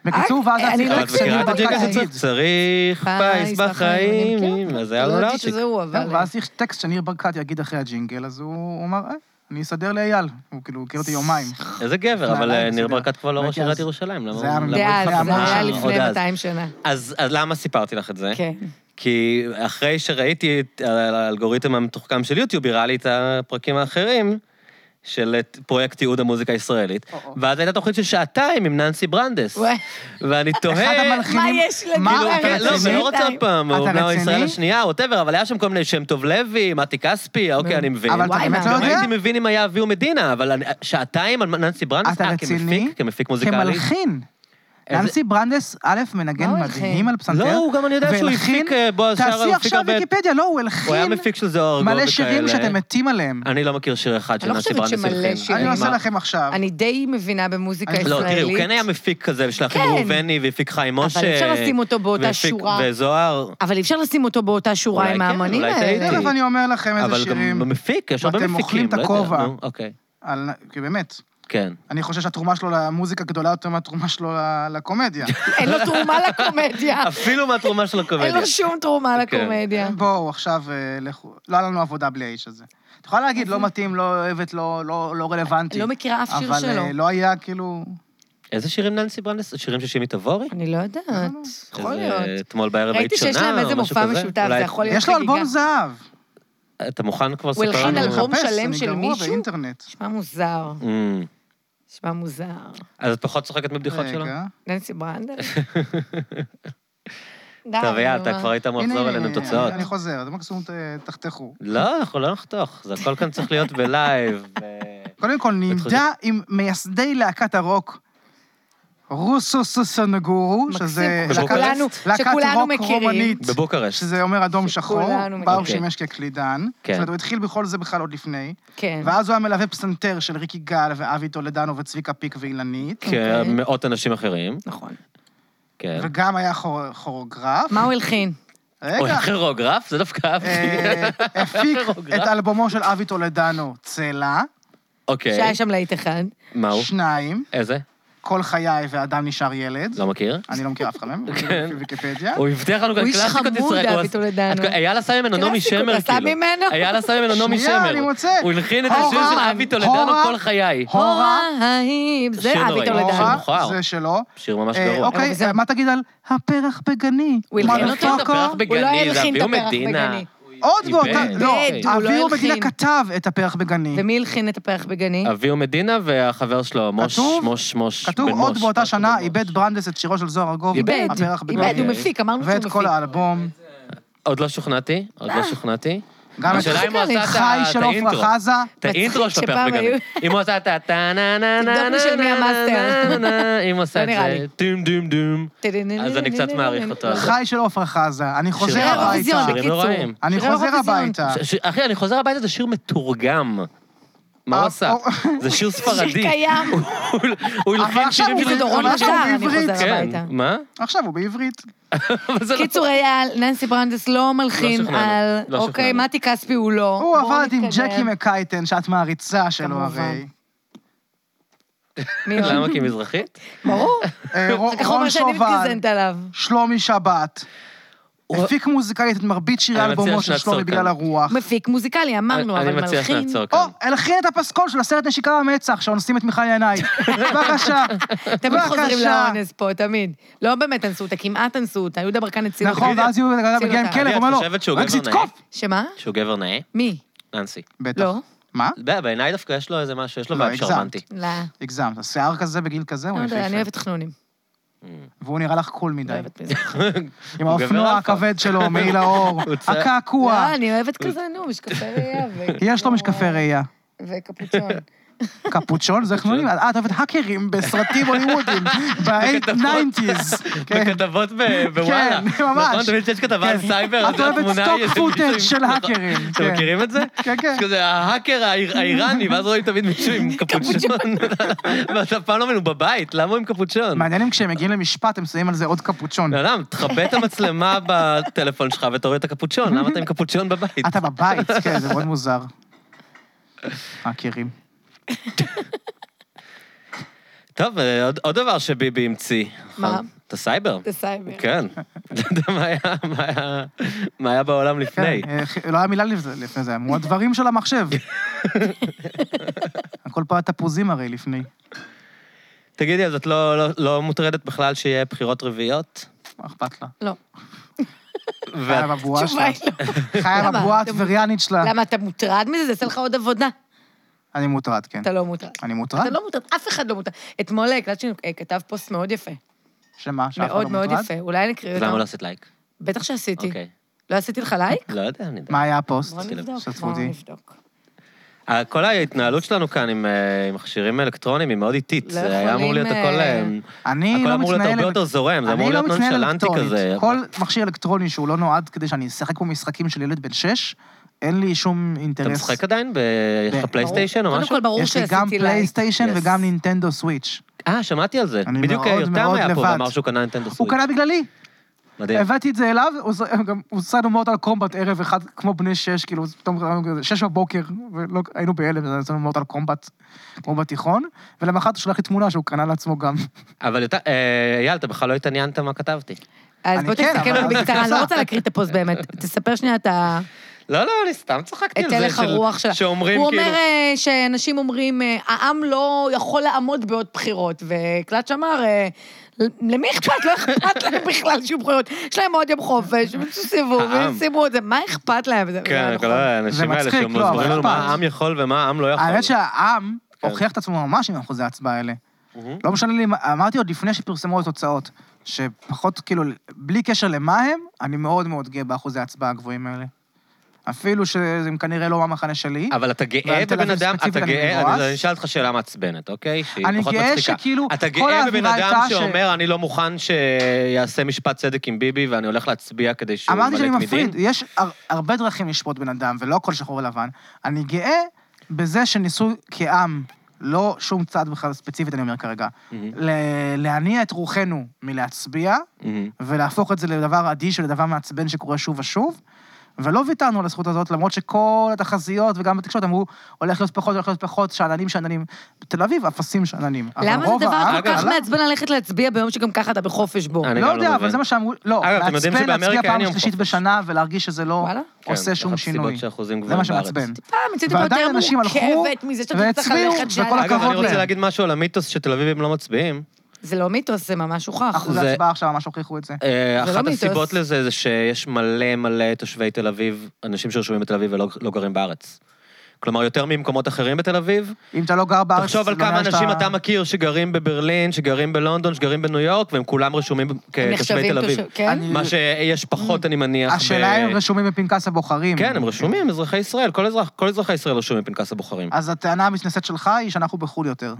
[SPEAKER 3] בקיצור, ואז
[SPEAKER 2] אני
[SPEAKER 3] הציטוט
[SPEAKER 2] לא
[SPEAKER 1] אבל את
[SPEAKER 3] שלי
[SPEAKER 1] מכירה את
[SPEAKER 3] הוא
[SPEAKER 1] הג'ינגל
[SPEAKER 3] רק
[SPEAKER 1] שצריך?
[SPEAKER 3] להגיד.
[SPEAKER 1] צריך פיס בחיים.
[SPEAKER 2] אני מכירה.
[SPEAKER 1] אז היה לנו
[SPEAKER 2] לא ידעתי
[SPEAKER 1] לארצ'יק.
[SPEAKER 2] שזה הוא,
[SPEAKER 3] זהו,
[SPEAKER 2] אבל...
[SPEAKER 3] כן, ואז צריך טקסט שניר ברקת יגיד אחרי הג'ינגל, אז הוא אמר, "אה, אני אסדר לאייל. הוא כאילו, הוא הכיר אותי יומיים.
[SPEAKER 1] איזה גבר, אבל
[SPEAKER 3] נעליים,
[SPEAKER 1] אה, ניר
[SPEAKER 3] בסדר.
[SPEAKER 1] ברקת כבר לא אה,
[SPEAKER 3] הייתי
[SPEAKER 1] ראש עיריית
[SPEAKER 3] אז-
[SPEAKER 1] ירושלים. למה
[SPEAKER 3] זה היה
[SPEAKER 1] הוא- למה הוא
[SPEAKER 2] דאז,
[SPEAKER 3] אבל
[SPEAKER 1] התחמק
[SPEAKER 2] זה היה
[SPEAKER 1] שם? אה, עוד
[SPEAKER 2] לפני
[SPEAKER 1] אז. אה?
[SPEAKER 2] 200 שנה.
[SPEAKER 1] אז אז למה סיפרתי לך את זה?
[SPEAKER 2] אה, כן.
[SPEAKER 1] כי אחרי שראיתי את אה, האלגוריתם המתוחכם של יוטיוב, הראה לי את הפרקים האחרים של את פרויקט תיעוד המוזיקה הישראלית,
[SPEAKER 3] או-או.
[SPEAKER 1] ואז הייתה תוכנית של שעתיים עם ננסי ברנדס.
[SPEAKER 2] וואי.
[SPEAKER 1] ואני
[SPEAKER 3] אחד
[SPEAKER 1] תוהה...
[SPEAKER 3] המלחינים-
[SPEAKER 2] מה יש אה, לגבר?
[SPEAKER 3] מה,
[SPEAKER 1] אה, כאילו,
[SPEAKER 3] אתה
[SPEAKER 1] כן, לא,
[SPEAKER 3] רציני?
[SPEAKER 1] ולא רוצה עוד פעם,
[SPEAKER 3] אתה
[SPEAKER 1] אומנם
[SPEAKER 3] רציני?
[SPEAKER 1] ישראל השנייה, ווטאבר, אבל היה שם כל מיני שם טוב לוי, מתי כספי, אוקיי, אני מבין.
[SPEAKER 3] אבל
[SPEAKER 2] וואי,
[SPEAKER 3] אתה באמת
[SPEAKER 2] מה,
[SPEAKER 3] לא
[SPEAKER 1] גם
[SPEAKER 3] יודע?
[SPEAKER 1] הייתי מבין אם היה אביהו מדינה, אבל אני- שעתיים על ננסי ברנדס,
[SPEAKER 3] אתה
[SPEAKER 1] אה,
[SPEAKER 3] רציני?
[SPEAKER 1] כמפיק, כמפיק מוזיקלי.
[SPEAKER 3] כמלחין.
[SPEAKER 1] איזה-
[SPEAKER 3] ננסי ברנדס, א', מנגן
[SPEAKER 2] מה הוא הלחין?
[SPEAKER 3] מדהים על פסנתר.
[SPEAKER 1] לא, הוא גם, אני יודע שהוא
[SPEAKER 3] והלחין-
[SPEAKER 1] הפיק, אה, בועז שר,
[SPEAKER 3] תעשי
[SPEAKER 1] הוא הפיק
[SPEAKER 3] עכשיו
[SPEAKER 1] הרבה-
[SPEAKER 3] ויקיפדיה, לא, הוא
[SPEAKER 1] הוא היה
[SPEAKER 3] הלחין
[SPEAKER 1] מלא של זוהר גוב
[SPEAKER 3] מלא
[SPEAKER 1] וכאלה.
[SPEAKER 3] שירים שאתם מתים עליהם.
[SPEAKER 1] אני לא מכיר שיר אחד של
[SPEAKER 2] אני לא
[SPEAKER 1] ננסי
[SPEAKER 2] חושבת
[SPEAKER 1] ברנדס
[SPEAKER 2] שמלא
[SPEAKER 1] הלחין.
[SPEAKER 2] שירים.
[SPEAKER 3] אני לא
[SPEAKER 2] אני
[SPEAKER 3] עושה
[SPEAKER 2] מה-
[SPEAKER 3] לכם עכשיו.
[SPEAKER 2] אני די מבינה במוזיקה
[SPEAKER 3] אני-
[SPEAKER 1] לא, תראי, הוא
[SPEAKER 2] הישראלית.
[SPEAKER 1] כן היה אה, מפיק כזה, של האחים
[SPEAKER 2] כן.
[SPEAKER 1] ראובני והפיק חיים משה.
[SPEAKER 2] אי אפשר לשים אותו באותה
[SPEAKER 1] והפיק-
[SPEAKER 2] שורה.
[SPEAKER 1] וזוהר,
[SPEAKER 2] אבל אי אפשר לשים אותו באותה שורה
[SPEAKER 1] אולי כן,
[SPEAKER 2] עם האמנים
[SPEAKER 1] אולי
[SPEAKER 2] האלה.
[SPEAKER 1] טעיתי.
[SPEAKER 3] תכף אני אומר לכם איזה
[SPEAKER 1] אבל
[SPEAKER 3] שירים.
[SPEAKER 2] לא
[SPEAKER 1] גם מפיק, יש הרבה
[SPEAKER 3] ואתם
[SPEAKER 1] מפיקים.
[SPEAKER 3] אוכלים את
[SPEAKER 1] לא יודע,
[SPEAKER 3] הכובע.
[SPEAKER 1] נו, אוקיי,
[SPEAKER 3] על- כי באמת,
[SPEAKER 1] כן.
[SPEAKER 3] אני חושב שהתרומה שלו למוזיקה גדולה יותר מהתרומה שלו ל- לקומדיה.
[SPEAKER 2] אין לו תרומה לקומדיה.
[SPEAKER 1] אפילו מהתרומה של הקומדיה.
[SPEAKER 2] אין לו שום תרומה
[SPEAKER 1] כן.
[SPEAKER 2] לקומדיה.
[SPEAKER 3] בואו, עכשיו, אה, לכו, לא היה לנו עבודה בלי האיש הזה. את יכולה להגיד, לא מתאים, לא אוהבת, לא- לא לא רלוונטי.
[SPEAKER 2] לא מכירה אף שיר
[SPEAKER 3] אבל
[SPEAKER 2] שלו.
[SPEAKER 3] אה, לא היה, כאילו...
[SPEAKER 1] איזה שירים ננסי ברנדס? שירים של שימי תבורי?
[SPEAKER 2] אני לא יודעת, יכול
[SPEAKER 1] איזה
[SPEAKER 2] להיות.
[SPEAKER 1] אתמול בערב היית
[SPEAKER 2] ראיתי
[SPEAKER 1] שונה,
[SPEAKER 2] שיש להם איזה
[SPEAKER 1] או משהו
[SPEAKER 2] מופע
[SPEAKER 1] כזה?
[SPEAKER 2] משותף,
[SPEAKER 1] אולי-
[SPEAKER 2] זה יכול להיות
[SPEAKER 3] יש לו אלבום
[SPEAKER 2] חגיגה.
[SPEAKER 3] זהב.
[SPEAKER 1] אתה מוכן כבר
[SPEAKER 2] הוא
[SPEAKER 1] לספר לנו?
[SPEAKER 2] הלחין
[SPEAKER 3] אני
[SPEAKER 2] אלבום
[SPEAKER 3] מחפש,
[SPEAKER 2] שלם של
[SPEAKER 3] אני גרוע
[SPEAKER 2] מישהו?
[SPEAKER 3] באינטרנט.
[SPEAKER 2] נשמע מוזר,
[SPEAKER 1] Mm.
[SPEAKER 2] נשמע מוזר.
[SPEAKER 1] אז את פחות צוחקת מבדיחות שלו?
[SPEAKER 2] לא,
[SPEAKER 3] רגע.
[SPEAKER 2] ננסי ברנדל?
[SPEAKER 1] טוב, אייל, אתה
[SPEAKER 2] לא-
[SPEAKER 1] כבר היית אמור
[SPEAKER 3] הנה,
[SPEAKER 1] לחזור
[SPEAKER 3] הנה,
[SPEAKER 1] אלינו עם
[SPEAKER 3] הנה,
[SPEAKER 1] תוצאות.
[SPEAKER 3] אני חוזר, אתם מקסימום ת- תחתכו.
[SPEAKER 1] לא, אנחנו לא נחתוך, זה הכל כאן צריך להיות בלייב. ו-
[SPEAKER 3] קודם כל, נמדע
[SPEAKER 1] בתחושה-
[SPEAKER 3] עם מייסדי להקת הרוק, רוסו סוסנגורו,
[SPEAKER 2] מקסים,
[SPEAKER 3] שזה
[SPEAKER 1] כמו
[SPEAKER 3] להקת-
[SPEAKER 1] שכולנו-
[SPEAKER 3] להקת
[SPEAKER 2] שכולנו
[SPEAKER 3] רוק
[SPEAKER 2] מכירים.
[SPEAKER 3] רומנית,
[SPEAKER 1] בבוקרשט.
[SPEAKER 3] שזה אומר אדום שחור,
[SPEAKER 2] שכולנו
[SPEAKER 3] בה הוא
[SPEAKER 1] מכירים.
[SPEAKER 3] שימש כקלידן.
[SPEAKER 1] אוקיי. כן.
[SPEAKER 3] זאת אומרת, הוא התחיל בכל זה בכלל עוד לפני,
[SPEAKER 2] כן.
[SPEAKER 3] ואז הוא היה מלווה פסנתר של ריקי גל ואבי טולדנו וצביקה פיק
[SPEAKER 1] כן.
[SPEAKER 3] ואילנית,
[SPEAKER 2] אוקיי.
[SPEAKER 1] כמאות אנשים אחרים,
[SPEAKER 2] נכון.
[SPEAKER 1] כן.
[SPEAKER 3] וגם היה חור- כוריאוגרף.
[SPEAKER 2] מה הוא הלחין?
[SPEAKER 1] אוי,
[SPEAKER 3] רגע.
[SPEAKER 1] הכירוגרף? זה דווקא אהבתי.
[SPEAKER 3] אה, הפיק
[SPEAKER 1] כוריאוגרף.
[SPEAKER 3] את אלבומו של אבי טולדנו, צלע,
[SPEAKER 1] אוקיי,
[SPEAKER 2] שהיה שם להיט אחד.
[SPEAKER 1] מה הוא?
[SPEAKER 3] שניים,
[SPEAKER 1] איזה?
[SPEAKER 3] כל חיי ואדם נשאר ילד.
[SPEAKER 1] לא מכיר?
[SPEAKER 3] אני לא מכיר אף אחד מהם,
[SPEAKER 1] כן.
[SPEAKER 3] לפי ויקיפדיה.
[SPEAKER 1] הוא הבטיח לנו כאן
[SPEAKER 2] הוא איש
[SPEAKER 1] קלאסיקות
[SPEAKER 2] חמוד,
[SPEAKER 1] ישראל. הוא
[SPEAKER 2] דוד
[SPEAKER 1] עש- את-
[SPEAKER 2] טולדנו.
[SPEAKER 1] אייל עשה ממנו נעמי
[SPEAKER 2] קלאסיקות,
[SPEAKER 1] שמר,
[SPEAKER 2] עשה
[SPEAKER 1] כאילו.
[SPEAKER 2] ממנו?
[SPEAKER 1] אייל עשה ממנו נעמי שמר.
[SPEAKER 3] שנייה, אני מוצא.
[SPEAKER 1] הוא הלחין את
[SPEAKER 3] הורה,
[SPEAKER 1] השיר של אבי טולדנו
[SPEAKER 3] הורה.
[SPEAKER 1] כל חיי.
[SPEAKER 3] הורה.
[SPEAKER 2] האם זה
[SPEAKER 1] שיר
[SPEAKER 2] אבי
[SPEAKER 1] נוראי.
[SPEAKER 2] טולדן.
[SPEAKER 1] הורה.
[SPEAKER 3] אורה,
[SPEAKER 1] מאוחר.
[SPEAKER 3] זה שלו.
[SPEAKER 1] שיר ממש
[SPEAKER 3] אה,
[SPEAKER 1] גרוע.
[SPEAKER 3] אוקיי,
[SPEAKER 2] זה-
[SPEAKER 3] מה תגיד על הפרח בגני?
[SPEAKER 2] הוא הלחין
[SPEAKER 1] לא מכיר
[SPEAKER 2] אותו?
[SPEAKER 1] את
[SPEAKER 3] Motherfucker.
[SPEAKER 1] הפרח
[SPEAKER 2] הוא לא
[SPEAKER 1] בגני, זה
[SPEAKER 2] הלחין את
[SPEAKER 1] אביהו
[SPEAKER 2] הפרח
[SPEAKER 1] מדינה.
[SPEAKER 2] בגני.
[SPEAKER 3] עוד באותה...
[SPEAKER 1] איבד.
[SPEAKER 3] לא,
[SPEAKER 1] איבד,
[SPEAKER 2] הוא לא
[SPEAKER 3] אביהו מדינה
[SPEAKER 2] הלחין.
[SPEAKER 3] כתב את הפרח בגני.
[SPEAKER 2] ומי הלחין את הפרח בגני?
[SPEAKER 1] אביהו מדינה והחבר שלו, מוש,
[SPEAKER 3] כתוב-
[SPEAKER 1] מוש, מוש,
[SPEAKER 3] כתוב
[SPEAKER 1] בן
[SPEAKER 3] עוד
[SPEAKER 1] מוש,
[SPEAKER 3] באותה
[SPEAKER 1] מוש,
[SPEAKER 3] שנה
[SPEAKER 1] בן
[SPEAKER 3] איבד
[SPEAKER 1] מוש.
[SPEAKER 3] ברנדס את שירו של זוהר ארגוב,
[SPEAKER 1] איבד,
[SPEAKER 3] הפרח
[SPEAKER 2] איבד,
[SPEAKER 3] בגני.
[SPEAKER 2] הוא
[SPEAKER 1] אוקיי.
[SPEAKER 2] מפיק, אמרנו שהוא
[SPEAKER 3] ואת כל
[SPEAKER 2] מפיק.
[SPEAKER 3] האלבום.
[SPEAKER 1] עוד לא שוכנעתי, עוד לא שוכנעתי.
[SPEAKER 3] גם את
[SPEAKER 1] השאלה אם הוא
[SPEAKER 2] מצחיק
[SPEAKER 1] עשה את
[SPEAKER 3] חי
[SPEAKER 1] ה- את
[SPEAKER 3] של
[SPEAKER 1] האינטרו.
[SPEAKER 3] עפרה חזה.
[SPEAKER 1] את האינטרו של
[SPEAKER 2] מצחיק
[SPEAKER 1] הפרח
[SPEAKER 2] שפעם
[SPEAKER 1] בגני.
[SPEAKER 2] היו-
[SPEAKER 1] אם הוא עשה את ה... טה נה נה נה
[SPEAKER 2] תבדוק לי של מי
[SPEAKER 1] נה נה
[SPEAKER 2] המאסטר.
[SPEAKER 1] נה, אם הוא עשה
[SPEAKER 2] לא
[SPEAKER 1] את
[SPEAKER 2] נראה
[SPEAKER 1] זה,
[SPEAKER 2] לי.
[SPEAKER 1] דום דום דום. אז אני קצת מעריך אותו. על זה.
[SPEAKER 3] חי של עפרה חזה. אני חוזר
[SPEAKER 1] שירי
[SPEAKER 3] הביתה.
[SPEAKER 2] האירוויזיון,
[SPEAKER 1] שירים
[SPEAKER 2] בקיצור.
[SPEAKER 1] נוראים.
[SPEAKER 3] אני
[SPEAKER 2] שירי
[SPEAKER 3] חוזר
[SPEAKER 2] האירוויזיון.
[SPEAKER 3] הביתה.
[SPEAKER 1] ש- ש- אחי, אני חוזר הביתה, זה שיר מתורגם. מה הוא
[SPEAKER 3] אה,
[SPEAKER 1] עשה?
[SPEAKER 3] או-
[SPEAKER 1] זה שיר ספרדי.
[SPEAKER 2] שיר קיים.
[SPEAKER 1] הוא- הוא
[SPEAKER 3] אבל
[SPEAKER 1] הלחין
[SPEAKER 3] עכשיו
[SPEAKER 1] שירים
[SPEAKER 3] הוא
[SPEAKER 1] של...
[SPEAKER 2] דורון
[SPEAKER 3] אבל עכשיו
[SPEAKER 2] עזרא,
[SPEAKER 3] הוא
[SPEAKER 2] אני
[SPEAKER 3] בעברית.
[SPEAKER 2] חוזר
[SPEAKER 1] כן,
[SPEAKER 2] הביתה.
[SPEAKER 1] מה?
[SPEAKER 3] עכשיו הוא בעברית.
[SPEAKER 1] אבל זה לא-
[SPEAKER 2] קיצור, אייל, ננסי ברנדס לא
[SPEAKER 1] לא
[SPEAKER 2] מלחין
[SPEAKER 1] שוכנענו,
[SPEAKER 2] על...
[SPEAKER 1] לא
[SPEAKER 2] אוקיי,
[SPEAKER 1] שוכנענו.
[SPEAKER 2] מתי כספי הוא לא.
[SPEAKER 3] הוא
[SPEAKER 2] בואו
[SPEAKER 3] עבד עם
[SPEAKER 2] נתקדם.
[SPEAKER 3] ג'קי מקייטן, שאת מעריצה שלו
[SPEAKER 2] כמובן.
[SPEAKER 3] הרי.
[SPEAKER 2] מי עוד?
[SPEAKER 1] למה? כי היא מזרחית?
[SPEAKER 2] ברור.
[SPEAKER 3] אה, רו-
[SPEAKER 2] אחר כך הוא
[SPEAKER 3] רון
[SPEAKER 2] אומר שאני
[SPEAKER 3] שובל,
[SPEAKER 2] מתגזנת עליו.
[SPEAKER 3] שלומי שבת.
[SPEAKER 1] הוא-
[SPEAKER 3] הפיק מוזיקלית את מרבית שירי
[SPEAKER 1] אני מציע
[SPEAKER 3] האלבומו של
[SPEAKER 1] שנעצור
[SPEAKER 3] שלומי בגלל
[SPEAKER 1] כאן.
[SPEAKER 3] הרוח.
[SPEAKER 2] מפיק מוזיקלי, אמרנו,
[SPEAKER 1] אני
[SPEAKER 2] אבל
[SPEAKER 1] מציע
[SPEAKER 2] מלחין...
[SPEAKER 1] שנעצור
[SPEAKER 3] או,
[SPEAKER 1] כאן.
[SPEAKER 3] הלחין את הפסקול של הסרט נשיקה במצח, שאונסים את מיכל ינאי. בבקשה.
[SPEAKER 2] תמיד לא חוזרים
[SPEAKER 3] בבקשה.
[SPEAKER 2] לאונס פה, תמיד. לא באמת אנסו אותה, כמעט אנסו אותה, יהודה ברקן הציל אותה.
[SPEAKER 3] נכון, ואז יהודה
[SPEAKER 2] הציל
[SPEAKER 3] מגיע עם
[SPEAKER 2] אותה.
[SPEAKER 3] כלב,
[SPEAKER 1] את
[SPEAKER 3] אומר לו,
[SPEAKER 1] חושבת שהוא
[SPEAKER 3] רק
[SPEAKER 1] גבר
[SPEAKER 3] תתקוף.
[SPEAKER 2] שמה?
[SPEAKER 1] שהוא גבר נאה?
[SPEAKER 2] מי?
[SPEAKER 1] ננסי.
[SPEAKER 3] בטח.
[SPEAKER 2] לא.
[SPEAKER 3] מה?
[SPEAKER 1] ב- בעיניי דווקא יש לו איזה משהו, יש לו
[SPEAKER 3] לא,
[SPEAKER 1] וייב
[SPEAKER 3] הגזמת.
[SPEAKER 1] שרמנטי.
[SPEAKER 2] לא.
[SPEAKER 3] הגזמת, שיער כזה בגיל כזה הוא
[SPEAKER 2] לא יודע, אני
[SPEAKER 3] יפהפה.
[SPEAKER 2] אוהבת חנונים.
[SPEAKER 3] והוא נראה לך קול
[SPEAKER 2] לא
[SPEAKER 3] מדי.
[SPEAKER 2] אוהבת מזה.
[SPEAKER 3] עם
[SPEAKER 1] הוא גבר
[SPEAKER 3] האופנוע
[SPEAKER 1] אלפא.
[SPEAKER 3] הכבד שלו, מעיל האור,
[SPEAKER 1] הוא צ-
[SPEAKER 3] הקעקוע.
[SPEAKER 2] לא, אני לא. אוהבת כזה, נו, משקפי ראייה. ו-
[SPEAKER 3] יש לו
[SPEAKER 2] כמו-
[SPEAKER 3] משקפי ראייה.
[SPEAKER 2] וקפוצ'ון.
[SPEAKER 1] כן.
[SPEAKER 3] קפוצ'ון, זה חנונים, אה, את אוהבת האקרים בסרטים הוליוודיים, כן, ב-890's.
[SPEAKER 1] בכתבות ב- בוואלה.
[SPEAKER 3] כן, ממש.
[SPEAKER 1] נכון, תמיד שיש כתבה על סייבר,
[SPEAKER 3] כן. את אוהבת
[SPEAKER 1] התמונה
[SPEAKER 3] סטוק
[SPEAKER 1] היא-
[SPEAKER 3] פוטאג' של
[SPEAKER 1] נכון.
[SPEAKER 3] האקרים.
[SPEAKER 1] אתם
[SPEAKER 3] כן.
[SPEAKER 1] מכירים את זה?
[SPEAKER 3] כן, כן.
[SPEAKER 1] יש כזה ההאקר האיר- האיראני, ואז רואים תמיד מישהו עם קפוצ'ון. ואתה אף פעם לא מבין, הוא בבית, למה הוא עם קפוצ'ון?
[SPEAKER 3] מעניין אם כשהם מגיעים למשפט, הם שמים על זה עוד קפוצ'ון.
[SPEAKER 1] בן אדם, תכבה את המצלמה בטלפון שלך ותוריד את הקפוצ'ון, למה אתה עם קפוצ'ון בבית?
[SPEAKER 3] אתה בבית, כן, זה מאוד מוזר. האקרים.
[SPEAKER 1] טוב, אה, עוד- עוד דבר שביבי המציא.
[SPEAKER 2] מה?
[SPEAKER 1] נכון? את הסייבר.
[SPEAKER 2] זה סייבר.
[SPEAKER 1] כן. אתה יודע מה היה- מה היה- מה היה בעולם לפני.
[SPEAKER 3] כן, אה, לא היה מילה לפ- לפני זה, אמרו הדברים של המחשב. הכל פה היה תפוזים הרי לפני.
[SPEAKER 1] תגידי, אז את לא- לא- לא מוטרדת בכלל שיהיה בחירות רביעיות?
[SPEAKER 3] מה אכפת לה?
[SPEAKER 2] לא.
[SPEAKER 1] ואת-
[SPEAKER 3] חיה בבועה
[SPEAKER 2] התשובה
[SPEAKER 3] שלה.
[SPEAKER 2] היא לא.
[SPEAKER 3] חיה
[SPEAKER 2] למה?
[SPEAKER 3] בבועה
[SPEAKER 2] אתם-
[SPEAKER 3] הטבריאנית שלה.
[SPEAKER 2] למה, אתה מוטרד מזה? זה עושה לך עוד עבודה.
[SPEAKER 3] אני מוטרד, כן.
[SPEAKER 2] אתה לא מוטרד.
[SPEAKER 3] אני מוטרד?
[SPEAKER 2] אתה לא מוטרד, אף אחד לא מוטרד. אתמול הקלט שכתב פוסט מאוד יפה.
[SPEAKER 3] שמה, שאף אחד לא
[SPEAKER 2] מאוד מאוד
[SPEAKER 3] מוטרד?
[SPEAKER 2] יפה. אולי נקריא
[SPEAKER 1] אז
[SPEAKER 2] אותו.
[SPEAKER 1] למה לא עשית לייק?
[SPEAKER 2] בטח שעשיתי.
[SPEAKER 1] אוקיי. כאילו.
[SPEAKER 2] לא עשיתי לך לייק?
[SPEAKER 1] לא יודע, אני יודע.
[SPEAKER 3] מה היה הפוסט?
[SPEAKER 2] בוא נבדוק,
[SPEAKER 3] של
[SPEAKER 2] בוא
[SPEAKER 3] צרודי.
[SPEAKER 2] נבדוק.
[SPEAKER 1] ה- אה, כל ההתנהלות שלנו כאן עם אה, עם מכשירים אלקטרוניים היא מאוד איטית.
[SPEAKER 2] לא
[SPEAKER 1] זה היה אמור להיות
[SPEAKER 2] יכולים,
[SPEAKER 1] הכל...
[SPEAKER 2] אה,
[SPEAKER 1] אה,
[SPEAKER 3] אני
[SPEAKER 1] הכל
[SPEAKER 3] לא
[SPEAKER 1] אמור להיות
[SPEAKER 3] מתנהל... לא
[SPEAKER 1] הרבה יותר זורם, זה אמור להיות נונשלנטי כזה.
[SPEAKER 3] כל מכשיר אלקטרוני שהוא לא נועד כדי שאני אשחק בו משחקים של ילד בן שש, אין לי שום
[SPEAKER 1] אתה
[SPEAKER 3] אינטרס.
[SPEAKER 1] משחק עדיין? ב- יש לך
[SPEAKER 3] ברור.
[SPEAKER 1] פלייסטיישן או
[SPEAKER 2] קודם
[SPEAKER 1] משהו?
[SPEAKER 2] כל, ברור
[SPEAKER 3] יש לי גם
[SPEAKER 2] שעשיתי לייק.
[SPEAKER 3] פלייסטיישן
[SPEAKER 1] Yes.
[SPEAKER 3] וגם נינטנדו סוויץ'.
[SPEAKER 1] אה, שמעתי על זה.
[SPEAKER 3] אני
[SPEAKER 1] בדיוק
[SPEAKER 3] מאוד,
[SPEAKER 1] יותם
[SPEAKER 3] מאוד
[SPEAKER 1] היה פה
[SPEAKER 3] לבד.
[SPEAKER 1] ואמר שהוא קנה נינטנדו
[SPEAKER 3] הוא
[SPEAKER 1] סוויץ'.
[SPEAKER 3] קנה בגללי.
[SPEAKER 1] מדהים.
[SPEAKER 3] הבאתי את זה אליו, הוא ז- הוא גם- הוא עשה לנו מורטל קומבט ערב אחד, כמו בני שש, כאילו, פתאום קראנו כזה, שש בבוקר, ולא- היינו בהלם, אז עשינו מורטל קומבט, כמו בתיכון, ולמחרת הוא שלח לי תמונה שהוא קנה לעצמו גם.
[SPEAKER 1] אבל יותר- אה, אייל, אתה בכלל לא התעניינת מה כתבתי.
[SPEAKER 2] אז
[SPEAKER 3] אני
[SPEAKER 2] בוא
[SPEAKER 3] כן,
[SPEAKER 2] תסכם
[SPEAKER 3] אבל-
[SPEAKER 2] לנו בקצרה, אני לא רוצה להקריא את הפוסט באמת. תספר שנייה את ה...
[SPEAKER 1] לא, לא, אני סתם צחקתי על
[SPEAKER 2] את
[SPEAKER 1] זה.
[SPEAKER 2] הלך
[SPEAKER 1] של-
[SPEAKER 2] הרוח שלה.
[SPEAKER 1] שאומרים
[SPEAKER 2] הוא
[SPEAKER 1] כאילו...
[SPEAKER 2] אומר אה, שאנשים אומרים, אה, העם לא יכול לעמוד בעוד בחירות, וקלאץ' אמר, אה, למי אכפת? לא אכפת להם בכלל שיהיו בחירות. יש להם עוד יום חופש, הם עשו סיבוב,
[SPEAKER 1] העם.
[SPEAKER 2] הם סיבבו את זה. מה אכפת להם? זה לא
[SPEAKER 1] כן,
[SPEAKER 2] נכון.
[SPEAKER 1] כל האנשים האלה
[SPEAKER 3] מצחיק,
[SPEAKER 1] שהם
[SPEAKER 3] לא, אבל
[SPEAKER 1] מסבירים לנו מה
[SPEAKER 3] אכפת.
[SPEAKER 1] העם יכול ומה העם לא יכול.
[SPEAKER 3] האמת שהעם
[SPEAKER 1] כן.
[SPEAKER 3] הוכיח את עצמו ממש עם אחוזי ההצבעה האלה.
[SPEAKER 1] מהמם.
[SPEAKER 3] לא משנה לי, מה- אמרתי עוד לפני שפרסמו את התוצאות, שפחות, כאילו, בלי קשר למה הם, אני מאוד מאוד גאה באחוזי ההצבעה הגבוהים האלה. אפילו שהם כנראה לא מהמחנה שלי.
[SPEAKER 1] אבל אתה גאה
[SPEAKER 3] ועל תל
[SPEAKER 1] בבן
[SPEAKER 3] אביב
[SPEAKER 1] אדם, אתה
[SPEAKER 3] ספציפית אני
[SPEAKER 1] גאה,
[SPEAKER 3] מבואס.
[SPEAKER 1] אני אני אשאל אותך שאלה מעצבנת, אוקיי? שהיא
[SPEAKER 3] אני
[SPEAKER 1] פחות
[SPEAKER 3] גאה
[SPEAKER 1] מצחיקה.
[SPEAKER 3] שכאילו
[SPEAKER 1] אתה
[SPEAKER 3] כל
[SPEAKER 1] גאה בבן
[SPEAKER 3] האווירה
[SPEAKER 1] אדם
[SPEAKER 3] הייתה ש-
[SPEAKER 1] שאומר, אני לא מוכן שיעשה משפט צדק עם ביבי ואני הולך להצביע כדי שהוא ימלא
[SPEAKER 3] אמרתי שאני
[SPEAKER 1] תמידים?
[SPEAKER 3] מפריד, יש הר- הרבה דרכים לשפוט בן אדם, ולא הכל שחור ולבן. אני גאה בזה שניסו כעם, לא שום צד בכלל ספציפית, אני אומר כרגע, ל- להניע את רוחנו מלהצביע,
[SPEAKER 1] מהם.
[SPEAKER 3] ולהפוך את זה לדבר אדיש ולדבר מעצבן שקורה שוב ושוב. ולא ויתרנו על הזכות הזאת, למרות שכל התחזיות וגם בתקשורת אמרו, הולך להיות פחות, הולך להיות פחות, שאננים, שאננים. בתל אביב, אפסים שאננים. אבל
[SPEAKER 2] למה זה
[SPEAKER 3] רוב
[SPEAKER 2] דבר
[SPEAKER 3] העם-
[SPEAKER 2] כל כך
[SPEAKER 3] עלה-
[SPEAKER 2] מעצבן ללכת להצביע ביום שגם ככה אתה בחופש בו?
[SPEAKER 1] אני
[SPEAKER 3] לא
[SPEAKER 1] גם לא
[SPEAKER 3] יודע, אבל
[SPEAKER 1] מבין.
[SPEAKER 3] זה מה שאמרו, לא,
[SPEAKER 1] אגב, אתם יודעים
[SPEAKER 3] לעצבן, להצביע
[SPEAKER 1] שבאמריקה אין
[SPEAKER 3] פעם
[SPEAKER 1] יום
[SPEAKER 3] שלישית
[SPEAKER 1] חופש.
[SPEAKER 3] בשנה ולהרגיש שזה לא
[SPEAKER 2] וואלה?
[SPEAKER 1] כן,
[SPEAKER 3] עושה שום
[SPEAKER 1] אחת הסיבות
[SPEAKER 3] שינוי.
[SPEAKER 1] שאחוזים
[SPEAKER 3] זה
[SPEAKER 1] גבוהים
[SPEAKER 3] מה
[SPEAKER 1] בארץ.
[SPEAKER 3] שמעצבן.
[SPEAKER 2] פעם, מציאות פה
[SPEAKER 3] ועדיין
[SPEAKER 2] יותר
[SPEAKER 3] אנשים הלכו
[SPEAKER 2] מורכבת מזה שאתה צריך
[SPEAKER 3] והצביעו,
[SPEAKER 2] ללכת
[SPEAKER 3] וכל
[SPEAKER 2] שעה.
[SPEAKER 1] אגב,
[SPEAKER 3] הכבוד
[SPEAKER 1] אני רוצה
[SPEAKER 3] להם.
[SPEAKER 1] להגיד משהו על המיתוס שתל אביבים לא מצביעים.
[SPEAKER 2] זה לא מיתוס, זה ממש הוכח.
[SPEAKER 3] אחוזי
[SPEAKER 1] זה-
[SPEAKER 3] הצבעה עכשיו ממש הוכיחו את זה.
[SPEAKER 1] אה,
[SPEAKER 2] זה לא
[SPEAKER 1] אחת
[SPEAKER 2] מיתוס.
[SPEAKER 1] הסיבות לזה זה שיש מלא מלא תושבי תל אביב, אנשים שרשומים בתל אביב ולא לא גרים בארץ. כלומר, יותר ממקומות אחרים בתל אביב,
[SPEAKER 3] אם אתה לא גר בארץ...
[SPEAKER 1] תחשוב על
[SPEAKER 3] לא נראה
[SPEAKER 1] כמה אנשים
[SPEAKER 3] שאתה-
[SPEAKER 1] אתה מכיר שגרים בברלין, שגרים בלונדון, שגרים בניו יורק, והם כולם רשומים
[SPEAKER 2] הם
[SPEAKER 1] כתושבי
[SPEAKER 2] נחשבים
[SPEAKER 1] אה, תל אביב.
[SPEAKER 2] תושב- כן?
[SPEAKER 3] אני-
[SPEAKER 1] מה שיש פחות, אני מניח. ב-
[SPEAKER 3] השאלה אם הם רשומים בפנקס הבוחרים.
[SPEAKER 1] כן, הם רשומים, אזרחי ישראל, כל אזרח- כל אזרחי ישראל רשומים בפנקס הבוחרים.
[SPEAKER 3] אז הטענה המתנשאת שלך היא שאנחנו בחו"ל יותר.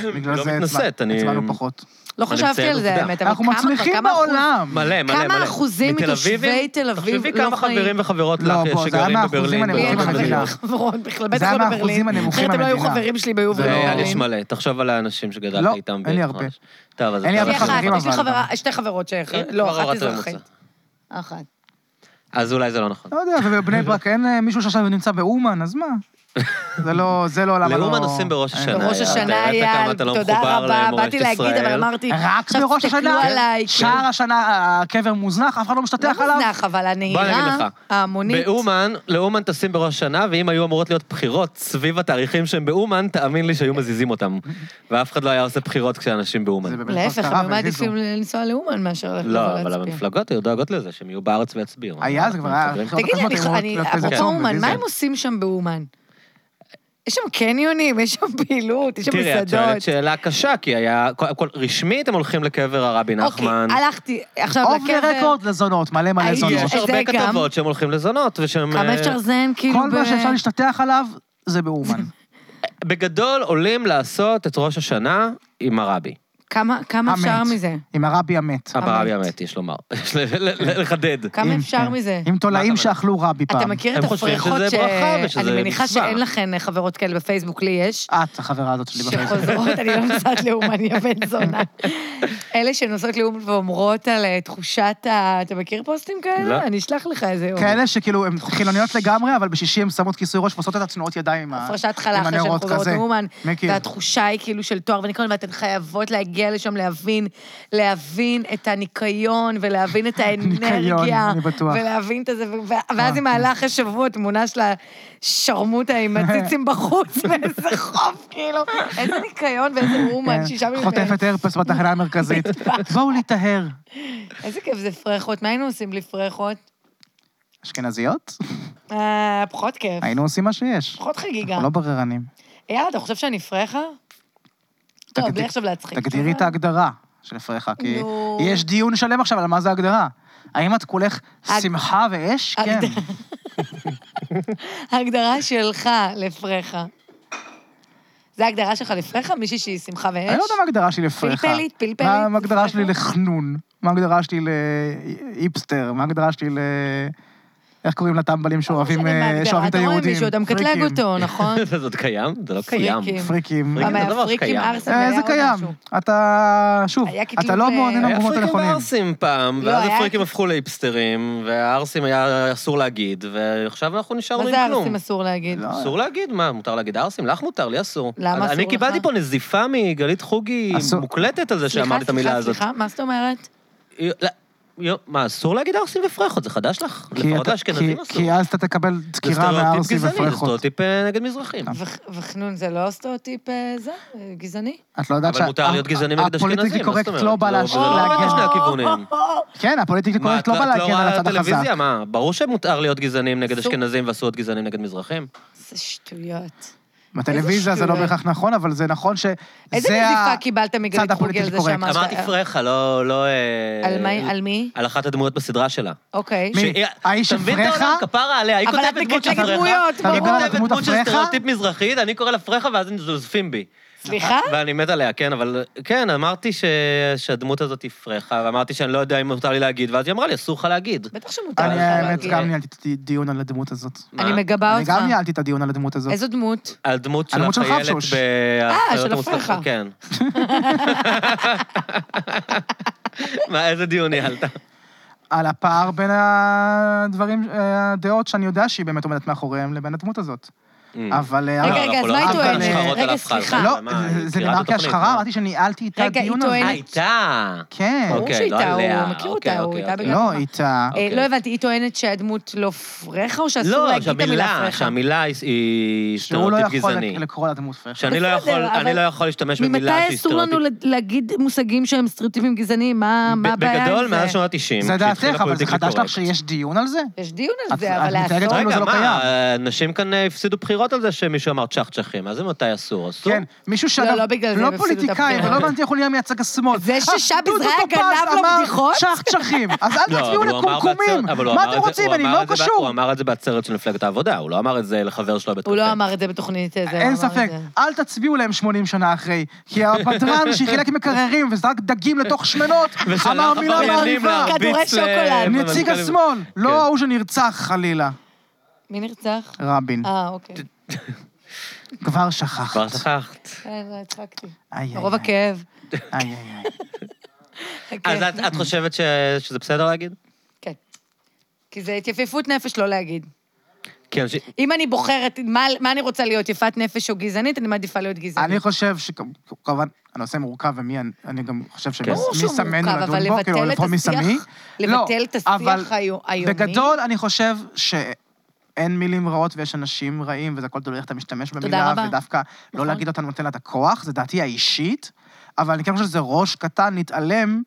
[SPEAKER 3] בגלל
[SPEAKER 1] לא
[SPEAKER 3] זה הצבע-
[SPEAKER 1] מתנשאת, אני-
[SPEAKER 3] הצבענו פחות.
[SPEAKER 2] לא חשבתי
[SPEAKER 1] מציין
[SPEAKER 2] על זה,
[SPEAKER 1] עובדה.
[SPEAKER 2] האמת, אבל
[SPEAKER 3] אנחנו
[SPEAKER 2] כמה כבר,
[SPEAKER 3] מצליחים
[SPEAKER 2] כמה אחוז-
[SPEAKER 3] בעולם.
[SPEAKER 1] מלא, מלא, מלא.
[SPEAKER 2] כמה אחוזים
[SPEAKER 1] מתל
[SPEAKER 2] מתושבי
[SPEAKER 1] אביבים-
[SPEAKER 2] תל אביב
[SPEAKER 1] תחשבי
[SPEAKER 2] לא
[SPEAKER 1] כמה
[SPEAKER 2] חיים?
[SPEAKER 1] חברים וחברות
[SPEAKER 3] לא,
[SPEAKER 1] לך
[SPEAKER 3] בוא, זה היה
[SPEAKER 1] שגרים
[SPEAKER 3] מהאחוזים
[SPEAKER 1] בברלין.
[SPEAKER 2] לי אין
[SPEAKER 3] הנמוכים
[SPEAKER 1] ובלונדון
[SPEAKER 3] במדינה.
[SPEAKER 2] חברים
[SPEAKER 1] ובניו
[SPEAKER 2] וחברות בכלל,
[SPEAKER 3] זה
[SPEAKER 2] בטח
[SPEAKER 3] היה
[SPEAKER 2] לא
[SPEAKER 3] מהאחוזים
[SPEAKER 2] בברלין.
[SPEAKER 3] הנמוכים
[SPEAKER 2] אחרת הם לא היו
[SPEAKER 3] במדינה.
[SPEAKER 2] חברים שלי ביו
[SPEAKER 3] זה לא-
[SPEAKER 1] יאללה,
[SPEAKER 2] בברלין.
[SPEAKER 1] אה, יש מלא. תחשוב על האנשים שגדלת
[SPEAKER 3] לא,
[SPEAKER 1] איתם.
[SPEAKER 3] אין לי
[SPEAKER 1] בעצמך.
[SPEAKER 3] הרבה.
[SPEAKER 1] טוב, אז
[SPEAKER 3] אין לי
[SPEAKER 1] אתה-
[SPEAKER 2] יש לי
[SPEAKER 3] אבל
[SPEAKER 2] אחת,
[SPEAKER 3] חברים,
[SPEAKER 2] יש לי
[SPEAKER 3] אבל-
[SPEAKER 2] חברה, שתי חברות ש... לא,
[SPEAKER 1] כן? כבר
[SPEAKER 2] אחת
[SPEAKER 1] הורדת
[SPEAKER 2] אזרחית.
[SPEAKER 1] לממוצע.
[SPEAKER 2] אחת.
[SPEAKER 1] אז אולי זה לא נכון.
[SPEAKER 3] לא יודע, ובבני ברק אין אה, מישהו שעכשיו נמצא באומן, אז מה? זה לא, זה לא, למה לא...
[SPEAKER 1] לאומן עושים בראש
[SPEAKER 3] אה,
[SPEAKER 1] השנה.
[SPEAKER 2] בראש
[SPEAKER 1] היה,
[SPEAKER 2] השנה
[SPEAKER 1] אתה הראית
[SPEAKER 2] היה,
[SPEAKER 1] כמה אתה לא
[SPEAKER 2] תודה
[SPEAKER 1] מחובר
[SPEAKER 2] רבה,
[SPEAKER 1] למורשת
[SPEAKER 2] באתי להגיד, אבל
[SPEAKER 1] ישראל.
[SPEAKER 2] אמרתי,
[SPEAKER 3] רק
[SPEAKER 2] עכשיו
[SPEAKER 3] בראש
[SPEAKER 2] תסתכלו
[SPEAKER 3] השנה?
[SPEAKER 2] עליי. כן.
[SPEAKER 3] שאר השנה הקבר מוזנח, אף אחד לא
[SPEAKER 2] לא
[SPEAKER 3] משתטח עליו.
[SPEAKER 2] מוזנח, אבל
[SPEAKER 1] בוא
[SPEAKER 2] אה?
[SPEAKER 1] אני אגיד
[SPEAKER 2] הנהירה
[SPEAKER 1] לך.
[SPEAKER 2] ההמונית.
[SPEAKER 1] באומן, לאומן טסים בראש השנה, ואם היו אמורות להיות בחירות סביב התאריכים שהם באומן, תאמין לי שהיו מזיזים אותם. ואף אחד לא היה עושה בחירות כשאנשים
[SPEAKER 3] זה
[SPEAKER 1] באומן.
[SPEAKER 3] באמת
[SPEAKER 2] להפך,
[SPEAKER 3] קרה,
[SPEAKER 2] הם
[SPEAKER 3] והזיזו.
[SPEAKER 2] מעדיפים לנסוע לאומן מאשר ללכת
[SPEAKER 1] לא, אבל
[SPEAKER 2] להצביע.
[SPEAKER 1] המפלגות היו דואגות לזה, שהם יהיו בארץ ויצביעו.
[SPEAKER 3] היה, זה
[SPEAKER 1] אנחנו
[SPEAKER 3] כבר היה.
[SPEAKER 1] מסתדרים.
[SPEAKER 3] בחירות
[SPEAKER 2] תגיד לי, אני-
[SPEAKER 3] הקודמות היו אמורות להיות
[SPEAKER 2] אני-
[SPEAKER 3] באיזה
[SPEAKER 2] אפרופו
[SPEAKER 3] צום,
[SPEAKER 2] אומן, מה
[SPEAKER 3] בדיזל.
[SPEAKER 2] הם עושים שם באומן? יש שם קניונים, יש שם פעילות, יש שם
[SPEAKER 1] תראי, את שואלת
[SPEAKER 2] מסעדות.
[SPEAKER 1] שאלה קשה, כי היה... קודם כל, רשמית הם הולכים לקבר הרבי
[SPEAKER 2] אוקיי,
[SPEAKER 1] נחמן.
[SPEAKER 2] הלכתי לא עכשיו
[SPEAKER 3] אוף דה
[SPEAKER 2] לקבר.
[SPEAKER 3] רקורד לזונות, מלא מלא
[SPEAKER 2] הייתי-
[SPEAKER 3] זונות.
[SPEAKER 1] יש
[SPEAKER 2] זה
[SPEAKER 1] הרבה
[SPEAKER 2] גם-
[SPEAKER 1] כתבות שהם הולכים לזונות, ושהם...
[SPEAKER 2] כמה
[SPEAKER 1] אה,
[SPEAKER 2] אפשר לזיין, כאילו...
[SPEAKER 3] כל
[SPEAKER 2] ב-
[SPEAKER 3] מה שאפשר להשתטח עליו, זה באומן.
[SPEAKER 1] בגדול עולים לעשות את ראש השנה עם הרבי.
[SPEAKER 2] כמה- כמה אפשר
[SPEAKER 3] המת.
[SPEAKER 2] מזה?
[SPEAKER 3] עם הרבי המת.
[SPEAKER 1] הרבי המת, יש לומר. יש ל- ל- ל- לחדד.
[SPEAKER 2] כמה
[SPEAKER 3] עם-
[SPEAKER 2] אפשר
[SPEAKER 3] כן.
[SPEAKER 2] מזה?
[SPEAKER 3] עם תולעים
[SPEAKER 1] מה אתה אומר?
[SPEAKER 3] שאכלו רבי פעם.
[SPEAKER 2] אוקיי. אתה מכיר
[SPEAKER 1] הם
[SPEAKER 2] את
[SPEAKER 1] חושבים
[SPEAKER 2] הפרחות
[SPEAKER 1] שזה
[SPEAKER 2] ש...
[SPEAKER 1] ברכה ושזה
[SPEAKER 2] אני מניחה
[SPEAKER 1] מצווה.
[SPEAKER 2] שאין לכן חברות כאלה בפייסבוק, לי יש.
[SPEAKER 3] את, החברה הזאת שלי בפייסבוק.
[SPEAKER 2] שחוזרות, אני לא נוסעת לאומן, יא בן זונה. אלה שנוסעות לאומן ואומרות על אה, תחושת ה... אתה מכיר פוסטים
[SPEAKER 1] לא.
[SPEAKER 2] כאלה? אני אשלח לך איזה יום.
[SPEAKER 3] כאלה שכאילו הן חילוניות לגמרי, אבל בשישי הן שמות כיסוי ראש ועושות את התנועות ידיים עם ה...
[SPEAKER 2] הפרשת חלה אחרי שהן
[SPEAKER 3] הנרות
[SPEAKER 2] חוזרות
[SPEAKER 3] כזה.
[SPEAKER 2] מאומן,
[SPEAKER 3] מכיר.
[SPEAKER 2] והתחושה היא כאילו של תואר וניקיון, ואתן חייבות להגיע לשם להבין, להבין את הניקיון, ולהבין את
[SPEAKER 3] ניקיון,
[SPEAKER 2] האנרגיה,
[SPEAKER 3] אני בטוח.
[SPEAKER 2] ולהבין את זה, ו- ו- ואז
[SPEAKER 3] אה,
[SPEAKER 2] היא מעלה אחרי שבוע תמונה של השרמוטה עם הציצים בחוץ, ואיזה חוף, כאילו, איזה ניקיון ואיזה אומן,
[SPEAKER 3] כן.
[SPEAKER 2] שישה מיליון.
[SPEAKER 3] חוטפת הרפס בתחנה המרכזית. בואו להיטהר.
[SPEAKER 2] איזה כיף זה פרחות, מה היינו עושים בלי פרחות?
[SPEAKER 3] אשכנזיות?
[SPEAKER 2] אה, פחות כיף,
[SPEAKER 3] היינו עושים מה שיש.
[SPEAKER 2] פחות חגיגה.
[SPEAKER 3] אנחנו לא בררנים.
[SPEAKER 2] יאללה, אתה חושב שאני פרחה? לא,
[SPEAKER 3] תגדיר-
[SPEAKER 2] בלי עכשיו להצחיק.
[SPEAKER 3] תגדירי את ההגדרה של פרחה, כי
[SPEAKER 2] נו.
[SPEAKER 3] יש דיון שלם עכשיו על מה זה הגדרה. האם את כולך
[SPEAKER 2] הג-
[SPEAKER 3] שמחה ואש? כן.
[SPEAKER 2] הגדרה- ההגדרה שלך לפרחה. זה ההגדרה שלך לפרחה? מישהי שהיא שמחה ואש?
[SPEAKER 3] אני לא יודע מה ההגדרה שלי לפרחה.
[SPEAKER 2] פלפלית, פלפלית.
[SPEAKER 3] מה מה ההגדרה שלי
[SPEAKER 2] פלפלית. לחנון?
[SPEAKER 3] לחנון? מה ההגדרה שלי לאיפסטר? מה ההגדרה שלי ל... איך קוראים לטמבלים שאוהבים
[SPEAKER 2] לא משנה מה
[SPEAKER 3] אה,
[SPEAKER 2] ההגדרה,
[SPEAKER 3] שאוהבים את
[SPEAKER 2] אתה רואה
[SPEAKER 3] היהודים?
[SPEAKER 2] מישהו, אתה מקטלג
[SPEAKER 3] פריקים.
[SPEAKER 2] אותו, נכון?
[SPEAKER 1] זה עוד קיים? זה לא
[SPEAKER 2] פריקים.
[SPEAKER 1] קיים.
[SPEAKER 3] כן, פריקים.
[SPEAKER 1] פריקים.
[SPEAKER 2] מה,
[SPEAKER 1] זה דבר
[SPEAKER 2] מהפריקים
[SPEAKER 1] שקיים.
[SPEAKER 2] ארסים
[SPEAKER 3] אה,
[SPEAKER 2] היה
[SPEAKER 3] זה
[SPEAKER 2] עוד משהו.
[SPEAKER 3] קיים. אתה... שוב,
[SPEAKER 2] היה
[SPEAKER 3] אתה
[SPEAKER 2] כתוב,
[SPEAKER 3] לא
[SPEAKER 2] אה,
[SPEAKER 3] מעונן
[SPEAKER 2] היה
[SPEAKER 1] היה
[SPEAKER 3] במקומות
[SPEAKER 1] פריקים
[SPEAKER 3] הנכונים.
[SPEAKER 1] וערסים פעם,
[SPEAKER 2] לא,
[SPEAKER 1] ואז
[SPEAKER 2] היה-
[SPEAKER 1] הפריקים הפכו להיפסטרים, והערסים היה אסור להגיד, ועכשיו אנחנו נשארנו
[SPEAKER 2] מה
[SPEAKER 1] עם
[SPEAKER 2] זה
[SPEAKER 1] לא כלום.
[SPEAKER 2] ארסים אסור להגיד?
[SPEAKER 3] לא.
[SPEAKER 1] אסור להגיד? מה, מותר להגיד ערסים? לך מותר, לי אסור.
[SPEAKER 2] למה
[SPEAKER 1] אני-
[SPEAKER 2] אסור
[SPEAKER 1] אני
[SPEAKER 2] לך?
[SPEAKER 1] קיבלתי פה נזיפה מגלית חוגי
[SPEAKER 3] אסור.
[SPEAKER 1] מוקלטת על זה
[SPEAKER 2] סליחה,
[SPEAKER 1] שאמרת את המילה
[SPEAKER 2] סליחה,
[SPEAKER 1] הזאת.
[SPEAKER 2] סליחה, מה זאת אומרת?
[SPEAKER 1] יו- לא, יו- מה, אסור להגיד ערסים ופרחות? זה חדש לך?
[SPEAKER 3] כי
[SPEAKER 1] לפחות
[SPEAKER 3] אתה-
[SPEAKER 1] לאשכנזים
[SPEAKER 3] כי-
[SPEAKER 1] אסור.
[SPEAKER 3] כי אז אתה תקבל
[SPEAKER 1] זה
[SPEAKER 3] דקירה
[SPEAKER 1] סטריאוטיפ
[SPEAKER 3] מהערסים
[SPEAKER 1] גזעני, זה
[SPEAKER 3] ופרחות.
[SPEAKER 1] סטריאוטיפ אה, נגד מזרחים.
[SPEAKER 3] לא.
[SPEAKER 2] וח- וחנון זה לא סטריאוטיפ אה, זה? אה, גזעני?
[SPEAKER 3] את לא יודעת
[SPEAKER 1] אבל מותר להיות גזעני נגד אשכנזים,
[SPEAKER 3] הפוליטיקלי
[SPEAKER 1] מה זאת
[SPEAKER 3] קורקט
[SPEAKER 1] אומרת?
[SPEAKER 3] לא בא
[SPEAKER 1] לא,
[SPEAKER 3] להש-
[SPEAKER 1] זה לא עובד
[SPEAKER 3] להגן.
[SPEAKER 1] לשני הכיוונים.
[SPEAKER 3] כן, הפוליטיקלי
[SPEAKER 1] מה,
[SPEAKER 3] קורקט
[SPEAKER 1] את
[SPEAKER 3] לא בא
[SPEAKER 1] את
[SPEAKER 3] להגן על
[SPEAKER 1] רואה
[SPEAKER 3] הצד החזק.
[SPEAKER 1] טלוויזיה? מה, ברור שמותר להיות גזענים נגד
[SPEAKER 2] אסור.
[SPEAKER 1] אשכנזים ואסור להיות גזענים נגד מזרחים?
[SPEAKER 2] זה שטויות.
[SPEAKER 3] בטלוויזיה זה לא
[SPEAKER 2] שטויות.
[SPEAKER 3] בהכרח נכון, אבל זה נכון שזה
[SPEAKER 2] איזה נזיפה קיבלת מגלית חוגי על
[SPEAKER 3] הפוליטיקלי
[SPEAKER 2] זה
[SPEAKER 3] קורקט.
[SPEAKER 2] שאמרת?
[SPEAKER 1] אמרתי פרחה, לא... לא, אה,
[SPEAKER 2] על מי- על מי?
[SPEAKER 1] על אחת הדמויות בסדרה שלה.
[SPEAKER 2] אוקיי.
[SPEAKER 3] מי?
[SPEAKER 1] שהיא-
[SPEAKER 3] אה, האיש
[SPEAKER 1] אתה מבין את
[SPEAKER 3] הפרחה?
[SPEAKER 1] העולם? כפרה עליה, היא
[SPEAKER 2] אבל
[SPEAKER 1] כותבת
[SPEAKER 2] את
[SPEAKER 1] דמות של
[SPEAKER 2] מקטלגת
[SPEAKER 1] פרחה.
[SPEAKER 2] דמויות,
[SPEAKER 1] היא
[SPEAKER 3] ברור.
[SPEAKER 1] כותבת
[SPEAKER 3] הדמות
[SPEAKER 1] דמות של
[SPEAKER 3] הפרחה?
[SPEAKER 1] סטריאוטיפ מזרחית, אני קורא לה פרחה ואז הם זוזפים בי.
[SPEAKER 2] סליחה?
[SPEAKER 1] ואני מת עליה, כן, אבל... כן, אמרתי ש- שהדמות הזאת היא פרחה, ואמרתי שאני לא יודע אם מותר לי להגיד, ואז היא אמרה לי, אסור לך להגיד.
[SPEAKER 2] בטח שמותר לך
[SPEAKER 3] אני האמת
[SPEAKER 2] להגיד.
[SPEAKER 3] גם ניהלתי את הדיון על הדמות הזאת.
[SPEAKER 2] אני
[SPEAKER 1] מה?
[SPEAKER 2] מגבה
[SPEAKER 3] אני
[SPEAKER 2] אותך.
[SPEAKER 3] גם ניהלתי את הדיון על הדמות הזאת.
[SPEAKER 2] איזו
[SPEAKER 1] אוקיי,
[SPEAKER 2] דמות?
[SPEAKER 1] הדמות של
[SPEAKER 3] הדמות של
[SPEAKER 1] החיילת
[SPEAKER 3] חפשוש.
[SPEAKER 1] ב...
[SPEAKER 2] אה, של
[SPEAKER 1] החיילת המוצלחת,
[SPEAKER 2] הפרחה.
[SPEAKER 1] כן. מה, איזה דיון ניהלת?
[SPEAKER 3] על הפער בין הדברים, אה, הדעות שאני יודע שהיא באמת עומדת מאחוריהם, לבין הדמות הזאת. אבל... אה,
[SPEAKER 2] רגע,
[SPEAKER 1] לא,
[SPEAKER 2] רגע,
[SPEAKER 1] אנחנו
[SPEAKER 2] אז
[SPEAKER 1] לא
[SPEAKER 2] מה היא
[SPEAKER 1] רוצים להשחרות
[SPEAKER 3] טוענת?
[SPEAKER 1] על
[SPEAKER 2] רגע,
[SPEAKER 1] אף אחד.
[SPEAKER 2] סליחה.
[SPEAKER 3] לא,
[SPEAKER 1] מה,
[SPEAKER 3] זה-
[SPEAKER 1] היא
[SPEAKER 3] זה
[SPEAKER 1] מכירה
[SPEAKER 3] נאמר
[SPEAKER 1] את התוכנית,
[SPEAKER 3] כהשחרה,
[SPEAKER 1] לא?
[SPEAKER 3] אמרתי שאני ניהלתי איתה
[SPEAKER 2] רגע, היא
[SPEAKER 3] דיון על זה.
[SPEAKER 1] אה,
[SPEAKER 2] טוענת-
[SPEAKER 1] הייתה.
[SPEAKER 3] כן.
[SPEAKER 2] ברור
[SPEAKER 1] אוקיי,
[SPEAKER 2] שאיתה,
[SPEAKER 1] לא עליה.
[SPEAKER 2] הוא מכיר
[SPEAKER 1] אוקיי,
[SPEAKER 2] אותה, הוא
[SPEAKER 1] אוקיי,
[SPEAKER 2] איתה
[SPEAKER 1] אוקיי.
[SPEAKER 2] בגלל-
[SPEAKER 3] לא, איתה.
[SPEAKER 2] אה,
[SPEAKER 1] אוקיי.
[SPEAKER 2] לא הבנתי, היא טוענת שהדמות לא פרחה, או שאסור
[SPEAKER 1] לא,
[SPEAKER 2] להגיד את המילה
[SPEAKER 1] שהמילה,
[SPEAKER 2] פרחה?
[SPEAKER 1] שהמילה היא- היא
[SPEAKER 3] שהוא לא
[SPEAKER 1] סטריאוטיפ
[SPEAKER 3] יכול
[SPEAKER 1] גזעני.
[SPEAKER 3] לק- לקרוא לה דמות פרחה.
[SPEAKER 1] שאני לא
[SPEAKER 2] בסדר,
[SPEAKER 1] יכול,
[SPEAKER 2] אבל-
[SPEAKER 1] אני לא יכול להשתמש
[SPEAKER 2] ממתי
[SPEAKER 1] במילה שהיא
[SPEAKER 2] אסור לנו
[SPEAKER 1] סטריאוטיפ.
[SPEAKER 2] ל- להגיד מושגים שהם סטריאוטיפים גזעניים? מה מה
[SPEAKER 1] ב-
[SPEAKER 2] הבעיה עם זה?
[SPEAKER 1] בגדול, מאז שנות ה-90,
[SPEAKER 3] זה דעתך, אבל זה חדש לך שיש דיון על זה?
[SPEAKER 2] יש דיון על
[SPEAKER 3] את-
[SPEAKER 2] זה,
[SPEAKER 3] את
[SPEAKER 2] אבל
[SPEAKER 3] מתנהגת
[SPEAKER 2] לעשות...
[SPEAKER 3] כאילו
[SPEAKER 1] רגע,
[SPEAKER 3] זה לא
[SPEAKER 1] מה, אנשים כאן אה, הפסידו בחירות על זה שמישהו אמר צ'חצ'חים, מה זה מתי אסור? אסור?
[SPEAKER 3] כן, מישהו שאגב,
[SPEAKER 2] לא בגלל זה הם
[SPEAKER 3] לא
[SPEAKER 2] הפסידו את
[SPEAKER 3] פוליטיקאי,
[SPEAKER 2] הבחירות.
[SPEAKER 3] ולא הבנתי איך הוא נהיה מייצג השמאל.
[SPEAKER 2] זה
[SPEAKER 3] אה,
[SPEAKER 2] ששאב
[SPEAKER 3] דודו
[SPEAKER 2] עזרא
[SPEAKER 3] טופז
[SPEAKER 2] גנב לו
[SPEAKER 3] אמר
[SPEAKER 2] בדיחות?
[SPEAKER 3] צ'חצ'חים, אז אל
[SPEAKER 1] לא,
[SPEAKER 3] תצביעו
[SPEAKER 1] אבל הוא אמר
[SPEAKER 3] לקומקומים.
[SPEAKER 1] בעצרת- אבל הוא
[SPEAKER 3] מה
[SPEAKER 1] אמר
[SPEAKER 3] אתם
[SPEAKER 1] את זה-
[SPEAKER 3] רוצים?
[SPEAKER 1] הוא
[SPEAKER 3] אני
[SPEAKER 1] אמר
[SPEAKER 3] לא
[SPEAKER 1] את זה ב- הוא
[SPEAKER 3] קשור.
[SPEAKER 1] אמר את זה בעצרת של מפלגת העבודה, הוא לא אמר את זה לחבר שלו בבית
[SPEAKER 2] הוא לא
[SPEAKER 1] קפה.
[SPEAKER 2] אמר את זה בתוכנית איזה, הוא
[SPEAKER 3] אין
[SPEAKER 2] אמר את
[SPEAKER 3] ספק,
[SPEAKER 2] זה.
[SPEAKER 3] אל תצביעו להם 80 שנה אחרי, כי הפתרן שחילק מקררים וזרק דגים לתוך שמנות, אמר
[SPEAKER 1] ושלח
[SPEAKER 3] מילה
[SPEAKER 1] עבריינים
[SPEAKER 3] מעליבה.
[SPEAKER 2] כדורי
[SPEAKER 1] להרביץ ל-
[SPEAKER 2] שוקולד.
[SPEAKER 3] נציג השמאל, לא
[SPEAKER 1] כן.
[SPEAKER 3] ההוא שנרצח חלילה.
[SPEAKER 2] מי נרצח?
[SPEAKER 3] רבין,
[SPEAKER 2] אה, אוקיי.
[SPEAKER 3] כבר שכחת.
[SPEAKER 1] כבר שכחת.
[SPEAKER 2] כן, לא, הצחקתי.
[SPEAKER 3] איי, איי,
[SPEAKER 2] מרוב
[SPEAKER 3] איי.
[SPEAKER 2] הכאב.
[SPEAKER 3] איי, איי, איי.
[SPEAKER 1] אז
[SPEAKER 2] כן.
[SPEAKER 1] את- את חושבת ש- שזה בסדר להגיד?
[SPEAKER 2] כן. כי זה התייפיפות נפש לא להגיד.
[SPEAKER 1] כי אנשים...
[SPEAKER 2] אם אני בוחרת מה, מה אני רוצה להיות, יפת נפש או גזענית, אני מעדיפה להיות גזענית.
[SPEAKER 3] אני חושב שכמובן, הנושא מורכב ומי, אני- אני גם חושב שמי
[SPEAKER 1] כן.
[SPEAKER 2] ברור שהוא
[SPEAKER 3] סמנו
[SPEAKER 2] מורכב, אבל
[SPEAKER 3] לדון בו, כאילו,
[SPEAKER 2] לבטל את
[SPEAKER 3] לפחות מי
[SPEAKER 2] השיח-
[SPEAKER 3] שמי.
[SPEAKER 2] לבטל את השיח
[SPEAKER 3] אבל
[SPEAKER 2] היו- היומי.
[SPEAKER 3] בגדול, אני חושב שאין מילים רעות ויש אנשים רעים, וזה הכל תלוי איך אתה משתמש במילה,
[SPEAKER 2] רבה.
[SPEAKER 3] ודווקא
[SPEAKER 2] נכון.
[SPEAKER 3] לא להגיד אותה נותן לה את הכוח, זה דעתי האישית, אבל אני כן חושב שזה ראש קטן להתעלם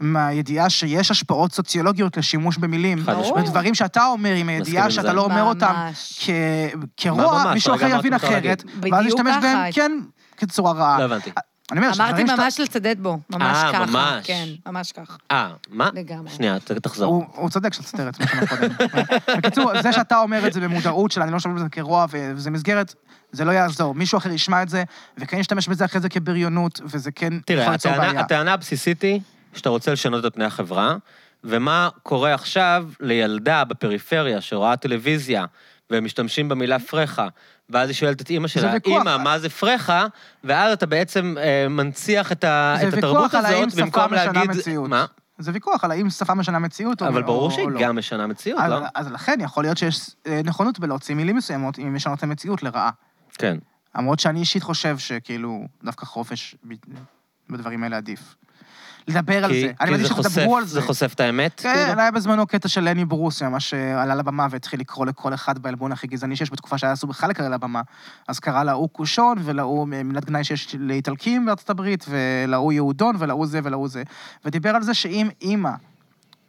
[SPEAKER 3] מהידיעה שיש השפעות סוציולוגיות לשימוש במילים.
[SPEAKER 1] חד
[SPEAKER 2] ברור.
[SPEAKER 1] משמעית.
[SPEAKER 3] ודברים שאתה אומר עם
[SPEAKER 1] מסכים עם
[SPEAKER 3] הידיעה
[SPEAKER 1] זה.
[SPEAKER 3] שאתה לא אומר אותם
[SPEAKER 2] ממש.
[SPEAKER 3] כ- כרוע,
[SPEAKER 1] ממש?
[SPEAKER 3] מישהו
[SPEAKER 1] רגע,
[SPEAKER 3] אחר
[SPEAKER 1] מה
[SPEAKER 3] יבין
[SPEAKER 1] אתה רוצה
[SPEAKER 3] אחרת,
[SPEAKER 2] להגיד?
[SPEAKER 3] ואז
[SPEAKER 2] בדיוק
[SPEAKER 3] ישתמש
[SPEAKER 2] ככה.
[SPEAKER 3] בהם, כן, כצורה רעה.
[SPEAKER 1] לא הבנתי.
[SPEAKER 3] אני אומר,
[SPEAKER 2] אמרתי
[SPEAKER 3] שדברים שאתה-
[SPEAKER 2] ממש לצדד בו, ממש
[SPEAKER 1] אה,
[SPEAKER 2] ככה.
[SPEAKER 1] ממש.
[SPEAKER 2] כן, ממש ככה.
[SPEAKER 1] אה, מה?
[SPEAKER 2] לגמרי.
[SPEAKER 1] שנייה, ת- תחזור.
[SPEAKER 3] הוא, הוא צודק שאתה סותר את מה שאמרת קודם. בקיצור, זה שאתה אומר את זה במודעות של אני לא שומע בזה כרוע ו- וזה מסגרת, זה לא יעזור. מישהו אחר ישמע את זה, וכן ישתמש בזה אחרי זה כבריונות, וזה כן
[SPEAKER 1] תראה,
[SPEAKER 3] יכול ליצור
[SPEAKER 1] הטענה-
[SPEAKER 3] בעיה.
[SPEAKER 1] הטענה הבסיסית היא שאתה רוצה לשנות את פני החברה, ומה קורה עכשיו לילדה בפריפריה שרואה טלוויזיה, והם משתמשים במילה פרחה, ואז היא שואלת את אימא שלה,
[SPEAKER 3] ויכוח.
[SPEAKER 1] אימא, מה זה פרחה? ואז אתה בעצם אה, מנציח את ה-
[SPEAKER 3] זה
[SPEAKER 1] את התרבות
[SPEAKER 3] ויכוח על האם
[SPEAKER 1] הזאת,
[SPEAKER 3] שפה
[SPEAKER 1] במקום
[SPEAKER 3] משנה
[SPEAKER 1] להגיד...
[SPEAKER 3] מציאות.
[SPEAKER 1] מה?
[SPEAKER 3] זה ויכוח על האם שפה משנה מציאות או
[SPEAKER 1] אבל ברור
[SPEAKER 3] או-
[SPEAKER 1] שהיא
[SPEAKER 3] או לא.
[SPEAKER 1] גם משנה מציאות,
[SPEAKER 3] אז,
[SPEAKER 1] לא?
[SPEAKER 3] אז לכן יכול להיות שיש אה, נכונות בלהוציא מילים מסוימות אם משנות את המציאות לרעה.
[SPEAKER 1] כן.
[SPEAKER 3] למרות שאני אישית חושב שכאילו, דווקא חופש ב- בדברים האלה עדיף. לדבר על
[SPEAKER 1] כי-
[SPEAKER 3] זה. אני
[SPEAKER 1] כי
[SPEAKER 3] מעדיף
[SPEAKER 1] זה חושף-
[SPEAKER 3] שתדברו על זה.
[SPEAKER 1] זה חושף את האמת?
[SPEAKER 3] כן,
[SPEAKER 1] כאילו?
[SPEAKER 3] היה בזמנו קטע של לני ברוס, ממש אה, עלה לבמה והתחיל לקרוא לכל אחד בעלבון הכי גזעני שיש, בתקופה שהיה אסור בכלל לקרוא לבמה. אז קרא להוא קושון, ולהוא אה, מילת גנאי שיש לאיטלקים בארצות הברית, ולהוא יהודון, ולהוא זה ולהוא זה. ודיבר על זה שאם אימא,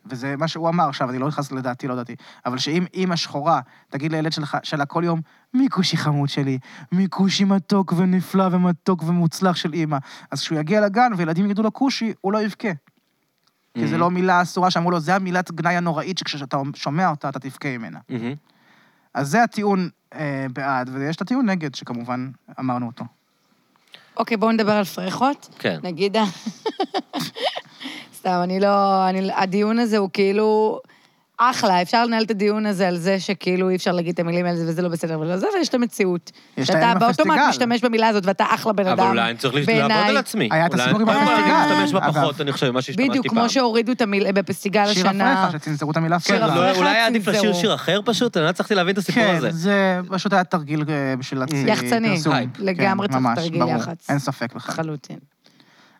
[SPEAKER 3] וזה מה שהוא אמר עכשיו, אני לא נכנס לדעתי, לא דעתי, אבל שאם אימא שחורה תגיד לילד שלך, שלה כל יום, מי כושי חמוד שלי, מי כושי מתוק ונפלא ומתוק ומוצלח של אימא, אז כשהוא יגיע לגן וילדים יגידו לו כושי, הוא לא יבכה. כי זו
[SPEAKER 1] Mhm.
[SPEAKER 3] לא מילה אסורה שאמרו לו, זה המילת גנאי הנוראית שכשאתה שומע אותה, אתה תבכה ממנה.
[SPEAKER 1] מהמם.
[SPEAKER 3] אז זה הטיעון אה, בעד, ויש את הטיעון נגד, שכמובן אמרנו אותו.
[SPEAKER 2] אוקיי, בואו נדבר על פרחות.
[SPEAKER 1] כן.
[SPEAKER 2] נגיד... ה- סתם, אני לא... אני... הדיון הזה הוא כאילו... אחלה, אפשר לנהל את הדיון הזה על זה שכאילו אי אפשר להגיד את המילים האלה וזה לא בסדר ולא זה, ויש את המציאות.
[SPEAKER 3] יש את
[SPEAKER 2] שאתה
[SPEAKER 3] העניין עם
[SPEAKER 2] באוטומט
[SPEAKER 3] הפסטיגל.
[SPEAKER 2] משתמש במילה הזאת ואתה אחלה בן אדם.
[SPEAKER 1] אבל אולי אני צריך לעבוד
[SPEAKER 2] בעיניי.
[SPEAKER 1] על עצמי.
[SPEAKER 3] היה את כן.
[SPEAKER 1] אולי
[SPEAKER 3] הסיפור עם
[SPEAKER 1] אני-
[SPEAKER 2] הפסטיגל,
[SPEAKER 1] אולי אני משתמש
[SPEAKER 3] אגב.
[SPEAKER 1] בפחות, אני חושב, ממה שהשתמשתי פעם.
[SPEAKER 2] בדיוק, כמו שהורידו את המיל... בפסטיגל
[SPEAKER 3] שיר
[SPEAKER 2] השנה.
[SPEAKER 3] הפרחה, שצנזרו את המילה
[SPEAKER 2] שיר
[SPEAKER 1] לא,
[SPEAKER 3] פרחה.
[SPEAKER 2] הפרחה
[SPEAKER 1] אולי היה עדיף
[SPEAKER 2] צנזרו.
[SPEAKER 1] לשיר שיר אחר פשוט? אני לא Mm. הצלחתי להבין את הסיפור
[SPEAKER 3] כן,
[SPEAKER 1] הזה.
[SPEAKER 3] זה פשוט היה תרגיל אה, בשביל הצ-
[SPEAKER 2] יחצני.
[SPEAKER 3] פרסום.
[SPEAKER 1] הייפ.
[SPEAKER 3] כן,
[SPEAKER 2] לגמרי צריך
[SPEAKER 3] ממש,
[SPEAKER 2] תרגיל
[SPEAKER 3] ברור.
[SPEAKER 2] יח"צ. נכון.
[SPEAKER 3] אין ספק בכלל.
[SPEAKER 2] לחלוטין.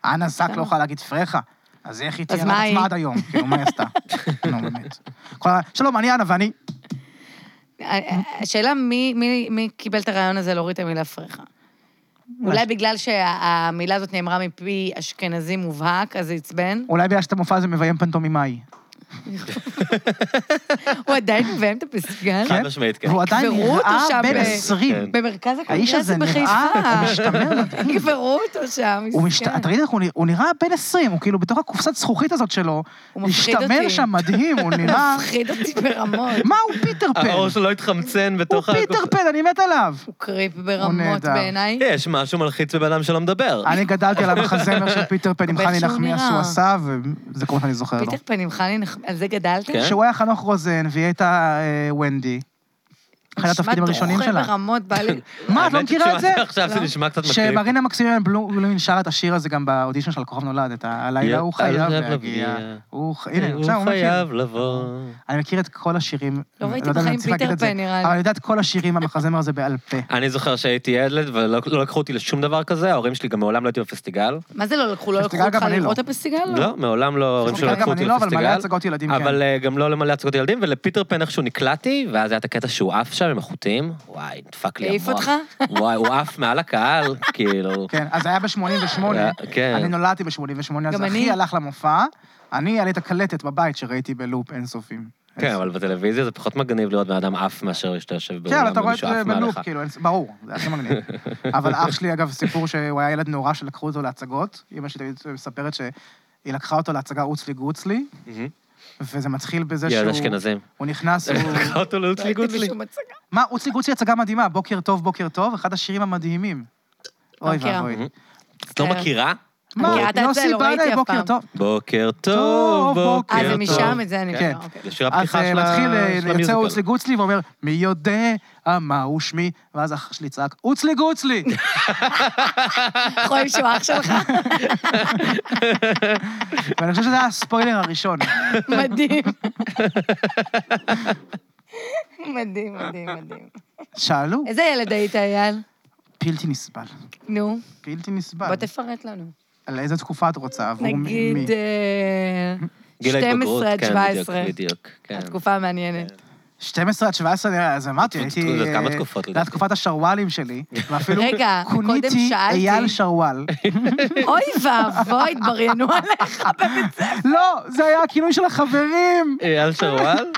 [SPEAKER 3] אנה זק לא יכולה להגיד פרחה. אז איך היא
[SPEAKER 2] אז
[SPEAKER 3] תיארה
[SPEAKER 2] מה
[SPEAKER 3] את
[SPEAKER 2] היא?
[SPEAKER 3] עצמה עד היום? כאילו, מה היא עשתה? נו, באמת. כל ה- שלום, אני אנה ואני...
[SPEAKER 2] אה, השאלה מי, מי, מי קיבל את הרעיון הזה להוריד את המילה פרחה. אולי בגלל שהמילה הזאת נאמרה מפי אשכנזי מובהק, אז זה עצבן.
[SPEAKER 3] אולי בגלל שאת המופע הזה מביים פנטומימאי.
[SPEAKER 2] הוא עדיין מביים את הפסטיגל.
[SPEAKER 1] חד משמעית, כן.
[SPEAKER 3] והוא עדיין
[SPEAKER 2] קברו אותו
[SPEAKER 3] נראה
[SPEAKER 2] שם אה,
[SPEAKER 3] בן
[SPEAKER 2] ב-
[SPEAKER 3] 20.
[SPEAKER 1] כן.
[SPEAKER 2] במרכז
[SPEAKER 3] האיש
[SPEAKER 2] הקונגרס
[SPEAKER 3] הזה נראה, הוא
[SPEAKER 2] בחיפה.
[SPEAKER 3] משתמר.
[SPEAKER 2] קברו אותו שם,
[SPEAKER 3] הוא משת...
[SPEAKER 2] מסכן.
[SPEAKER 3] אתה ראית איך הוא נראה, הוא נראה בן 20, הוא כאילו בתוך הקופסת זכוכית הזאת שלו,
[SPEAKER 2] הוא מפחיד אותי.
[SPEAKER 3] השתמר שם מדהים, הוא נראה...
[SPEAKER 2] מפחיד אותי ברמות.
[SPEAKER 3] מה, הוא פיטר פן?
[SPEAKER 1] האור שלו לא התחמצן
[SPEAKER 3] הוא
[SPEAKER 1] בתוך... אה,
[SPEAKER 3] פיטר
[SPEAKER 1] הקופ-
[SPEAKER 3] פן, אני מת עליו.
[SPEAKER 2] הוא קריפ ברמות
[SPEAKER 3] נהדר. כן,
[SPEAKER 2] בעיניי.
[SPEAKER 1] יש משהו מלחיץ בבן אדם שלא מדבר.
[SPEAKER 3] אני גדלתי על המחזמר של פיטר פן עם
[SPEAKER 2] ואיך
[SPEAKER 3] חני
[SPEAKER 2] שהוא
[SPEAKER 3] נחמיאס
[SPEAKER 2] נראה.
[SPEAKER 3] שהוא עשה, וזה כל מה שאני זוכר לו.
[SPEAKER 2] פיטר פן עם חני, נח- על זה גדלת?
[SPEAKER 1] כן.
[SPEAKER 3] שהוא היה חנוך רוזן, והיא הייתה אה, ונדי. אחד התפקידים הראשונים
[SPEAKER 2] נשמע
[SPEAKER 3] שלה.
[SPEAKER 2] דוחה ברמות בעלי...
[SPEAKER 3] מה, את לא
[SPEAKER 1] האמת
[SPEAKER 3] מכירה את זה?
[SPEAKER 1] שכשאמרת עכשיו זה
[SPEAKER 2] לא.
[SPEAKER 1] נשמע קצת מקריב.
[SPEAKER 3] שמרינה מקסימיאן בלומין שרה את השיר הזה גם באודישן של כוכב נולד, את ה- הלילה
[SPEAKER 1] יא-
[SPEAKER 3] הוא חייב
[SPEAKER 1] הלילה
[SPEAKER 3] להגיע.
[SPEAKER 1] מגיע.
[SPEAKER 3] הוא ח- הנה,
[SPEAKER 1] אה. הוא
[SPEAKER 3] עכשיו הוא מכיר.
[SPEAKER 1] חייב לבוא.
[SPEAKER 3] אני מכיר את כל השירים.
[SPEAKER 2] לא ראיתי
[SPEAKER 3] יודע אם
[SPEAKER 2] בחיים
[SPEAKER 3] אני צריך להגיד
[SPEAKER 2] פיטר
[SPEAKER 3] את זה,
[SPEAKER 2] פן, נראה לי.
[SPEAKER 3] אבל אני יודע את כל השירים מהמחזמר הזה בעל פה.
[SPEAKER 1] אני זוכר שהייתי ילד ולא לא לקחו אותי לשום דבר כזה, ההורים שלי גם מעולם לא הייתי בפסטיגל.
[SPEAKER 2] מה זה לא לקחו? לא לקחו
[SPEAKER 3] פסטיגל
[SPEAKER 2] אותך
[SPEAKER 3] גם אני לא.
[SPEAKER 2] לראות את הפסטיגל?
[SPEAKER 1] לא, מעולם לא, ההורים שלי לא לקחו
[SPEAKER 3] אוקיי,
[SPEAKER 1] אותי
[SPEAKER 3] גם אני לא, אבל מלא
[SPEAKER 1] לפסטיגל.
[SPEAKER 3] הצגות ילדים, כן.
[SPEAKER 1] אבל אה, גם לא למלא הצגות ילדים, ולפיטר פן איכשהו נקלעתי, ואז היה את הקטע שהוא עף שם עם החוטים, וואי, נדפק לי
[SPEAKER 2] העיף
[SPEAKER 1] המוח.
[SPEAKER 2] אותך?
[SPEAKER 1] וואי, הוא עף מעל הקהל, כאילו.
[SPEAKER 3] כן, אז זה היה ב-88.
[SPEAKER 1] אה, כן.
[SPEAKER 3] אני נולדתי ב-88, אז
[SPEAKER 2] גם
[SPEAKER 3] אחי
[SPEAKER 2] אני.
[SPEAKER 3] הלך למופע. אני, היה לי את הקלטת בבית שראיתי בלופ אינסופים.
[SPEAKER 1] כן, אבל בטלוויזיה זה פחות מגניב לראות בן אדם עף מאשר שאתה יושב
[SPEAKER 3] כן,
[SPEAKER 1] באולם
[SPEAKER 3] אבל אתה רואה את
[SPEAKER 1] ומישהו
[SPEAKER 3] זה
[SPEAKER 1] עף מעליך.
[SPEAKER 3] בלופ, כאילו, אין- ברור, זה הכי מגניב. אבל אח שלי, אגב, סיפור שהוא היה ילד נורא שלקחו אותו להצגות. אמא שלי תמיד מספרת שהיא לקחה אותו להצגה אוצלי גוצלי,
[SPEAKER 1] מהמם.
[SPEAKER 3] וזה מתחיל בזה שהוא...
[SPEAKER 1] ילד אשכנזים.
[SPEAKER 3] הוא נכנס, הוא...
[SPEAKER 1] לקחה אותו
[SPEAKER 2] לא
[SPEAKER 1] לאוצלי
[SPEAKER 2] הייתי
[SPEAKER 1] גוצלי.
[SPEAKER 2] בשום הצגה.
[SPEAKER 3] מה, אוצלי גוצלי הצגה מדהימה, בוקר טוב, בוקר טוב, אחד השירים המדהימים. אוי
[SPEAKER 2] מכירה.
[SPEAKER 3] ואבוי.
[SPEAKER 1] את
[SPEAKER 3] כן.
[SPEAKER 1] לא מכירה?
[SPEAKER 3] מה,
[SPEAKER 2] מכירה כן. את
[SPEAKER 3] יוסי
[SPEAKER 2] זה? אוקיי, לא ראיתי
[SPEAKER 3] בנאי,
[SPEAKER 2] אף
[SPEAKER 3] בוקר
[SPEAKER 2] פעם.
[SPEAKER 3] טוב.
[SPEAKER 1] בוקר טוב, בוקר
[SPEAKER 2] אה,
[SPEAKER 1] טוב.
[SPEAKER 2] זה משם את זה אני
[SPEAKER 3] כן.
[SPEAKER 2] לא... אוקיי.
[SPEAKER 1] זה שיר
[SPEAKER 3] אז
[SPEAKER 1] הפתיחה
[SPEAKER 3] אה,
[SPEAKER 1] של ה-
[SPEAKER 3] מתחיל, אה,
[SPEAKER 1] של
[SPEAKER 3] יוצא
[SPEAKER 1] המיוזיקל.
[SPEAKER 3] אוצלי גוצלי ואומר, מי יודע מהו שמי? ואז אח שלי צעק, אוצלי גוצלי!
[SPEAKER 2] חיים שהוא אח שלך?
[SPEAKER 3] ואני חושב שזה היה הספוילר הראשון.
[SPEAKER 2] מדהים. מדהים, מדהים, מדהים.
[SPEAKER 3] שאלו,
[SPEAKER 2] איזה ילד היית, אייל?
[SPEAKER 3] בלתי נסבל.
[SPEAKER 2] נו,
[SPEAKER 3] בלתי נסבל.
[SPEAKER 2] בוא תפרט לנו.
[SPEAKER 3] על איזה תקופה את רוצה? עבור מ-
[SPEAKER 2] נגיד
[SPEAKER 3] מי?
[SPEAKER 2] אה,
[SPEAKER 1] גיל ההתבגרות,
[SPEAKER 2] 12 עד
[SPEAKER 1] כן,
[SPEAKER 2] 17.
[SPEAKER 1] בדיוק, בדיוק, כן.
[SPEAKER 2] התקופה המעניינת.
[SPEAKER 3] 12 עד 17, נראה, אז אמרתי,
[SPEAKER 1] זה
[SPEAKER 3] הייתי...
[SPEAKER 1] כמה
[SPEAKER 3] אה,
[SPEAKER 1] תקופות,
[SPEAKER 3] זה היה
[SPEAKER 1] לדעתי.
[SPEAKER 3] תקופת השרוואלים שלי, ואפילו
[SPEAKER 2] רגע, קודם
[SPEAKER 3] כוניתי
[SPEAKER 2] שאלתי.
[SPEAKER 3] אייל שרוואל.
[SPEAKER 2] אוי ואבוי, התבריינו עליך בבית ספר.
[SPEAKER 3] לא, זה היה הכינוי של החברים!
[SPEAKER 1] אייל שרוואל?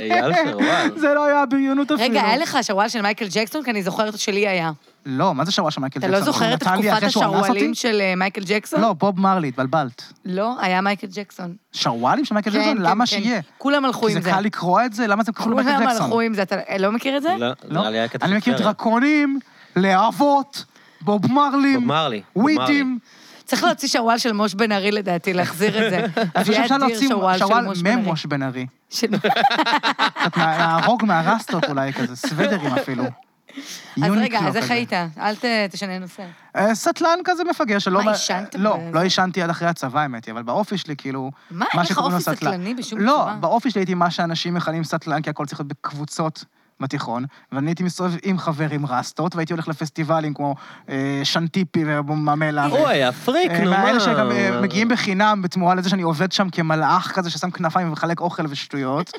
[SPEAKER 1] אייל שרוואל.
[SPEAKER 3] זה לא היה הבריונות אפילו.
[SPEAKER 2] רגע, היה לך שרוואל של מייקל ג'קסון? כי אני זוכרת שלי היה.
[SPEAKER 3] לא, מה זה שרוואל של מייקל
[SPEAKER 2] אתה
[SPEAKER 3] ג'קסון?
[SPEAKER 2] לא
[SPEAKER 3] שהוא
[SPEAKER 2] זוכר את
[SPEAKER 3] נתן לי
[SPEAKER 2] תקופת
[SPEAKER 3] אחרי שהוא אנס
[SPEAKER 2] השרוואלים
[SPEAKER 3] אותי?
[SPEAKER 2] של אה, מייקל ג'קסון?
[SPEAKER 3] לא, בוב מרלי, התבלבלת.
[SPEAKER 2] לא, היה מייקל ג'קסון.
[SPEAKER 3] שרוואלים של
[SPEAKER 2] כן,
[SPEAKER 3] מייקל ג'קסון? למה שיהיה?
[SPEAKER 2] כולם הלכו
[SPEAKER 3] כי
[SPEAKER 2] עם
[SPEAKER 3] זה
[SPEAKER 2] זה.
[SPEAKER 3] קל לקרוא את זה? למה זה קשור למייקל
[SPEAKER 2] כולם
[SPEAKER 3] ג'קסון?
[SPEAKER 2] הלכו עם זה. אתה אה, לא מכיר את זה?
[SPEAKER 1] לא,
[SPEAKER 3] לא?
[SPEAKER 1] נראה לי היה קטע
[SPEAKER 3] אני מכיר
[SPEAKER 1] סרט.
[SPEAKER 3] דרקונים, להבות, בוב
[SPEAKER 1] בוב
[SPEAKER 3] מרלים,
[SPEAKER 1] מרלי. בוב
[SPEAKER 3] ווידים.
[SPEAKER 2] צריך להוציא שרוואל של מוש בן ארי לדעתי, להחזיר את זה.
[SPEAKER 3] אני חושב
[SPEAKER 2] זה
[SPEAKER 3] שאפשר
[SPEAKER 2] היה אדיר,
[SPEAKER 3] להוציא
[SPEAKER 2] שרוואל של
[SPEAKER 3] שרוואל
[SPEAKER 2] מוש בן ארי.
[SPEAKER 3] ממוש בן ארי.
[SPEAKER 2] של-
[SPEAKER 3] קצת מה- להרוג מהרסטות אולי כזה, סוודרים אפילו.
[SPEAKER 2] אז רגע,
[SPEAKER 3] יוניקלו
[SPEAKER 2] אז איך
[SPEAKER 3] לא כזה.
[SPEAKER 2] היית? אל ת- תשנה נושא.
[SPEAKER 3] אה, סטלן כזה מפגר שלא...
[SPEAKER 2] מה,
[SPEAKER 3] מה-
[SPEAKER 2] עישנת
[SPEAKER 3] לא,
[SPEAKER 2] בזה?
[SPEAKER 3] לא עישנתי עד אחרי הצבא, האמת היא, אבל באופי שלי, כאילו...
[SPEAKER 2] מה, אה, אין לך
[SPEAKER 3] שקוראים לו
[SPEAKER 2] אופי
[SPEAKER 3] סטלן.
[SPEAKER 2] סטלני בשום
[SPEAKER 3] לא,
[SPEAKER 2] צורה?
[SPEAKER 3] באופי שלי הייתי מה שאנשים מכנים סטלן, כי הכל צריך להיות בקבוצות בתיכון, ואני הייתי מסתובב עם חבר עם רסטות, והייתי הולך לפסטיבלים כמו אה, שנטיפי וממלה.
[SPEAKER 1] הוא היה פריק, נו מה.
[SPEAKER 3] מאלה שגם אה, מגיעים בחינם בתמורה לזה שאני עובד שם כמלאך כזה ששם כנפיים ומחלק אוכל ושטויות.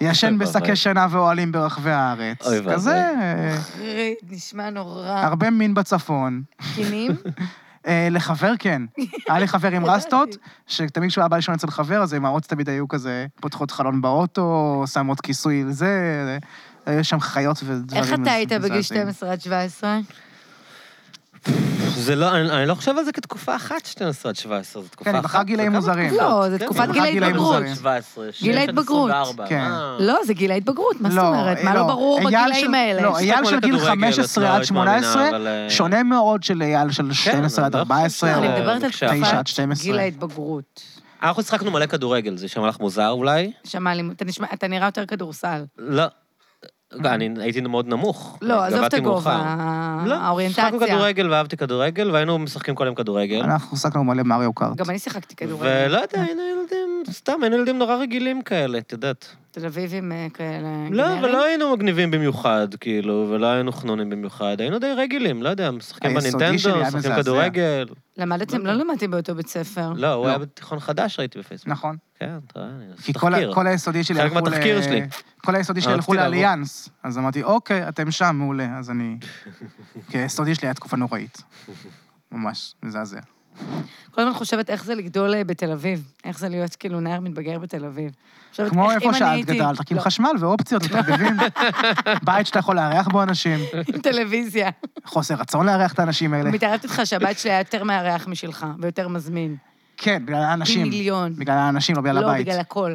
[SPEAKER 1] אוי
[SPEAKER 3] ישן
[SPEAKER 1] ואבוי.
[SPEAKER 3] בשקי שינה ואוהלים ברחבי הארץ.
[SPEAKER 1] אוי ואבוי.
[SPEAKER 3] כזה, אה,
[SPEAKER 2] אחי, נשמע נורא.
[SPEAKER 3] הרבה מין בצפון.
[SPEAKER 2] קינים?
[SPEAKER 3] אה, לחבר כן. היה לי חבר עם
[SPEAKER 2] ידעתי.
[SPEAKER 3] רסטות, שתמיד כשהוא היה בא לישון אצל חבר, אז אמהות תמיד היו כזה פותחות חלון באוטו, שמות כיסוי לזה, אה, היו שם חיות ודברים.
[SPEAKER 2] איך אתה היית בגיל
[SPEAKER 3] מזעזעים.
[SPEAKER 2] 12 עד 17?
[SPEAKER 1] זה לא, אני אני לא חושב על זה כתקופה אחת, 12 עד 17, זו תקופה
[SPEAKER 3] כן,
[SPEAKER 1] אחת.
[SPEAKER 3] היא בחרה
[SPEAKER 1] זה כמה
[SPEAKER 3] גילאים מוזרים.
[SPEAKER 1] תקופות?
[SPEAKER 2] לא, זה
[SPEAKER 1] כן,
[SPEAKER 2] תקופת
[SPEAKER 1] בחרה
[SPEAKER 3] גיל
[SPEAKER 1] גילאים
[SPEAKER 3] ההתבגרות.
[SPEAKER 1] מוזרים. אה. 17, 6 עד
[SPEAKER 2] ההתבגרות.
[SPEAKER 1] 24.
[SPEAKER 3] כן.
[SPEAKER 1] מה?
[SPEAKER 2] לא, זה גיל ההתבגרות, מה זאת
[SPEAKER 3] לא,
[SPEAKER 2] אומרת? מה לא ברור
[SPEAKER 3] אייל
[SPEAKER 2] בגילאים
[SPEAKER 3] של-
[SPEAKER 2] האלה?
[SPEAKER 3] לא, אייל
[SPEAKER 1] כמו
[SPEAKER 3] של גיל
[SPEAKER 1] לכדורגל, את
[SPEAKER 3] 15
[SPEAKER 1] לא
[SPEAKER 3] עד
[SPEAKER 1] היית מאמינה,
[SPEAKER 3] 18,
[SPEAKER 1] אבל, אה,
[SPEAKER 3] שונה מאוד של אייל של 12 עד
[SPEAKER 1] אני לא חושב
[SPEAKER 3] 14.
[SPEAKER 1] שזה-
[SPEAKER 2] אני
[SPEAKER 3] או-
[SPEAKER 2] מדברת על
[SPEAKER 1] בבקשה.
[SPEAKER 3] תשע
[SPEAKER 2] תקופת
[SPEAKER 3] עד 12.
[SPEAKER 2] גיל ההתבגרות.
[SPEAKER 1] אנחנו שחקנו מלא כדורגל, זה יישמע לך מוזר אולי?
[SPEAKER 2] שמע לי, אתה נשמע- אתה נראה יותר כדורסל.
[SPEAKER 1] לא. אני הייתי מאוד נמוך.
[SPEAKER 2] לא, עזוב את
[SPEAKER 1] גבהתי
[SPEAKER 2] הגובה,
[SPEAKER 1] מאוחר. לא,
[SPEAKER 2] האוריינטציה.
[SPEAKER 1] שחקנו כדורגל ואהבתי כדורגל, והיינו משחקים כל היום כדורגל.
[SPEAKER 3] אנחנו שחקנו מלא מריו קארט.
[SPEAKER 2] גם אני שיחקתי כדורגל.
[SPEAKER 1] ולא יודע, היינו ילדים, סתם, היינו ילדים נורא רגילים כאלה, את יודעת.
[SPEAKER 2] תל אביבים אה, כאלה.
[SPEAKER 1] לא,
[SPEAKER 2] גנריים.
[SPEAKER 1] ולא היינו מגניבים במיוחד, כאילו, ולא היינו חנונים במיוחד, היינו די רגילים, לא יודע, משחקים
[SPEAKER 3] היסודי שלי
[SPEAKER 1] בנינטנדו,
[SPEAKER 3] היה
[SPEAKER 1] משחקים
[SPEAKER 3] מזעזע. אה,
[SPEAKER 1] כדורגל.
[SPEAKER 2] למדתם, לא למדתי באותו בית ספר.
[SPEAKER 1] לא, הוא
[SPEAKER 3] לא.
[SPEAKER 1] היה בתיכון חדש, ראיתי בפייסבוק.
[SPEAKER 3] נכון.
[SPEAKER 1] כן, אתה רואה, אני עושה
[SPEAKER 3] כי כל ה-
[SPEAKER 1] תחקיר.
[SPEAKER 3] כל היסודי שלי
[SPEAKER 1] חלק
[SPEAKER 3] הלכו ל...
[SPEAKER 1] מהתחקיר שלי.
[SPEAKER 3] כל היסודי שלי הלכו
[SPEAKER 1] רציתי לעבור.
[SPEAKER 3] לאליאנס. אז אמרתי, אוקיי, אתם שם, מעולה. אז אני... כי היסודי שלי היה תקופה נוראית. ממש, מזעזע.
[SPEAKER 2] כל הזמן חושבת איך זה לגדול אה, בתל אביב. איך זה להיות כאילו נער מתבגר בתל אביב. חושבת, איך-
[SPEAKER 3] כמו
[SPEAKER 2] אם
[SPEAKER 3] איפה
[SPEAKER 2] אני
[SPEAKER 3] שאת
[SPEAKER 2] הייתי-
[SPEAKER 3] גדלת, כאילו רק עם
[SPEAKER 2] לא,
[SPEAKER 3] חשמל ואופציות, מתחבבים. בית שאתה יכול לארח בו אנשים,
[SPEAKER 2] עם טלוויזיה.
[SPEAKER 3] חוסר רצון לארח את האנשים האלה.
[SPEAKER 2] מתארת איתך שהבית שלי היה יותר מארח משלך, ויותר מזמין.
[SPEAKER 3] כן, בגלל האנשים.
[SPEAKER 2] פי מיליון.
[SPEAKER 3] בגלל האנשים, לא בגלל
[SPEAKER 2] לא,
[SPEAKER 3] הבית.
[SPEAKER 2] בגלל הכל.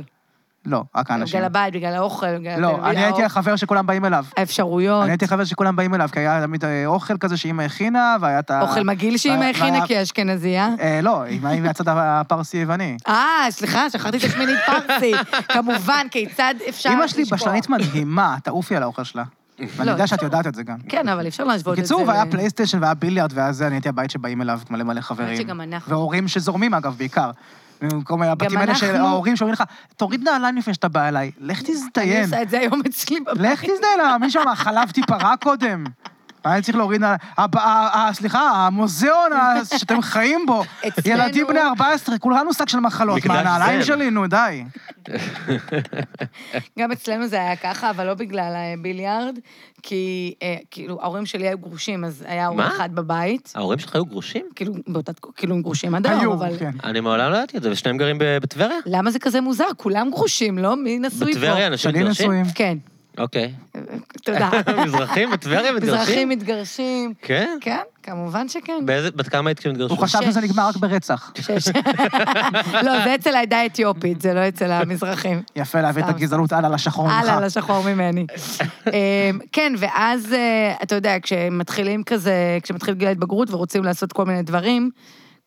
[SPEAKER 3] לא, רק האנשים.
[SPEAKER 2] בגלל הבית, בגלל האוכל, בגלל
[SPEAKER 3] לא,
[SPEAKER 2] הטלוויזיה,
[SPEAKER 3] אני הייתי
[SPEAKER 2] האור-
[SPEAKER 3] החבר שכולם באים אליו.
[SPEAKER 2] האפשרויות,
[SPEAKER 3] אני הייתי חבר שכולם באים אליו, כי היה תמיד אה, אוכל כזה שאימא הכינה, והיה את ה...
[SPEAKER 2] אוכל מגעיל שאמא
[SPEAKER 3] והיה-
[SPEAKER 2] הכינה
[SPEAKER 3] והיה-
[SPEAKER 2] כי היא אשכנזייה.
[SPEAKER 3] אה, לא, אמא היא מהצד הפרסי-יווני.
[SPEAKER 2] אה, סליחה, שכחתי את השמינית פרסי. כמובן, כיצד אפשר לשכוח?
[SPEAKER 3] אמא שלי בשלנית מדהימה, תעופי על האוכל שלה. ואני יודע שאת יודעת את זה גם.
[SPEAKER 2] כן, אבל אי אפשר להשוות את זה.
[SPEAKER 3] בקיצור, והיה
[SPEAKER 2] ל-
[SPEAKER 3] פלייסטיישן והיה ביליארד, ואז אני הייתי הבית שבאים אליו מלא מלא חברים.
[SPEAKER 2] שגם אנחנו.
[SPEAKER 3] נכון. והורים שזורמים, אגב, בעיקר. במקום הבתים האלה של
[SPEAKER 2] אנחנו.
[SPEAKER 3] ההורים שאומרים לך, תוריד נעליים לפני שאתה בא אליי, לך
[SPEAKER 2] אני
[SPEAKER 3] תזדיין.
[SPEAKER 2] עושה את זה היום אצלי בבית.
[SPEAKER 3] לך תזדיין, אה, מישהו אמר, חלבתי פרה קודם. היה צריך להוריד נעליים. הב- ה- ה- סליחה, המוזיאון ה- שאתם חיים בו,
[SPEAKER 2] אצלנו-
[SPEAKER 3] ילדים בני 14, כולנו שק של מחלות.
[SPEAKER 1] מקדש
[SPEAKER 3] מה, הנעליים
[SPEAKER 1] זאב.
[SPEAKER 3] שלי? נו, די.
[SPEAKER 2] גם אצלנו זה היה ככה, אבל לא בגלל הביליארד, כי אה, כאילו, ההורים שלי היו גרושים, אז היה הורה
[SPEAKER 1] מה?
[SPEAKER 2] אחד בבית.
[SPEAKER 1] ההורים שלך היו גרושים?
[SPEAKER 2] כאילו, באותה תקופה, כאילו, הם גרושים עד היום,
[SPEAKER 3] היו,
[SPEAKER 2] אבל...
[SPEAKER 3] כן.
[SPEAKER 1] אני מעולם לא ידעתי את זה, ושניהם גרים ב- בטבריה?
[SPEAKER 2] למה זה כזה מוזר? כולם גרושים, לא? מי נשוי פה?
[SPEAKER 1] בטבריה אנשים
[SPEAKER 3] שנים
[SPEAKER 1] מתגרשים?
[SPEAKER 3] נשואים.
[SPEAKER 2] כן,
[SPEAKER 1] אוקיי.
[SPEAKER 2] תודה.
[SPEAKER 1] מזרחים בטבריה מתגרשים?
[SPEAKER 2] מזרחים מתגרשים.
[SPEAKER 1] כן?
[SPEAKER 2] כן, כמובן שכן.
[SPEAKER 1] באיזה- בת כמה היית כשהתגרשו?
[SPEAKER 3] הוא חשב שזה נגמר רק ברצח.
[SPEAKER 2] שש. לא, זה אצל העדה האתיופית, זה לא אצל המזרחים.
[SPEAKER 3] יפה להעביר את
[SPEAKER 2] סתם.
[SPEAKER 3] הגזענות הלאה לשחור ממך.
[SPEAKER 2] הלאה, לשחור ממני. אמ, כן, ואז, אה, אתה יודע, כשמתחילים כזה, כשמתחיל גיל ההתבגרות ורוצים לעשות כל מיני דברים,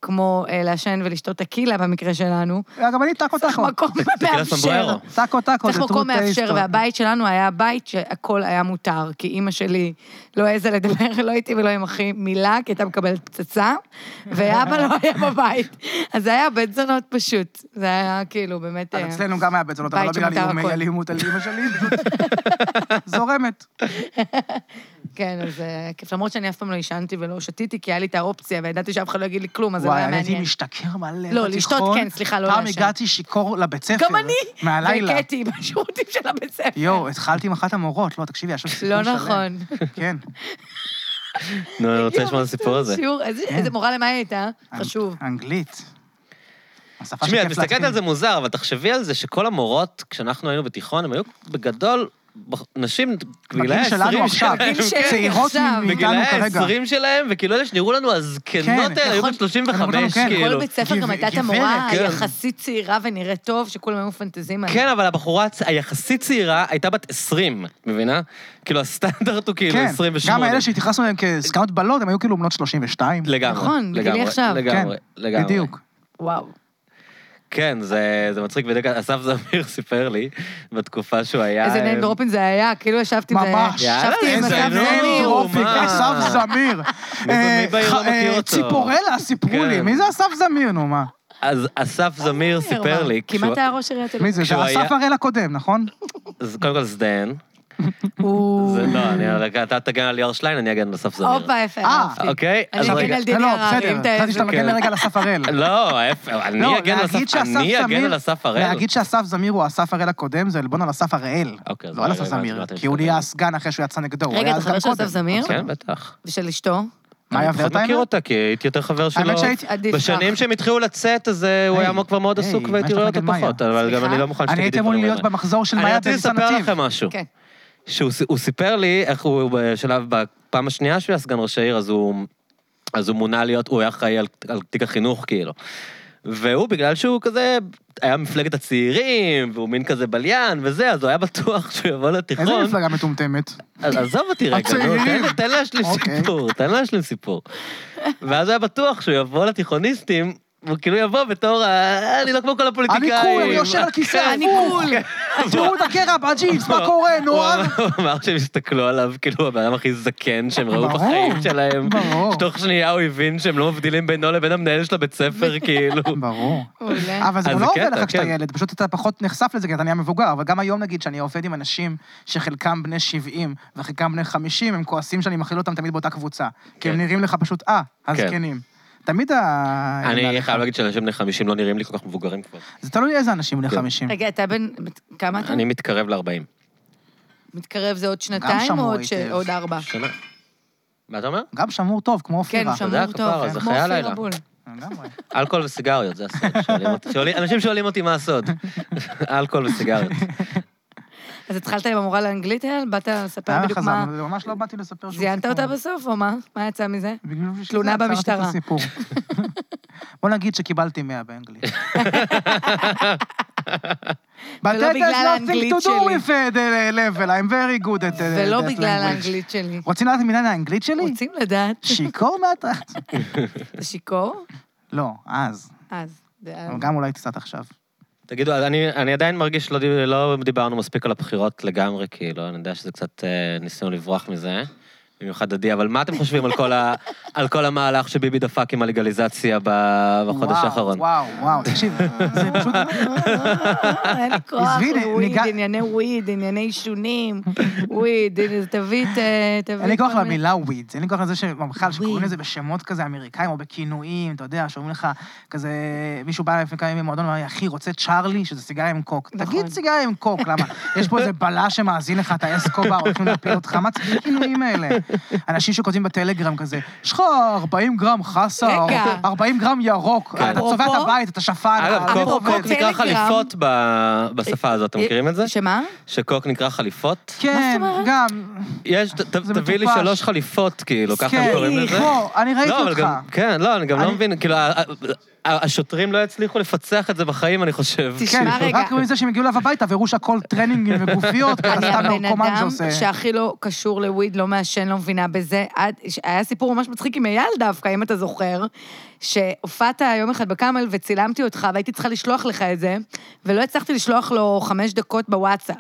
[SPEAKER 2] כמו אה, לעשן ולשתות טקילה במקרה שלנו,
[SPEAKER 3] גם אני טאקו
[SPEAKER 2] צריך
[SPEAKER 3] טאקו.
[SPEAKER 2] מקום מאפשר.
[SPEAKER 1] סומבררו.
[SPEAKER 3] טאקו טאקו,
[SPEAKER 2] צריך
[SPEAKER 3] זה אה, טרו
[SPEAKER 2] מקום מאפשר,
[SPEAKER 3] טייסט.
[SPEAKER 2] והבית שלנו היה בית שהכל היה מותר, כי אימא שלי לא העזה לדבר, לא איתי ולא עם אחי מילה, כי הייתה מקבלת פצצה, ואבא לא היה בבית. אז זה היה בית זונות פשוט. זה היה כאילו באמת...
[SPEAKER 3] אז
[SPEAKER 2] אה,
[SPEAKER 3] אצלנו גם היה בית זונות, אבל
[SPEAKER 2] בית
[SPEAKER 3] לא בגלל
[SPEAKER 2] שמותר
[SPEAKER 3] איומי
[SPEAKER 2] הכל.
[SPEAKER 3] אלימות על אימא שלי, פשוט זורמת.
[SPEAKER 2] כן, אז אה, כיף. למרות שאני אף פעם לא עישנתי ולא שתיתי, כי היה לי את האופציה, וידעתי שאף אחד לא יגיד לי כלום, אז זה לא
[SPEAKER 3] וואי,
[SPEAKER 2] היה
[SPEAKER 3] הייתי
[SPEAKER 2] מעניין.
[SPEAKER 3] משתכר מלא בתיכון.
[SPEAKER 2] לא, לשתות כן, סליחה, לא
[SPEAKER 3] פעם
[SPEAKER 2] לעשן.
[SPEAKER 3] הגעתי שיכור לבית ספר.
[SPEAKER 2] גם אני!
[SPEAKER 3] מהלילה.
[SPEAKER 2] והכיתי בשירותים של הבית ספר.
[SPEAKER 3] יואו, התחלתי עם אחת המורות, לא, תקשיבי, היה שם סיפור
[SPEAKER 2] לא
[SPEAKER 3] שלם.
[SPEAKER 2] נכון.
[SPEAKER 3] כן.
[SPEAKER 1] נו, אני רוצה לשמוע את הסיפור הזה.
[SPEAKER 2] שיעור, איזה-
[SPEAKER 3] כן.
[SPEAKER 2] איזה מורה למה היא הייתה? חשוב.
[SPEAKER 3] אנג- אנגלית. השפה
[SPEAKER 1] תשמעי, את
[SPEAKER 3] שכיף
[SPEAKER 1] מסתכלת
[SPEAKER 3] להתחיל.
[SPEAKER 1] על זה מוזר, אבל תחשבי על זה שכל המורות, כשאנחנו היינו בתיכון, הן היו בגדול בח- נשים בגילאי
[SPEAKER 3] בגיל שלנו
[SPEAKER 1] ה-20
[SPEAKER 3] עכשיו,
[SPEAKER 1] שלהם.
[SPEAKER 2] בגיל שלנו
[SPEAKER 3] צעירות
[SPEAKER 2] עכשיו.
[SPEAKER 1] בגילאי
[SPEAKER 3] מאיתנו כרגע.
[SPEAKER 1] ה-20 שלהם, וכאילו אלה שנראו לנו הזקנות
[SPEAKER 3] כן,
[SPEAKER 1] האלה, היו
[SPEAKER 2] נכון.
[SPEAKER 1] בן 35,
[SPEAKER 3] כן, כל
[SPEAKER 2] כל
[SPEAKER 1] כאילו.
[SPEAKER 2] בית ספר גם
[SPEAKER 3] גבר-
[SPEAKER 2] הייתה את
[SPEAKER 3] גברת,
[SPEAKER 2] המורה
[SPEAKER 1] כן.
[SPEAKER 2] היחסית צעירה ונראית טוב, שכולם היו מפנטזים עליה.
[SPEAKER 1] כן, אבל הבחורה הצ- היחסית צעירה הייתה בת 20, מבינה? כאילו, הסטנדרט הוא כאילו
[SPEAKER 3] כן,
[SPEAKER 1] 28.
[SPEAKER 3] גם אלה שהתייחסנו אליהם כזקנות בלות, הם היו כאילו בנות 32.
[SPEAKER 1] לגמרי,
[SPEAKER 2] נכון, בגילי
[SPEAKER 1] לגמרי,
[SPEAKER 2] עכשיו.
[SPEAKER 1] לגמרי,
[SPEAKER 3] כן,
[SPEAKER 1] לגמרי.
[SPEAKER 3] בדיוק.
[SPEAKER 2] וואו.
[SPEAKER 1] כן, זה זה מצחיק, בדיוק אסף זמיר סיפר לי, בתקופה שהוא היה...
[SPEAKER 2] איזה
[SPEAKER 1] אה,
[SPEAKER 2] name dropping זה היה, כאילו ישבתי ב...
[SPEAKER 3] ממש.
[SPEAKER 1] יאללה,
[SPEAKER 2] ישבתי עם
[SPEAKER 1] איזה
[SPEAKER 2] אסף
[SPEAKER 1] name
[SPEAKER 2] זמיר.
[SPEAKER 1] drop.
[SPEAKER 3] אופק,
[SPEAKER 1] מה? אה.
[SPEAKER 3] אסף זמיר. אה,
[SPEAKER 1] בעיר לא
[SPEAKER 3] ח- אה,
[SPEAKER 1] מכיר אותו.
[SPEAKER 3] ציפורלה, סיפרו לי.
[SPEAKER 1] כן.
[SPEAKER 3] מי זה אסף זמיר, נו מה?
[SPEAKER 1] אז אסף זמיר סיפר לי,
[SPEAKER 2] כמעט
[SPEAKER 1] כשהוא-
[SPEAKER 2] היה ראש עיריית תל
[SPEAKER 3] מי זה?
[SPEAKER 1] כשהוא
[SPEAKER 3] זה
[SPEAKER 1] היה-
[SPEAKER 3] אסף הראל הקודם, נכון?
[SPEAKER 1] אז קודם כל זדיין,
[SPEAKER 2] הוא-
[SPEAKER 1] זה לא, אני- אתה תגן על ליאור שליין, אני אגן על אסף זמיר.
[SPEAKER 2] הופה, יפה.
[SPEAKER 3] אה,
[SPEAKER 2] אהבתי.
[SPEAKER 1] אוקיי, אז
[SPEAKER 2] אני אגן
[SPEAKER 1] רגע.
[SPEAKER 2] על דידי
[SPEAKER 3] לא,
[SPEAKER 2] הררי,
[SPEAKER 3] בסדר,
[SPEAKER 2] אם
[SPEAKER 3] חשבתי
[SPEAKER 2] תעזו.
[SPEAKER 3] שאתה מגן לרגע על אסף הראל.
[SPEAKER 1] לא, ההפך, כן. אני
[SPEAKER 3] לא,
[SPEAKER 1] אגן על
[SPEAKER 3] להגיד
[SPEAKER 1] אסף-
[SPEAKER 3] שאסף
[SPEAKER 1] אני אגן
[SPEAKER 3] זמיר-
[SPEAKER 1] על אסף הראל.
[SPEAKER 3] להגיד שאסף זמיר הוא אסף הראל הקודם, זה עלבון על אסף הראל.
[SPEAKER 1] אוקיי, אז
[SPEAKER 3] לא על
[SPEAKER 1] רגע,
[SPEAKER 3] אסף
[SPEAKER 1] הבנתי מה
[SPEAKER 3] זמיר,
[SPEAKER 1] אתה
[SPEAKER 3] כי הוא
[SPEAKER 1] מתכוון.
[SPEAKER 3] נהיה הסגן אחרי שהוא היה סגן נגדו. הוא
[SPEAKER 2] רגע,
[SPEAKER 3] היה
[SPEAKER 2] אתה
[SPEAKER 3] הסגן
[SPEAKER 2] חבר של
[SPEAKER 3] קודם. אוקיי.
[SPEAKER 2] אסף זמיר?
[SPEAKER 1] כן, בטח.
[SPEAKER 2] ושל אשתו?
[SPEAKER 3] מה היה
[SPEAKER 1] אני פחות
[SPEAKER 3] ואתה
[SPEAKER 1] מכיר
[SPEAKER 3] האמת?
[SPEAKER 1] אותה, כי הייתי יותר חבר שלו.
[SPEAKER 3] האמת שהייתי...
[SPEAKER 2] עדיף כך.
[SPEAKER 1] בשנים שהם התחילו לצאת, אז אה, הוא
[SPEAKER 3] היי,
[SPEAKER 1] היה כבר מאוד
[SPEAKER 3] היי,
[SPEAKER 1] עסוק
[SPEAKER 3] מה יש
[SPEAKER 1] והייתי
[SPEAKER 3] לך
[SPEAKER 1] רואה אותו
[SPEAKER 3] נגד מאיה?
[SPEAKER 1] פחות, אבל גם
[SPEAKER 2] סליחה?
[SPEAKER 1] אני לא מוכן
[SPEAKER 3] אני
[SPEAKER 1] שתגידי
[SPEAKER 3] הייתי
[SPEAKER 1] דברים
[SPEAKER 3] אמור
[SPEAKER 1] האלה.
[SPEAKER 3] להיות במחזור של
[SPEAKER 1] אני
[SPEAKER 3] מאיה
[SPEAKER 1] רציתי
[SPEAKER 3] בניסן
[SPEAKER 1] לספר
[SPEAKER 3] נתיב.
[SPEAKER 1] לכם משהו.
[SPEAKER 2] כן.
[SPEAKER 1] שהוא הוא סיפר לי איך הוא בשלב, בפעם השנייה שהוא היה סגן ראש העיר, אז הוא, אז הוא מונה להיות, הוא היה אחראי על, על תיק החינוך, כאילו. והוא, בגלל שהוא כזה, היה מפלגת הצעירים, והוא מין כזה בליין וזה, אז הוא היה בטוח שהוא יבוא לתיכון.
[SPEAKER 3] איזה מפלגה מטומטמת.
[SPEAKER 1] אז עזוב אותי רגע, נו, תן
[SPEAKER 3] הצעירים.
[SPEAKER 1] לי- תן להשלים
[SPEAKER 3] אוקיי.
[SPEAKER 1] סיפור, תן להשלים סיפור. ואז הוא היה בטוח שהוא יבוא לתיכוניסטים, הוא כאילו יבוא בתור ה... "אה, אני לא כמו כל
[SPEAKER 3] אני
[SPEAKER 1] הפוליטיקאים.
[SPEAKER 3] קול, אני יושב על
[SPEAKER 1] כן,
[SPEAKER 3] הכיסא,
[SPEAKER 2] אני
[SPEAKER 3] הפוך.
[SPEAKER 2] קול.
[SPEAKER 3] תראו את הקרע בג'ינס, מה קורה,
[SPEAKER 1] הוא
[SPEAKER 3] נוער?
[SPEAKER 1] אמר- הוא אמר שהם הסתכלו עליו, כאילו הבן אדם הכי זקן שהם ראו
[SPEAKER 3] ברור,
[SPEAKER 1] בחיים שלהם.
[SPEAKER 3] ברור.
[SPEAKER 1] שתוך שנייה הוא הבין שהם לא מבדילים בינו לבין המנהל של הבית ספר, כאילו.
[SPEAKER 3] ברור.
[SPEAKER 2] מעולה.
[SPEAKER 3] אה? אבל זה
[SPEAKER 1] אז
[SPEAKER 3] גם
[SPEAKER 1] זה
[SPEAKER 3] לא עובד
[SPEAKER 1] קטע,
[SPEAKER 3] לך כשאתה
[SPEAKER 1] כן.
[SPEAKER 3] ילד, פשוט אתה פחות נחשף לזה כי אתה נהיה מבוגר, אבל גם היום נגיד שאני עובד עם אנשים שחלקם בני 70 וחלקם בני 50, הם כועסים שאני מכליל אותם תמיד באותה קבוצה. כי הם
[SPEAKER 1] כן.
[SPEAKER 3] נראים לך פשוט, אה,
[SPEAKER 1] כן.
[SPEAKER 3] הזקנים. תמיד ה...
[SPEAKER 1] אני חייב להגיד שאנשים בני 50 לא נראים לי כל כך מבוגרים כבר.
[SPEAKER 3] זה תלוי איזה אנשים בני
[SPEAKER 1] כן.
[SPEAKER 3] 50.
[SPEAKER 2] רגע, אתה בן... כמה אתה?
[SPEAKER 1] אני מתקרב ל-40.
[SPEAKER 2] מתקרב זה עוד שנתיים
[SPEAKER 3] שמור
[SPEAKER 2] או עוד ש-
[SPEAKER 3] היטב.
[SPEAKER 2] עוד ארבע?
[SPEAKER 1] שנה. מה אתה אומר?
[SPEAKER 3] גם שמור טוב, כמו
[SPEAKER 2] כן,
[SPEAKER 3] אופירה.
[SPEAKER 2] הוא שמור
[SPEAKER 1] יודע, כפרה,
[SPEAKER 2] טוב,
[SPEAKER 1] זה
[SPEAKER 2] כמו
[SPEAKER 1] חיי
[SPEAKER 2] אופיר
[SPEAKER 1] הלילה.
[SPEAKER 2] אבול.
[SPEAKER 3] לגמרי.
[SPEAKER 1] אלכוהול וסיגריות, זה הסוד. שואלים אותי- שואלים- אנשים שואלים אותי מה הסוד. אלכוהול וסיגריות.
[SPEAKER 2] אז התחלת עם המורה לאנגלית, אייל? באת לספר
[SPEAKER 3] היה
[SPEAKER 2] בדיוק
[SPEAKER 3] חזר,
[SPEAKER 2] מה...
[SPEAKER 3] אבל ממש לא באתי לספר שום
[SPEAKER 2] זיינת
[SPEAKER 3] סיפור.
[SPEAKER 2] אותה בסוף, או מה? מה יצא מזה?
[SPEAKER 3] בגלל שזה
[SPEAKER 2] תלונה
[SPEAKER 3] עצרתי את
[SPEAKER 2] במשטרה.
[SPEAKER 3] הסיפור. בוא נגיד שקיבלתי 100 באנגלית. But
[SPEAKER 2] ולא
[SPEAKER 3] that
[SPEAKER 2] בגלל
[SPEAKER 3] has nothing
[SPEAKER 2] האנגלית
[SPEAKER 3] to do
[SPEAKER 2] שלי.
[SPEAKER 3] with uh, the level, I'm very good at uh, that
[SPEAKER 2] ולא
[SPEAKER 3] language.
[SPEAKER 2] בגלל האנגלית שלי.
[SPEAKER 3] רוצים לדעת מילה האנגלית שלי?
[SPEAKER 2] רוצים לדעת?
[SPEAKER 3] שיכור מהטרקט.
[SPEAKER 2] אתה שיכור?
[SPEAKER 3] לא, אז.
[SPEAKER 2] אז. זה-
[SPEAKER 3] אבל גם אולי קצת עכשיו.
[SPEAKER 1] תגידו, אני, אני עדיין מרגיש שלא דיב- לא דיברנו מספיק על הבחירות לגמרי, כאילו, אני יודע שזה קצת אה, ניסינו לברוח מזה, במיוחד עדי, אבל מה אתם חושבים על כל, ה, על כל המהלך שביבי דפק עם הלגליזציה ב- בחודש
[SPEAKER 3] וואו,
[SPEAKER 1] האחרון?
[SPEAKER 3] וואו, וואו, תקשיב, זה פשוט...
[SPEAKER 2] אה, אין לי כוח,
[SPEAKER 3] עזבי, נ-
[SPEAKER 2] וויד,
[SPEAKER 3] ניגע-
[SPEAKER 2] ענייני וויד, ענייני עישונים, וויד, הנה, תביא את... אה, תביא
[SPEAKER 3] אין לי
[SPEAKER 2] את
[SPEAKER 3] כוח
[SPEAKER 2] כל מיני-
[SPEAKER 3] למילה וויד, אין לי כוח לזה שבכלל שקוראים
[SPEAKER 2] וויד.
[SPEAKER 3] לזה בשמות כזה אמריקאים או בכינויים, אתה יודע, שאומרים לך כזה, מישהו בא אליי לפני כמה ימים במועדון ואומר לי, אחי, רוצה צ'ארלי, שזה סיגריה עם קוק.
[SPEAKER 2] נכון.
[SPEAKER 3] תגיד סיגריה עם קוק, למה? יש פה איזה בלש שמאזין לך, אתה אסקובר, הולכים להפיל אותך, מה צריך את הכינויים האלה? אנשים שכותבים בטלגרם כזה, יש לך 40 גרם חסה, או
[SPEAKER 2] רגע.
[SPEAKER 3] 40 גרם ירוק,
[SPEAKER 1] כן.
[SPEAKER 3] אתה צובע את
[SPEAKER 2] אפרופו-
[SPEAKER 3] הבית, אתה שפן.
[SPEAKER 1] אגב,
[SPEAKER 3] אתה לא
[SPEAKER 1] קוק,
[SPEAKER 2] אפרופו
[SPEAKER 1] קוק
[SPEAKER 3] עובד.
[SPEAKER 1] נקרא
[SPEAKER 2] טלגרם-
[SPEAKER 1] חליפות ב- בשפה הזאת, אתם
[SPEAKER 2] אה,
[SPEAKER 1] מכירים את זה?
[SPEAKER 2] שמה?
[SPEAKER 1] שקוק נקרא חליפות?
[SPEAKER 3] כן,
[SPEAKER 2] מה זאת אומרת?
[SPEAKER 3] גם.
[SPEAKER 1] יש, ת- ת-
[SPEAKER 3] זה
[SPEAKER 1] תביא לי
[SPEAKER 3] מטופש.
[SPEAKER 1] שלוש חליפות, כאילו, ככה הם
[SPEAKER 3] כן,
[SPEAKER 1] קוראים לזה.
[SPEAKER 3] בוא, אני ראיתי
[SPEAKER 1] לא, אבל
[SPEAKER 3] אותך.
[SPEAKER 1] גם- כן, לא, אני גם לא
[SPEAKER 3] אני-
[SPEAKER 1] מבין, כאילו, ה- ה- ה- השוטרים לא יצליחו לפצח את זה בחיים, אני חושב.
[SPEAKER 2] תשמע,
[SPEAKER 3] כן,
[SPEAKER 2] רגע.
[SPEAKER 3] רק רואים את זה שהם הגיעו אליו הביתה והראו שהכל טרנינגים וגופיות, כי אתה
[SPEAKER 2] אני
[SPEAKER 3] סתם
[SPEAKER 2] הבן
[SPEAKER 3] נרקומן
[SPEAKER 2] אדם
[SPEAKER 3] שעושה...
[SPEAKER 2] שהכי לא קשור לוויד, לא מעשן, לא מבינה בזה. עד- ש- היה סיפור ממש מצחיק עם אייל דווקא, אם אתה זוכר, שהופעת יום אחד בקאמל וצילמתי אותך, והייתי צריכה לשלוח לך את זה, ולא הצלחתי לשלוח לו חמש דקות בוואטסאפ.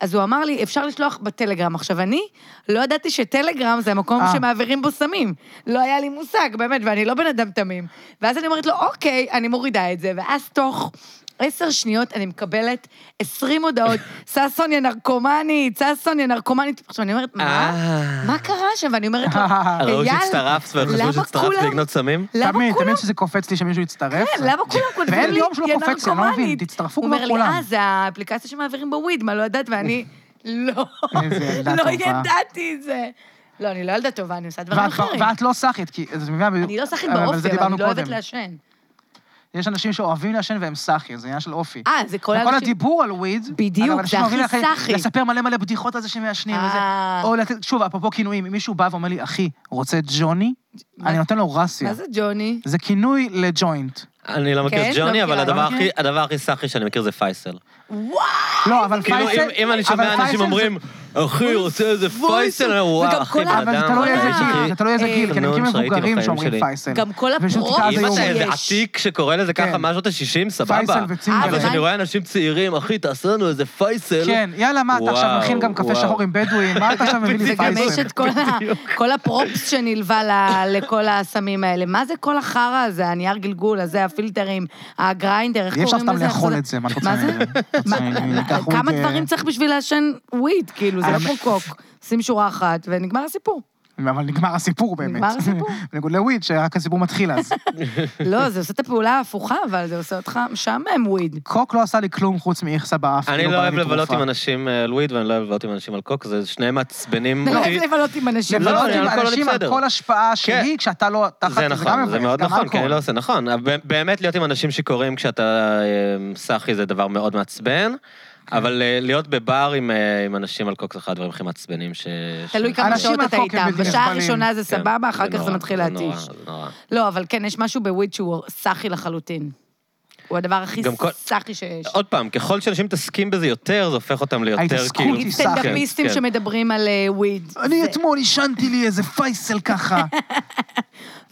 [SPEAKER 2] אז הוא אמר לי, אפשר לשלוח בטלגרם. עכשיו, אני לא ידעתי שטלגרם זה המקום
[SPEAKER 3] אה.
[SPEAKER 2] שמעבירים בו סמים. לא היה לי מושג, באמת, ואני לא בן אדם תמים. ואז אני אומרת לו, אוקיי, אני מורידה את זה, ואז תוך... עשר שניות אני מקבלת עשרים הודעות, ששון יא נרקומנית, ששון יא נרקומנית. עכשיו אני אומרת, מה?
[SPEAKER 1] אה.
[SPEAKER 2] מה קרה שם? ואני אומרת לו,
[SPEAKER 1] ראו
[SPEAKER 2] אייל,
[SPEAKER 1] אה, לא, שהצטרפת וחשבו
[SPEAKER 2] למה
[SPEAKER 1] שהצטרפת
[SPEAKER 2] כולם-
[SPEAKER 1] לגנות סמים?
[SPEAKER 2] למה
[SPEAKER 3] תמיד,
[SPEAKER 2] כולם
[SPEAKER 3] תמיד שזה קופץ לי שמישהו יצטרף.
[SPEAKER 2] כן, למה כולם כותבים לי,
[SPEAKER 3] ואין יום שלא
[SPEAKER 2] יא
[SPEAKER 3] קופץ לי, אני לא מבין,
[SPEAKER 2] נרקומנית?"
[SPEAKER 3] תצטרפו
[SPEAKER 2] הוא
[SPEAKER 3] כבר
[SPEAKER 2] אומר
[SPEAKER 3] כולם.
[SPEAKER 2] לי, אה, זה האפליקציה שמעבירים בוויד, מה, לא ידעת? ואני, לא,
[SPEAKER 3] איזה ילדה
[SPEAKER 2] לא
[SPEAKER 3] אה, טובה.
[SPEAKER 2] ידעתי את זה. לא, אני לא ילדה טובה, אני עושה דברים
[SPEAKER 3] ואת-
[SPEAKER 2] אחרים.
[SPEAKER 3] ואת לא סאחית, כי... אז את מבינה בדיוק-
[SPEAKER 2] אני לא סחית
[SPEAKER 3] אבל זה
[SPEAKER 2] באופי, אבל
[SPEAKER 3] דיברנו
[SPEAKER 2] אני לא אוהבת
[SPEAKER 3] קודם.
[SPEAKER 2] לעשן.
[SPEAKER 3] יש אנשים שאוהבים לעשן והם סאחי, זה עניין של אופי.
[SPEAKER 2] אה, זה כל
[SPEAKER 3] וכל
[SPEAKER 2] האנשים...
[SPEAKER 3] הדיבור על וויד,
[SPEAKER 2] בדיוק,
[SPEAKER 3] אבל אנשים
[SPEAKER 2] זה
[SPEAKER 3] אוהבים
[SPEAKER 2] הכי
[SPEAKER 3] לח-
[SPEAKER 2] סאחי.
[SPEAKER 3] לספר מלא מלא בדיחות על זה שמעשנים וזה.
[SPEAKER 2] אה.
[SPEAKER 3] או לתת, שוב, אפרופו כינויים, אם מישהו בא ואומר לי, אחי, רוצה ג'וני?
[SPEAKER 2] מה-
[SPEAKER 3] אני נותן לו רסיה.
[SPEAKER 2] מה זה ג'וני?
[SPEAKER 3] זה כינוי לג'וינט.
[SPEAKER 1] אני לא מכיר
[SPEAKER 2] כן,
[SPEAKER 1] את
[SPEAKER 2] לא
[SPEAKER 1] ג'וני,
[SPEAKER 2] מכירה.
[SPEAKER 1] אבל
[SPEAKER 2] לא
[SPEAKER 1] הדבר
[SPEAKER 3] מכירים?
[SPEAKER 1] הכי- הדבר הכי סאחי שאני מכיר זה פייסל.
[SPEAKER 2] אה,
[SPEAKER 3] לא, אבל
[SPEAKER 1] כאילו,
[SPEAKER 3] פייסל...
[SPEAKER 1] אם- אם אני שומע
[SPEAKER 3] אבל פייסל
[SPEAKER 1] אנשים
[SPEAKER 3] זה-
[SPEAKER 1] אומרים, אחי, רוצה איזה פייסל, אני אומר,
[SPEAKER 2] וגם
[SPEAKER 1] וואו, אחי,
[SPEAKER 2] כל ה-
[SPEAKER 1] בן
[SPEAKER 3] אבל זה
[SPEAKER 1] אדם,
[SPEAKER 3] תלוי
[SPEAKER 1] אתה
[SPEAKER 3] לא איזה
[SPEAKER 1] האיש
[SPEAKER 2] אה,
[SPEAKER 3] גיל,
[SPEAKER 1] הכי-
[SPEAKER 3] זה תלוי איזה
[SPEAKER 2] אה,
[SPEAKER 3] גיל, כי אני מכיר
[SPEAKER 1] חנון שראיתי
[SPEAKER 3] מבוגרים
[SPEAKER 1] בחיים
[SPEAKER 3] שאומרים
[SPEAKER 1] שלי.
[SPEAKER 3] פייסל.
[SPEAKER 2] גם כל
[SPEAKER 3] פשוט
[SPEAKER 2] הפרופס
[SPEAKER 3] ככה זה
[SPEAKER 1] אם אתה
[SPEAKER 3] יומי.
[SPEAKER 1] איזה
[SPEAKER 2] יש.
[SPEAKER 1] עתיק שקורא לזה ככה
[SPEAKER 3] כן.
[SPEAKER 1] משנות ה-60, סבבה.
[SPEAKER 3] פייסל וצינגל.
[SPEAKER 1] אבל
[SPEAKER 2] אה,
[SPEAKER 1] כשאני רואה אנשים צעירים, אחי, תעשה לנו איזה פייסל.
[SPEAKER 3] כן, יאללה, מה, אתה עכשיו
[SPEAKER 1] וואו,
[SPEAKER 3] מכין גם קפה
[SPEAKER 1] וואו.
[SPEAKER 3] שחור עם בדואים, מה אתה עכשיו מביא לי
[SPEAKER 2] וגם יש
[SPEAKER 3] פייסל?
[SPEAKER 2] את כל, ה, כל הפרופס שנלווה ל, לכל הסמים האלה. מה זה כל החרא הזה, הנייר גלגול הזה, הפילטרים, הגריינדר, איך
[SPEAKER 3] אי אפשר
[SPEAKER 2] קוראים
[SPEAKER 3] סתם
[SPEAKER 2] לזה?
[SPEAKER 3] לאכול את זה, מה את רוצה?
[SPEAKER 2] מה זה?
[SPEAKER 3] את רוצה, אני אקח וויד,
[SPEAKER 2] כמה
[SPEAKER 3] אה,
[SPEAKER 2] דברים צריך בשביל לעשן וויד, כאילו, זה לא
[SPEAKER 3] אני-
[SPEAKER 2] כמו קוק. עושים שורה אחת ונגמר הסיפור.
[SPEAKER 3] אבל נגמר הסיפור באמת.
[SPEAKER 2] נגמר הסיפור.
[SPEAKER 3] בניגוד לוויד, שרק הסיפור מתחיל אז.
[SPEAKER 2] לא, זה עושה את הפעולה ההפוכה, אבל זה עושה אותך משעמם וויד.
[SPEAKER 3] קוק לא עשה לי כלום חוץ מאיכסה באף.
[SPEAKER 1] אני
[SPEAKER 3] כאילו,
[SPEAKER 1] לא
[SPEAKER 3] בא
[SPEAKER 1] אוהב
[SPEAKER 3] לי
[SPEAKER 1] לבלות עם
[SPEAKER 3] תרופה.
[SPEAKER 1] אנשים על וויד ואני לא אוהב לבלות עם אנשים על קוק, זה שניהם מעצבנים
[SPEAKER 2] לא
[SPEAKER 1] אותי.
[SPEAKER 2] אוהב לבלות עם אנשים.
[SPEAKER 1] לא,
[SPEAKER 3] לבלות
[SPEAKER 1] אני-
[SPEAKER 3] עם
[SPEAKER 1] אלכוהול לא
[SPEAKER 3] אנשים על
[SPEAKER 1] בסדר.
[SPEAKER 3] כל השפעה שהיא, כשאתה לא תחת,
[SPEAKER 1] זה
[SPEAKER 3] גם
[SPEAKER 1] נכון, זה
[SPEAKER 3] מבאס,
[SPEAKER 1] מאוד
[SPEAKER 3] גם
[SPEAKER 1] נכון, כי
[SPEAKER 3] אלכוהול.
[SPEAKER 1] אני לא עושה, נכון. אבל באמת להיות עם אנשים שיכורים כשאתה אה, סאחי זה דבר מאוד מעצבן, אבל אה, להיות בבר עם, אה, עם אנשים על קוק זה אחד הדברים הכי מעצבנים ש...
[SPEAKER 2] תלוי
[SPEAKER 1] ש-
[SPEAKER 2] כמה
[SPEAKER 3] אנשים
[SPEAKER 2] שעות
[SPEAKER 3] על
[SPEAKER 2] אתה
[SPEAKER 3] קוק הם
[SPEAKER 2] איתם.
[SPEAKER 3] בלתי
[SPEAKER 2] בשעה
[SPEAKER 3] נסבלים.
[SPEAKER 2] הראשונה זה
[SPEAKER 1] כן,
[SPEAKER 2] סבבה, אחר כך
[SPEAKER 1] נורא,
[SPEAKER 2] זה מתחיל
[SPEAKER 1] נורא,
[SPEAKER 2] להתיש.
[SPEAKER 1] זה נורא.
[SPEAKER 2] לא, אבל כן, יש משהו בוויד שהוא סאחי לחלוטין. הוא הדבר הכי
[SPEAKER 1] גם כל-
[SPEAKER 2] סאחי שיש.
[SPEAKER 1] עוד פעם, ככל שאנשים מתעסקים בזה יותר, זה הופך אותם ליותר
[SPEAKER 3] ההתעסקות
[SPEAKER 1] כאילו...
[SPEAKER 3] היא סאחית.
[SPEAKER 2] סטנדאפיסטים
[SPEAKER 1] כן, כן.
[SPEAKER 2] שמדברים על אה, וויד.
[SPEAKER 1] לא-
[SPEAKER 3] אני
[SPEAKER 2] זה-
[SPEAKER 3] אתמול עישנתי לי איזה פייסל ככה.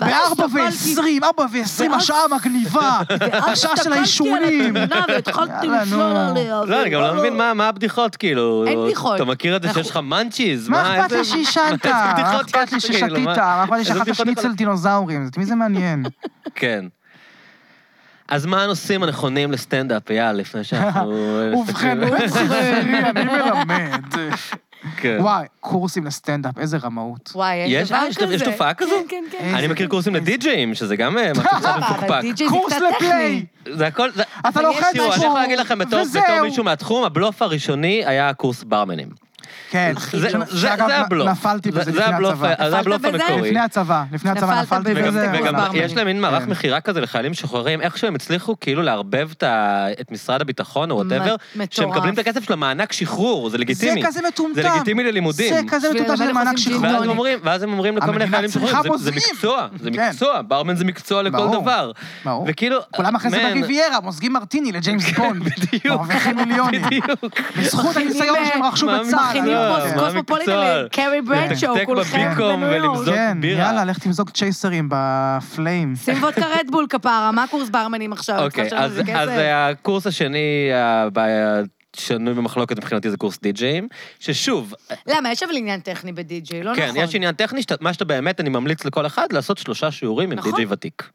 [SPEAKER 2] ואז
[SPEAKER 3] ב-4
[SPEAKER 2] סבלתי-
[SPEAKER 3] ו-20, 4 ו-20,
[SPEAKER 2] ואז-
[SPEAKER 3] השעה המגניבה,
[SPEAKER 2] ואז
[SPEAKER 3] השעה של
[SPEAKER 2] הסתכלתי על
[SPEAKER 3] האישונים.
[SPEAKER 2] התמונה והתחלתי
[SPEAKER 3] יאללה,
[SPEAKER 2] לפלול
[SPEAKER 3] נו.
[SPEAKER 2] עליה.
[SPEAKER 1] לא, אני גם לא מבין מה מה הבדיחות, כאילו.
[SPEAKER 2] אין בדיחות.
[SPEAKER 1] אתה מכיר את זה
[SPEAKER 2] אנחנו-
[SPEAKER 1] שיש לך מאנצ'יז?
[SPEAKER 3] נכון. מה אכפת לי
[SPEAKER 1] איזה-
[SPEAKER 3] שעישנת?
[SPEAKER 1] איזה
[SPEAKER 3] מה
[SPEAKER 1] בדיחות
[SPEAKER 3] אכפת לי
[SPEAKER 1] יש, כאילו,
[SPEAKER 3] ששתית?
[SPEAKER 1] מה-
[SPEAKER 3] מה אכפת לי
[SPEAKER 1] איזה
[SPEAKER 3] שאכלת
[SPEAKER 1] בדיחות
[SPEAKER 3] שניצל דינוזאורים? את מי זה מעניין?
[SPEAKER 1] כן. אז מה הנושאים הנכונים לסטנדאפ, אייל, לפני שאנחנו... אה,
[SPEAKER 3] ובכן, ובכן, אני מלמד.
[SPEAKER 1] כאילו- כן.
[SPEAKER 3] וואי, קורסים לסטנדאפ, איזה רמאות.
[SPEAKER 2] וואי, יש
[SPEAKER 1] יש- אה,
[SPEAKER 2] דבר
[SPEAKER 1] יש-
[SPEAKER 2] כזה.
[SPEAKER 1] יש תופעה כזו?
[SPEAKER 2] כן, כן, כן.
[SPEAKER 3] איזה-
[SPEAKER 1] אני מכיר קורסים לדי-ג'אים, שזה גם אה, משהו קצת
[SPEAKER 2] סבבה, אבל
[SPEAKER 1] מפוקפק.
[SPEAKER 2] די.ג'יי זה
[SPEAKER 3] קורס
[SPEAKER 2] קצת
[SPEAKER 3] לפליי.
[SPEAKER 2] טכני.
[SPEAKER 1] זה הכל... זה-
[SPEAKER 3] אתה לא אוכל
[SPEAKER 1] תראו, אני
[SPEAKER 3] משהו,
[SPEAKER 1] יכול להגיד לכם בתור בתור
[SPEAKER 3] וזהו.
[SPEAKER 1] מישהו מהתחום, הבלוף הראשוני היה קורס ברמנים.
[SPEAKER 3] כן,
[SPEAKER 1] זה-
[SPEAKER 3] ש-
[SPEAKER 1] זה-
[SPEAKER 3] שאגב,
[SPEAKER 1] זה הבלוף.
[SPEAKER 3] נפלתי
[SPEAKER 1] זה-
[SPEAKER 3] בזה
[SPEAKER 1] זה
[SPEAKER 3] לפני
[SPEAKER 1] הבלוף
[SPEAKER 3] הצבא.
[SPEAKER 1] ה- זה הבלוף
[SPEAKER 2] נפלת בזה?
[SPEAKER 1] המקורי.
[SPEAKER 3] לפני הצבא, לפני הצבא
[SPEAKER 2] נפלת
[SPEAKER 3] נפלתי
[SPEAKER 2] בזה.
[SPEAKER 1] וגם,
[SPEAKER 3] בזה.
[SPEAKER 2] הוא
[SPEAKER 1] וגם
[SPEAKER 2] ברמנים.
[SPEAKER 1] יש להם מין מערך
[SPEAKER 3] כן.
[SPEAKER 1] מכירה כזה לחיילים משוחררים, איכשהו הם הצליחו כאילו לערבב את ה- את משרד הביטחון או וואטאבר,
[SPEAKER 2] מטורף.
[SPEAKER 1] שהם מקבלים את הכסף של המענק שחרור, זה
[SPEAKER 3] זה
[SPEAKER 1] לגיטימי.
[SPEAKER 3] כזה מטומטם.
[SPEAKER 1] זה לגיטימי ללימודים.
[SPEAKER 3] זה כזה
[SPEAKER 2] בשביל
[SPEAKER 3] מטומטם
[SPEAKER 2] ללמד
[SPEAKER 3] של מענק
[SPEAKER 2] עושים
[SPEAKER 3] שחרור.
[SPEAKER 1] ואז הם
[SPEAKER 2] גאוני.
[SPEAKER 1] אומרים, ואז הם אומרים לכל מיני
[SPEAKER 3] המדינה
[SPEAKER 1] חיילים
[SPEAKER 3] צריכה
[SPEAKER 1] שחורים, זה, זה
[SPEAKER 3] בוזים.
[SPEAKER 1] מקצוע, זה
[SPEAKER 3] כן.
[SPEAKER 1] מקצוע, ברמן זה מקצוע לכל
[SPEAKER 3] ברור.
[SPEAKER 1] דבר.
[SPEAKER 3] ברור.
[SPEAKER 1] וכאילו,
[SPEAKER 3] כולם אחרי זה
[SPEAKER 1] man, כן,
[SPEAKER 3] בריביירה, מוזגים מרטיני לג'יימס בונד.
[SPEAKER 1] בדיוק.
[SPEAKER 3] מרוויחים מיליונים.
[SPEAKER 1] בדיוק. אה,
[SPEAKER 3] בזכות הניסיון שהם רכשו
[SPEAKER 1] מה
[SPEAKER 3] בצה"ל.
[SPEAKER 1] המקצוע?
[SPEAKER 2] מכינים
[SPEAKER 1] מה
[SPEAKER 2] פה קוסמופוליטן
[SPEAKER 1] המקצוע?
[SPEAKER 2] לקרי ברנצ'ו,
[SPEAKER 1] לתקתק
[SPEAKER 2] כולכם
[SPEAKER 1] כן. בביקום
[SPEAKER 2] בניו יורק.
[SPEAKER 1] ולבזוז. זוג
[SPEAKER 3] כן,
[SPEAKER 1] בירה.
[SPEAKER 3] יאללה, לך תמזוג צ'ייסרים בפליים.
[SPEAKER 2] שים וודקה רדבול כפרה, מה קורס ברמנים עכשיו?
[SPEAKER 1] אוקיי,
[SPEAKER 2] עכשיו
[SPEAKER 1] אז
[SPEAKER 2] זה כסף.
[SPEAKER 1] אז הקורס השני, הבעיה- שנוי במחלוקת מבחינתי זה קורס די-ג'אים, ששוב,
[SPEAKER 2] למה, יש אבל עניין טכני בדי-ג'יי, לא
[SPEAKER 1] כן,
[SPEAKER 2] נכון.
[SPEAKER 1] יש עניין טכני, שאתה- מה שאתה באמת, אני ממליץ לכל אחד, לעשות שלושה שיעורים עם
[SPEAKER 2] נכון.
[SPEAKER 1] די-ג'יי ותיק.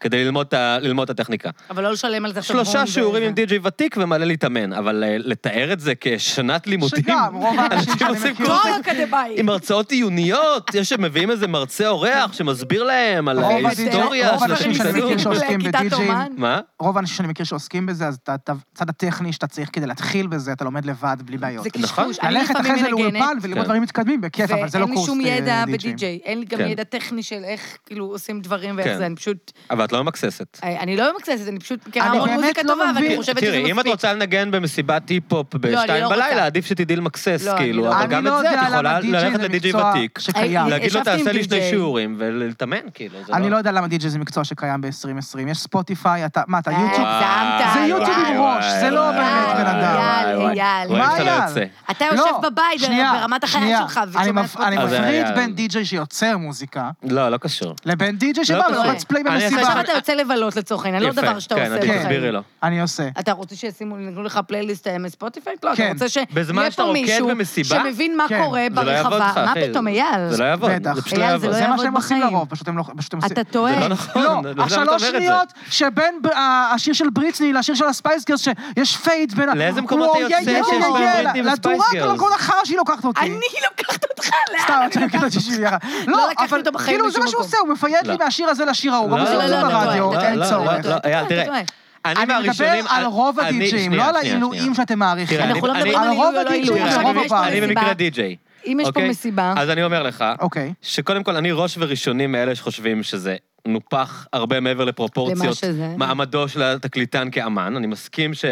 [SPEAKER 1] כדי ללמוד את ה- ללמוד את הטכניקה.
[SPEAKER 2] אבל לא לשלם על זה עכשיו.
[SPEAKER 1] שלושה
[SPEAKER 2] הון
[SPEAKER 1] שיעורים
[SPEAKER 2] וזה.
[SPEAKER 1] עם די-ג'יי ותיק ומלא להתאמן, אבל אה, לתאר את זה כשנת לימודים,
[SPEAKER 3] שגם, רוב האנשים שאני
[SPEAKER 1] עושים
[SPEAKER 3] מכיר,
[SPEAKER 1] קורס
[SPEAKER 2] תואר אקדמאי.
[SPEAKER 1] עם הרצאות עיוניות, יש שמביאים איזה מרצה אורח שמסביר להם על אה,
[SPEAKER 3] רוב
[SPEAKER 1] ההיסטוריה
[SPEAKER 3] רוב
[SPEAKER 1] של
[SPEAKER 3] האנשים שאני מכיר
[SPEAKER 1] השלטון.
[SPEAKER 3] שעוסקים
[SPEAKER 2] לכיתת
[SPEAKER 3] בדי-ג'יי,
[SPEAKER 2] אומן.
[SPEAKER 1] מה?
[SPEAKER 3] רוב האנשים שאני מכיר שעוסקים בזה, אז את הצד הטכני שאתה צריך כדי להתחיל בזה, אתה לומד לבד, בלי בעיות.
[SPEAKER 2] זה
[SPEAKER 1] נכון.
[SPEAKER 2] קשקוש. אני
[SPEAKER 3] ללכת
[SPEAKER 2] לפעמים
[SPEAKER 3] אחרי זה
[SPEAKER 2] מנגנת,
[SPEAKER 3] לאולפן ולראות
[SPEAKER 1] כן.
[SPEAKER 3] דברים מתקדמים, בכיף, אבל זה לא
[SPEAKER 2] ואין לי
[SPEAKER 3] קורס
[SPEAKER 2] שום ידע
[SPEAKER 3] אה, די-ג'יי.
[SPEAKER 2] בדי-ג'יי. אין לי גם
[SPEAKER 1] כן.
[SPEAKER 2] ידע טכני של איך כאילו עושים דברים ואיך
[SPEAKER 1] כן.
[SPEAKER 2] זה, אני פשוט...
[SPEAKER 1] אבל את לא ממקססת.
[SPEAKER 2] אני אני לא ממקססת, אני פשוט מכירה
[SPEAKER 3] אני
[SPEAKER 2] המון
[SPEAKER 3] באמת
[SPEAKER 2] מוזיקה
[SPEAKER 3] לא
[SPEAKER 2] טובה, אבל אני
[SPEAKER 3] מבין.
[SPEAKER 2] חושבת שזה מספיק.
[SPEAKER 1] תראי, אם את רוצה לנגן במסיבת היפ-הופ בשתיים
[SPEAKER 2] לא
[SPEAKER 1] בלילה,
[SPEAKER 2] רוצה.
[SPEAKER 1] עדיף שתדעי למקסס,
[SPEAKER 2] לא, אני
[SPEAKER 1] כאילו,
[SPEAKER 2] לא
[SPEAKER 1] אבל
[SPEAKER 3] אני
[SPEAKER 1] גם
[SPEAKER 3] לא
[SPEAKER 1] את זה את
[SPEAKER 3] יודע
[SPEAKER 1] יכולה
[SPEAKER 3] למה די-ג'יי
[SPEAKER 1] ללכת
[SPEAKER 3] זה
[SPEAKER 1] לדי-ג'יי
[SPEAKER 3] מקצוע
[SPEAKER 1] ותיק,
[SPEAKER 3] שקיים.
[SPEAKER 2] אני-
[SPEAKER 1] להגיד לו
[SPEAKER 2] ישבתי עם
[SPEAKER 1] תעשה לי שני
[SPEAKER 2] די-ג'יי.
[SPEAKER 1] שיעורים ולהתאמן, כאילו, זה
[SPEAKER 3] אני לא יודע למה די-ג'יי זה מקצוע שקיים ב-2020. יש ספוטיפיי, אתה, מה, אתה
[SPEAKER 2] אה,
[SPEAKER 3] יוטיוב?
[SPEAKER 2] וואי, זעמת,
[SPEAKER 3] זה יוטיוב עם
[SPEAKER 2] וואי,
[SPEAKER 3] ראש, זה לא
[SPEAKER 1] וואי,
[SPEAKER 3] באמת בן אדם.
[SPEAKER 1] וואי,
[SPEAKER 2] אייל,
[SPEAKER 1] וואי.
[SPEAKER 2] אייל.
[SPEAKER 1] רואים
[SPEAKER 3] מה
[SPEAKER 1] שאתה לא
[SPEAKER 3] אייל?
[SPEAKER 1] יוצא.
[SPEAKER 2] אתה
[SPEAKER 3] לא,
[SPEAKER 2] יושב בבית
[SPEAKER 3] שנייה,
[SPEAKER 2] ברמת החיים
[SPEAKER 3] שנייה.
[SPEAKER 2] שלך,
[SPEAKER 3] אני
[SPEAKER 2] ושומע את
[SPEAKER 3] מפ- אני
[SPEAKER 1] אז אה, זה
[SPEAKER 3] מפריד
[SPEAKER 1] היה-
[SPEAKER 3] בין די-ג'יי שיוצר מוזיקה,
[SPEAKER 1] לא, לא קשור.
[SPEAKER 3] לבין די-ג'יי שבא
[SPEAKER 1] קשור.
[SPEAKER 3] ולוחץ פליי
[SPEAKER 1] אני אעשה
[SPEAKER 3] במסיבה.
[SPEAKER 1] אבל-
[SPEAKER 2] שלך אתה יוצא לבלות לצורך העניין, לא
[SPEAKER 1] יפה,
[SPEAKER 2] דבר שאתה
[SPEAKER 1] כן,
[SPEAKER 2] עושה
[SPEAKER 1] את
[SPEAKER 3] בחיים.
[SPEAKER 1] תסבירי לו.
[SPEAKER 3] אני עושה.
[SPEAKER 2] אתה רוצה שישימו, נתנו לך פלייליסט אה, מספוטיפיי? לא, אתה
[SPEAKER 3] כן.
[SPEAKER 2] רוצה
[SPEAKER 1] בזמן
[SPEAKER 2] שיהיה
[SPEAKER 1] שאתה
[SPEAKER 2] פה
[SPEAKER 1] רוקד
[SPEAKER 2] מישהו
[SPEAKER 1] במסיבה?
[SPEAKER 2] שמבין מה
[SPEAKER 3] כן.
[SPEAKER 2] קורה
[SPEAKER 1] זה לא יעבוד
[SPEAKER 2] ברחבה.
[SPEAKER 1] לך,
[SPEAKER 2] מה
[SPEAKER 1] אחי.
[SPEAKER 2] פתאום, אייל?
[SPEAKER 1] זה לא יעבוד,
[SPEAKER 3] בטח.
[SPEAKER 1] זה פשוט לא
[SPEAKER 2] אייל,
[SPEAKER 1] יעבוד.
[SPEAKER 2] זה לא
[SPEAKER 3] זה מה
[SPEAKER 2] יעבוד
[SPEAKER 3] שהם עושים
[SPEAKER 2] בחיים.
[SPEAKER 3] לרוב, פשוט הם לא... פשוט הם עושים...
[SPEAKER 2] אתה טועה.
[SPEAKER 1] זה לא נכון,
[SPEAKER 3] לא,
[SPEAKER 1] למה את אומרת את
[SPEAKER 3] השלוש
[SPEAKER 1] זה?
[SPEAKER 3] שניות שבין ב- ה- השיר של בריטני לשיר של הספייסגרס, שיש פייד בין... ה-
[SPEAKER 1] לאיזה מקומות
[SPEAKER 3] וואו,
[SPEAKER 1] אתה יוצא
[SPEAKER 3] יא, יא,
[SPEAKER 2] שיש
[SPEAKER 3] יא,
[SPEAKER 2] בין
[SPEAKER 3] יא,
[SPEAKER 1] בריטני
[SPEAKER 3] לדורג,
[SPEAKER 1] וספייסגרס?
[SPEAKER 3] לכל החרא שהיא לוקחת אותי.
[SPEAKER 2] אני לוקחת אותך,
[SPEAKER 3] סתם,
[SPEAKER 2] לאן?
[SPEAKER 3] את שקטה שיש לי ירה. לא,
[SPEAKER 2] לקחנו
[SPEAKER 3] אבל
[SPEAKER 2] אותו בחיים
[SPEAKER 3] כאילו זה
[SPEAKER 2] לשום
[SPEAKER 3] מה שהוא
[SPEAKER 2] מקום.
[SPEAKER 3] עושה, הוא מפייד לי
[SPEAKER 1] לא.
[SPEAKER 3] מהשיר הזה לשיר ההוא.
[SPEAKER 1] לא,
[SPEAKER 3] גם עושה
[SPEAKER 1] לא,
[SPEAKER 3] את זה
[SPEAKER 1] לא,
[SPEAKER 3] ברדיו,
[SPEAKER 1] לא,
[SPEAKER 3] אין
[SPEAKER 1] לא,
[SPEAKER 3] צורך.
[SPEAKER 1] לא, אייל,
[SPEAKER 2] אתה
[SPEAKER 1] תראה,
[SPEAKER 2] טועה.
[SPEAKER 1] אני
[SPEAKER 3] אני מדבר
[SPEAKER 1] מהראשונים...
[SPEAKER 3] על רוב
[SPEAKER 1] אני-
[SPEAKER 3] הדי-ג'אים,
[SPEAKER 1] שנייה,
[SPEAKER 3] לא על
[SPEAKER 1] שנייה,
[SPEAKER 3] העילויים
[SPEAKER 1] שנייה.
[SPEAKER 3] שאתם מעריכים.
[SPEAKER 1] תראה,
[SPEAKER 2] אנחנו לא
[SPEAKER 1] אני-
[SPEAKER 2] מדברים
[SPEAKER 1] אני-
[SPEAKER 2] על
[SPEAKER 3] הרוב
[SPEAKER 2] עילוי או לא
[SPEAKER 3] הדי-ג'יי,
[SPEAKER 2] עילוי,
[SPEAKER 1] תראה,
[SPEAKER 2] עכשיו
[SPEAKER 3] הרוב
[SPEAKER 2] אם יש פה
[SPEAKER 3] הבא.
[SPEAKER 1] אני במקרה
[SPEAKER 2] מסיבה,
[SPEAKER 1] די-ג'יי.
[SPEAKER 2] אם יש פה
[SPEAKER 1] אוקיי?
[SPEAKER 2] מסיבה,
[SPEAKER 1] אז אני אומר לך,
[SPEAKER 3] אוקיי.
[SPEAKER 1] שקודם כל, אני ראש וראשוני מאלה שחושבים שזה נופח הרבה מעבר
[SPEAKER 2] למה
[SPEAKER 1] לפרופורציות.
[SPEAKER 2] שזה.
[SPEAKER 1] מעמדו של התקליטן כאמן, אני מסכים ש...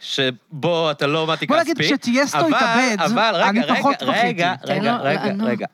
[SPEAKER 1] שבו אתה לא מתי כספי.
[SPEAKER 3] בוא נגיד, כשטייסטו
[SPEAKER 1] אבל-
[SPEAKER 3] התאבד,
[SPEAKER 1] אבל רגע,
[SPEAKER 3] אני
[SPEAKER 1] רגע,
[SPEAKER 3] פחות
[SPEAKER 1] רגע,
[SPEAKER 3] בכיתי.
[SPEAKER 1] רגע,
[SPEAKER 2] תן לו
[SPEAKER 1] רגע,
[SPEAKER 2] לא לענות.
[SPEAKER 1] רגע.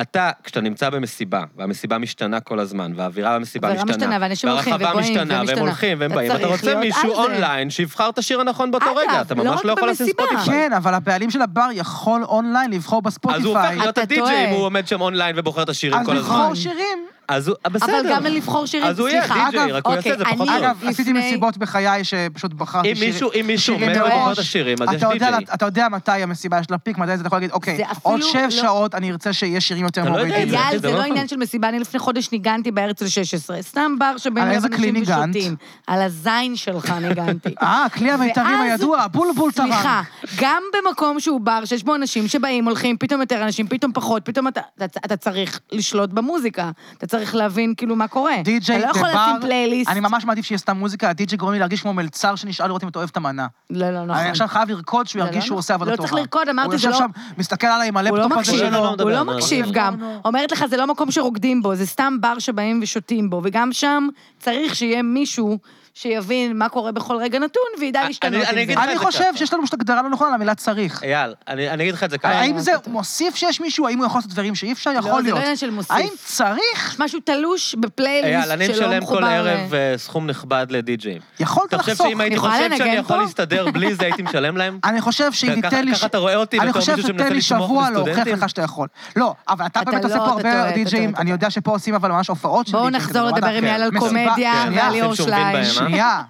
[SPEAKER 1] אתה, כשאתה נמצא במסיבה, והמסיבה משתנה כל הזמן, והאווירה במסיבה
[SPEAKER 2] האווירה
[SPEAKER 1] משתנה,
[SPEAKER 2] משתנה, ואנשים הולכים
[SPEAKER 1] והרחבה
[SPEAKER 2] ובאים
[SPEAKER 1] משתנה, והם
[SPEAKER 2] ומשתנה.
[SPEAKER 1] הולכים והם
[SPEAKER 2] אתה
[SPEAKER 1] באים, אתה
[SPEAKER 2] צריך
[SPEAKER 1] רוצה
[SPEAKER 2] להיות
[SPEAKER 1] מישהו
[SPEAKER 2] על זה.
[SPEAKER 1] אונליין שיבחר את השיר הנכון באותו
[SPEAKER 2] אגב,
[SPEAKER 1] רגע, אתה
[SPEAKER 2] לא
[SPEAKER 1] ממש
[SPEAKER 2] רק
[SPEAKER 1] לא יכול לשים
[SPEAKER 2] במסיבה.
[SPEAKER 1] ספוטיפיי.
[SPEAKER 3] כן, אבל הבעלים של הבר יכול אונליין לבחור
[SPEAKER 1] אז הוא הופך
[SPEAKER 3] בספוטיפיי.
[SPEAKER 1] להיות
[SPEAKER 2] אתה
[SPEAKER 1] הדי-ג'יי
[SPEAKER 2] טועה.
[SPEAKER 1] אם הוא עומד שם אונליין ובוחר את השירים
[SPEAKER 3] אז
[SPEAKER 1] כל הזמן.
[SPEAKER 3] לבחור שירים.
[SPEAKER 1] אז הוא, בסדר.
[SPEAKER 2] אבל גם לבחור שירים,
[SPEAKER 1] אז הוא יהיה
[SPEAKER 2] סליחה.
[SPEAKER 1] די-ג'יי, רק הוא
[SPEAKER 2] אגב,
[SPEAKER 1] יעשה את זה
[SPEAKER 2] אוקיי,
[SPEAKER 1] פחות
[SPEAKER 2] אני-
[SPEAKER 1] טוב.
[SPEAKER 3] אגב, עשיתי
[SPEAKER 2] לפני-
[SPEAKER 3] מסיבות בחיי שפשוט בחרתי
[SPEAKER 1] לא. אם
[SPEAKER 3] שיר-
[SPEAKER 1] מישהו- אם מישהו
[SPEAKER 3] שירים
[SPEAKER 1] אומר
[SPEAKER 3] מראש.
[SPEAKER 1] לבחור את השירים, אז יש
[SPEAKER 3] אתה יודע-
[SPEAKER 1] די-ג'יי.
[SPEAKER 3] אתה יודע מתי המסיבה יש לה פיק, מתי זה אתה יכול להגיד, אוקיי,
[SPEAKER 2] זה
[SPEAKER 3] עוד
[SPEAKER 2] אפילו
[SPEAKER 3] שש
[SPEAKER 2] לא-
[SPEAKER 3] שעות אני ארצה שיש שירים יותר
[SPEAKER 1] אתה לא יודע
[SPEAKER 3] מורידים.
[SPEAKER 1] את זה.
[SPEAKER 2] אייל,
[SPEAKER 1] זה
[SPEAKER 2] זה
[SPEAKER 1] לא
[SPEAKER 2] לא
[SPEAKER 1] נכון.
[SPEAKER 2] עניין של מסיבה, אני לפני חודש ניגנתי בהרצל 16. סתם בר שבין
[SPEAKER 3] על
[SPEAKER 2] אליו
[SPEAKER 3] איזה כלי
[SPEAKER 2] אנשים
[SPEAKER 3] ניגנת?
[SPEAKER 2] ושותים. על הזין שלך ניגנתי.
[SPEAKER 3] אה, כלי המיתרים
[SPEAKER 2] ואז-
[SPEAKER 3] הידוע, הבולבול טרם.
[SPEAKER 2] סליחה, גם במקום שהוא בר, שיש בו אנשים שבאים, הולכים, פתאום יותר אנשים, פתאום פחות, פתאום אתה... אתה- אתה צריך לשלוט במוזיקה. אתה צריך להבין כאילו מה קורה.
[SPEAKER 3] די-ג'יי,
[SPEAKER 2] אתה לא יכול
[SPEAKER 3] דה-בר,
[SPEAKER 2] לשים פלייליסט.
[SPEAKER 3] אני ממש מעדיף שיהיה סתם מוזיקה, הדי-ג'יי גורם לי להרגיש כמו מלצר שנשאל לראות אם אתה אוהב את המנה.
[SPEAKER 2] לא, לא, נכון.
[SPEAKER 3] אני עכשיו חייב לרקוד, שהוא
[SPEAKER 2] זה
[SPEAKER 3] ירגיש
[SPEAKER 2] לא
[SPEAKER 3] שהוא
[SPEAKER 2] נכון.
[SPEAKER 3] עושה עבודה
[SPEAKER 2] לא
[SPEAKER 3] טובה.
[SPEAKER 2] צריך לרקוד, אמרתי, זה
[SPEAKER 3] הוא
[SPEAKER 2] לא-
[SPEAKER 3] יושב שם, מסתכל עליי עם
[SPEAKER 2] הוא לא
[SPEAKER 3] הלפטופ הזה
[SPEAKER 2] מקשיב,
[SPEAKER 1] לא
[SPEAKER 3] שלו.
[SPEAKER 1] מדבר,
[SPEAKER 2] הוא לא
[SPEAKER 1] לא, לא.
[SPEAKER 2] מקשיב
[SPEAKER 1] לא,
[SPEAKER 2] גם.
[SPEAKER 3] לא, לא.
[SPEAKER 2] אומרת לך, זה לא מקום שרוקדים בו, זה סתם בר שבאים ושותים בו, וגם שם צריך שיהיה מישהו שיבין מה קורה בכל רגע נתון, וידע
[SPEAKER 1] אני-
[SPEAKER 2] להשתנות עם
[SPEAKER 1] אני
[SPEAKER 2] זה.
[SPEAKER 1] אגיד לך-
[SPEAKER 3] אני
[SPEAKER 1] זה
[SPEAKER 3] חושב
[SPEAKER 1] ככה.
[SPEAKER 3] שיש לנו פשוט הגדרה לא נכונה למילה צריך.
[SPEAKER 1] אייל, אני אני אגיד לך את זה ככה.
[SPEAKER 3] האם זה מוסיף שיש מישהו, האם הוא יכול לעשות דברים שאי אפשר?
[SPEAKER 2] לא,
[SPEAKER 3] יכול
[SPEAKER 2] זה לא
[SPEAKER 3] להיות.
[SPEAKER 2] עניין של מוסיף.
[SPEAKER 3] האם צריך?
[SPEAKER 2] משהו תלוש בפלייליסט
[SPEAKER 1] אייל, אני
[SPEAKER 2] שלא
[SPEAKER 1] משלם כל
[SPEAKER 2] מחובר... לא
[SPEAKER 1] הערב אה, סכום נכבד לדי-ג'יי.
[SPEAKER 3] יכולת
[SPEAKER 1] אתה חושב
[SPEAKER 3] לחסוך.
[SPEAKER 1] שאם הייתי
[SPEAKER 2] יכולה
[SPEAKER 1] חושב שאני
[SPEAKER 2] לנגן
[SPEAKER 1] יכול
[SPEAKER 2] פה?
[SPEAKER 1] להסתדר בלי זה, הייתי משלם להם?
[SPEAKER 3] אני חושב שאם
[SPEAKER 1] ככה-
[SPEAKER 3] תיתן לי...
[SPEAKER 1] ככה אתה רואה אותי
[SPEAKER 3] אני
[SPEAKER 1] בתור
[SPEAKER 3] חושב
[SPEAKER 1] מישהו שמנסה
[SPEAKER 3] שתיתן לי
[SPEAKER 1] לתמוך
[SPEAKER 3] שבוע להוכיח
[SPEAKER 1] בסטודנטים?
[SPEAKER 3] לך שאתה יכול. לא, אבל אתה
[SPEAKER 2] אתה
[SPEAKER 3] באמת
[SPEAKER 2] לא,
[SPEAKER 3] עושה פה
[SPEAKER 2] אתה טועה,
[SPEAKER 3] הרבה
[SPEAKER 2] אתה
[SPEAKER 3] די-ג'אים,
[SPEAKER 2] טועה.
[SPEAKER 3] אני יודע שפה עושים אבל ממש הופעות של
[SPEAKER 2] בואו
[SPEAKER 3] די-ג'אים, זה לא
[SPEAKER 2] נחזור
[SPEAKER 3] נורא
[SPEAKER 2] לדבר עם
[SPEAKER 3] דק.
[SPEAKER 2] יאל על
[SPEAKER 3] מסיבה-
[SPEAKER 2] קומדיה
[SPEAKER 1] כן,
[SPEAKER 2] ועל
[SPEAKER 1] אנשים
[SPEAKER 2] ליאור
[SPEAKER 1] שעומדים
[SPEAKER 2] שליין.
[SPEAKER 1] בהם, אה?
[SPEAKER 3] שנייה,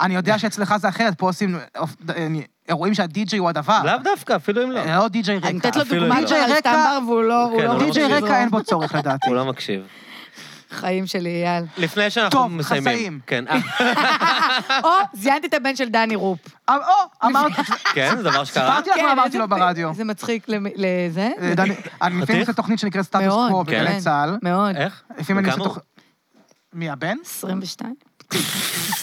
[SPEAKER 3] אני יודע שאצלך זה אחרת, פה עושים אה, אירועים שהדי-ג'יי הוא
[SPEAKER 2] אה.
[SPEAKER 3] הדבר.
[SPEAKER 1] לאו דווקא, אפילו אם לא.
[SPEAKER 2] אוקיי.
[SPEAKER 3] לא די-ג'יי
[SPEAKER 2] אני נותנת לו
[SPEAKER 3] רקע.
[SPEAKER 1] אפילו
[SPEAKER 2] דוגמה
[SPEAKER 1] לא.
[SPEAKER 2] כבר על
[SPEAKER 3] די-ג'יי רקע-
[SPEAKER 2] סטמבר והוא לא... הוא
[SPEAKER 1] כן,
[SPEAKER 2] לא
[SPEAKER 1] אבל
[SPEAKER 2] רוצה
[SPEAKER 3] די-ג'יי
[SPEAKER 1] לא
[SPEAKER 2] לזרום.
[SPEAKER 3] רקע אין בו צורך לדעתי.
[SPEAKER 1] הוא לא מקשיב.
[SPEAKER 2] חיים שלי, אייל.
[SPEAKER 1] לפני שאנחנו
[SPEAKER 3] טוב,
[SPEAKER 1] מסיימים.
[SPEAKER 3] חסאים.
[SPEAKER 1] כן, אה,
[SPEAKER 2] או, זיינתי את הבן של דני רופ.
[SPEAKER 3] אה, או, אמרת,
[SPEAKER 1] כן, זה דבר שקרה.
[SPEAKER 3] סיפרתי לך
[SPEAKER 2] כן,
[SPEAKER 3] מה אמרתי
[SPEAKER 2] איזה
[SPEAKER 3] לו
[SPEAKER 2] פ-
[SPEAKER 3] ברדיו.
[SPEAKER 2] זה מצחיק למ- לזה?
[SPEAKER 3] אה, דני, אני לפעמים עושה תוכנית שנקראת סטטוס
[SPEAKER 2] מאוד,
[SPEAKER 3] קוו
[SPEAKER 1] כן.
[SPEAKER 3] בגלי צה"ל.
[SPEAKER 2] מאוד.
[SPEAKER 1] איך?
[SPEAKER 3] לפעמים אני
[SPEAKER 1] וכמה
[SPEAKER 3] עושה
[SPEAKER 1] הוא?
[SPEAKER 3] תוכנית... מי, הבן?
[SPEAKER 2] 22?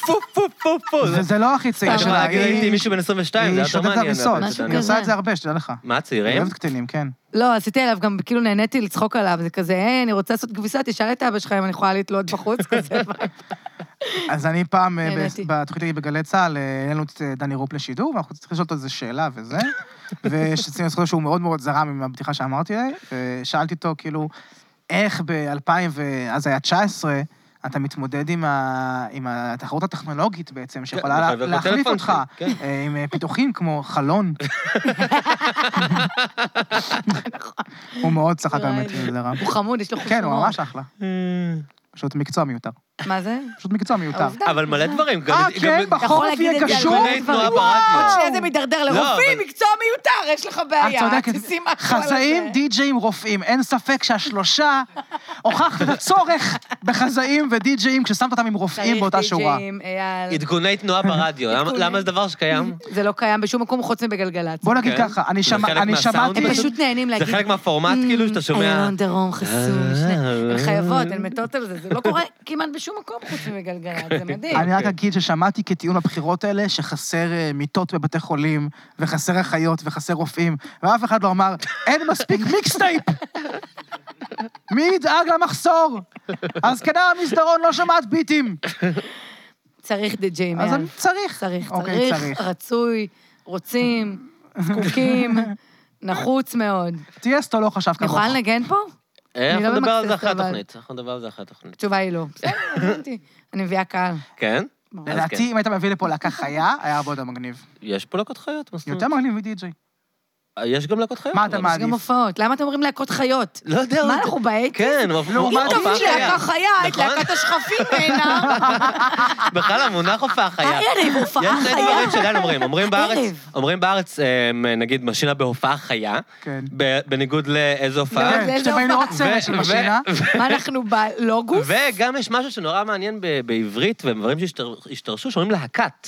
[SPEAKER 1] פו, פו, פו, פו. זה-
[SPEAKER 3] זה לא הכי צעיר
[SPEAKER 1] יש לך
[SPEAKER 2] אבל
[SPEAKER 3] שלה,
[SPEAKER 1] להגיד, הייתי
[SPEAKER 3] היא...
[SPEAKER 1] עם מישהו בן 22, זה
[SPEAKER 3] היא
[SPEAKER 1] היה יותר
[SPEAKER 3] שותת
[SPEAKER 1] מעניין.
[SPEAKER 3] הריסות.
[SPEAKER 1] אבל אתה יודע.
[SPEAKER 3] היא
[SPEAKER 2] כזה.
[SPEAKER 3] עושה את זה הרבה, שתדע לך.
[SPEAKER 1] מה,
[SPEAKER 3] היא
[SPEAKER 1] צעירים?
[SPEAKER 3] אוהבת קטינים, כן.
[SPEAKER 2] לא, עשיתי עליו גם, כאילו נהניתי לצחוק עליו, זה כזה, היי, אני רוצה לעשות כביסה, תשאל את אבא שלך אם אני יכולה לתלות בחוץ, כזה.
[SPEAKER 3] אז אני פעם, אה, ב-
[SPEAKER 2] נהניתי.
[SPEAKER 3] בתוכנית שלי בגלי צה"ל, אה, העלינו את אה, דני רופ לשידור, ואנחנו צריכים לשאול אותו איזה שאלה וזה. ושצריכים לזכור שהוא מאוד מאוד זרם עם הבדיחה שאמרתי, אה, ושאלתי אותו, כאילו, איך ב-2000, ואז היה 19, אתה מתמודד עם, ה... עם התחרות הטכנולוגית
[SPEAKER 1] כן,
[SPEAKER 3] בעצם, שיכולה לה...
[SPEAKER 1] לחבר
[SPEAKER 3] להחליף
[SPEAKER 1] בטלפון
[SPEAKER 3] אותך,
[SPEAKER 1] שלי, כן.
[SPEAKER 3] אה, עם אה, פיתוחים כמו חלון. הוא מאוד צחק
[SPEAKER 2] נראה
[SPEAKER 3] באמת,
[SPEAKER 2] לי.
[SPEAKER 3] זה רע.
[SPEAKER 2] הוא חמוד, יש לו חוש
[SPEAKER 3] כן, הוא
[SPEAKER 2] הומור.
[SPEAKER 3] ממש אחלה. פשוט מקצוע מיותר.
[SPEAKER 2] מה זה?
[SPEAKER 3] פשוט מקצוע מיותר.
[SPEAKER 2] העובדה.
[SPEAKER 1] אבל מלא דברים. גם-
[SPEAKER 3] אה,
[SPEAKER 1] גם-
[SPEAKER 3] כן,
[SPEAKER 1] גם-
[SPEAKER 2] יכול
[SPEAKER 3] בחורף
[SPEAKER 2] להגיד
[SPEAKER 3] יהיה
[SPEAKER 2] את זה על
[SPEAKER 3] קשור.
[SPEAKER 2] מלא
[SPEAKER 1] ארגוני תנועה
[SPEAKER 2] וואו, עוד
[SPEAKER 1] ברדיו.
[SPEAKER 2] שנייה זה מידרדר
[SPEAKER 1] לא,
[SPEAKER 2] לרופאים,
[SPEAKER 1] אבל-
[SPEAKER 2] מקצוע מיותר, יש לך בעיה.
[SPEAKER 3] את צודקת.
[SPEAKER 2] תשים משהו על
[SPEAKER 3] חזאים,
[SPEAKER 2] הזה.
[SPEAKER 3] די-ג'אים, רופאים. אין ספק שהשלושה הוכחת את הצורך בחזאים ודי-ג'אים כששמת אותם עם רופאים
[SPEAKER 2] צריך
[SPEAKER 3] באותה שורה.
[SPEAKER 2] די-ג'אים, אייל.
[SPEAKER 1] עדכוני תנועה ברדיו, למה-
[SPEAKER 2] עדכוני.
[SPEAKER 1] למה זה דבר שקיים?
[SPEAKER 2] זה לא קיים בשום מקום חוץ מבגלגלצ.
[SPEAKER 3] בוא נגיד
[SPEAKER 1] כן.
[SPEAKER 3] ככה, אני
[SPEAKER 1] זה
[SPEAKER 3] שמע-
[SPEAKER 1] חלק
[SPEAKER 3] אני
[SPEAKER 1] מהסאונד
[SPEAKER 3] שמעתי...
[SPEAKER 2] הם פשוט נהנים
[SPEAKER 1] זה
[SPEAKER 2] להגיד... "Mm,
[SPEAKER 1] חלק מהפורמט, כאילו, שאתה שומע...
[SPEAKER 2] אילון דרום חסום,
[SPEAKER 1] אה,
[SPEAKER 2] שני- הן
[SPEAKER 1] אה.
[SPEAKER 2] חייבות, הן מתות על זה, זה לא קורה כמעט בשום מקום חוץ מבגלגלצ, זה מדהים.
[SPEAKER 3] אני רק
[SPEAKER 1] כן.
[SPEAKER 3] אגיד ששמעתי כטיעון הבחירות האלה שחסר אה, מיטות בבתי חולים, וחסר אחיות, וחסר רופאים, ואף אחד לא אמר, אין מספיק מיקסטייפ! מי ידאג למחסור? הזקנה המסדרון לא שומעת ביטים.
[SPEAKER 2] צריך די-ג'יי
[SPEAKER 3] אז
[SPEAKER 2] מעל.
[SPEAKER 3] אני צריך.
[SPEAKER 2] כן. צריך,
[SPEAKER 3] אוקיי,
[SPEAKER 2] צריך, רצוי, רוצים, זקוקים, נחוץ מאוד.
[SPEAKER 3] טיאסטו לא חשב
[SPEAKER 2] אני
[SPEAKER 3] כמוך.
[SPEAKER 2] יכולה לנגן פה?
[SPEAKER 1] אה,
[SPEAKER 2] אני לא
[SPEAKER 1] אנחנו נדבר על זה
[SPEAKER 2] ממקססת,
[SPEAKER 1] אחרי
[SPEAKER 2] אבל-
[SPEAKER 1] התוכנית. אנחנו נדבר על זה אחרי התוכנית.
[SPEAKER 2] התשובה היא לא. בסדר, הבנתי. אני מביאה קהל.
[SPEAKER 1] כן? אז
[SPEAKER 3] לדעתי, אם היית מביא לפה להקה חיה, היה הרבה יותר מגניב.
[SPEAKER 1] יש פה להקות חיות, מה זאת אומרת?
[SPEAKER 3] יותר מגניב מדי-ג'יי.
[SPEAKER 1] יש גם להקות חיות.
[SPEAKER 3] מה אתה
[SPEAKER 1] אבל-
[SPEAKER 2] יש
[SPEAKER 3] מעדיף?
[SPEAKER 2] גם הופעות. למה אתם אומרים להקות חיות?
[SPEAKER 1] לא יודע.
[SPEAKER 2] מה,
[SPEAKER 1] עוד-
[SPEAKER 2] אנחנו באייטיז?
[SPEAKER 1] כן, אבל-
[SPEAKER 3] לא,
[SPEAKER 2] אם
[SPEAKER 3] מה,
[SPEAKER 1] הופעה
[SPEAKER 2] תביא
[SPEAKER 1] חיה.
[SPEAKER 2] להקה חיה, את
[SPEAKER 1] נכון?
[SPEAKER 2] להקת השכפים בעיניו.
[SPEAKER 1] בכלל המונח הופעה חיה.
[SPEAKER 2] הערב, אה, הופעה
[SPEAKER 1] יש שני
[SPEAKER 2] חיה.
[SPEAKER 1] דברים שעדיין אומרים. אומרים בארץ,
[SPEAKER 2] ערב.
[SPEAKER 1] אומרים בארץ, אה, נגיד, משינה בהופעה חיה,
[SPEAKER 3] כן.
[SPEAKER 1] ב- בניגוד לאיזו הופעה.
[SPEAKER 2] לא, זה
[SPEAKER 3] כן,
[SPEAKER 2] איזה
[SPEAKER 3] כשבאים לראות
[SPEAKER 2] הופעה.
[SPEAKER 3] סרט של
[SPEAKER 1] אה? ו-
[SPEAKER 3] משינה,
[SPEAKER 2] מה, אנחנו בלוגוס?
[SPEAKER 1] וגם יש משהו שנורא מעניין ב- בעברית, ודברים שהשתרשו, שאומרים להקת.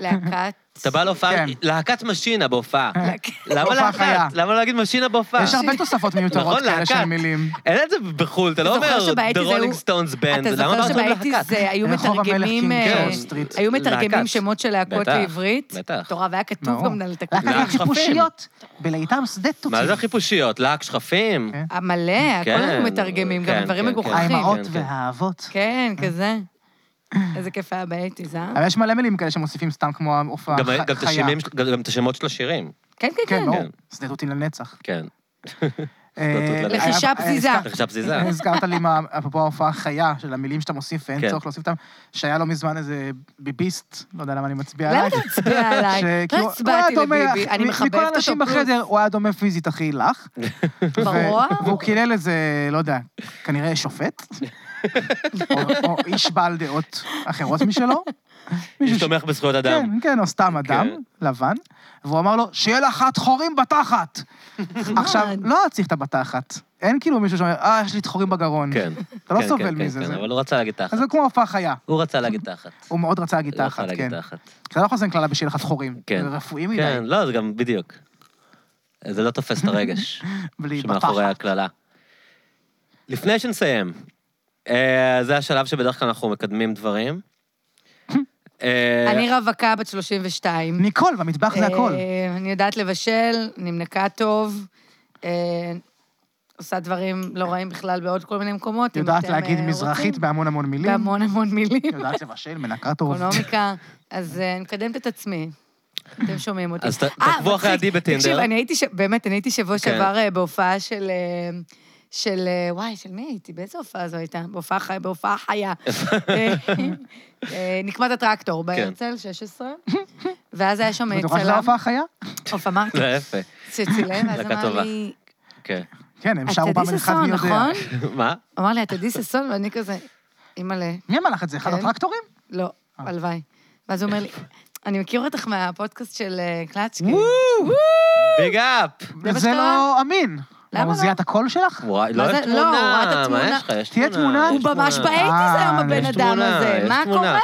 [SPEAKER 2] להקת...
[SPEAKER 1] אתה בא להופעה,
[SPEAKER 3] כן.
[SPEAKER 1] להקת משינה בהופעה.
[SPEAKER 2] להקת-
[SPEAKER 1] למה
[SPEAKER 3] בהופעה חיה.
[SPEAKER 1] להקת? למה לא להגיד משינה בהופעה?
[SPEAKER 3] יש הרבה תוספות מיותרות
[SPEAKER 1] נכון,
[SPEAKER 3] כאלה
[SPEAKER 1] להקת.
[SPEAKER 3] של מילים.
[SPEAKER 1] אין את זה בחו"ל, אתה לא
[SPEAKER 2] אתה זוכר
[SPEAKER 1] אומר The
[SPEAKER 2] שבאייטיז היו-
[SPEAKER 1] Rolling Stones Band,
[SPEAKER 2] אתה
[SPEAKER 1] למה
[SPEAKER 2] זוכר
[SPEAKER 1] בארץ אומרים
[SPEAKER 2] שבאייטיז
[SPEAKER 1] להקת? כן,
[SPEAKER 2] זה- היו
[SPEAKER 3] רחוב כן. המלך
[SPEAKER 2] מתרגמים...
[SPEAKER 3] קינג
[SPEAKER 2] אה,
[SPEAKER 3] ג'ורג' סטריט.
[SPEAKER 2] היו מתרגמים
[SPEAKER 1] להקת.
[SPEAKER 2] שמות של להקות
[SPEAKER 1] בטח,
[SPEAKER 2] לעברית.
[SPEAKER 1] בטח.
[SPEAKER 2] מטורף, היה כתוב
[SPEAKER 3] ברור.
[SPEAKER 2] גם על תקליט.
[SPEAKER 1] להקת
[SPEAKER 3] לקחת
[SPEAKER 1] שכפים.
[SPEAKER 3] חיפושיות, ולעיתם שדה תוציא.
[SPEAKER 1] מה זה החיפושיות? להק שכפים?
[SPEAKER 3] כן.
[SPEAKER 2] אה, מלא, הכל
[SPEAKER 1] כן,
[SPEAKER 2] היו מתרגמים, גם
[SPEAKER 1] כן,
[SPEAKER 2] דברים
[SPEAKER 1] כן,
[SPEAKER 2] מגוחכים.
[SPEAKER 3] האימהות
[SPEAKER 1] כן, כן.
[SPEAKER 3] והאבות.
[SPEAKER 2] כן, כזה. איזה כיף היה באייטיז, אה?
[SPEAKER 3] אבל יש מלא מילים כאלה שמוסיפים סתם כמו ההופעה
[SPEAKER 1] גם-
[SPEAKER 3] חיה.
[SPEAKER 1] גם את השימים של- גם- גם את השמות של השירים,
[SPEAKER 2] כן, כן,
[SPEAKER 3] כן,
[SPEAKER 2] כן.
[SPEAKER 3] ברור.
[SPEAKER 1] כן.
[SPEAKER 3] שדה תותים לנצח.
[SPEAKER 1] כן.
[SPEAKER 3] אה,
[SPEAKER 1] לנצח.
[SPEAKER 2] לחישה
[SPEAKER 3] אה,
[SPEAKER 2] פזיזה.
[SPEAKER 3] הזכרת-
[SPEAKER 1] עכשיו פזיזה.
[SPEAKER 3] הזכרת לי מה, אפרופו ההופעה חיה של המילים שאתה מוסיף ואין
[SPEAKER 1] כן.
[SPEAKER 3] צורך להוסיף אותם, שהיה לא מזמן איזה ביביסט, לא יודע למה אני מצביע
[SPEAKER 2] למה
[SPEAKER 3] עלייך.
[SPEAKER 2] אתה מצביע עליי?
[SPEAKER 3] שכאילו,
[SPEAKER 2] לא
[SPEAKER 3] הוא היה
[SPEAKER 2] הצבעתי
[SPEAKER 3] דומה,
[SPEAKER 2] לביבי, אני
[SPEAKER 3] מ-
[SPEAKER 2] מחבבת
[SPEAKER 3] מכל
[SPEAKER 2] אותו.
[SPEAKER 3] האנשים
[SPEAKER 2] פלוס.
[SPEAKER 3] בחדר הוא היה דומה פיזית הכי לך. ו-
[SPEAKER 2] ברור.
[SPEAKER 3] והוא קילל איזה, לא יודע, כנראה שופט, או- או איש בעל דעות אחרות משלו. מישהו ש-
[SPEAKER 1] שתומך בזכויות אדם. אוקיי.
[SPEAKER 3] כן, כן, או סתם אדם, לבן. והוא אמר לו, שיהיה לך חורים בתחת. עכשיו, לא צריך את הבתחת. אין כאילו מישהו שאומר, אה, יש לי את חורים בגרון.
[SPEAKER 1] כן.
[SPEAKER 3] אתה לא
[SPEAKER 1] כן,
[SPEAKER 3] סובל
[SPEAKER 1] כן, כן,
[SPEAKER 3] מזה.
[SPEAKER 1] כן,
[SPEAKER 3] זה-
[SPEAKER 1] אבל הוא רצה להגיד תחת.
[SPEAKER 3] אז זה כמו הופעה חיה.
[SPEAKER 1] הוא רצה להגיד תחת.
[SPEAKER 3] הוא מאוד רצה להגיד
[SPEAKER 1] הוא רצה
[SPEAKER 3] תחת, כן.
[SPEAKER 1] להגיד תחת.
[SPEAKER 3] אתה לא יכול לשים קללה בשיהיה לך חורים.
[SPEAKER 1] כן.
[SPEAKER 3] זה רפואי מדי,
[SPEAKER 1] כן, לא, זה גם, בדיוק. זה לא תופס את הרגש.
[SPEAKER 3] בלי
[SPEAKER 1] שמאחורי
[SPEAKER 3] בתחת.
[SPEAKER 1] הקללה. לפני שנסיים, אה, זה השלב שבדרך כלל אנחנו מקדמים דברים. אה,
[SPEAKER 2] אני רווקה בת 32.
[SPEAKER 3] ניקול, במטבח זה הכל.
[SPEAKER 2] אה, אני יודעת לבשל, נמנקה טוב, אה, עושה דברים לא רעים בכלל בעוד כל מיני מקומות. אם
[SPEAKER 3] יודעת
[SPEAKER 2] אתם,
[SPEAKER 3] להגיד
[SPEAKER 2] אה,
[SPEAKER 3] מזרחית כן.
[SPEAKER 2] רוצים.
[SPEAKER 3] בהמון המון מילים.
[SPEAKER 2] בהמון המון מילים,
[SPEAKER 3] יודעת לבשל, מנקה טוב.
[SPEAKER 2] אקונומיקה, אז אה, אני מקדמת את עצמי. אתם שומעים אותי.
[SPEAKER 1] אז ת-
[SPEAKER 2] אה,
[SPEAKER 1] תעקבו אחרי
[SPEAKER 2] מצחיק.
[SPEAKER 1] עדי בטינדר.
[SPEAKER 2] תקשיב, אני הייתי, ש- באמת, אני הייתי
[SPEAKER 1] כן.
[SPEAKER 2] שבוע שעבר אה, בהופעה של... אה, של, אה, וואי, של מי הייתי? באיזה הופעה זו הייתה? בהופעה חיה, בהופעה חיה. אה, אה, נקמת
[SPEAKER 1] כן.
[SPEAKER 2] הטרקטור בהרצל, 16, ואז היה שם אה,
[SPEAKER 3] את בטוחה שזה
[SPEAKER 2] צלם.
[SPEAKER 3] הופעה חיה?
[SPEAKER 2] עוף אמרתי,
[SPEAKER 1] לא, יפה.
[SPEAKER 2] שצילם, ואז
[SPEAKER 1] להקה
[SPEAKER 2] אמר
[SPEAKER 1] טובה.
[SPEAKER 2] לי,
[SPEAKER 1] כן.
[SPEAKER 3] כן, הם
[SPEAKER 2] אתה
[SPEAKER 3] שרו
[SPEAKER 2] די
[SPEAKER 3] פעם אחד
[SPEAKER 2] ששון,
[SPEAKER 3] מי יודע.
[SPEAKER 2] נכון?
[SPEAKER 1] מה?
[SPEAKER 2] הוא אמר לי, אתה די ששון, ואני כזה, אימא'לה,
[SPEAKER 3] מי אמר לך את זה? אחד
[SPEAKER 2] כן.
[SPEAKER 3] הטרקטורים?
[SPEAKER 2] לא,
[SPEAKER 3] אה.
[SPEAKER 2] הלוואי. ואז הוא אומר לי, אני מכיר אותך מהפודקאסט של אה, קלצ'קין.
[SPEAKER 1] ביג אפ!
[SPEAKER 2] זה מה
[SPEAKER 3] זה
[SPEAKER 2] שקרה?
[SPEAKER 3] לא אמין.
[SPEAKER 2] למה
[SPEAKER 3] הוא
[SPEAKER 2] לא?
[SPEAKER 3] זיהה את הקול שלך?
[SPEAKER 1] וואי, לא
[SPEAKER 2] מה
[SPEAKER 1] אוהב
[SPEAKER 2] זה? לא, הוא ראה את
[SPEAKER 1] תמונה. מה
[SPEAKER 2] התמונה.
[SPEAKER 1] יש לך? יש
[SPEAKER 3] תהיה
[SPEAKER 1] תמונה.
[SPEAKER 3] תמונה.
[SPEAKER 2] הוא
[SPEAKER 1] יש
[SPEAKER 2] ממש
[SPEAKER 1] תמונה.
[SPEAKER 2] באייטיז היום,
[SPEAKER 3] אה,
[SPEAKER 2] הבן
[SPEAKER 1] יש
[SPEAKER 2] אדם
[SPEAKER 1] תמונה,
[SPEAKER 2] הזה,
[SPEAKER 1] יש
[SPEAKER 2] מה
[SPEAKER 1] תמונה.
[SPEAKER 2] קורה?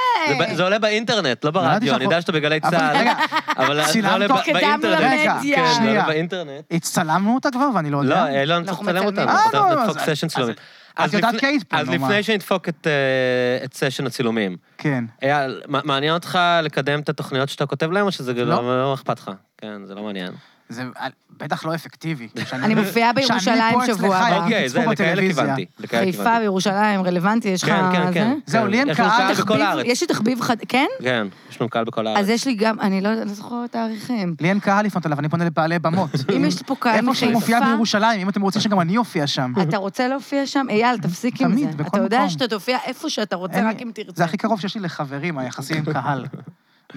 [SPEAKER 1] זה ב- זה עולה באינטרנט, לא
[SPEAKER 3] ידעתי
[SPEAKER 1] ברדיו, אני
[SPEAKER 3] שאנחנו-
[SPEAKER 1] יודע שאתה בגלי
[SPEAKER 3] אבל
[SPEAKER 1] צה"ל,
[SPEAKER 3] רגע,
[SPEAKER 1] אבל זה
[SPEAKER 3] צילמת
[SPEAKER 1] עולה ב-
[SPEAKER 3] אותו?
[SPEAKER 2] קדמנו
[SPEAKER 1] באינטרנט.
[SPEAKER 2] למדיה.
[SPEAKER 1] כן, זה
[SPEAKER 3] שנייה.
[SPEAKER 1] עולה באינטרנט.
[SPEAKER 3] הצטלמנו אותה כבר ואני
[SPEAKER 1] לא,
[SPEAKER 3] לא יודע.
[SPEAKER 1] אה, לא, אני
[SPEAKER 2] אנחנו
[SPEAKER 1] צריך לצלם אותנו,
[SPEAKER 2] מצלמים.
[SPEAKER 1] אנחנו
[SPEAKER 3] אה,
[SPEAKER 1] חותמת
[SPEAKER 3] לא,
[SPEAKER 1] פוקס
[SPEAKER 3] אז-
[SPEAKER 1] סשן
[SPEAKER 3] אז-
[SPEAKER 1] שלו. אז
[SPEAKER 3] את יודעת
[SPEAKER 1] לפני-
[SPEAKER 3] קייטפון,
[SPEAKER 1] אז
[SPEAKER 3] נו, מה?
[SPEAKER 1] לפני שנדפוק את, אה, את סשן הצילומים,
[SPEAKER 3] כן.
[SPEAKER 1] אייל, מ- מעניין אותך לקדם את התוכניות שאתה כותב להם, או שזה לא,
[SPEAKER 3] לא.
[SPEAKER 1] לא אכפת לך? כן, זה לא מעניין.
[SPEAKER 3] זה אה, בטח לא אפקטיבי. שאני-
[SPEAKER 2] אני מופיעה בירושלים
[SPEAKER 3] שאני פה
[SPEAKER 2] שבוע
[SPEAKER 3] אצלך,
[SPEAKER 2] הבא.
[SPEAKER 3] אה,
[SPEAKER 1] אוקיי,
[SPEAKER 3] תצפו
[SPEAKER 1] זה, לכאלה
[SPEAKER 3] בטלוויזיה.
[SPEAKER 1] כיוונתי. לכאלה
[SPEAKER 2] חיפה
[SPEAKER 1] כיוונתי.
[SPEAKER 2] וירושלים, רלוונטי, יש לך...
[SPEAKER 1] כן, כן,
[SPEAKER 2] זה?
[SPEAKER 1] כן.
[SPEAKER 3] זהו, לי אין
[SPEAKER 1] יש לנו
[SPEAKER 3] קהל,
[SPEAKER 1] קהל בכל
[SPEAKER 2] תחביב-
[SPEAKER 1] הארץ.
[SPEAKER 2] יש לי תחביב חד... כן?
[SPEAKER 1] כן, יש לנו קהל בכל הארץ.
[SPEAKER 2] אז יש לי גם, אני לא לא זוכרת תאריכים.
[SPEAKER 3] לי אין קהל לפנות אליו, אני פונה לבעלי במות.
[SPEAKER 1] אה.
[SPEAKER 2] אם יש פה קהל
[SPEAKER 3] איפה
[SPEAKER 2] מחיפה...
[SPEAKER 3] שהיא מופיעה בירושלים, אם אתם רוצים שגם אני אופיע שם.
[SPEAKER 2] אתה רוצה להופיע שם? אייל, תפסיק עם זה.
[SPEAKER 3] תמיד, בכל
[SPEAKER 2] אתה יודע
[SPEAKER 3] מקום.
[SPEAKER 2] שאתה תופיע איפה שאתה
[SPEAKER 3] אין
[SPEAKER 2] רוצה,
[SPEAKER 3] לי-
[SPEAKER 2] רק אם תרצה.
[SPEAKER 3] זה הכי קרוב שיש לי לחברים, היחסים עם קהל.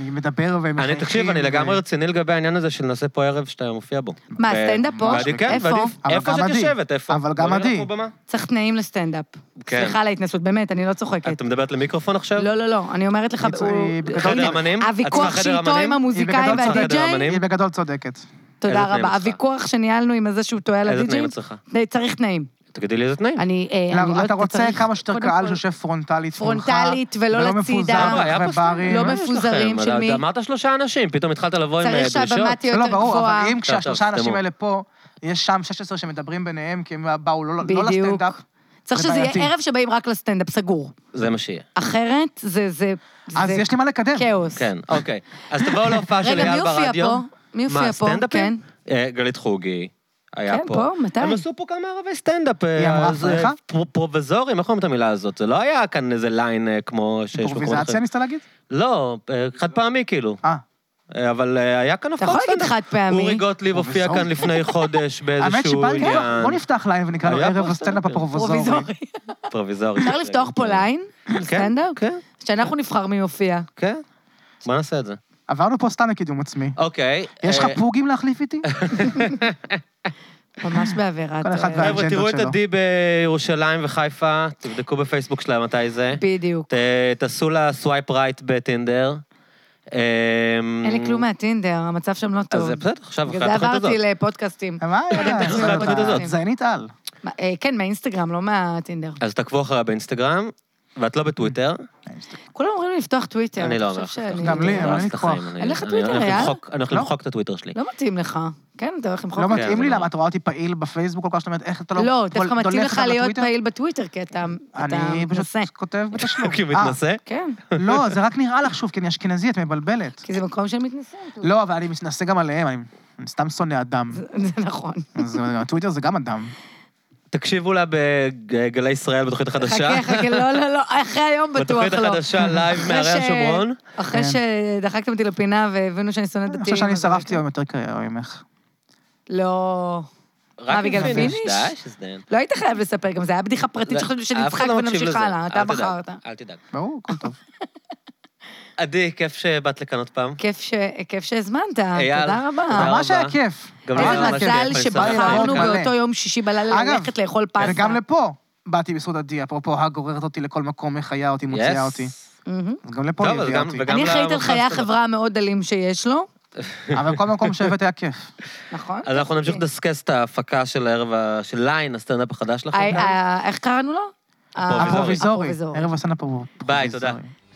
[SPEAKER 3] אני מדבר והם
[SPEAKER 1] אני, תקשיב, אני
[SPEAKER 3] מחייכים,
[SPEAKER 1] לגמרי
[SPEAKER 3] ו-
[SPEAKER 1] רציני לגבי העניין הזה של נעשה פה ערב שאתה מופיע בו.
[SPEAKER 2] מה,
[SPEAKER 1] ו-
[SPEAKER 2] סטנדאפ פה?
[SPEAKER 1] ועדיף- כן,
[SPEAKER 2] איפה?
[SPEAKER 1] ועדיף-
[SPEAKER 3] אבל
[SPEAKER 1] איפה
[SPEAKER 3] גם
[SPEAKER 1] שאת
[SPEAKER 3] עדי.
[SPEAKER 1] יושבת, איפה?
[SPEAKER 3] אבל גם
[SPEAKER 1] בוא נלך
[SPEAKER 3] עדי.
[SPEAKER 1] פה במה.
[SPEAKER 2] צריך תנאים לסטנדאפ.
[SPEAKER 1] כן.
[SPEAKER 2] סליחה על ההתנצלות, באמת, אני לא צוחקת.
[SPEAKER 1] את מדברת למיקרופון עכשיו?
[SPEAKER 2] לא, לא, לא, אני אומרת לך,
[SPEAKER 3] היא-
[SPEAKER 2] הוא...
[SPEAKER 3] היא בגדול-
[SPEAKER 1] חדר
[SPEAKER 2] הנה,
[SPEAKER 1] אמנים? את
[SPEAKER 2] הוויכוח
[SPEAKER 1] צריכה חדר
[SPEAKER 2] שאיתו
[SPEAKER 1] אמנים?
[SPEAKER 2] עם המוזיקאים
[SPEAKER 3] היא בגדול צריכה
[SPEAKER 1] חדר
[SPEAKER 2] והדי-ג'יי,
[SPEAKER 1] אמנים?
[SPEAKER 3] היא בגדול צודקת.
[SPEAKER 2] אה,
[SPEAKER 1] איזה
[SPEAKER 2] תודה
[SPEAKER 1] תנאים
[SPEAKER 2] רבה.
[SPEAKER 1] את צריכה?
[SPEAKER 2] הוויכוח שניהלנו עם זה שהוא טועה על
[SPEAKER 1] איזה
[SPEAKER 2] הדי-ג'יי,
[SPEAKER 1] תנאים את צריכה?
[SPEAKER 2] צריך תנאים.
[SPEAKER 1] תגידי לי איזה תנאים.
[SPEAKER 2] אני אה, אני
[SPEAKER 3] לא,
[SPEAKER 2] לא...
[SPEAKER 3] אתה רוצה
[SPEAKER 2] צריך-
[SPEAKER 3] כמה שיותר
[SPEAKER 2] קודם
[SPEAKER 3] קהל
[SPEAKER 2] כל-
[SPEAKER 3] שיושב פרונטלית מולך.
[SPEAKER 2] פרונטלית ולא
[SPEAKER 3] ולא
[SPEAKER 2] לצידה.
[SPEAKER 3] מפוזר
[SPEAKER 1] לא, היה
[SPEAKER 3] אחרי
[SPEAKER 1] פה סטנדאפ.
[SPEAKER 3] ברים.
[SPEAKER 2] לא
[SPEAKER 1] מה יש לכם?
[SPEAKER 2] מפוזרים של
[SPEAKER 1] אבל
[SPEAKER 2] מי?
[SPEAKER 1] אמרת שלושה אנשים, פתאום התחלת לבוא עם אה,
[SPEAKER 2] צריך
[SPEAKER 1] דרישות.
[SPEAKER 2] שהבמה תהיה
[SPEAKER 3] לא,
[SPEAKER 2] יותר
[SPEAKER 3] ברור,
[SPEAKER 2] גבוהה.
[SPEAKER 3] אבל אם
[SPEAKER 1] טוב,
[SPEAKER 3] כשהשלושה
[SPEAKER 1] טוב,
[SPEAKER 3] אנשים
[SPEAKER 1] תסתמו.
[SPEAKER 3] האלה פה, יש שם 16 שמדברים ביניהם, כי הם באו לא לא
[SPEAKER 2] בדיוק.
[SPEAKER 3] לסטנדאפ.
[SPEAKER 2] צריך
[SPEAKER 3] זה
[SPEAKER 2] שזה יהיה
[SPEAKER 3] בעייתי.
[SPEAKER 2] ערב שבאים רק לסטנדאפ, סגור.
[SPEAKER 1] זה מה שיהיה.
[SPEAKER 2] אחרת, זה... זה-
[SPEAKER 3] אז
[SPEAKER 2] זה
[SPEAKER 3] יש לי מה לקדם.
[SPEAKER 2] כאוס.
[SPEAKER 1] כן, אוקיי. אז תבואו להופעה של
[SPEAKER 2] רגע, מי
[SPEAKER 1] אייל ברדיו.
[SPEAKER 2] הופיע פה? מי הופיע
[SPEAKER 1] מה,
[SPEAKER 2] פה?
[SPEAKER 3] נכון,
[SPEAKER 1] סטנדאפים? אה, גלית חוגי. היה
[SPEAKER 2] כן,
[SPEAKER 1] פה.
[SPEAKER 2] פה, מתי?
[SPEAKER 1] הם עשו פה כמה ערבי סטנדאפ. אה,
[SPEAKER 3] היא אמרה
[SPEAKER 1] אז,
[SPEAKER 3] אחריך?
[SPEAKER 1] אה, פרו- פרובזורים, איך אומרים את המילה הזאת? זה לא היה כאן איזה ליין אה, כמו שיש במקומות אחרים.
[SPEAKER 3] אימפרוביזציה ניסית להגיד?
[SPEAKER 1] לא, אה, חד פעמי כאילו.
[SPEAKER 3] אה.
[SPEAKER 1] אה, אבל אה, היה כאן הופעה
[SPEAKER 2] יכול להגיד חד פעמי.
[SPEAKER 1] אורי גוטליב הופיע
[SPEAKER 3] פרובזור.
[SPEAKER 1] כאן לפני חודש
[SPEAKER 3] האמת
[SPEAKER 1] באיזשהו
[SPEAKER 3] שבא לי,
[SPEAKER 1] עניין.
[SPEAKER 3] בוא נפתח ליין ונקרא לו
[SPEAKER 1] היה כן. פה
[SPEAKER 3] ערב הסטנדאפ
[SPEAKER 1] סטנדאפ.
[SPEAKER 3] הפרובוזורי.
[SPEAKER 2] פרוביזורי.
[SPEAKER 1] פרוויזורי.
[SPEAKER 2] אפשר לפתוח
[SPEAKER 3] כן.
[SPEAKER 2] פה ליין?
[SPEAKER 1] כן,
[SPEAKER 2] לסטנדאפ?
[SPEAKER 1] כן,
[SPEAKER 2] שאנחנו נבחר מי יופיע.
[SPEAKER 1] כן. בוא נעשה את זה.
[SPEAKER 3] עברנו פה סתם לקידום עצמי.
[SPEAKER 1] אוקיי.
[SPEAKER 3] יש לך
[SPEAKER 1] אה,
[SPEAKER 3] פוגים להחליף איתי?
[SPEAKER 2] ממש בעבירת...
[SPEAKER 3] כל אחד
[SPEAKER 2] אה,
[SPEAKER 3] וה-
[SPEAKER 1] חבר'ה, תראו את
[SPEAKER 3] האג'נדות שלו.
[SPEAKER 1] עדי בירושלים וחיפה, תבדקו בפייסבוק שלה מתי זה.
[SPEAKER 2] בדיוק.
[SPEAKER 1] ת- תעשו לה סווייפ רייט בטינדר. אמ,
[SPEAKER 2] אין לי כלום מהטינדר, המצב שם לא טוב.
[SPEAKER 1] Mm. אז זה בסדר, עכשיו,
[SPEAKER 2] בגלל
[SPEAKER 1] אחרי
[SPEAKER 2] זה
[SPEAKER 1] התוכנית הזאת.
[SPEAKER 2] עברתי לפודקאסטים.
[SPEAKER 3] מה?
[SPEAKER 1] תעשו את התוכנית הזאת.
[SPEAKER 3] זיינית על.
[SPEAKER 2] מה, אה, כן, מהאינסטגרם, לא מהטינדר.
[SPEAKER 1] אז תעקבו אחריה באינסטגרם, ואת לא בטוויטר.
[SPEAKER 2] כולם אומרים לי לפתוח טוויטר.
[SPEAKER 1] אני לא
[SPEAKER 2] אתה
[SPEAKER 1] אומר
[SPEAKER 2] חושב
[SPEAKER 1] לך.
[SPEAKER 2] שאני-
[SPEAKER 3] גם לי,
[SPEAKER 1] לא,
[SPEAKER 3] אבל
[SPEAKER 1] אז
[SPEAKER 3] אין לי
[SPEAKER 1] תחיים,
[SPEAKER 3] כוח.
[SPEAKER 1] אני-
[SPEAKER 2] אין לך
[SPEAKER 1] אני
[SPEAKER 2] טוויטר,
[SPEAKER 1] הולך
[SPEAKER 2] יאללה?
[SPEAKER 1] למחוק- אני הולך
[SPEAKER 3] לא.
[SPEAKER 1] למחוק את הטוויטר שלי.
[SPEAKER 2] לא מתאים לך. כן, אתה הולך למחוק.
[SPEAKER 3] לא
[SPEAKER 1] כן,
[SPEAKER 3] מתאים
[SPEAKER 1] זה
[SPEAKER 3] לי
[SPEAKER 1] לא.
[SPEAKER 3] למה את רואה אותי פעיל בפייסבוק כל כך שאתה אומרת, איך אתה לא...
[SPEAKER 2] לא,
[SPEAKER 3] כל-
[SPEAKER 2] דווקא מתאים
[SPEAKER 3] דולף
[SPEAKER 2] לך להיות
[SPEAKER 3] בטוויטר?"
[SPEAKER 2] פעיל בטוויטר, כי אתה אתה
[SPEAKER 3] אני
[SPEAKER 2] מנסה.
[SPEAKER 3] פשוט כותב
[SPEAKER 2] לא.
[SPEAKER 3] בתשלום.
[SPEAKER 1] כי הוא
[SPEAKER 3] אה,
[SPEAKER 1] אוקיי, מתנשא?
[SPEAKER 2] כן,
[SPEAKER 3] לא, זה רק נראה לך שוב, כי אני אשכנזית, מבלבלת.
[SPEAKER 2] כי זה מקום של מתנשאת.
[SPEAKER 1] כן.
[SPEAKER 3] לא, אבל אני מתנשא גם עליהם, אני- אני סתם שונא אדם.
[SPEAKER 2] זה- זה נכון.
[SPEAKER 3] אז אה, הטוויטר זה גם אדם.
[SPEAKER 1] תקשיבו לה בגלי ישראל בתוכנית החדשה.
[SPEAKER 2] חכה, חכה, לא, לא, לא, אחרי היום בטוח לא.
[SPEAKER 1] בתוכנית החדשה לייב
[SPEAKER 2] אחרי
[SPEAKER 1] מהרי
[SPEAKER 2] ש-
[SPEAKER 1] השומרון.
[SPEAKER 2] אחרי שדחקתם אותי לפינה והבינו שאני שונאת דתיים.
[SPEAKER 3] כן. אני חושב שאני
[SPEAKER 2] אז-
[SPEAKER 1] כן.
[SPEAKER 3] שרפתי היום יותר קריירה ממך.
[SPEAKER 2] לא.
[SPEAKER 1] רק
[SPEAKER 2] בגלל
[SPEAKER 1] עם
[SPEAKER 2] פיניש?
[SPEAKER 1] די, שזדיין.
[SPEAKER 2] לא היית חייב לספר גם, זה היה בדיחה פרטית שחשבתי
[SPEAKER 1] אף אחד
[SPEAKER 2] שנצחק
[SPEAKER 1] לא מקשיב
[SPEAKER 2] ונמשיך
[SPEAKER 1] לזה.
[SPEAKER 2] הלאה, אתה
[SPEAKER 1] אל תדאג,
[SPEAKER 2] בחרת.
[SPEAKER 1] אל תדאג.
[SPEAKER 3] ברור, הכל טוב.
[SPEAKER 1] עדי, כיף שבאת לכאן עוד פעם.
[SPEAKER 2] כיף ש- כיף שהזמנת,
[SPEAKER 1] אייל,
[SPEAKER 2] תודה
[SPEAKER 1] תודה
[SPEAKER 2] רבה.
[SPEAKER 3] ממש היה
[SPEAKER 1] רבה.
[SPEAKER 3] כיף.
[SPEAKER 1] גם לי
[SPEAKER 2] איזה
[SPEAKER 1] ממש כיף,
[SPEAKER 2] מזל
[SPEAKER 1] אני שמח
[SPEAKER 2] שבחרנו
[SPEAKER 3] לעבוד כאן.
[SPEAKER 2] באותו יום שישי בלילה
[SPEAKER 3] אגב,
[SPEAKER 2] ללכת לאכול פסטה.
[SPEAKER 3] וגם לפה באתי בזכות עדי, אפרופו הא גוררת אותי לכל מקום, מחיה אותי, מוציאה
[SPEAKER 1] Yes.
[SPEAKER 3] אותי.
[SPEAKER 2] מהמם.
[SPEAKER 3] אז גם לפה
[SPEAKER 1] טוב,
[SPEAKER 3] היא
[SPEAKER 1] אז
[SPEAKER 3] הביאה
[SPEAKER 1] גם-
[SPEAKER 3] אותי.
[SPEAKER 1] וגם-
[SPEAKER 2] אני אחראית על
[SPEAKER 1] למרחב
[SPEAKER 2] חיי
[SPEAKER 1] הסטנדאפ.
[SPEAKER 2] החברה המאוד דלים שיש לו,
[SPEAKER 3] אבל כל מקום שהבאת היה כיף.
[SPEAKER 2] נכון?
[SPEAKER 1] אז אנחנו נמשיך
[SPEAKER 2] אוקיי.
[SPEAKER 1] לדסקס את ההפקה של הערב, ה- של ליין, הסטנדאפ החדש
[SPEAKER 2] אה,
[SPEAKER 1] לכם.
[SPEAKER 2] אה, איך קראנו לו?
[SPEAKER 1] הפרוביזורי.
[SPEAKER 3] הפרוביזורי,
[SPEAKER 2] הפרוביזורי.
[SPEAKER 3] ערב הסן הפרוביזורי.
[SPEAKER 1] ביי, תודה.